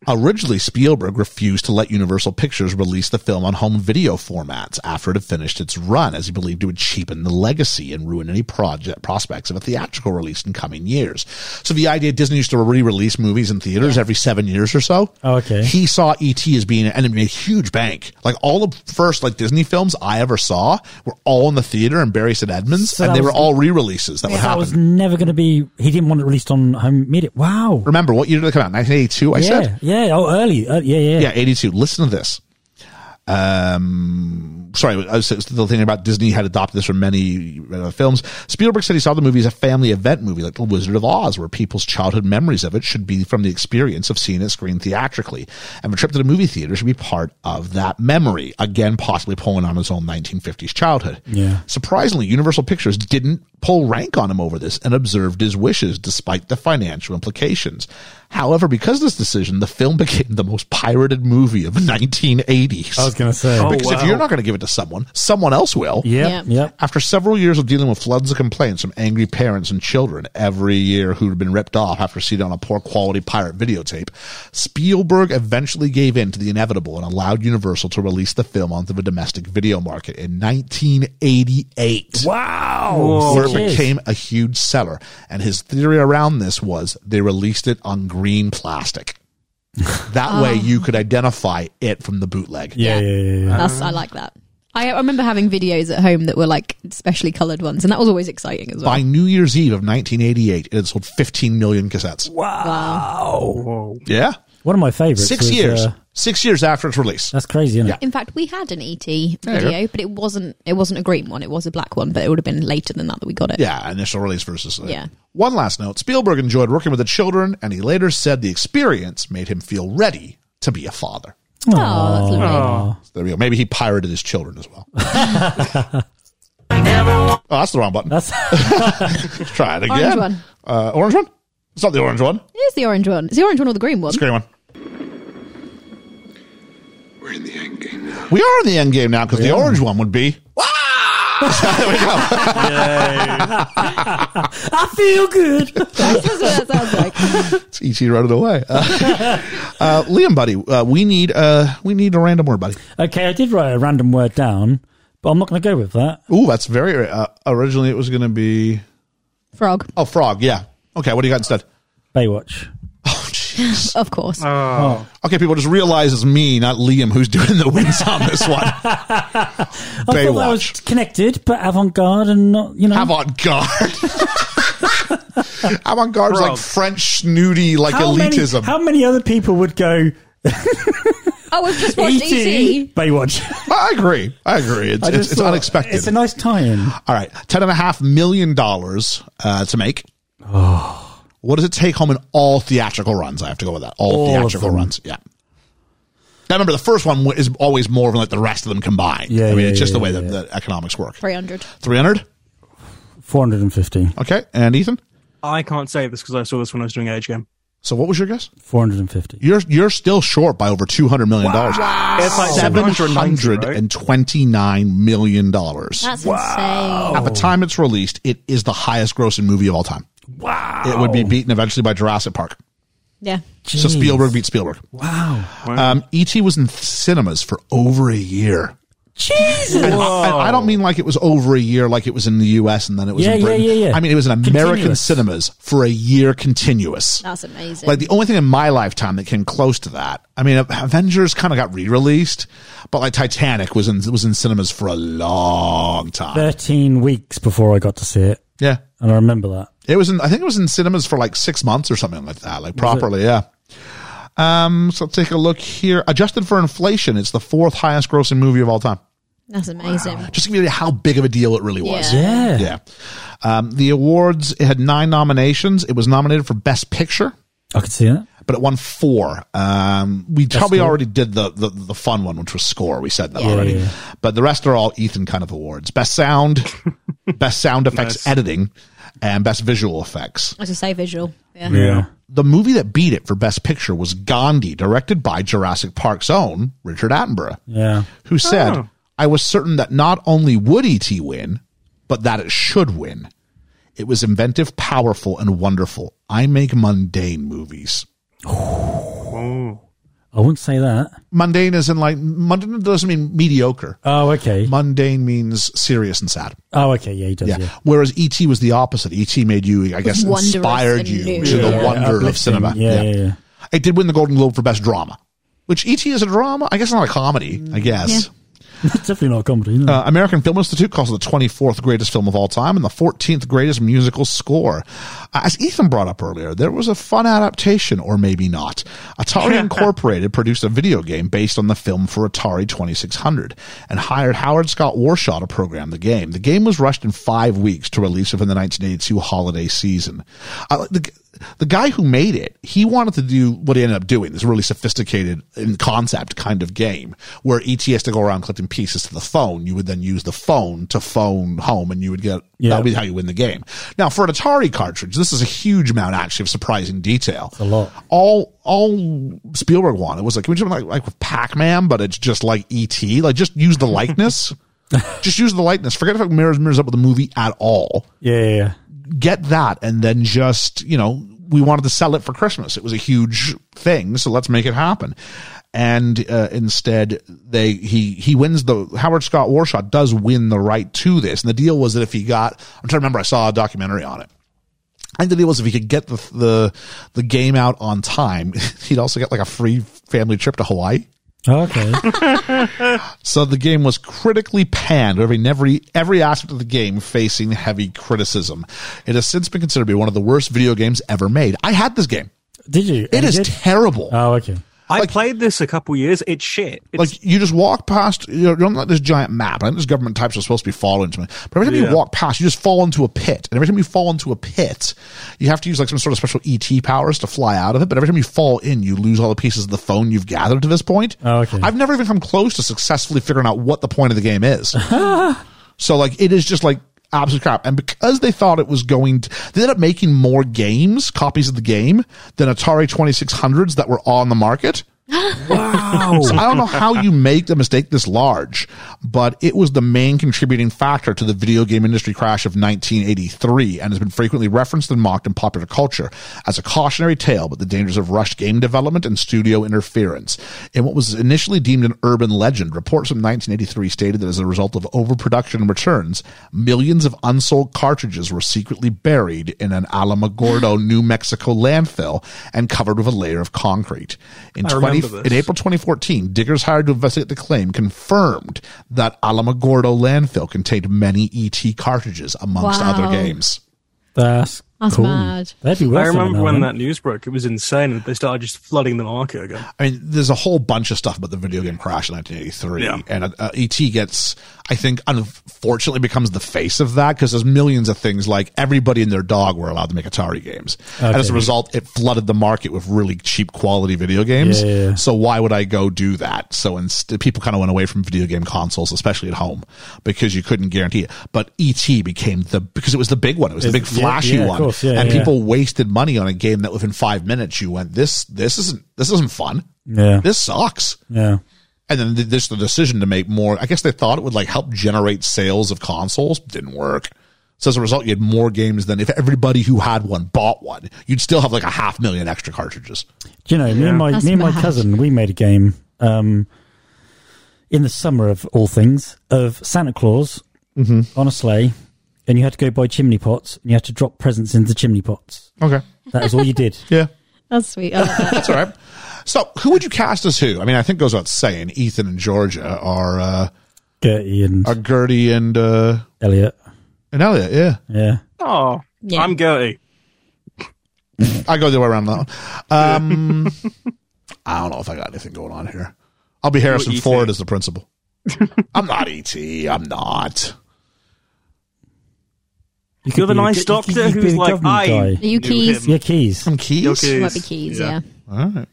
S5: Originally, Spielberg refused to let Universal Pictures release the film on home video formats after it had finished its run, as he believed it would cheapen the legacy and ruin any project prospects of a theatrical release in coming years. So the idea Disney used to re-release movies in theaters every seven years or so.
S6: Oh, okay.
S5: He saw ET as being and it made a huge bank. Like all the first like Disney films I ever saw were all in the theater in Barry St. Edmunds,
S6: So
S5: and
S6: that
S5: they were
S6: was-
S5: all re-releases that would
S6: That
S5: happen.
S6: was never going to be. He didn't want it released on home media. Wow.
S5: Remember what year did it come out? 1982, I
S6: yeah.
S5: said.
S6: Yeah. Oh, early. Uh, yeah, yeah.
S5: Yeah, 82. Listen to this. Um, sorry, I was still thinking about Disney had adopted this from many uh, films. Spielberg said he saw the movie as a family event movie, like The Wizard of Oz, where people's childhood memories of it should be from the experience of seeing it screened theatrically. And a trip to the movie theater should be part of that memory. Again, possibly pulling on his own 1950s childhood.
S6: Yeah.
S5: Surprisingly, Universal Pictures didn't pull rank on him over this and observed his wishes despite the financial implications. However, because of this decision, the film became the most pirated movie of the 1980s.
S6: I was going to say.
S7: Oh.
S5: because if
S7: wow.
S5: you're not going to give it to someone, someone else will.
S6: Yep,
S8: Yeah.
S6: yep.
S5: After several years of dealing with floods of complaints from angry parents and children every year who had been ripped off after seeing it on a poor quality pirate videotape, Spielberg eventually gave in to the inevitable and allowed Universal to release the film onto the domestic video market in 1988
S6: Wow.
S5: where it
S6: Jeez.
S5: became a huge seller. And his theory around this was they released it on green plastic. That way you could identify it from the bootleg.
S6: Yeah, yeah, yeah. yeah.
S8: That's,
S5: Um,
S8: I like that. I, I remember having videos at home that were like specially coloured ones, and that was always exciting as well.
S5: By New Year's Eve of 1988, it had sold 15 million cassettes.
S7: Whoa.
S5: Yeah.
S6: One of my favorites.
S5: Six
S6: was,
S5: years.
S6: uh,
S5: Six years after its release.
S6: that's crazy, isn't it?
S8: In fact, we had an ET
S5: you
S8: video, but it wasn't it wasn't a green one. It was a black one, but it would have been later than that that we got it.
S5: Yeah, initial release versus. uh,
S8: Yeah.
S5: One last note Spielberg enjoyed working with the children, and he later said the experience made him feel ready to be a father.
S8: Oh, that's lovely.
S5: So there we go. Maybe he pirated his children as well. oh, that's the wrong button.
S6: That's
S5: Let's try it again.
S8: Orange one.
S5: Uh, orange one? It's not the orange one. It's
S8: Here's the orange one. Is the orange one or the green one?
S5: the green one.
S9: We're in the end game now.
S5: We are in the end game now because the orange one would be. there we go.
S6: I feel good.
S8: That's what that sounds like.
S5: It's E.T. running away. Uh, uh, Liam, buddy, uh, we need uh, we need a random word, buddy.
S6: okay, I did write a random word down, but I'm not going to go with that.
S5: Ooh, that's very. Uh, originally, it was going to be
S8: Frog,
S5: oh frog. Yeah. Okay. What do you got instead?
S6: Baywatch.
S5: Oh, jeez.
S8: of course.
S5: Uh, Okay, people just realize it's me, not Liam, who's doing the wins on this one.
S6: I thought that was
S5: Baywatch.
S6: connected, but avant-garde and not, you know.
S5: Avant garde. Avant garde's like
S7: Frog.
S5: French snooty, like
S6: how
S5: elitism.
S6: Many, how many other people would go
S8: oh, we've just
S5: E
S8: watched E
S6: E.T.
S8: ET.
S6: Baywatch?
S5: I agree. I agree. It's,
S6: I
S5: it's,
S6: just
S5: it's
S6: thought
S5: unexpected.
S6: It's a nice tie-in.
S5: All right, ten and a half million dollars uh, to make.
S6: Oh.
S5: What does it take home in all theatrical runs? I have to go with that. All,
S6: All of
S5: theatrical
S6: them.
S5: runs. Yeah. Now remember, the first one is always more than like the rest of them combined.
S6: Yeah,
S5: I mean,
S6: yeah,
S5: it's just the
S6: yeah,
S5: way
S6: yeah,
S5: that the economics work.
S8: Three hundred.
S5: Three hundred.
S6: 450.
S5: Okay, and Ethan.
S7: I can't say this because I saw this when I was doing Age Game.
S5: So what was your guess?
S6: 450.
S5: You're you're still short by over two hundred million dollars.
S7: It's like
S5: Seven
S7: 790,
S5: hundred
S7: right?
S5: and twenty nine million dollars.
S8: That's insane.
S5: At the time it's released, it is the highest grossing movie of all time. Wow! It would be beaten eventually by Jurassic Park.
S8: Yeah.
S5: So
S6: Jeez.
S5: Spielberg beat Spielberg.
S6: Wow.
S5: Um, E.T. was in th- cinemas for over a year.
S6: Jesus.
S5: And I, and I don't mean like it was over a year, like it was in the U.S. and then it was
S6: Yeah,
S5: in
S6: yeah,
S5: Britain.
S6: yeah, yeah.
S5: I mean, it was in American
S6: Continuous.
S5: cinemas for a year continuous.
S8: That's amazing.
S5: Like the only thing in my lifetime that came close to that. I mean, Avengers kind of got re-released, but like Titanic was in was in cinemas for a long time.
S6: 13 weeks before I got to see it,
S5: Yeah,
S6: and I remember that.
S5: It was in, I think it was in cinemas for like six months or something like that, like properly, yeah. Um, so let's take a look here. Adjusted for inflation, it's the fourth highest grossing movie of all time.
S8: That's amazing.
S5: Just to give you an idea how big of a deal it really was.
S6: Yeah.
S8: Yeah.
S5: Yeah. Um, the awards, it had nine nominations. It was nominated for Best Picture,
S6: I could see that.
S5: but it won four. Um, we probably
S6: cool.
S5: already did the, the, the fun one, which was score. We said that
S6: Yeah,
S5: already.
S6: yeah, yeah.
S5: But the rest are all Ethan kind of awards. Best sound, best sound effects editing, and best visual effects.
S8: I just say visual. Yeah.
S6: Yeah.
S5: the movie that beat it for Best Picture was Gandhi, directed by Jurassic Park's own Richard Attenborough,
S6: Yeah.
S5: who said, I was certain that not only would E.T. win, but that it should win. It was inventive, powerful, and wonderful. I make mundane movies.
S6: I wouldn't say that.
S5: Mundane is in like, mundane doesn't mean mediocre.
S6: Oh, okay.
S5: Mundane means serious and sad.
S6: Oh, okay. Yeah, he does.
S5: Yeah.
S6: Yeah.
S5: Whereas E.T. was the opposite. E.T. made you, I guess,
S8: wondrous
S5: inspired
S8: and
S5: you
S8: new.
S5: to the
S8: Yeah.
S5: wonder of
S6: Uplifting.
S5: cinema.
S6: Yeah, yeah, yeah.
S5: E It did win the Golden Globe for Best Drama, which E.T. is a drama. I guess not a comedy, I guess.
S6: That's definitely not a comedy. Isn't it?
S5: Uh, American Film Institute calls it the 24th greatest film of all time and the 14th greatest musical score. Uh, as Ethan brought up earlier, there was a fun adaptation, or maybe not. Atari Incorporated produced a video game based on the film for Atari 2600 and hired Howard Scott Warshaw to program the game. The game was rushed in five weeks to release within the 1982 holiday season. Uh, the, the guy who made it, he wanted to do what he ended up doing, this really sophisticated in concept kind of game where ET has to go around collecting pieces to the phone. You would then use the phone to phone home and you would get,
S6: Yeah.
S5: that would be how you win the game. Now for an Atari cartridge, this is a huge amount actually of surprising detail.
S6: a lot.
S5: All, all Spielberg wanted was like, can we just like, like with Pac-Man, but it's just like ET, like just use the likeness. just use the likeness. Forget if it mirrors, mirrors up with the movie at all
S6: yeah, yeah, yeah.
S5: get that and then just, you know, we wanted to sell it for Christmas. It was a huge thing, so let's make it happen. And uh, instead, they he he wins the Howard Scott Warshaw does win the right to this, and the deal was that if he got, I'm trying to remember, I saw a documentary on it. I think the deal was if he could get the the, the game out on time, he'd also get like a free family trip to Hawaii.
S6: Oh, Okay.
S5: So the game was critically panned, every every every aspect of the game facing heavy criticism. It has since been considered to be one of the worst video games ever made. I had this game.
S6: Did you?
S5: It is
S6: Did?
S5: terrible.
S6: oh, okay.
S7: I played this a couple years. It's shit. It's,
S5: like you just walk past, you don't like this giant map. I think this government types are supposed to be following something. But every time
S7: Yeah.
S5: you walk past, you just fall into a pit. And every time you fall into a pit, you have to use like some sort of special ET powers to fly out of it. But every time you fall in, you lose all the pieces of the phone you've gathered to this point.
S6: Oh, okay.
S5: I've never even come close to successfully figuring out what the point of the game is. So like it is just like absolute crap. And because they thought it was going to, they ended up making more games, copies of the game than Atari 2600s that were on the market. wow. So I don't know how you make a mistake this large, but it was the main contributing factor to the video game industry crash of 1983 and has been frequently referenced and mocked in popular culture as a cautionary tale about the dangers of rushed game development and studio interference. In what was initially deemed an urban legend, reports from 1983 stated that as a result of overproduction and returns, millions of unsold cartridges were secretly buried in an Alamogordo, New Mexico landfill and covered with a layer of concrete. In,
S7: I
S5: 20,
S7: remember this.
S5: in April 2014, diggers hired to investigate the claim confirmed that Alamogordo landfill contained many ET cartridges amongst
S8: Wow.
S5: other games.
S6: That's,
S8: That's
S6: cool.
S8: mad.
S6: That'd be worth
S7: I remember
S6: something,
S7: when
S6: though,
S7: that news broke. It was insane. and They started just flooding the market again.
S5: I mean, there's a whole bunch of stuff about the video game crash in 1983,
S7: Yeah.
S5: and uh, ET gets, I think, unfortunately becomes the face of that because there's millions of things like everybody and their dog were allowed to make Atari games, and as a
S6: Okay.
S5: result, it flooded the market with really cheap quality video games.
S6: Yeah, yeah, yeah.
S5: So why would I go do that? So instead, people kind of went away from video game consoles, especially at home, because you couldn't guarantee it. But ET became the because it was the big one, it was the big
S6: It's- yeah,
S5: flashy
S6: yeah, of
S5: one,
S6: course, yeah,
S5: and
S6: yeah.
S5: people wasted money on a game that within five minutes you went this this isn't this isn't fun
S6: Yeah.
S5: this sucks
S6: Yeah.
S5: and then th- this the decision to make more i guess they thought it would like help generate sales of consoles didn't work so as a result you had more games than if everybody who had one bought one you'd still have like a half million extra cartridges
S6: Do you know, me and my
S8: That's
S6: me and my
S8: mad.
S6: cousin, we made a game um, in the summer of all things of Santa Claus
S7: Mm-hmm.
S6: on a sleigh, and you had to go buy chimney pots and you had to drop presents into chimney pots.
S5: okay
S6: That is all you did.
S5: yeah
S8: That's sweet. I like that.
S5: that's all right so who would you cast as who i mean i think it goes without saying ethan and georgia are uh
S6: Gertie and
S5: are gertie and uh
S6: Elliot.
S5: and elliot yeah
S6: Yeah.
S7: Oh,
S8: Yeah.
S7: I'm guilty.
S5: I go the other way around that one. Um, I don't know if I got anything going on here. I'll be Harrison
S7: What E ET?
S5: Ford as the principal. I'm not ET. I'm not.
S6: You
S7: You're the
S6: be
S7: nice
S6: go- you could-
S7: doctor
S6: you could be
S7: who's
S6: the
S7: like,
S6: government
S7: "I
S6: guy.
S8: You
S7: knew
S8: keys.
S7: him."
S6: Yeah, keys.
S5: Some keys.
S7: Okay.
S8: Might be keys, yeah.
S5: All right.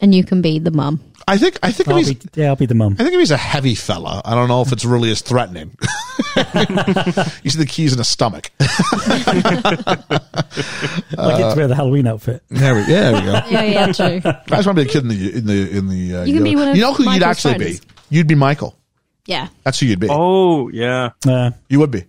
S8: And you can be the mum.
S5: I think. I think. If
S6: I'll
S5: he's,
S6: be, yeah, I'll be the mum.
S5: I think if he's a heavy fella, I don't know if it's really as threatening. you see the keys in his stomach.
S6: I
S7: Uh,
S6: get to wear the Halloween outfit.
S5: There we, yeah, there we go.
S8: Yeah, yeah, true.
S5: I just want to be a kid in the in the in the. Uh,
S8: You can be one of
S5: you know who you'd
S8: Michael's
S5: actually
S8: friends.
S5: be. You'd be Michael.
S8: yeah.
S5: That's who you'd be.
S7: Oh, yeah.
S6: Uh,
S5: You would be.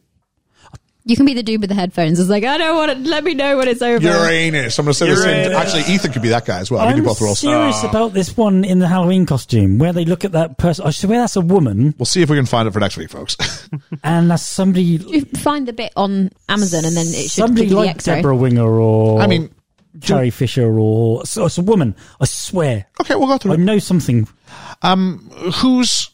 S8: You can be the dude with the headphones. It's like, I don't want it. Let me know when it's over.
S5: Uranus. I'm going to say the same.
S7: Uranus.
S5: Actually, Ethan could be that guy as well. We
S6: I'm
S5: do both roles.
S6: serious
S8: Ah.
S6: about this one in the Halloween costume where they look at that person. I swear that's a woman
S5: We'll see if we can find it for next week, folks.
S6: and that's somebody
S8: you find the bit on Amazon and then it should
S6: somebody
S8: give you the
S6: like
S8: X-ray.
S6: Deborah Winger or
S5: I mean,
S6: Carrie Fisher or so it's a woman. I swear,
S5: okay, we'll go
S6: I
S5: through. it.
S6: know something.
S5: Who's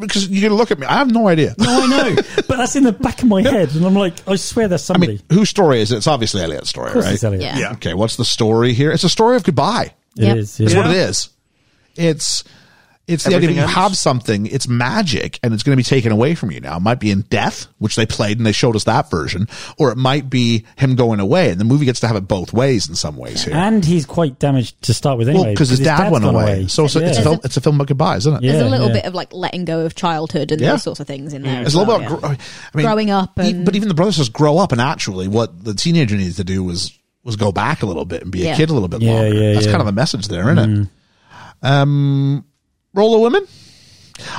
S5: because you're gonna look at me. I have no idea.
S6: I know, but that's in the back of my head, and I'm like, I swear there's
S5: I
S6: somebody.
S5: mean, whose story is it? It's obviously Elliot's story,
S6: of course,
S5: right?
S6: it's Elliot.
S8: Yeah.
S5: Yeah. Okay. What's the story here? It's a story of goodbye.
S6: It
S8: Yep.
S6: is,
S5: It's
S6: yeah.
S5: what it is. It's it's the idea
S7: Everything
S5: that you
S7: else?
S5: have something, it's magic, and it's going to be taken away from you now. It might be in death, which they played and they showed us that version, or it might be him going away, and the movie gets to have it both ways in some ways here.
S6: And he's quite damaged to start with
S5: Well,
S6: anyway.
S5: because his dad
S6: dad's
S5: went
S6: gone
S5: away, so, so it's, a
S6: Yeah.
S5: film, it's a film about goodbye, isn't it?
S6: Yeah.
S8: There's a little
S6: yeah.
S8: bit of like letting go of childhood and
S5: Yeah.
S8: those sorts of things in there.
S5: It's
S8: as
S5: a little
S8: well,
S5: about
S8: yeah.
S5: gro- I mean,
S8: Growing up
S5: e-
S8: and-
S5: but even the brother says grow up, and actually, what the teenager needs to do was was go back a little bit and be a
S8: Yeah.
S5: kid a little bit
S6: Yeah,
S5: longer.
S6: yeah,
S5: That's
S6: yeah. Mm.
S5: kind of the message there, isn't it? Um, roll of women.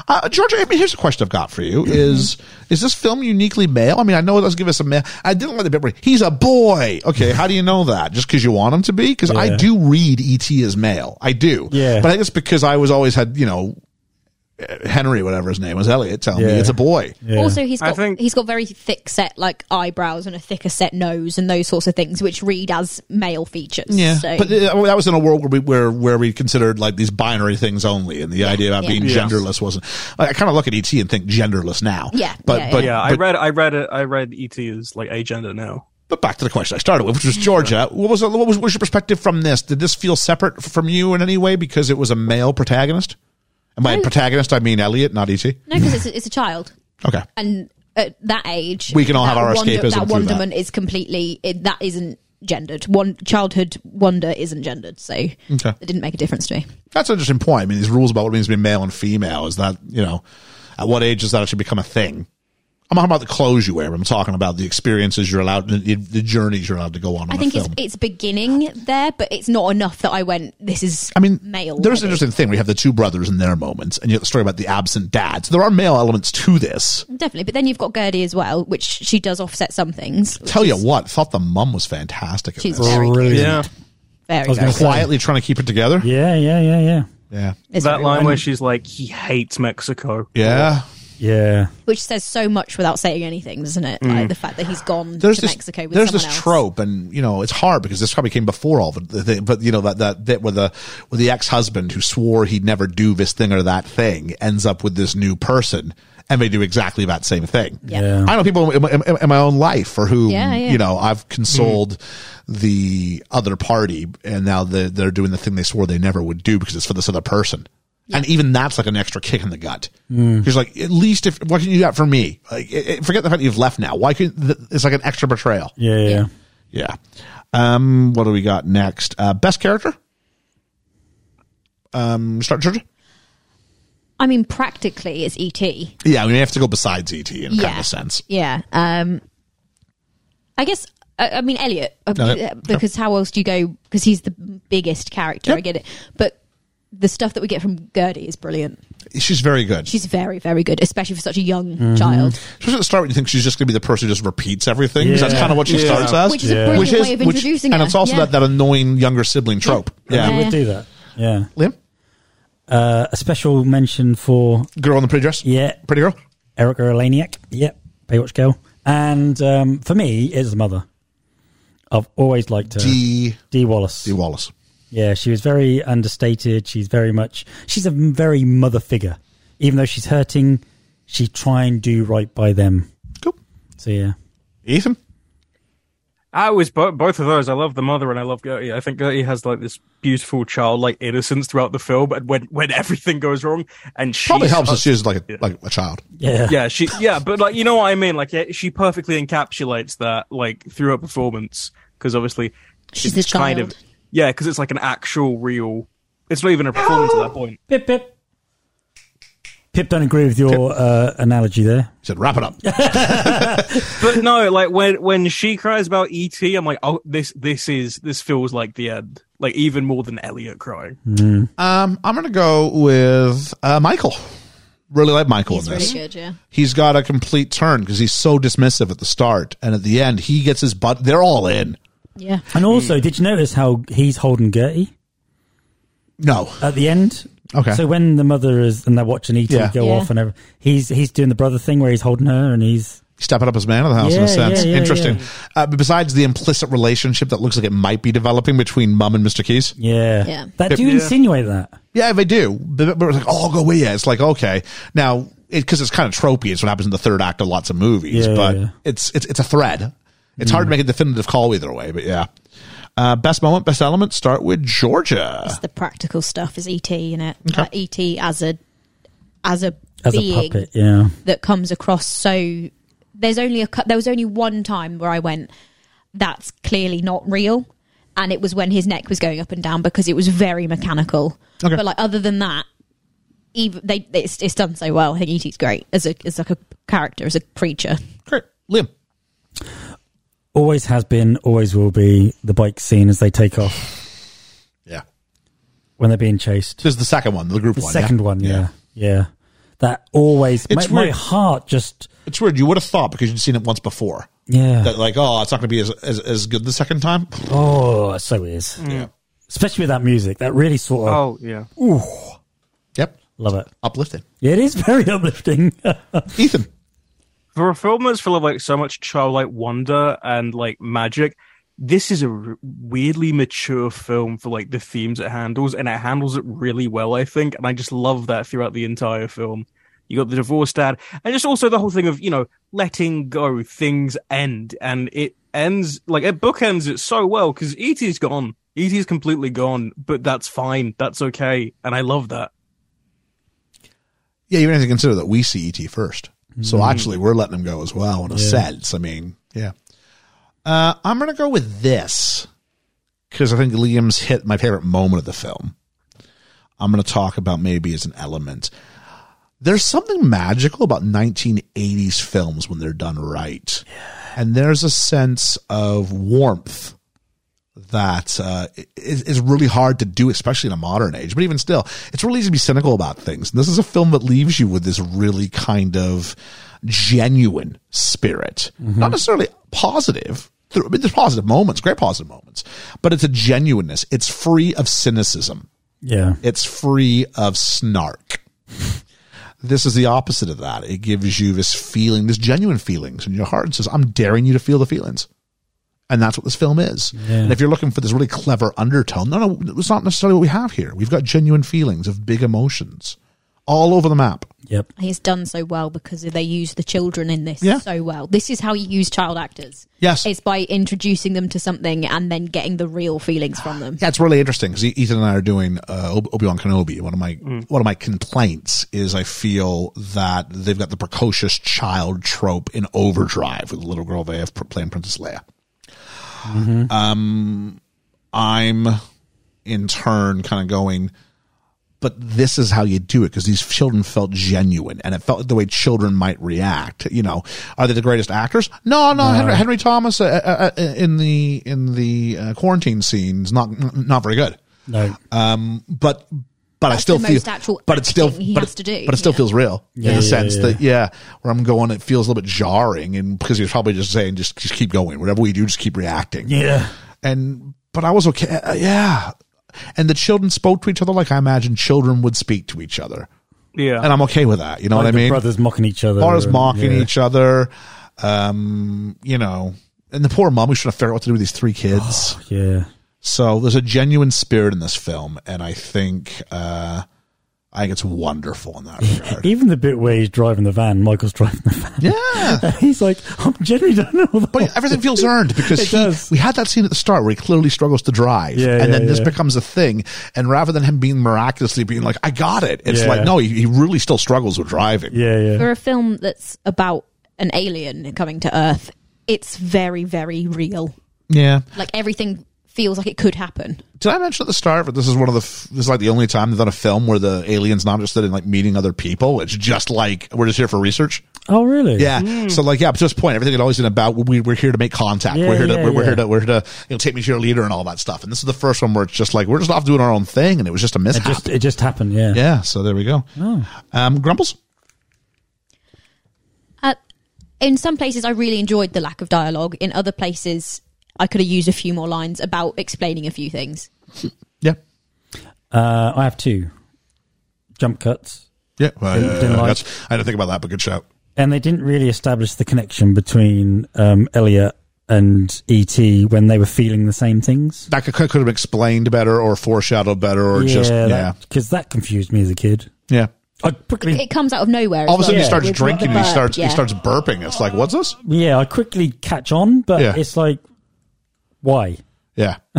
S5: Uh, Georgia, I mean, here's a question I've got for
S6: Mm-hmm.
S5: you: Is is this film uniquely male? I mean, I know it does give us a male. I didn't like the bit where he's a boy. Okay, how do you know that? Just because you want him to be? Because I
S6: Yeah.
S5: do read ET as male. I do.
S6: Yeah.
S5: But I think it's because I was always had you know uh, Henry, whatever his name was, Elliot, telling me
S6: Yeah.
S5: it's a boy.
S6: Yeah.
S8: Also, he's
S7: I
S8: got
S7: think-
S8: he's got very thick set like eyebrows and a thicker set nose and those sorts of things, which read as male features.
S5: Yeah,
S8: so,
S5: but uh, well, that was in a world where we where where we considered like these binary things only, and the idea about
S8: yeah.
S5: being
S7: Yes.
S5: genderless wasn't. I, I kind of look at ET and think genderless now.
S8: Yeah,
S5: but
S8: yeah,
S5: but
S7: Yeah, I
S5: but,
S7: read, I read, it, I read ET as like agender now.
S5: but back to the question I started with, which was Georgia. What was what was, what was your perspective from this? Did this feel separate f- from you in any way because it was a male protagonist? And by
S8: No.
S5: protagonist, I mean Elliot, not ET.
S8: no, because it's, a- it's a child,
S5: Okay,
S8: and at that age,
S5: We can all have
S8: that
S5: our
S8: wonder-
S5: escapism
S8: That
S5: through that.
S8: wonderment is completely it, that isn't gendered. One childhood wonder isn't gendered, so it didn't make a difference to me.
S5: that's an interesting point. I mean, these rules about what it means to be male and female is that you know, at what age does that actually become a thing? I'm not talking about the clothes you wear. I'm talking about the experiences you're allowed, the, the journeys you're allowed to go on. on
S8: I
S5: a
S8: think it's
S5: film.
S8: it's beginning there, but it's not enough that I went. This is
S5: I mean,
S8: male.
S5: There's an
S8: heavy.
S5: interesting thing. We have the two brothers in their moments, and you have the story about the absent dad. So there are male elements to this.
S8: Definitely, but then you've got Gertie as well, which she does offset some things.
S5: Tell you what, thought the mum was fantastic. in
S8: She's
S5: this.
S8: very
S6: Brilliant.
S7: Yeah,
S8: very
S6: I was
S8: very
S6: gonna say-
S5: quietly trying to keep it together.
S6: Yeah, yeah, yeah, yeah,
S5: Yeah,
S8: It's
S7: that
S8: very
S7: line
S8: well.
S7: where she's like, "He hates Mexico."
S5: yeah.
S6: yeah.
S8: which says so much without saying anything, doesn't it?
S7: Mm.
S8: Like the fact that he's gone
S5: There's
S8: to
S5: this,
S8: Mexico with
S5: there's
S8: someone
S5: this
S8: else.
S5: trope, and you know it's hard because this probably came before all of it. The- But you know that that bit with the with the ex husband who swore he'd never do this thing or that thing ends up with this new person, and they do exactly that same thing.
S8: Yeah.
S6: Yeah.
S5: I know people in, my- in, in my own life for whom
S8: Yeah, yeah.
S5: you know I've consoled the other party, and now they're, they're doing the thing they swore they never would do because it's for this other person. And even that's like an extra kick in the gut. Because like at least if why can you do that for me? Like it, it- forget the fact that you've left now. Why can th- it's like an extra betrayal?
S6: Yeah, yeah, yeah.
S5: Yeah. Um. What do we got next? Uh, best character. Um. Start Georgia.
S8: I mean, practically, it's E ET.
S5: Yeah, we may have to go besides ET in kind of a sense.
S8: Yeah. Um, I guess. I, I mean Elliot, uh,
S5: No, yeah,
S8: uh, because how else do you go? Because he's the biggest character.
S5: Yep.
S8: I get it, but the stuff that we get from Gertie is brilliant.
S5: She's very good.
S8: She's very, very good, especially for such a young
S5: Mm-hmm.
S8: child.
S5: Especially at the start, when you think she's just going to be the person who just repeats everything. 'cause That's
S6: Yeah.
S5: kind of what she
S7: Yeah.
S5: starts as,
S8: Which is a brilliant way of introducing
S5: and
S8: her.
S5: it's also
S8: Yeah.
S5: that, that annoying younger sibling trope. Yeah,
S6: I would do that. Yeah.
S5: Liam,
S6: Uh, a special mention for
S5: girl in the pretty dress.
S6: yeah,
S5: pretty girl.
S6: Erica Eleniak. Yep, Baywatch girl. And um, for me, it's the mother. I've always liked her.
S5: D.
S6: Dee Wallace.
S5: D. Wallace.
S6: Yeah, she was very understated. She's very much. She's a very mother figure. Even though she's hurting, she try and do right by them.
S5: Cool.
S6: So yeah,
S5: Ethan.
S7: I was bo- both of those. I love the mother and I love Gertie. I think Gertie has like this beautiful childlike innocence throughout the film, and when when everything goes wrong, and she
S5: Probably helps that she is like a, like a child.
S6: yeah,
S7: Yeah, she yeah, but like you know what I mean. Like yeah, she perfectly encapsulates that like through her performance because obviously
S8: She's
S7: it's
S8: the
S7: kind of
S8: child.
S7: yeah, because it's like an actual real. It's not even a performance at that point.
S6: Pip, Pip. Pip, don't agree with your Uh, analogy there.
S5: He said, "Wrap it up."
S7: But no, like when when she cries about ET, I'm like, oh, this this is this feels like the end. Like even more than Elliot crying.
S5: um, I'm going to go with uh, Michael. Really like Michael
S8: He's
S5: in
S8: really
S5: this.
S8: good. Yeah.
S5: he's got a complete turn because he's so dismissive at the start, and at the end, he gets his butt. They're all in.
S8: Yeah.
S6: And also, did you notice how he's holding Gertie
S5: No,
S6: at the end?
S5: Okay.
S6: So when the mother is and they're watching ET
S5: Yeah.
S6: go
S8: Yeah.
S6: off and everything, he's he's doing the brother thing where he's holding her and he's
S5: stepping up as man of the house in
S6: Yeah,
S5: a sense.
S6: yeah, yeah,
S5: Interesting. Uh, but besides the implicit relationship that looks like it might be developing between Mum and Mr. Keys,
S6: Yeah.
S8: Yeah.
S6: That, do you
S7: Yeah.
S6: insinuate that?
S5: yeah, they do. But, but it's like, oh, I'll go with you. It's like okay now because it's kind of tropey. It's what happens in the third act of lots of movies.
S6: Yeah,
S5: but
S6: yeah, Mm. yeah.
S5: it's it's it's a thread. It's hard to make a definitive call either way. But yeah, uh, best moment, best element. Start with Georgia.
S8: the practical stuff is ET in it. Like, ET as a as a
S6: As a
S8: being
S6: puppet, yeah.
S8: that comes across so there's only a cou- there was only one time where I went that's clearly not real and it was when his neck was going up and down because it was very mechanical.
S5: Okay.
S8: But like other than that even they it's, it's done so well. I think ET's great as a as like a character as a preacher.
S5: Great, Liam.
S6: Always has been, always will be the bike scene as they take off
S5: Yeah,
S6: when they're being chased.
S5: this is the second one, the group
S6: The
S5: one.
S6: second
S5: yeah?
S6: one, yeah. yeah. That always,
S5: It's
S6: my, my
S5: weird.
S6: heart just,
S5: It's weird. You would have thought because you'd seen it once before.
S6: yeah.
S5: That like, oh, it's not going to be as, as as good the second time.
S6: oh, so it is.
S5: Yeah.
S6: Especially with that music. That really sort of,
S7: Oh yeah.
S5: Yep.
S6: love it.
S5: Uplifting.
S6: Yeah, it is very uplifting.
S5: Ethan.
S7: For a film that's full of like so much childlike wonder and like magic, this is a r- weirdly mature film for like the themes it handles, and it handles it really well, I think. And I just love that throughout the entire film. You got the divorced dad, and just also the whole thing of you know letting go, things end, and it ends like it bookends it so well because E.T.'s gone, E.T.'s completely gone, but that's fine, that's okay, and I love that.
S5: Yeah, you have to consider that we see ET first. So actually, we're letting him go as well in a sense. I mean, yeah. Uh, I'm going to go with this because I think Liam's hit my favorite moment of the film. I'm going to talk about maybe as an element. There's something magical about 1980s films when they're done right. And there's a sense of warmth that uh, is, is really hard to do, especially in a modern age. But even still, it's really easy to be cynical about things. And this is a film that leaves you with this really kind of genuine spirit, not necessarily positive. There- I mean, there's positive moments, great positive moments, but it's a genuineness. It's free of cynicism.
S6: yeah.
S5: It's free of snark. This is the opposite of that. It gives you this feeling, this genuine feelings in your heart and says, I'm daring you to feel the feelings. And that's what this film is. And if you're looking for this really clever undertone, no, no, it's not necessarily what we have here. We've got genuine feelings of big emotions all over the map.
S6: Yep.
S8: I think it's done so well because they use the children in this
S5: Yeah.
S8: so well. This is how you use child actors.
S5: Yes.
S8: It's by introducing them to something and then getting the real feelings from them.
S5: Yeah, it's really interesting because Ethan and I are doing uh, Obi Wan Kenobi. One of my one of my complaints is I feel that they've got the precocious child trope in overdrive with the little girl they have pr- playing Princess Leia. Um, I'm in turn kind of going, but this is how you do it because these children felt genuine and it felt the way children might react. You know, are they the greatest actors? No, no. Henry, Henry Thomas uh, uh, uh, in the in the uh, quarantine scenes not not very good,
S6: No.
S5: Uh, but. But I
S8: That's
S5: still
S8: the
S5: feel,
S8: most actual
S5: but it still,
S8: acting he
S5: but
S8: has
S5: it,
S8: to do,
S5: but it still
S8: yeah.
S5: feels real in
S6: Yeah,
S5: the
S6: yeah,
S5: sense
S6: yeah.
S5: that yeah, where I'm going, it feels a little bit jarring, and because he was probably just saying, just just keep going, whatever we do, just keep reacting
S6: yeah.
S5: and but I was okay. Uh, yeah, and the children spoke to each other like I imagine children would speak to each other,
S7: Yeah,
S5: and I'm okay with that. You know
S6: Like
S5: what I
S6: the
S5: mean?
S6: brothers mocking each other.
S5: Bars
S6: and-
S5: mocking
S6: yeah.
S5: each other, um, you know, and the poor mom who's trying to figure out what to do with these three kids.
S6: Yeah.
S5: so there's a genuine spirit in this film, and I think uh, I think it's wonderful in that regard.
S6: Even the bit where he's driving the van, Michael's driving the van.
S5: yeah.
S6: he's like, I'm generally done all the
S5: But everything feels earned because
S6: It
S5: he,
S6: does.
S5: we had that scene at the start where he clearly struggles to drive,
S6: Yeah,
S5: and
S6: yeah,
S5: then this
S6: yeah.
S5: becomes a thing. And rather than him being miraculously being like, "I got it," it's
S6: Yeah.
S5: like, no, he, he really still struggles with driving.
S6: Yeah, yeah.
S8: For a film that's about an alien coming to Earth, it's very, very real.
S5: Yeah.
S8: Like everything feels like it could happen.
S5: Did I mention at the start? But this is one of the f- this is like the only time they've done a film where the aliens not interested in like meeting other people. It's just like we're just here for research. Mm.
S6: Oh, really?
S5: Yeah. So like, yeah, up to this point, everything had always been about we, we're here to make contact.
S6: Yeah,
S5: we're here to
S6: yeah,
S5: we're, we're
S6: yeah.
S5: here to we're here to you know take me to your leader and all that stuff. And this is the first one where it's just like we're just off doing our own thing, and it was just a
S6: It
S5: mishap.
S6: just, it just happened, yeah.
S5: Yeah, so there we go. Um, Grumbles?
S8: Uh, in some places, I really enjoyed the lack of dialogue. In other places, I could have used a few more lines about explaining a few things.
S5: Yeah.
S6: Uh, I have two jump cuts.
S5: Yeah. Well,
S6: Didn't-
S5: yeah,
S6: didn't
S5: yeah,
S6: like-
S5: that's- I didn't think about that, but good shout.
S6: and they didn't really establish the connection between um, Elliot and ET when they were feeling the same things.
S5: That could, could have explained better or foreshadowed better or just, yeah.
S6: because that confused me as a kid.
S5: Yeah.
S6: I quickly,
S10: It comes out of nowhere.
S5: All of a
S10: as well,
S5: sudden he
S6: Yeah.
S5: starts
S10: with
S5: drinking
S10: the
S5: and he
S10: burp,
S5: starts,
S10: yeah.
S5: he starts burping. It's like, what's this?
S6: yeah, I quickly catch on, but
S5: Yeah.
S6: it's like, why?
S5: Yeah.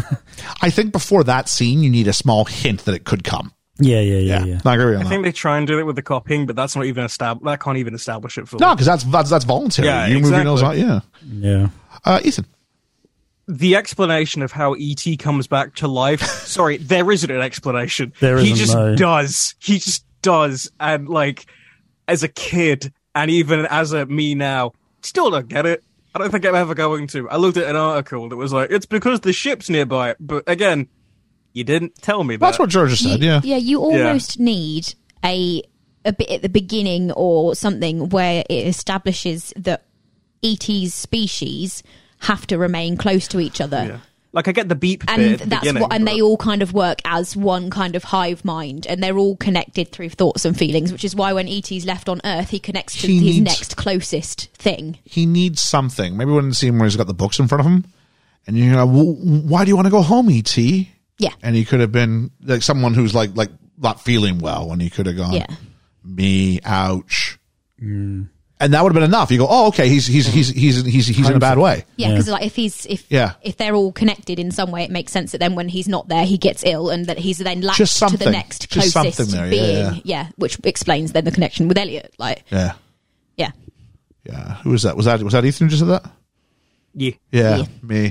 S5: I think before that scene, you need a small hint that it could come.
S6: Yeah, yeah, yeah,
S5: Yeah.
S6: yeah.
S5: No, I agree on
S7: I
S5: that.
S7: think they try and do it with the copying, but that's not even established. That can't even establish it for
S5: no, because that's, that's, that's voluntary.
S7: Yeah,
S5: you moving
S7: exactly.
S5: those out. Yeah.
S6: yeah.
S5: Uh, Ethan.
S7: the explanation of how ET comes back to life. Sorry, there isn't an explanation.
S6: There
S7: he
S6: isn't,
S7: just
S6: no.
S7: does. He just does. And like, as a kid, and even as a me now, still don't get it. I don't think I'm ever going to. I looked at an article that was like, it's because the ship's nearby. But again, you didn't tell me that.
S5: That's what Georgia said.
S10: you,
S5: Yeah.
S10: you almost need a a bit at the beginning or something where it establishes that
S8: E
S10: ET's species have to remain close to each other.
S7: Yeah. Like, I get the beep bit
S10: And
S7: at the
S10: that's
S7: beginning,
S10: what, and
S7: but-
S10: they all kind of work as one kind of hive mind, and they're all connected through thoughts and feelings, which is why when ET's left on Earth, he connects to
S5: He
S10: his
S5: needs-
S10: next closest thing.
S5: He needs something. Maybe we didn't see him where he's got the books in front of him. And you're like, "Well, why do you want to go home, E E.T.?
S10: Yeah.
S5: And he could have been like someone who's like, like not feeling well. And he could have gone,
S10: Yeah.
S5: me, ouch. And that would have been enough. You go, oh, okay, he's, he's, he's, he's, he's, he's in a bad way.
S10: Yeah, because like if he's if
S5: Yeah.
S10: if they're all connected in some way, it makes sense that then when he's not there, he gets ill, and that he's then latched
S5: Just
S10: to
S5: something.
S10: the next
S5: Just
S10: closest
S5: something there, yeah,
S10: being.
S5: yeah.
S10: which explains then the connection with Elliot. Like,
S5: Yeah.
S10: yeah,
S5: Yeah. Who was that? Was that, was that Ethan who just said that?
S7: Yeah.
S5: Yeah,
S10: Yeah.
S5: me.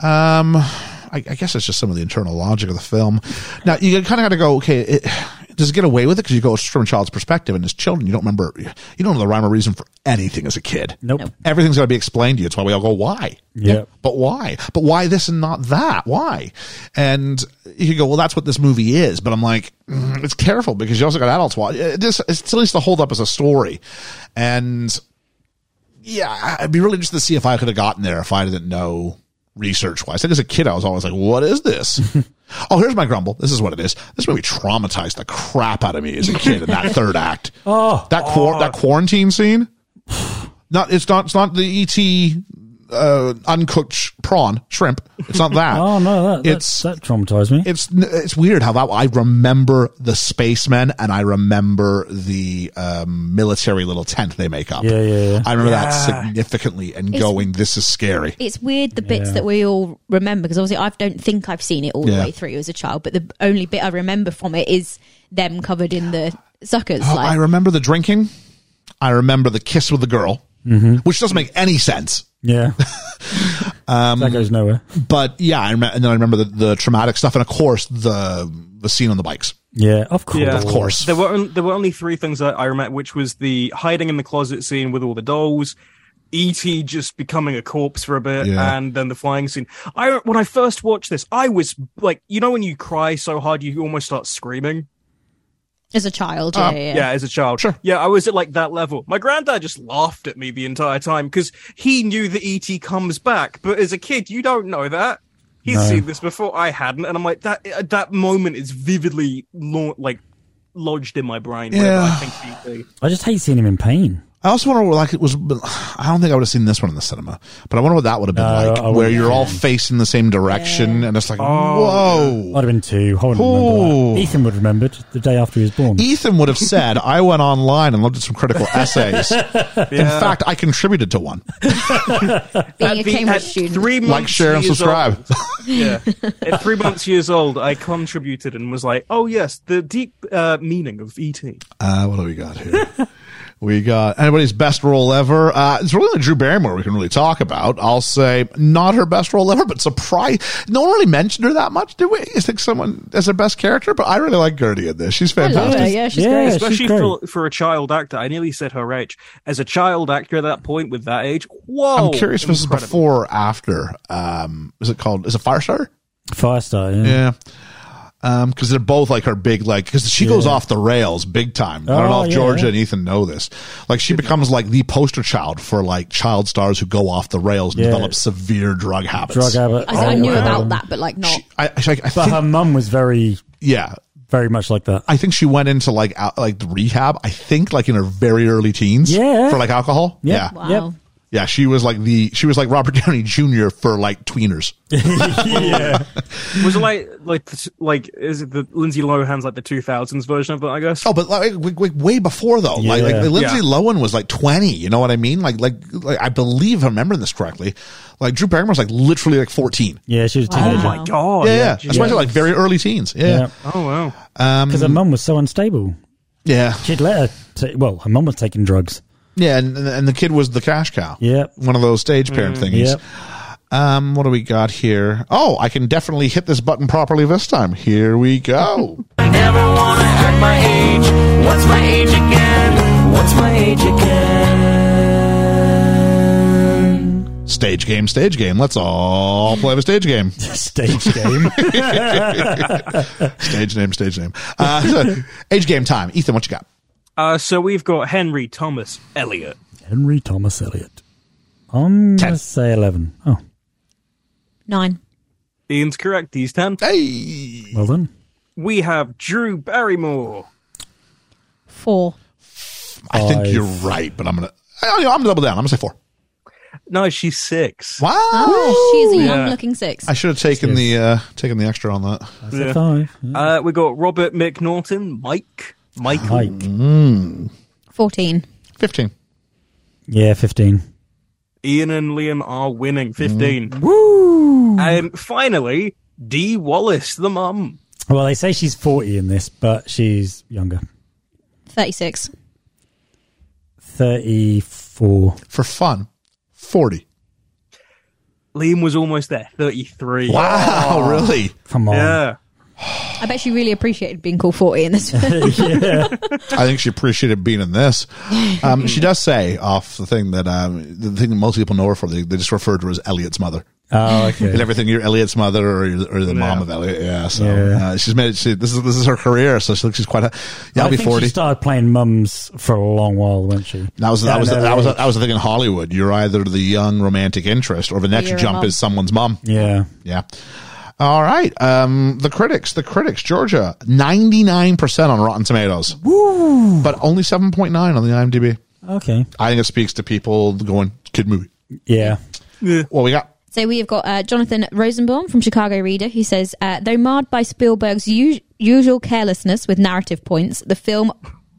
S5: Um, I, I guess it's just some of the internal logic of the film. Now you kind of got to go. Okay, it, does it get away with it because you go it's from a child's perspective and as children you don't remember you don't know the rhyme or reason for anything as a kid.
S6: Nope.
S5: Everything's got to be explained to you. That's why we all go why.
S6: Yep.
S5: But why? But why this and not that? Why? And you could go, well, that's what this movie is. But I'm like, mm, it's careful because you also got adults watch. It just, it's at least the hold up as a story. And yeah, I- I'd be really interested to see if I could have gotten there if I didn't know research wise. I think as a kid, I was always like, what is this? oh, here's my grumble. This is what it is. This movie traumatized the crap out of me as a kid in that third act.
S6: Oh.
S5: that, quar- that quarantine scene. Not, it's not, it's not the ET uh, uncooked prawn shrimp. It's not that.
S6: Oh no, that, that
S5: it's
S6: that traumatized me.
S5: it's it's weird how that I remember the spacemen and I remember the um, military little tent they make up.
S6: Yeah, yeah, yeah.
S5: I remember that significantly and going, "This is scary."
S10: it's weird the bits
S6: Yeah.
S10: that we all remember because obviously I don't think I've seen it all
S5: Yeah.
S10: the way through as a child, but the only bit I remember from it is them covered in the suckers.
S5: Oh,
S10: like,
S5: I remember the drinking. I remember the kiss with the girl, which doesn't make any sense.
S6: yeah.
S5: Um,
S6: that goes nowhere.
S5: But yeah, I remember, and then I remember the, the traumatic stuff, and of course the the scene on the bikes.
S6: Yeah, of course.
S7: Yeah.
S5: Of course,
S7: There were on, there were only three things that I remember, which was the hiding in the closet scene with all the dolls, ET just becoming a corpse for a bit,
S5: Yeah.
S7: and then the flying scene. I when I first watched this, I was like, you know, when you cry so hard you almost start screaming.
S10: as a child, yeah, yeah,
S7: Oh, Yeah,
S10: yeah.
S7: as a child,
S5: Sure.
S7: yeah, I was at like that level. My granddad just laughed at me the entire time because he knew that ET comes back, but as a kid, you don't know that. He's
S6: No.
S7: seen this before. I hadn't, and I'm like that. uh, That moment is vividly lo- like lodged in my brain. whenever I
S5: Yeah.
S7: think E ET.
S6: I just hate seeing him in pain.
S5: I also wonder, like, it was. I don't think I would have seen this one in the cinema, but I wonder what that would have been
S6: No,
S5: like,
S6: I
S5: where
S6: wouldn't
S5: you're all
S6: have.
S5: facing the same direction, and it's like, whoa.
S6: I'd have been two. I wouldn't
S5: Oh.
S6: remember that. Ethan would have remembered the day after he was born.
S5: Ethan would have said, "I went online and looked at some critical essays. In fact, I contributed to one.
S10: being a
S7: At the-
S10: Cambridge
S7: at
S10: student.
S7: Three months
S5: Like, share, and
S7: years
S5: subscribe."
S7: old- yeah. At three months years old, I contributed and was like, "Oh yes, the deep uh, meaning of ET."
S5: Uh, what do we got here? we got anybody's best role ever. Uh, it's really only Drew Barrymore we can really talk about. I'll say not her best role ever, but surprise. No one really mentioned her that much, did we? I think someone as her best character, but I really like Gertie in this. She's
S10: I love
S5: fantastic.
S10: her, yeah, she's
S6: Yeah,
S10: great.
S6: she's
S7: Especially
S6: great.
S7: for, for a child actor, I nearly said her age. As a child actor at that point, with that age, whoa!
S5: I'm curious if this is
S7: Oh, incredible.
S5: before or after. Um, is it called? Is it Firestar?
S6: Firestar, yeah.
S5: Yeah. Um, because they're both like her big, like, because she goes off the rails big time. I don't know
S6: Oh,
S5: if
S6: yeah,
S5: Georgia
S6: yeah.
S5: and Ethan know this. Like, she becomes like the poster child for like child stars who go off the rails and
S6: Yeah.
S5: develop severe drug habits.
S6: Drug Um, habit.
S10: I, I
S6: Oh,
S10: knew
S6: wow.
S10: about that, but like not.
S5: She- I, I, I
S6: But her
S5: think,
S6: mum was very,
S5: yeah.
S6: very much like that.
S5: I think she went into like out, like rehab. I think like in her very early teens.
S6: Yeah.
S5: For like alcohol.
S6: Yeah.
S5: Yeah.
S8: Wow.
S6: Yep.
S5: Yeah. She was like the she was like Robert Downey Jr. for like tweeners.
S6: yeah.
S7: Was it like like the- like is it the Lindsay Lohan's like the 2000s version of that? I guess.
S5: Oh, but like, like, like, way before though. Like like
S6: Yeah.
S5: Lindsay
S7: Yeah.
S5: Lohan was like twenty. You know what I mean? Like like like I believe I remember this correctly. Like Drew Barrymore's like literally like fourteen.
S6: Yeah, she was a
S7: Oh
S6: teenager.
S7: my god.
S5: yeah, yeah. That's why I
S7: Jeez.
S5: said, like very early teens.
S6: Yeah.
S5: Yeah,
S7: Oh wow.
S6: Because her mum was so unstable.
S5: yeah,
S6: She'd let her, ta- well, her mum was taking drugs.
S5: yeah. And and- and the kid was the cash cow.
S6: Yep.
S5: one of those stage parent thingies.
S6: Yep.
S5: Um, what do we got here? Oh, I can definitely hit this button properly this time. Here we go.
S3: I never wanna act my age. What's my age again? What's my age again?
S5: stage game, stage game. Let's all play the stage game.
S6: Stage game.
S5: Stage name, stage name. Uh, so, age game time. Ethan, what you got?
S7: Uh, so we've got Henry Thomas Elliott.
S6: Henry Thomas Elliott. I'm going to say 11. Oh,
S8: Nine.
S7: Ian's correct. He's ten.
S5: Hey,
S6: well done.
S7: We have Drew Barrymore.
S8: Four.
S5: I think
S6: Five.
S5: you're right, but I'm gonna. I, I'm gonna double down. I'm gonna say four.
S7: No, she's six.
S5: Wow.
S8: Oh, she's a
S7: Yeah.
S8: young looking six.
S5: I should have taken the uh, taken the extra on that.
S7: Yeah.
S6: Five. Yeah.
S7: Uh, we got Robert McNaughton, Mike, Michael,
S6: Mike.
S8: Fourteen.
S5: Fifteen.
S6: Yeah, 15.
S7: Ian, and Liam are winning.
S5: Mm.
S7: Fifteen.
S6: Woo!
S7: And finally, Dee Wallace, the mum.
S6: Well, they say she's 40 in this, but she's younger.
S8: Thirty six.
S6: 34.
S5: For fun, forty.
S7: Liam was almost there, thirty-three.
S5: Wow, really?
S6: Come on.
S7: Yeah.
S8: I bet she really appreciated being called forty in this film.
S5: I think she appreciated being in this. Um, she does say off the thing that um, the thing that most people know her for. They, they just refer to her as Elliot's mother.
S6: Oh,
S5: and
S6: okay.
S5: everything. You're Elliot's mother, or, you're, or the mom
S7: Yeah.
S5: of Elliot. Yeah. So
S6: Yeah.
S5: Uh, she's made it. She, this is this is her career. So she, she's quite. A, yeah, I'll
S6: I
S5: be
S6: think
S5: forty.
S6: She started playing mums for a long while, wasn't she?
S5: that was that was
S6: Yeah, no,
S5: that was
S6: yeah.
S5: that was the thing in Hollywood. You're either the young romantic interest, or the next
S8: You're a
S5: jump
S8: mom.
S5: is someone's mom.
S6: Yeah.
S5: Yeah. All right. Um, the critics, the critics, Georgia, 99% on Rotten Tomatoes,
S6: Woo!
S5: but only 7.9 on the IMDb.
S6: Okay.
S5: I think it speaks to people going, kid movie.
S6: Yeah.
S5: What we got?
S8: So we have got uh, Jonathan Rosenbaum from Chicago Reader who says, uh, though marred by Spielberg's u- usual carelessness with narrative points, the film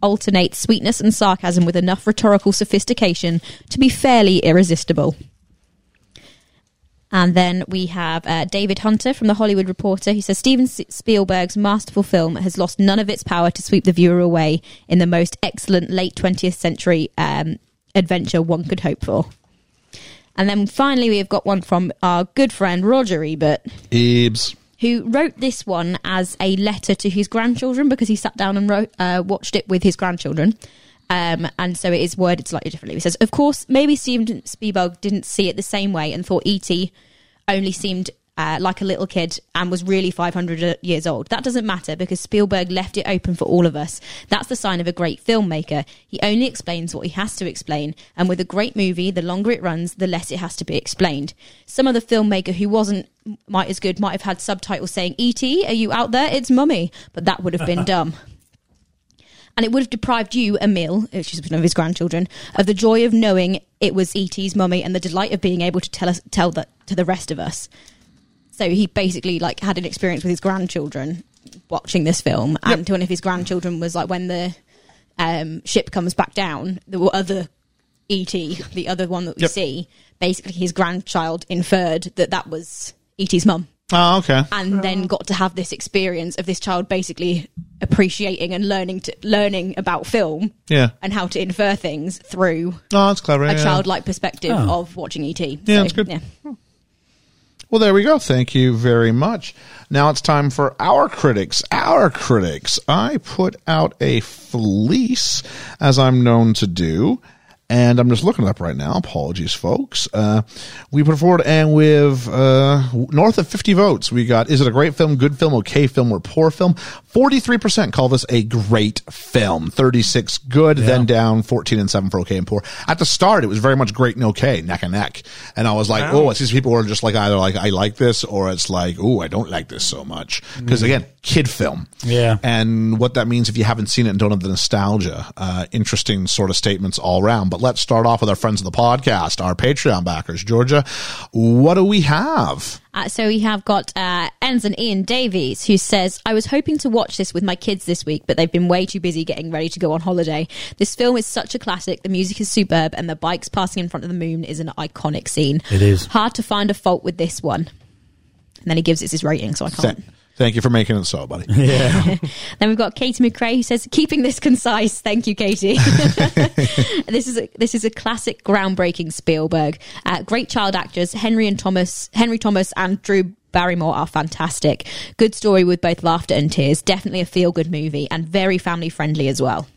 S8: alternates sweetness and sarcasm with enough rhetorical sophistication to be fairly irresistible. And then we have uh, David Hunter from The Hollywood Reporter who says, Steven S- Spielberg's masterful film has lost none of its power to sweep the viewer away in the most excellent late 20th century um, adventure one could hope for. And then finally, we have got one from our good friend Roger Ebert,
S5: Ebs.
S8: who wrote this one as a letter to his grandchildren because he sat down and wrote, uh, watched it with his grandchildren. Um, and so it is worded slightly differently. It says, Of course, maybe Steven Spielberg didn't see it the same way and thought E E.T. only seemed uh, like a little kid and was really 500 years old. That doesn't matter because Spielberg left it open for all of us. That's the sign of a great filmmaker. He only explains what he has to explain, and with a great movie, the longer it runs, the less it has to be explained. Some other filmmaker who wasn't might as good might have had subtitles saying, E.T., are you out there? It's mummy. But that would have been dumb and it would have deprived you, Emil, which is one of his grandchildren, of the joy of knowing it was E.T.'s mummy and the delight of being able to tell us tell that to the rest of us. So he basically like had an experience with his grandchildren watching this film, and one of his grandchildren was like when the um, ship comes back down, the other E.T., the other one that we
S5: Yep.
S8: see, basically his grandchild inferred that that was E.T.'s mum
S5: Oh, okay.
S8: and then got to have this experience of this child basically appreciating and learning to learning about film
S5: Yeah.
S8: and how to infer things through
S5: Oh, that's clever.
S8: a
S5: yeah.
S8: childlike perspective
S6: Oh.
S8: of watching ET. Yeah,
S5: that's good. Well, there we go. Thank you very much. Now it's time for our critics. Our critics. I put out a fleece, as I'm known to do, and I'm just looking it up right now. Apologies, folks. Uh, we put it forward, and with uh, north of 50 votes, we got: Is it a great film? Good film? Okay film? Or poor film? 43% call this a great film. 36 good, then down 14 and 7 for okay and poor. At the start, it was very much great and okay, neck and neck. And I was like, oh, it's these people who are just like either like, I like this or it's like, oh, I don't like this so much. Because again, kid film.
S6: Yeah.
S5: And what that means if you haven't seen it and don't have the nostalgia, uh, interesting sort of statements all around. But let's start off with our friends of the podcast, our Patreon backers. Georgia, what do we have?
S8: Uh, so we have got uh, Ensign Ian Davies, who says, I was hoping to watch this with my kids this week, but they've been way too busy getting ready to go on holiday. This film is such a classic, the music is superb, and the bikes passing in front of the moon is an iconic scene.
S6: It is.
S8: Hard to find a fault with this one. And then he gives us his rating, so I can't.
S5: Th- thank you for making it so, buddy.
S8: Then we've got Katie McRae who says, "Keeping this concise, thank you, Katie." this is a, this is a classic, groundbreaking Spielberg. Uh, great child actors Henry and Thomas, Henry Thomas and Drew Barrymore are fantastic. Good story with both laughter and tears. Definitely a feel good movie and very family friendly as well.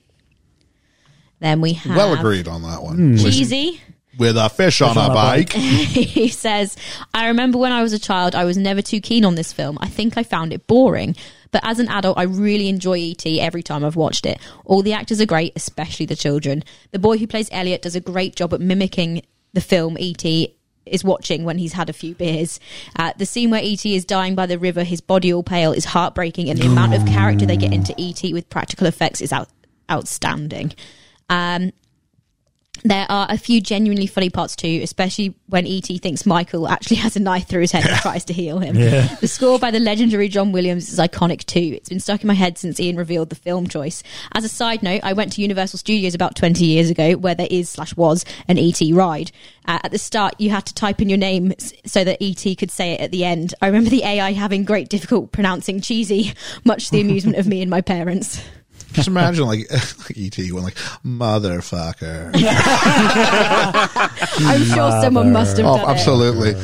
S8: Then we have
S5: Well agreed on that one.
S8: Cheesy.
S5: With a fish on a
S6: on a
S5: bike.
S8: he says, I remember when I was a child, I was never too keen on this film. I think I found it boring. But as an adult, I really enjoy E.T. every time I've watched it. All the actors are great, especially the children. The boy who plays Elliot does a great job at mimicking the film E.T. is watching when he's had a few beers. Uh, the scene where E.T. is dying by the river, his body all pale, is heartbreaking, and the amount of character they get into E.T. with practical effects is out- outstanding. Um, there are a few genuinely funny parts too, especially when ET thinks Michael actually has a knife through his head and tries to heal him. The score by the legendary John Williams is iconic too. It's been stuck in my head since Ian revealed the film choice. As a side note, I went to Universal Studios about 20 years ago, where there is slash was an ET ride. Uh, at the start, you had to type in your name s- so that ET could say it at the end. I remember the AI having great difficult pronouncing cheesy, much to the amusement of me and my parents.
S5: Just imagine like, like ET going like, motherfucker.
S8: I'm sure someone must have done
S5: oh,
S8: it.
S5: absolutely.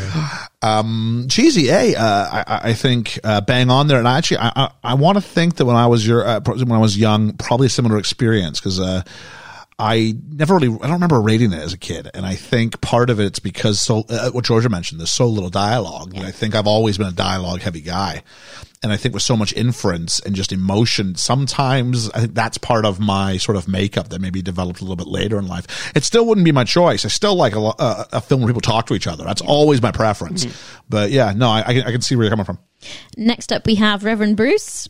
S5: Um, cheesy, eh? Uh, I, I think uh, bang on there. And I actually, I, I, I want to think that when I was your, uh, pro- when I was young, probably a similar experience because uh, I never really, I don't remember rating it as a kid. And I think part of it's because so uh, what Georgia mentioned, there's so little dialogue. that I think I've always been a dialogue heavy guy. And I think with so much inference and just emotion, sometimes I think that's part of my sort of makeup that maybe developed a little bit later in life. It still wouldn't be my choice. I still like a, lo- a, a film where people talk to each other. That's always my preference. But yeah, no, I, I, can, I can see where you're coming from.
S8: Next up, we have Reverend Bruce.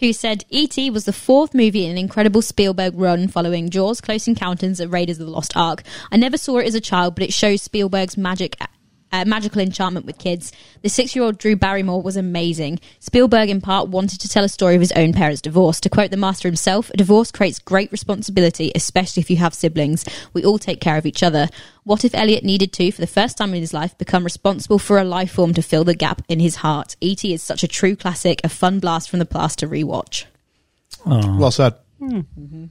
S8: Who said E.T. was the fourth movie in an incredible Spielberg run following Jaws, Close Encounters, and Raiders of the Lost Ark? I never saw it as a child, but it shows Spielberg's magic. Uh, magical enchantment with kids. The six year old Drew Barrymore was amazing. Spielberg, in part, wanted to tell a story of his own parents' divorce. To quote the master himself, a divorce creates great responsibility, especially if you have siblings. We all take care of each other. What if Elliot needed to, for the first time in his life, become responsible for a life form to fill the gap in his heart? E.T. is such a true classic, a fun blast from the past to rewatch.
S5: Well said.
S8: Then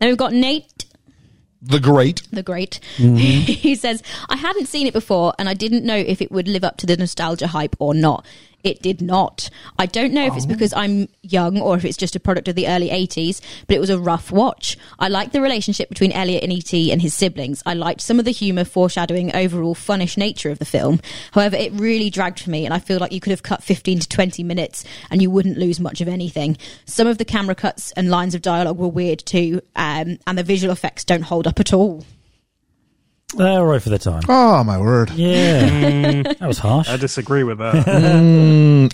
S8: we've got Nate
S5: The great.
S8: the Great. he says, I hadn't seen it before and I didn't know if it would live up to the nostalgia hype or not. It did not. I don't know if it's because I'm young or if it's just a product of the early 80s, but it was a rough watch. I liked the relationship between Elliot and E.T. and his siblings. I liked some of the humour foreshadowing overall funnish nature of the film. However, it really dragged for me and I feel like you could have cut 15 to 20 minutes and you wouldn't lose much of anything. Some of the camera cuts and lines of dialogue were weird too, um, and the visual effects don't hold up at all.
S6: They're all right for the time.
S5: Oh, my word.
S6: Yeah. that was harsh.
S7: I disagree with that.
S5: Um,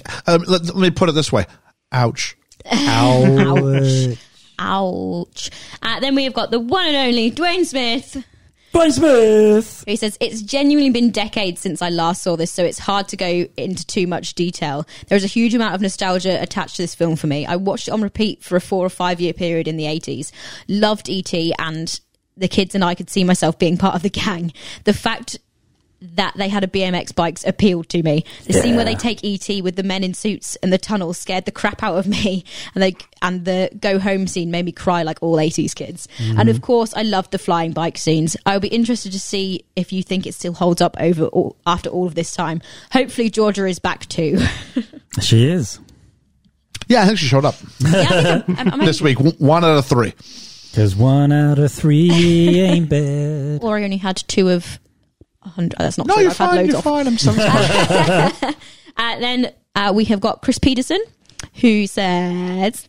S5: let, let me put it this way. Ouch.
S6: Ouch.
S8: Ouch. Uh, then we have got the one and only Dwayne Smith.
S6: Brian Smith.
S8: He says, It's genuinely been decades since I last saw this, so it's hard to go into too much detail. There is a huge amount of nostalgia attached to this film for me. I watched it on repeat for a four or five year period in the 80s. Loved E.T., and the kids and I could see myself being part of the gang. The fact that they had a BMX bikes appealed to me. The scene where they take ET with the men in suits and the tunnel scared the crap out of me, and they and the go home scene made me cry like all eighties kids. And of course, I loved the flying bike scenes. I'll be interested to see if you think it still holds up over all, after all of this time. Hopefully, Georgia is back too.
S6: She is.
S5: Yeah, I think she showed up
S8: yeah, I think I'm- I'm- I'm
S5: this week. W- One out of three.
S6: Because one out of three ain't bad.
S8: Or I only had two of hundred. oh, That's not
S5: No,
S8: true.
S5: you're
S8: I've had
S5: fine.
S8: loads
S5: You're
S8: of.
S5: fine. I'm so sorry.
S8: Uh, then uh, we have got Chris Peterson, who says.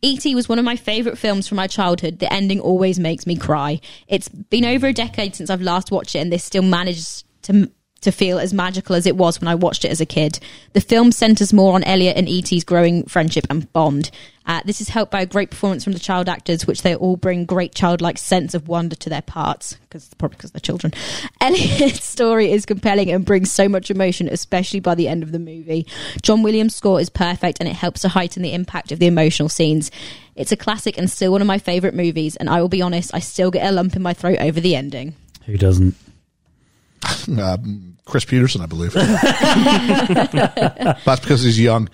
S8: E.T. was one of my favourite films from my childhood. The ending always makes me cry. It's been over a decade since I've last watched it, and this still manages to to feel as magical as it was when I watched it as a kid. The film centres more on Elliot and E.T.'s growing friendship and bond. Uh, this is helped by a great performance from the child actors, which they all bring great childlike sense of wonder to their parts, because probably because they're children. Elliot's story is compelling and brings so much emotion, especially by the end of the movie. John Williams' score is perfect, and it helps to heighten the impact of the emotional scenes. It's a classic and still one of my favourite movies, and I will be honest, I still get a lump in my throat over the ending.
S6: Who doesn't?
S5: um, Chris Peterson, I believe. That's because he's young.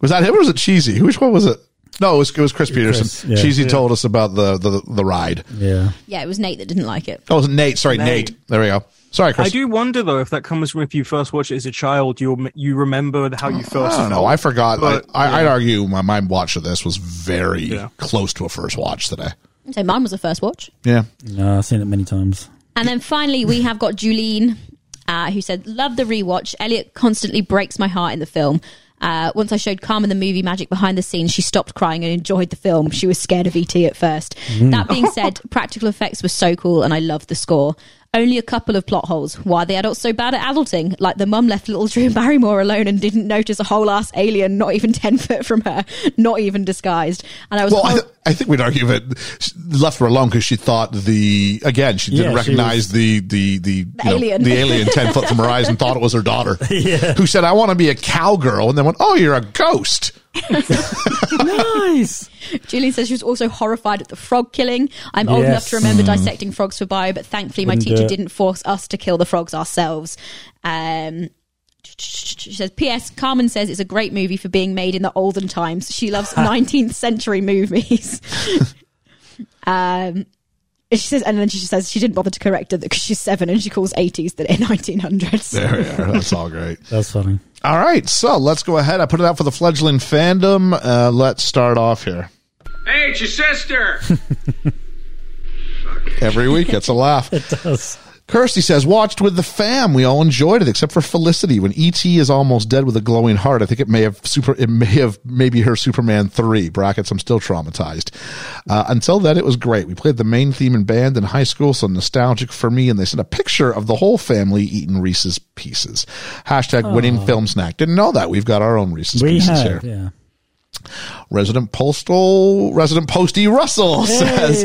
S5: Was that him or was it Cheesy? Which one was it? No, it was, it was Chris Peterson.
S6: yeah.
S5: Cheesy told us about the, the, the ride.
S6: Yeah.
S8: Yeah, it was Nate that didn't like it.
S5: Oh, it was Nate. Sorry, Nate.
S7: Nate.
S5: There we go. Sorry, Chris.
S7: I do wonder though if that comes from if you first watch it as a child, you you remember how you first.
S5: I don't know.
S7: felt.
S5: I forgot.
S7: But,
S5: I, I, I'd argue my, my watch of this was very
S7: Yeah.
S5: close to a first watch today.
S8: So mine was the first watch.
S5: Yeah.
S6: No, I've seen it many times.
S8: And then finally, we have got Julene, uh, who said, Love the rewatch. Elliot constantly breaks my heart in the film. Uh, once I showed Carmen the movie magic behind the scenes, she stopped crying and enjoyed the film. She was scared of ET at first. That being said, practical effects were so cool and I loved the score. Only a couple of plot holes. Why are the adults so bad at adulting? Like the mum left little Drew Barrymore alone and didn't notice a whole ass alien not even 10 foot from her, not even disguised. And I was
S5: Well, I,
S8: hor-
S5: th- I think we'd argue that she left her alone because she thought the again she didn't
S6: Yeah, she
S5: recognize the the the, the,
S8: alien.
S5: the alien ten foot from her eyes and thought it was her daughter who said I want to be a cowgirl and then went oh you're a ghost
S6: nice.
S8: Julie says she was also horrified at the frog killing. I'm old enough
S6: Yes.
S8: to remember dissecting frogs for bio, but thankfully
S6: Wouldn't
S8: my
S6: do
S8: teacher
S6: it.
S8: didn't force us to kill the frogs ourselves. Um, she says, P.S. Carmen says it's a great movie for being made in the olden times. She loves 19th century movies. um, she says, and then she says she didn't bother to correct her because she's seven and she calls 80s the 1900s.
S5: there we are that's all great
S6: That's funny.
S5: all right so let's go ahead I put it out for the fledgling fandom uh, let's start off here
S3: Hey, it's your sister!
S5: every week it's a laugh
S6: Does.
S5: Kirsty says, watched with the fam. We all enjoyed it, except for Felicity. When E.T. is almost dead with a glowing heart, I think it may have super, it may have maybe her Superman 3 brackets. I'm still traumatized. Uh, until then, it was great. We played the main theme in band in high school, so nostalgic for me. And they sent a picture of the whole family eating Reese's Pieces. Hashtag winning film snack. Didn't know that. We've got our own Reese's
S6: We
S5: Pieces here.
S6: have, yeah.
S5: Resident Postal, Resident Posty Russell says,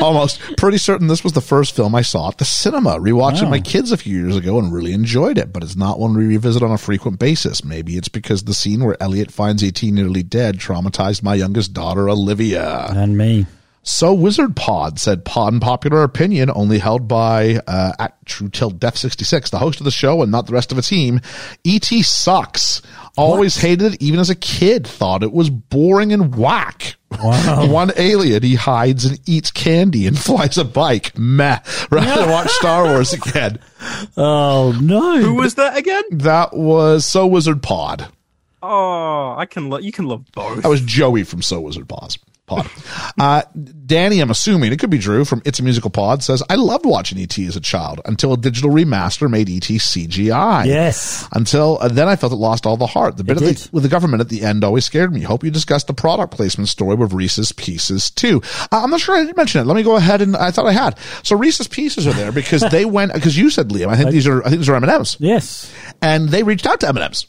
S5: almost pretty certain this was the first film I saw at the cinema. Rewatched it with my kids a few years ago and really enjoyed it, but it's not one we revisit on a frequent basis. Maybe it's because the scene where Elliot finds ET nearly dead traumatized my youngest daughter Olivia.
S6: And me.
S5: So Wizard Pod said pod and popular opinion only held by uh, at True Till Death 66, the host of the show and not the rest of the team. ET sucks. Always hated it even as a kid. Thought it was boring and whack. One alien, he hides and eats candy and flies a bike. Meh. Rather than watch Star Wars again.
S6: Oh, no.
S7: Who was that again?
S5: That was So Wizard Pod.
S7: Oh, I can. Lo- you can love both.
S5: That was Joey from So Wizard Paws. Pod. Uh, Danny, I'm assuming it could be Drew from It's a Musical Pod, says, I loved watching ET as a child until a digital remaster made E ET CGI.
S6: Yes.
S5: Until uh, then, I felt it lost all the heart. The bit of the,
S6: did.
S5: with the government at the end always scared me. Hope you discussed the product placement story with Reese's Pieces too. Uh, I'm not sure I did mention it. Let me go ahead and I thought I had. So Reese's Pieces are there because they went because you said Liam. I think these are I think these are M and M's,
S6: Yes.
S5: and they reached out to M and M's.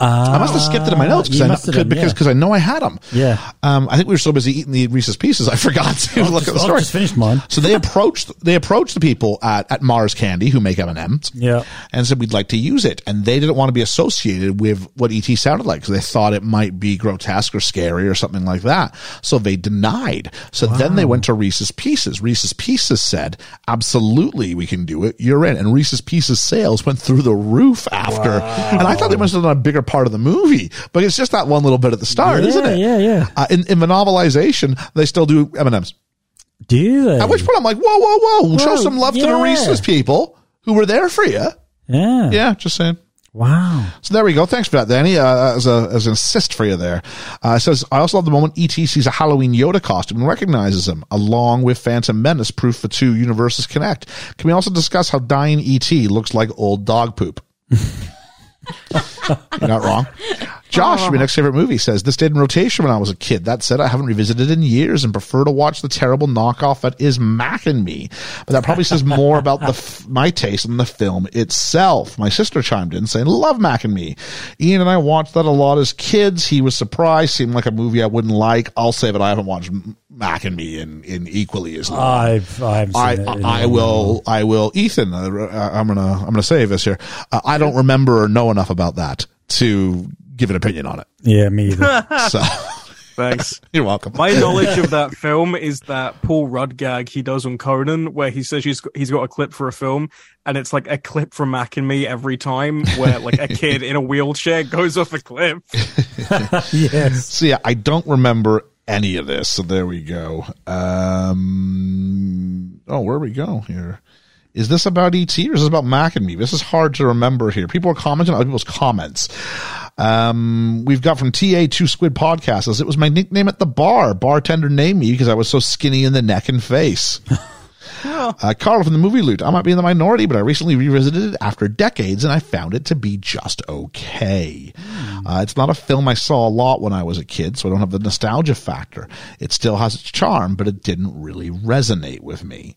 S5: I must have skipped it in my notes
S6: Ah, you
S5: because I,
S6: must have
S5: know-
S6: done,
S5: because
S6: yeah.
S5: 'cause I know I had them.
S6: Yeah.
S5: Um, I think we were so busy eating the Reese's Pieces, I forgot to look
S6: just-
S5: at the
S6: I've
S5: story.
S6: oh, just finished mine.
S5: So they approached they approached the people at, at Mars Candy who make M and M's.
S6: Yeah.
S5: And said we'd like to use it, and they didn't want to be associated with what ET sounded like because they thought it might be grotesque or scary or something like that. So they denied. So then they went to Reese's Pieces. Reese's Pieces said, "Absolutely, we can do it. You're in." And Reese's Pieces sales went through the roof after. And I thought they must have done a bigger part of the movie, but it's just that one little bit at the start,
S6: Yeah,
S5: isn't it?
S6: yeah, yeah.
S5: Uh, in, in the novelization, they still do M and M's.
S6: Do they?
S5: At which point I'm like, whoa, whoa, whoa, show
S6: Whoa,
S5: some love to the
S6: yeah.
S5: Reese's people who were there for you.
S6: Yeah.
S5: Yeah, just saying.
S6: Wow.
S5: So there we go. Thanks for that, Danny. Uh, as, a, as an assist for you there. Uh, it says, I also love the moment E.T. sees a Halloween Yoda costume and recognizes him, along with Phantom Menace, proof the two universes connect. Can we also discuss how dying E.T. looks like old dog poop? You're not wrong. Josh, my next favorite movie, says this stayed in rotation when I was a kid. That said, I haven't revisited in years and prefer to watch the terrible knockoff that is Mac and Me. But that probably says more about the f- my taste than the film itself. My sister chimed in saying, "Love Mac and Me." Ian and I watched that a lot as kids. He was surprised. Seemed like a movie I wouldn't like. I'll say that I haven't watched M- Mac and Me in, in equally as long.
S6: I've, I've seen
S5: I,
S6: it in-
S5: I, I will I will Ethan uh, uh, I'm gonna I'm gonna save us here. Uh, I don't remember or know enough about that to give an opinion on it.
S6: Yeah, me either.
S5: So
S7: Thanks.
S5: you're welcome.
S7: My knowledge of that film is that Paul Rudd gag he does on Conan, where he says he's he's got a clip for a film, and it's like a clip from Mac and Me every time, where like a kid in a wheelchair goes off a cliff.
S6: yes.
S5: so yeah, I don't remember any of this. So there we go. Um, oh, where we go here? Is this about ET or is this about Mac and me? This is hard to remember here. People are commenting on other people's comments. Um, we've got from TA2 Squid Podcast says, It was my nickname at the bar. Bartender named me because I was so skinny in the neck and face. Uh, Carl from the movie loot. I might be in the minority, but I recently revisited it after decades and I found it to be just okay. Uh, it's not a film I saw a lot when I was a kid, so I don't have the nostalgia factor. It still has its charm, but it didn't really resonate with me.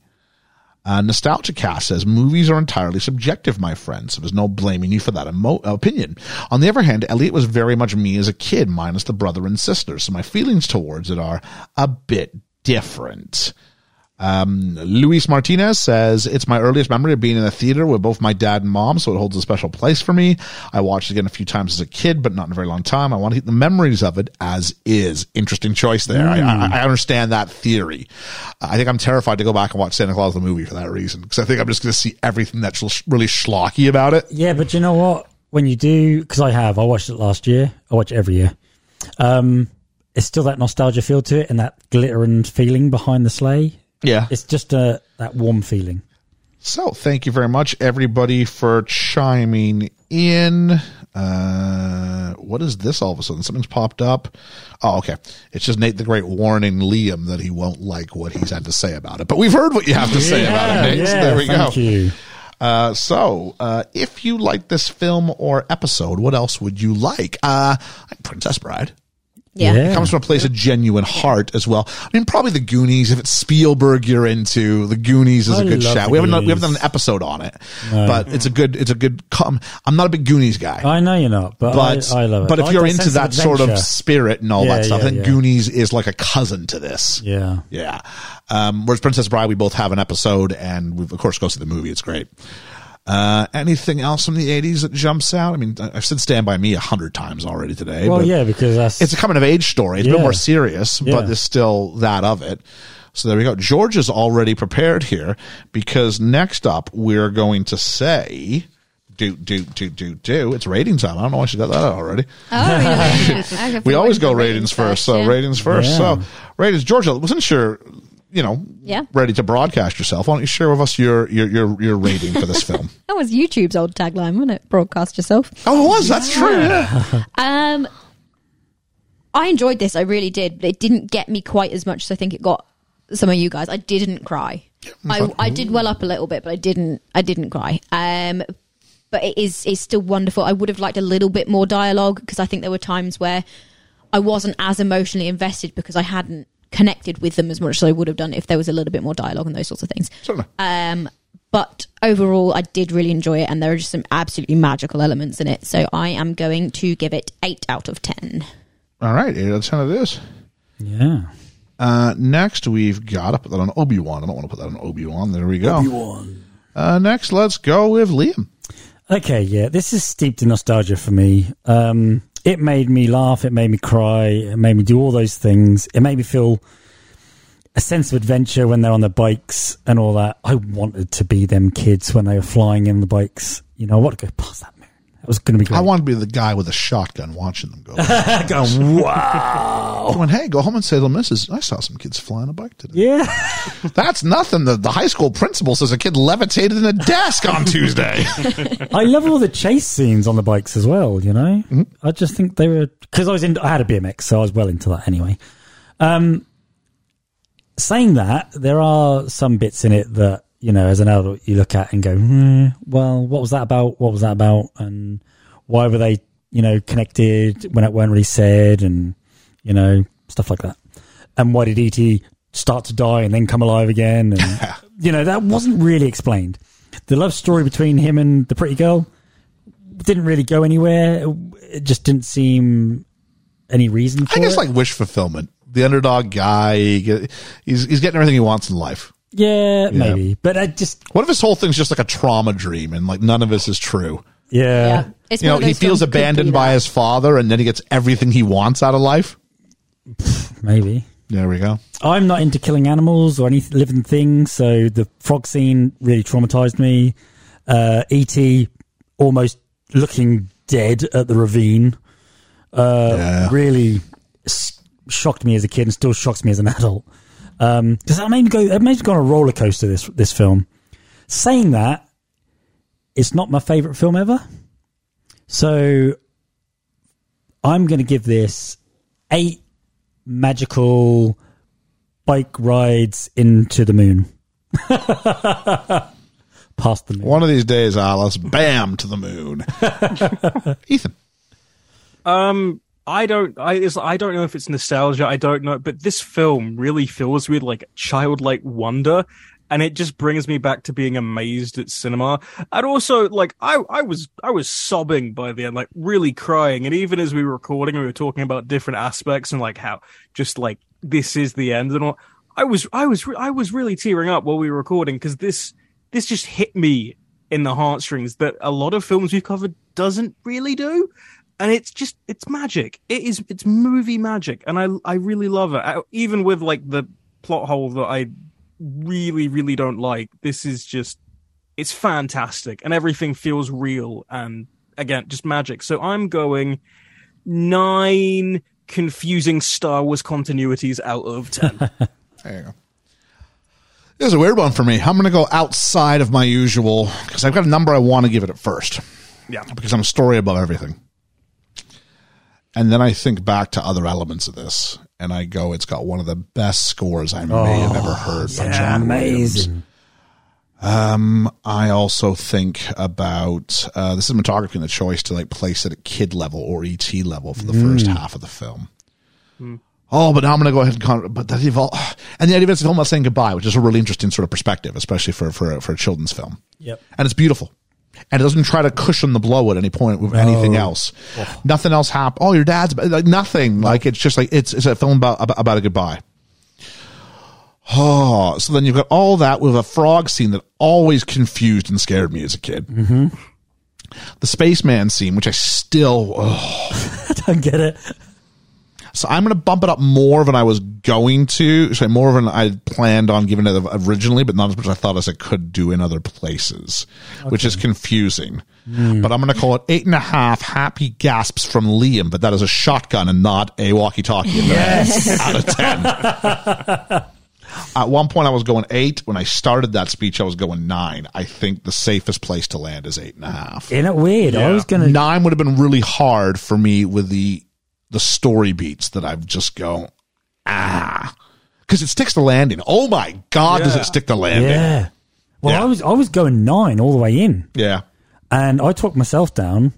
S5: Uh, Nostalgia Cast says movies are entirely subjective, my friend, so there's no blaming you for that emo- opinion. On the other hand, Elliot was very much me as a kid, minus the brother and sister, so my feelings towards it are a bit different. Luis Martinez says, It's my earliest memory of being in a theater with both my dad and mom, so it holds a special place for me. I watched it again a few times as a kid, but not in a very long time. I want to keep the memories of it as is. Interesting choice there. I I, I understand that theory. I think I'm terrified to go back and watch Santa Claus the movie for that reason, because I think I'm just going to see everything that's sh- really schlocky about it.
S6: Yeah, but you know what? When you do, because I have, I watched it last year. I watch it every year. Um, it's still that nostalgia feel to it, and that glitter and feeling behind the sleigh.
S5: Yeah.
S6: It's just uh, that warm feeling.
S5: So thank you very much, everybody, for chiming in. Uh, what is this all of a sudden? Something's popped up. Oh, okay. It's just Nate the Great warning Liam that he won't like what he's had to say about it. But we've heard what you have to say about it, Nate. so there we
S6: thank
S5: go.
S6: you.
S5: Uh, so, uh, if you like this film or episode, what else would you like? Uh, Princess Bride
S10: Yeah.
S5: it comes from a place of genuine heart as well. I mean, probably the Goonies. If it's Spielberg, you're into the Goonies is a
S6: I
S5: good
S6: love
S5: shout.
S6: The
S5: We haven't done, we
S6: Goonies.
S5: haven't done an episode on it, but it's a good it's a good. Com- I'm not a big Goonies guy,
S6: I know you're not, but,
S5: but
S6: I, I love it.
S5: but
S6: I
S5: if
S6: like
S5: you're into
S6: sense
S5: that sort of
S6: adventure.
S5: spirit and all
S6: Yeah,
S5: that stuff,
S6: yeah,
S5: then
S6: yeah.
S5: Goonies is like a cousin to this.
S6: yeah,
S5: Yeah. Um, whereas Princess Bride, we both have an episode, and we of course go to the movie. It's great. Uh, anything else from the '80s that jumps out? I mean, I- I've said "Stand by Me" a hundred times already today.
S6: well,
S5: but-
S6: yeah, because that's
S5: it's a coming of age story. It's a bit
S6: Yeah.
S5: more serious,
S6: Yeah.
S5: but there's still that of it. So there we go. George is already prepared here because next up we're going to say do do do do do. It's rating time. I don't know why she got that out already.
S8: Oh,
S5: We always go ratings first, so ratings first.
S6: Yeah.
S5: So ratings. George, I wasn't sure. You know,
S10: Yeah.
S5: ready to broadcast yourself. Why don't you share with us your your your, your rating for this film?
S10: That was YouTube's old tagline, wasn't it? Broadcast yourself.
S5: Oh, it was. That's true. yeah.
S10: Um, I enjoyed this. I really did, but it didn't get me quite as much as I think it got some of you guys. I didn't cry. I, I did well up a little bit, but I didn't. I didn't cry. Um, but it is it's still wonderful. I would have liked a little bit more dialogue because I think there were times where I wasn't as emotionally invested because I hadn't connected with them as much as I would have done if there was a little bit more dialogue and those sorts of things.
S5: Certainly.
S10: Um, but overall, I did really enjoy it, and there are just some absolutely magical elements in it. So I am going to give it eight out of ten.
S5: All right, eight out of ten of this.
S6: yeah.
S5: Uh, next, we've got to put that on Obi Wan. I don't want to put that on Obi Wan. There we go. Obi Wan. Uh, next, let's go with Liam.
S6: Okay, yeah, this is steeped in nostalgia for me. Um, it made me laugh, it made me cry, it made me do all those things. It made me feel a sense of adventure when they're on their bikes and all that. I wanted to be them kids when they were flying in the bikes. You know, I want to go past that moon. That was going to be great.
S5: I want to be the guy with a shotgun watching them go.
S6: Going, wow.
S5: Going, hey, go home and say to the missus, I saw some kids flying a bike today.
S6: Yeah.
S5: That's nothing. The, the high school principal says a kid levitated in a desk on Tuesday.
S6: I love all the chase scenes on the bikes as well. You know,
S5: Mm-hmm.
S6: I just think they were because I was in. I had a BMX, so I was well into that anyway. Um, saying that, there are some bits in it that you know, as an adult, you look at and go, hmm, "Well, what was that about? What was that about? And why were they, you know, connected when it weren't really said? And you know, stuff like that. And why did ET start to die and then come alive again? And you know, that wasn't really explained. The love story between him and the pretty girl didn't really go anywhere. It just didn't seem any reason for
S5: I guess
S6: it.
S5: like wish fulfillment. The underdog guy, he get- he's, he's getting everything he wants in life.
S6: yeah, maybe. But I just
S5: What if his whole thing's just like a trauma dream and like none of this is true?
S6: yeah.
S10: Yeah. It's
S5: you know,
S10: one of
S5: he
S10: those films
S5: feels
S10: could
S5: abandoned
S10: do
S5: by
S10: that.
S5: his father and then he gets everything he wants out of life.
S6: Maybe.
S5: There we go.
S6: I'm not into killing animals or any living thing, so the frog scene really traumatized me. Uh, E.T. almost looking dead at the ravine uh,
S5: Yeah.
S6: really s- shocked me as a kid and still shocks me as an adult. Um, Because I made me go, it made me go on a roller coaster. This this film. Saying that, it's not my favorite film ever. So I'm going to give this eight magical bike rides into the moon. Past the moon.
S5: One of these days, Alice, bam, to the moon. Ethan.
S7: Um, I don't. I it's, I don't know if it's nostalgia. I don't know, but this film really fills me with like childlike wonder, and it just brings me back to being amazed at cinema. And also, like I I was I was sobbing by the end, like really crying. And even as we were recording, we were talking about different aspects and like how just like this is the end and all. I was I was re- I was really tearing up while we were recording because this this just hit me in the heartstrings that a lot of films we've covered doesn't really do and it's just it's magic it is it's movie magic and i i really love it I, even with like the plot hole that i really really don't like this is just it's fantastic and everything feels real and again just magic so i'm going nine confusing star wars continuities out of ten
S5: There you go. This is a weird one for me. I'm going to go outside of my usual because I've got a number I want to give it at first
S7: yeah
S5: because I'm a story above everything. And then I think back to other elements of this and I go, it's got one of the best scores I may have ever heard by John Williams.
S6: Amazing.
S5: I also think about uh, the cinematography and the choice to like place it at kid level or ET level for the first half of the film. Oh, but now I'm going to go ahead and con- but that evol- and the idea of it's a film about saying goodbye, which is a really interesting sort of perspective, especially for for for a children's film.
S6: Yep.
S5: And it's beautiful, and it doesn't try to cushion the blow at any point with anything else. Nothing else happened. Oh, your dad's like nothing. Like it's just like it's it's a film about about, about a goodbye. Oh, so then you've got all that with a frog scene that always confused and scared me as a kid. Mm-hmm. The spaceman scene, which I still, oh, ugh.
S6: I don't get it.
S5: so I'm going to bump it up more than I was going to, sorry, more than I planned on giving it originally, but not as much as I thought as I could do in other places, which is confusing. But I'm going to call it eight and a half happy gasps from Liam, but that is a shotgun and not a walkie-talkie. Yes, out of ten. At one point, I was going eight. When I started that speech, I was going nine. I think the safest place to land is eight and a half.
S6: Isn't it weird? I was going to.
S5: Nine would have been really hard for me with the the story beats that I've just go ah because it sticks the landing. Oh my god, does it stick the landing? Yeah.
S6: Yeah. Well,
S5: Yeah.
S6: I was I was going nine all the way in,
S5: Yeah,
S6: and I talked myself down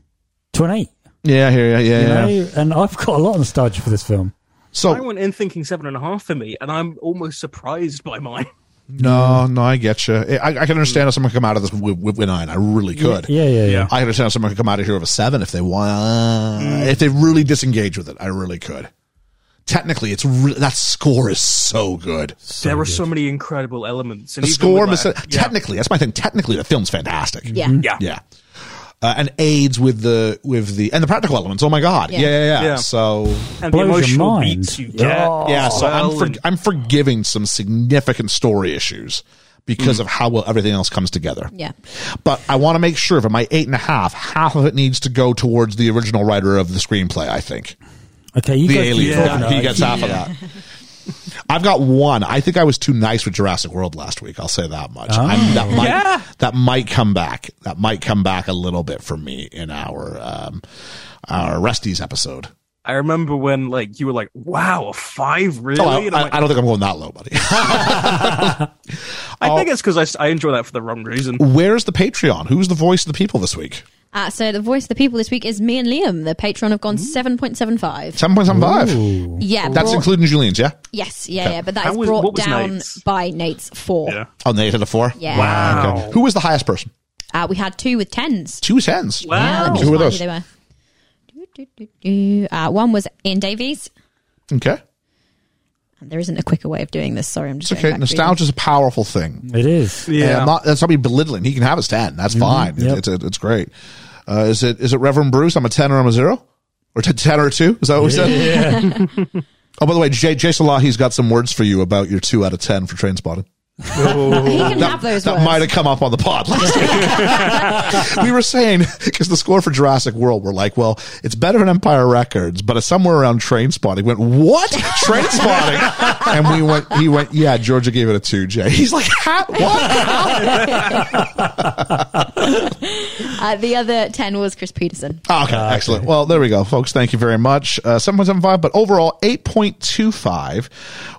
S6: to an eight.
S5: yeah, yeah, yeah.
S6: You
S5: yeah.
S6: know, and I've got a lot of nostalgia for this film.
S5: So
S7: i went in thinking seven and a half for me and i'm almost surprised by mine
S5: no, no, I get you. I, I can understand how someone could come out of this with, with, with nine. I really could.
S6: Yeah, yeah, yeah.
S7: Yeah. Mm.
S5: I can understand how someone could come out of here with a seven if they want. If they really disengage with it, I really could. Technically, it's re- that score is so good.
S7: there are so many incredible elements and
S5: The
S7: even
S5: score,
S7: with,
S5: mis-
S7: like- yeah.
S5: technically, that's my thing. Technically, the film's fantastic.
S10: Yeah.
S7: yeah
S5: yeah, uh, and aids with the with the and the practical elements. Oh my god, yeah,
S10: Yeah.
S5: yeah, yeah.
S7: Yeah.
S5: So
S7: and the
S6: Blows your
S7: emotional
S6: mind.
S7: beats you get
S5: yeah, so
S7: Well,
S5: I'm for-
S7: and-
S5: I'm forgiving some significant story issues,
S7: Mm.
S5: because of how well everything else comes together.
S10: Yeah.
S5: But I want to make sure for my eight and a half, half of it needs to go towards the original writer of the screenplay, I think.
S6: Okay, you
S5: the
S6: guys keep
S5: alien.
S6: talking about
S5: He
S6: it.
S5: gets half of that. I've got one. I think I was too nice with Jurassic World last week. I'll say that much. I'm, that might that might come back. That might come back a little bit for me in our um, our Rusty's episode.
S7: I remember when like you were like, "Wow, a five really?"
S5: Oh, I,
S7: And I'm like,
S5: I- I don't think I'm going that low, buddy.
S7: I think it's because I, s- I enjoy that for the wrong reason.
S5: Oh, Where's the Patreon? Who's the voice of the people this week?
S10: Uh, so the voice of the people this week is me and Liam. The Patreon have gone seven point seven five.
S5: Seven point seven five.
S10: Yeah,
S5: That's
S10: brought-
S5: including Julian's, yeah.
S10: Yes, yeah, yeah, but that
S7: How
S10: is
S7: was-
S10: brought
S7: what was
S10: down
S7: Nate's?
S10: by Nate's four.
S7: Yeah.
S5: Oh, Nate had a four.
S10: Yeah.
S7: Wow.
S5: Who was the highest person?
S10: Uh, we had two with tens.
S5: Two tens.
S10: Yeah, let me
S5: Who were
S10: just
S5: those?
S10: find who they were. Do, do, do, do. Uh, one was Ian Davies.
S5: Okay.
S10: And There isn't a quicker way of doing this. Sorry, I'm
S5: It's
S10: just going
S5: okay.
S10: back
S5: Nostalgia is a powerful thing.
S6: It is.
S5: Yeah.
S7: Yeah.
S5: not, that's not me belittling. He can have his 10. That's fine.
S6: Yep.
S5: It's, it's, it's great. Uh, is it is it Reverend Bruce? I'm a 10 or I'm a 0? Or t- 10 or a 2? Is that what we said? Oh, by the way, Jay, Jay Salah, he's got some words for you about your 2 out of 10 for train spotting.
S10: reading. He can have those
S5: that
S10: words.
S5: might have come up on the pod last week. we were saying because the score for Jurassic World, we're like, well, it's better than Empire Records, but it's somewhere around Train Spotting. Went what Train Spotting? and we went, he went, yeah, Georgia gave it a two. Jay, he's like, ha, what?
S10: Uh, the other ten was Chris Peterson.
S5: Ah, okay, excellent. Well, there we go, folks. Thank you very much. Uh, 7.75, but overall 8.25,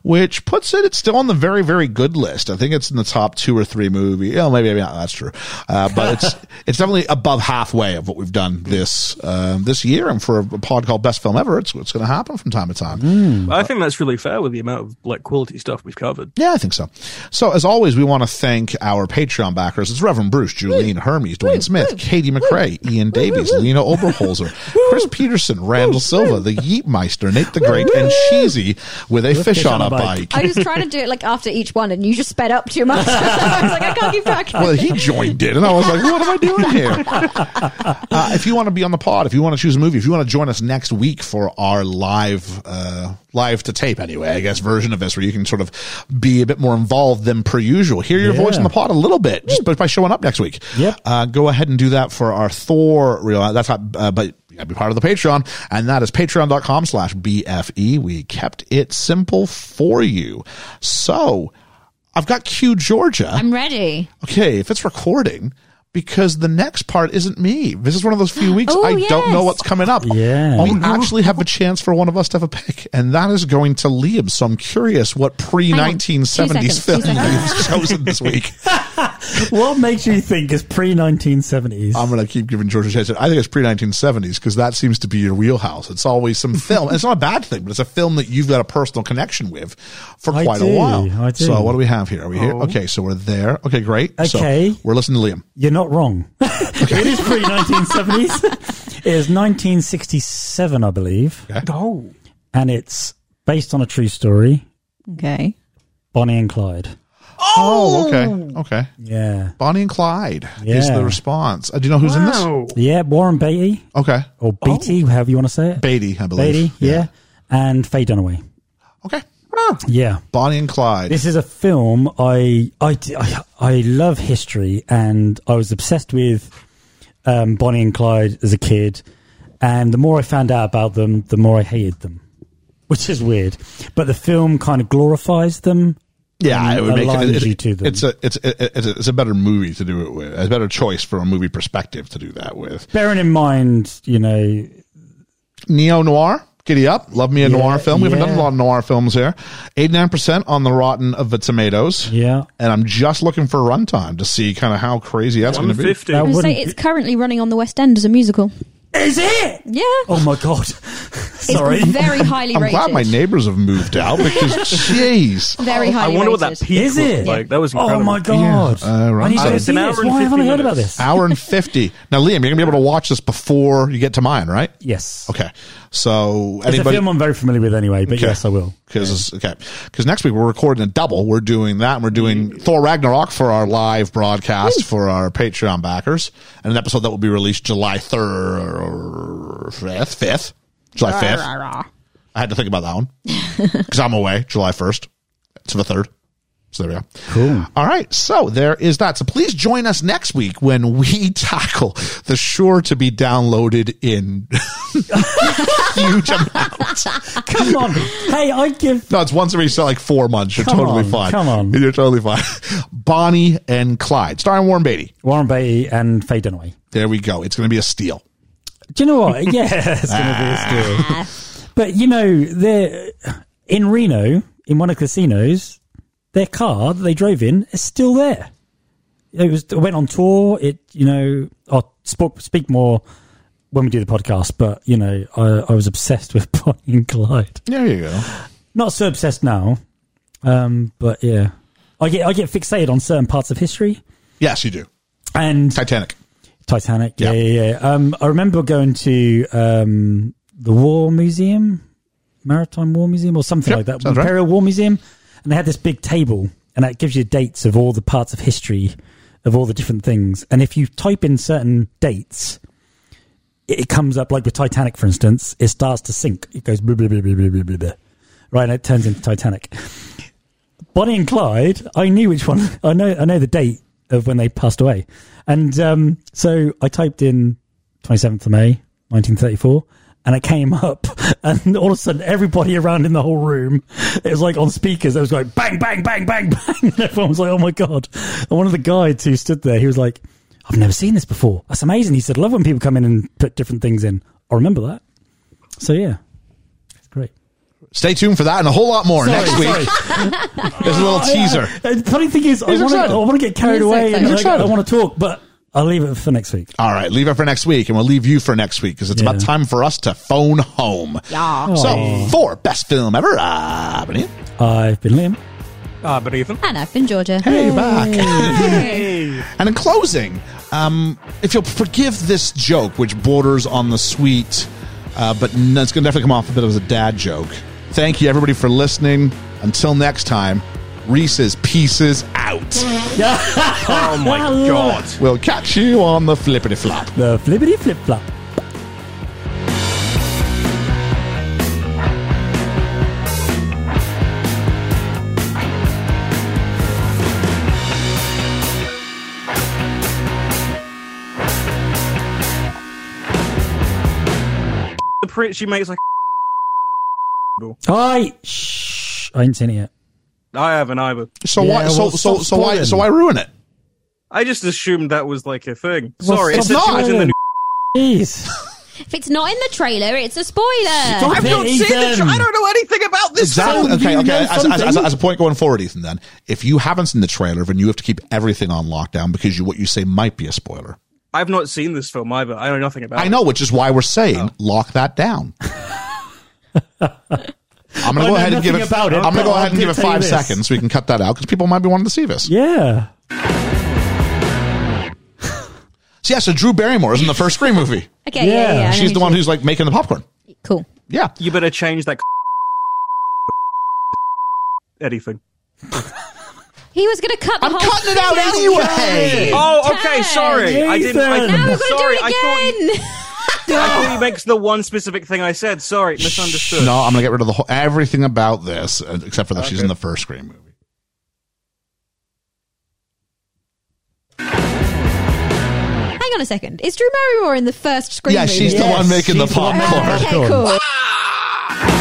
S5: which puts it, it's still on the very, very good list. I think it's in the top two or three movie. Oh, maybe, maybe not. That's true. Uh, but it's, it's definitely above halfway of what we've done this, um, this year. And for a pod called Best Film Ever, it's, it's going to happen from time to time.
S7: I think that's really fair with the amount of like quality stuff we've covered.
S5: Yeah, I think so. So, as always, we want to thank our Patreon backers. It's Reverend Bruce, Julene Hermes, Dwayne Smith, Katie McRae, Ian Davies, Lena Oberholzer, Chris Peterson, Randall Silva, the Yeetmeister, Nate the Great, and Cheesy with a fish, on, a bike.
S10: I was trying to do it like after each one, and you just sped up too much. I was like, I can't keep track.
S5: Well, he joined in, and I was like, "What am I doing here?" Uh, if you want to be on the pod, if you want to choose a movie, if you want to join us next week for our live, uh, live to tape anyway, I guess version of this, where you can sort of be a bit more involved than per usual, hear your
S6: Yeah.
S5: voice on the pod a little bit just by- by showing up next week.
S6: Yep.
S5: Uh, go ahead and do that for our Thor real. That's not, uh, but. You gotta be part of the Patreon, and that is patreon.com slash BFE. We kept it simple for you. So, I've got Q Georgia
S10: I'm ready.
S5: okay, if it's recording, because the next part isn't me. This is one of those few weeks
S10: Oh,
S5: I don't know
S10: yes.
S5: what's coming up.
S6: Yeah.
S5: We actually have a chance for one of us to have a pick, and that is going to Liam. So I'm curious what pre
S10: on.
S5: 1970s
S10: Two seconds, two
S5: film you've chosen this week.
S6: What makes you think is pre 1970s?
S5: I'm going to keep giving George a chance. I think it's pre 1970s because that seems to be your wheelhouse. It's always some film. it's not a bad thing, but it's a film that you've got a personal connection with for
S6: I
S5: quite a
S6: do,
S5: while.
S6: I do. Oh.
S5: So what do we have here? Are we here? Okay, so we're there. Okay, great. So
S6: Okay.
S5: we're listening to Liam.
S6: You're not wrong. it is pre 1970s. it is 1967, I believe,
S7: Oh,
S6: and it's based on a true story
S10: Okay.
S6: Bonnie and Clyde.
S5: Oh, okay. Okay.
S6: Yeah.
S5: Bonnie and Clyde is
S6: Yeah.
S5: the response. Uh, do you know who's in
S7: wow.
S6: Yeah, Warren Beatty,
S5: this? Okay.
S6: or Beatty, however you want to say it.
S5: Beatty, I believe.
S6: Beatty, Oh. yeah. And Faye Dunaway.
S5: Okay.
S6: Yeah.
S5: Bonnie and Clyde.
S6: This is a film I I I, I love history, and I was obsessed with um, Bonnie and Clyde as a kid. And the more I found out about them, the more I hated them, which is weird. But the film kind of glorifies them.
S5: yeah, it would make
S6: aligns
S5: it, it,
S6: you to them.
S5: It's a it's it, it's, a, it's a better movie to do it with. A better choice from a movie perspective to do that with.
S6: Bearing in mind, you know,
S5: Neo noir. Giddy up. Love me a
S6: Yeah,
S5: noir film. We haven't done
S6: yeah.
S5: a lot of noir films here. 89% on the Rotten of the Tomatoes.
S6: yeah,
S5: And I'm just looking for runtime to see kind of how crazy that's going
S7: One
S5: to be.
S7: fifty.
S6: That
S10: I'm going
S6: would-
S10: to
S6: Wouldn't
S10: say it's
S6: be-
S10: currently running on the West End as a musical.
S6: is it?
S10: Yeah.
S6: Oh my god! Sorry,
S10: It's very highly
S5: I'm
S10: rated.
S5: glad my neighbors have moved out because, jeez.
S10: Very
S7: I
S10: highly
S7: wonder what
S10: rated.
S7: that peak
S6: is
S7: looked
S6: it?
S7: like. That was
S6: oh
S7: incredible.
S6: my god!
S5: Yeah, uh,
S6: I need to
S5: right.
S6: go
S5: It's
S6: see
S7: an hour
S6: this.
S7: and
S6: Why haven't I
S7: 50
S6: heard about
S7: minutes.
S6: this?
S5: hour and 50 now liam you're gonna be able to watch this before you get to mine right
S6: Yes.
S5: okay so
S6: It's a
S5: anybody
S6: film I'm very familiar with anyway, but
S5: Okay.
S6: yes, I will.
S5: because okay because next week we're recording a double we're doing that and we're doing thor ragnarok for our live broadcast for our patreon backers and an episode that will be released july 3rd or 5th 5th july 5th i had to think about that one because i'm away july 1st to the 3rd So there we go.
S6: Cool.
S5: All right. So there is that. So please join us next week when we tackle the sure to be downloaded in huge amounts.
S6: Come on. Hey, I give.
S5: No, it's once every so like four months. You're
S6: Come
S5: totally
S6: on,
S5: fine.
S6: come on.
S5: You're totally fine. Bonnie and Clyde, starring Warren Beatty.
S6: Warren Beatty and Faye Dunaway.
S5: There we go. It's going to be a steal.
S6: Do you know what? Yeah, it's going to be a steal. But you know, they're in Reno, in one of the casinos, their car that they drove in is still there. It was it went on tour. It you know, I'll sp- speak more when we do the podcast. But you know, I, I was obsessed with Bonnie and Clyde.
S5: There you go.
S6: Not so obsessed now, um, but yeah, I get I get fixated on certain parts of history
S5: Yes, you do.
S6: and
S5: Titanic.
S6: Titanic. Yeah,
S5: Yeah.
S6: yeah, yeah. Um, I remember going to um, the War Museum, Maritime War Museum, or something
S5: Sure,
S6: like that,
S5: sounds right.
S6: Imperial War Museum, and they had this big table, and that gives you dates of all the parts of history of all the different things. And if you type in certain dates, it, it comes up like with Titanic, for instance, it starts to sink. It goes blah, blah, blah, blah, blah, blah, blah, blah. right, and it turns into Titanic. Bonnie and Clyde, I knew which one. I know, I know the date of when they passed away, and um, so I typed in 27th of May, 1934, and it came up, and all of a sudden everybody around in the whole room, it was like on speakers, it was going bang, bang, bang, bang, bang, and everyone was like, oh my god! And one of the guides who stood there, he was like, I've never seen this before. That's amazing. He said, I love when people come in and put different things in. I remember that. So yeah, it's great.
S5: Stay tuned for that and a whole lot more
S6: Sorry,
S5: next week.
S6: sorry.
S5: There's a little teaser.
S6: Uh, the funny thing is, I
S5: He's
S6: want to
S5: excited.
S6: I want to get carried
S10: He's
S6: away and
S10: excited.
S6: like,
S5: He's
S6: I
S5: excited.
S6: want to talk, but I'll leave it for next week.
S5: All right, leave it for next week, and we'll leave you for next week because it's about
S6: Yeah. Oh.
S5: time for us to phone home.
S10: Yeah.
S5: So,
S6: Aw.
S5: for best film ever, uh, Benny.
S6: I've been Liam.
S7: Ah, but Ethan.
S10: And I've been Georgia.
S5: Hey, back. and in closing, um, if you'll forgive this joke, which borders on the sweet, uh, but n- it's going to definitely come off a bit as a dad joke. Thank you, everybody, for listening. Until next time, Reese's Pieces out.
S7: Oh my god.
S5: We'll catch you on the flippity flop.
S6: The flippity flip flop.
S7: The print she makes like
S6: Hi. Shh. I ain't seen it yet.
S7: I haven't either.
S5: So
S6: Yeah,
S5: why? So
S6: well,
S5: so
S6: stop
S5: so why?
S6: spoiling.
S5: So why ruin it?
S7: I just assumed that was like a thing.
S6: Well,
S7: Sorry,
S6: stop
S7: it's she was in the new
S6: Jeez.
S10: If it's not in the trailer, it's a spoiler.
S6: Stop
S7: I've
S6: it,
S7: not seen the
S6: Ethan.
S7: tra- I don't know anything about this.
S5: Exactly.
S6: So
S5: okay.
S6: you
S5: Okay.
S6: know
S5: As, as, as,
S6: something?
S5: as a point going forward, Ethan. Then, if you haven't seen the trailer, then you have to keep everything on lockdown because you what you say might be a spoiler.
S7: I've not seen this film either. I know nothing about
S5: I
S7: it.
S5: know, which is why we're saying
S6: Oh.
S5: lock that down. I'm
S6: I
S5: gonna
S6: know
S5: go ahead and give it.
S6: nothing about it,
S5: I'm gonna
S6: but
S5: go
S6: I
S5: ahead and
S6: did
S5: give it
S6: tell you
S5: five
S6: this.
S5: seconds. We can cut that out because people might be wanting to see this.
S6: Yeah.
S5: So yeah, so Drew Barrymore is in the first Scream movie.
S10: Okay, yeah, yeah.
S6: Yeah.
S10: yeah, I know
S5: She's
S10: who
S5: the
S10: she
S5: one
S10: is.
S5: who's like making the popcorn.
S10: cool.
S5: Yeah.
S7: You better change that anything.
S10: He was gonna cut the
S5: I'm
S6: Oh,
S10: whole
S5: cutting it out
S10: thing
S5: anyway.
S7: Oh, okay.
S10: Ted.
S7: Sorry, I didn't. I,
S6: Ethan.
S10: Now we're gonna
S7: sorry,
S10: do
S7: I thought,
S10: it again.
S7: you- I thought he makes the one specific thing I said. Sorry, misunderstood.
S5: No, I'm gonna get rid of the whole everything about this uh, except for that she's in the first Scream movie.
S10: Hang on a second. Is Drew Barrymore in the first screen?
S5: yeah, she's the
S6: Yes,
S5: one making the
S6: she's the one
S5: popcorn.
S6: making
S10: Okay, cool.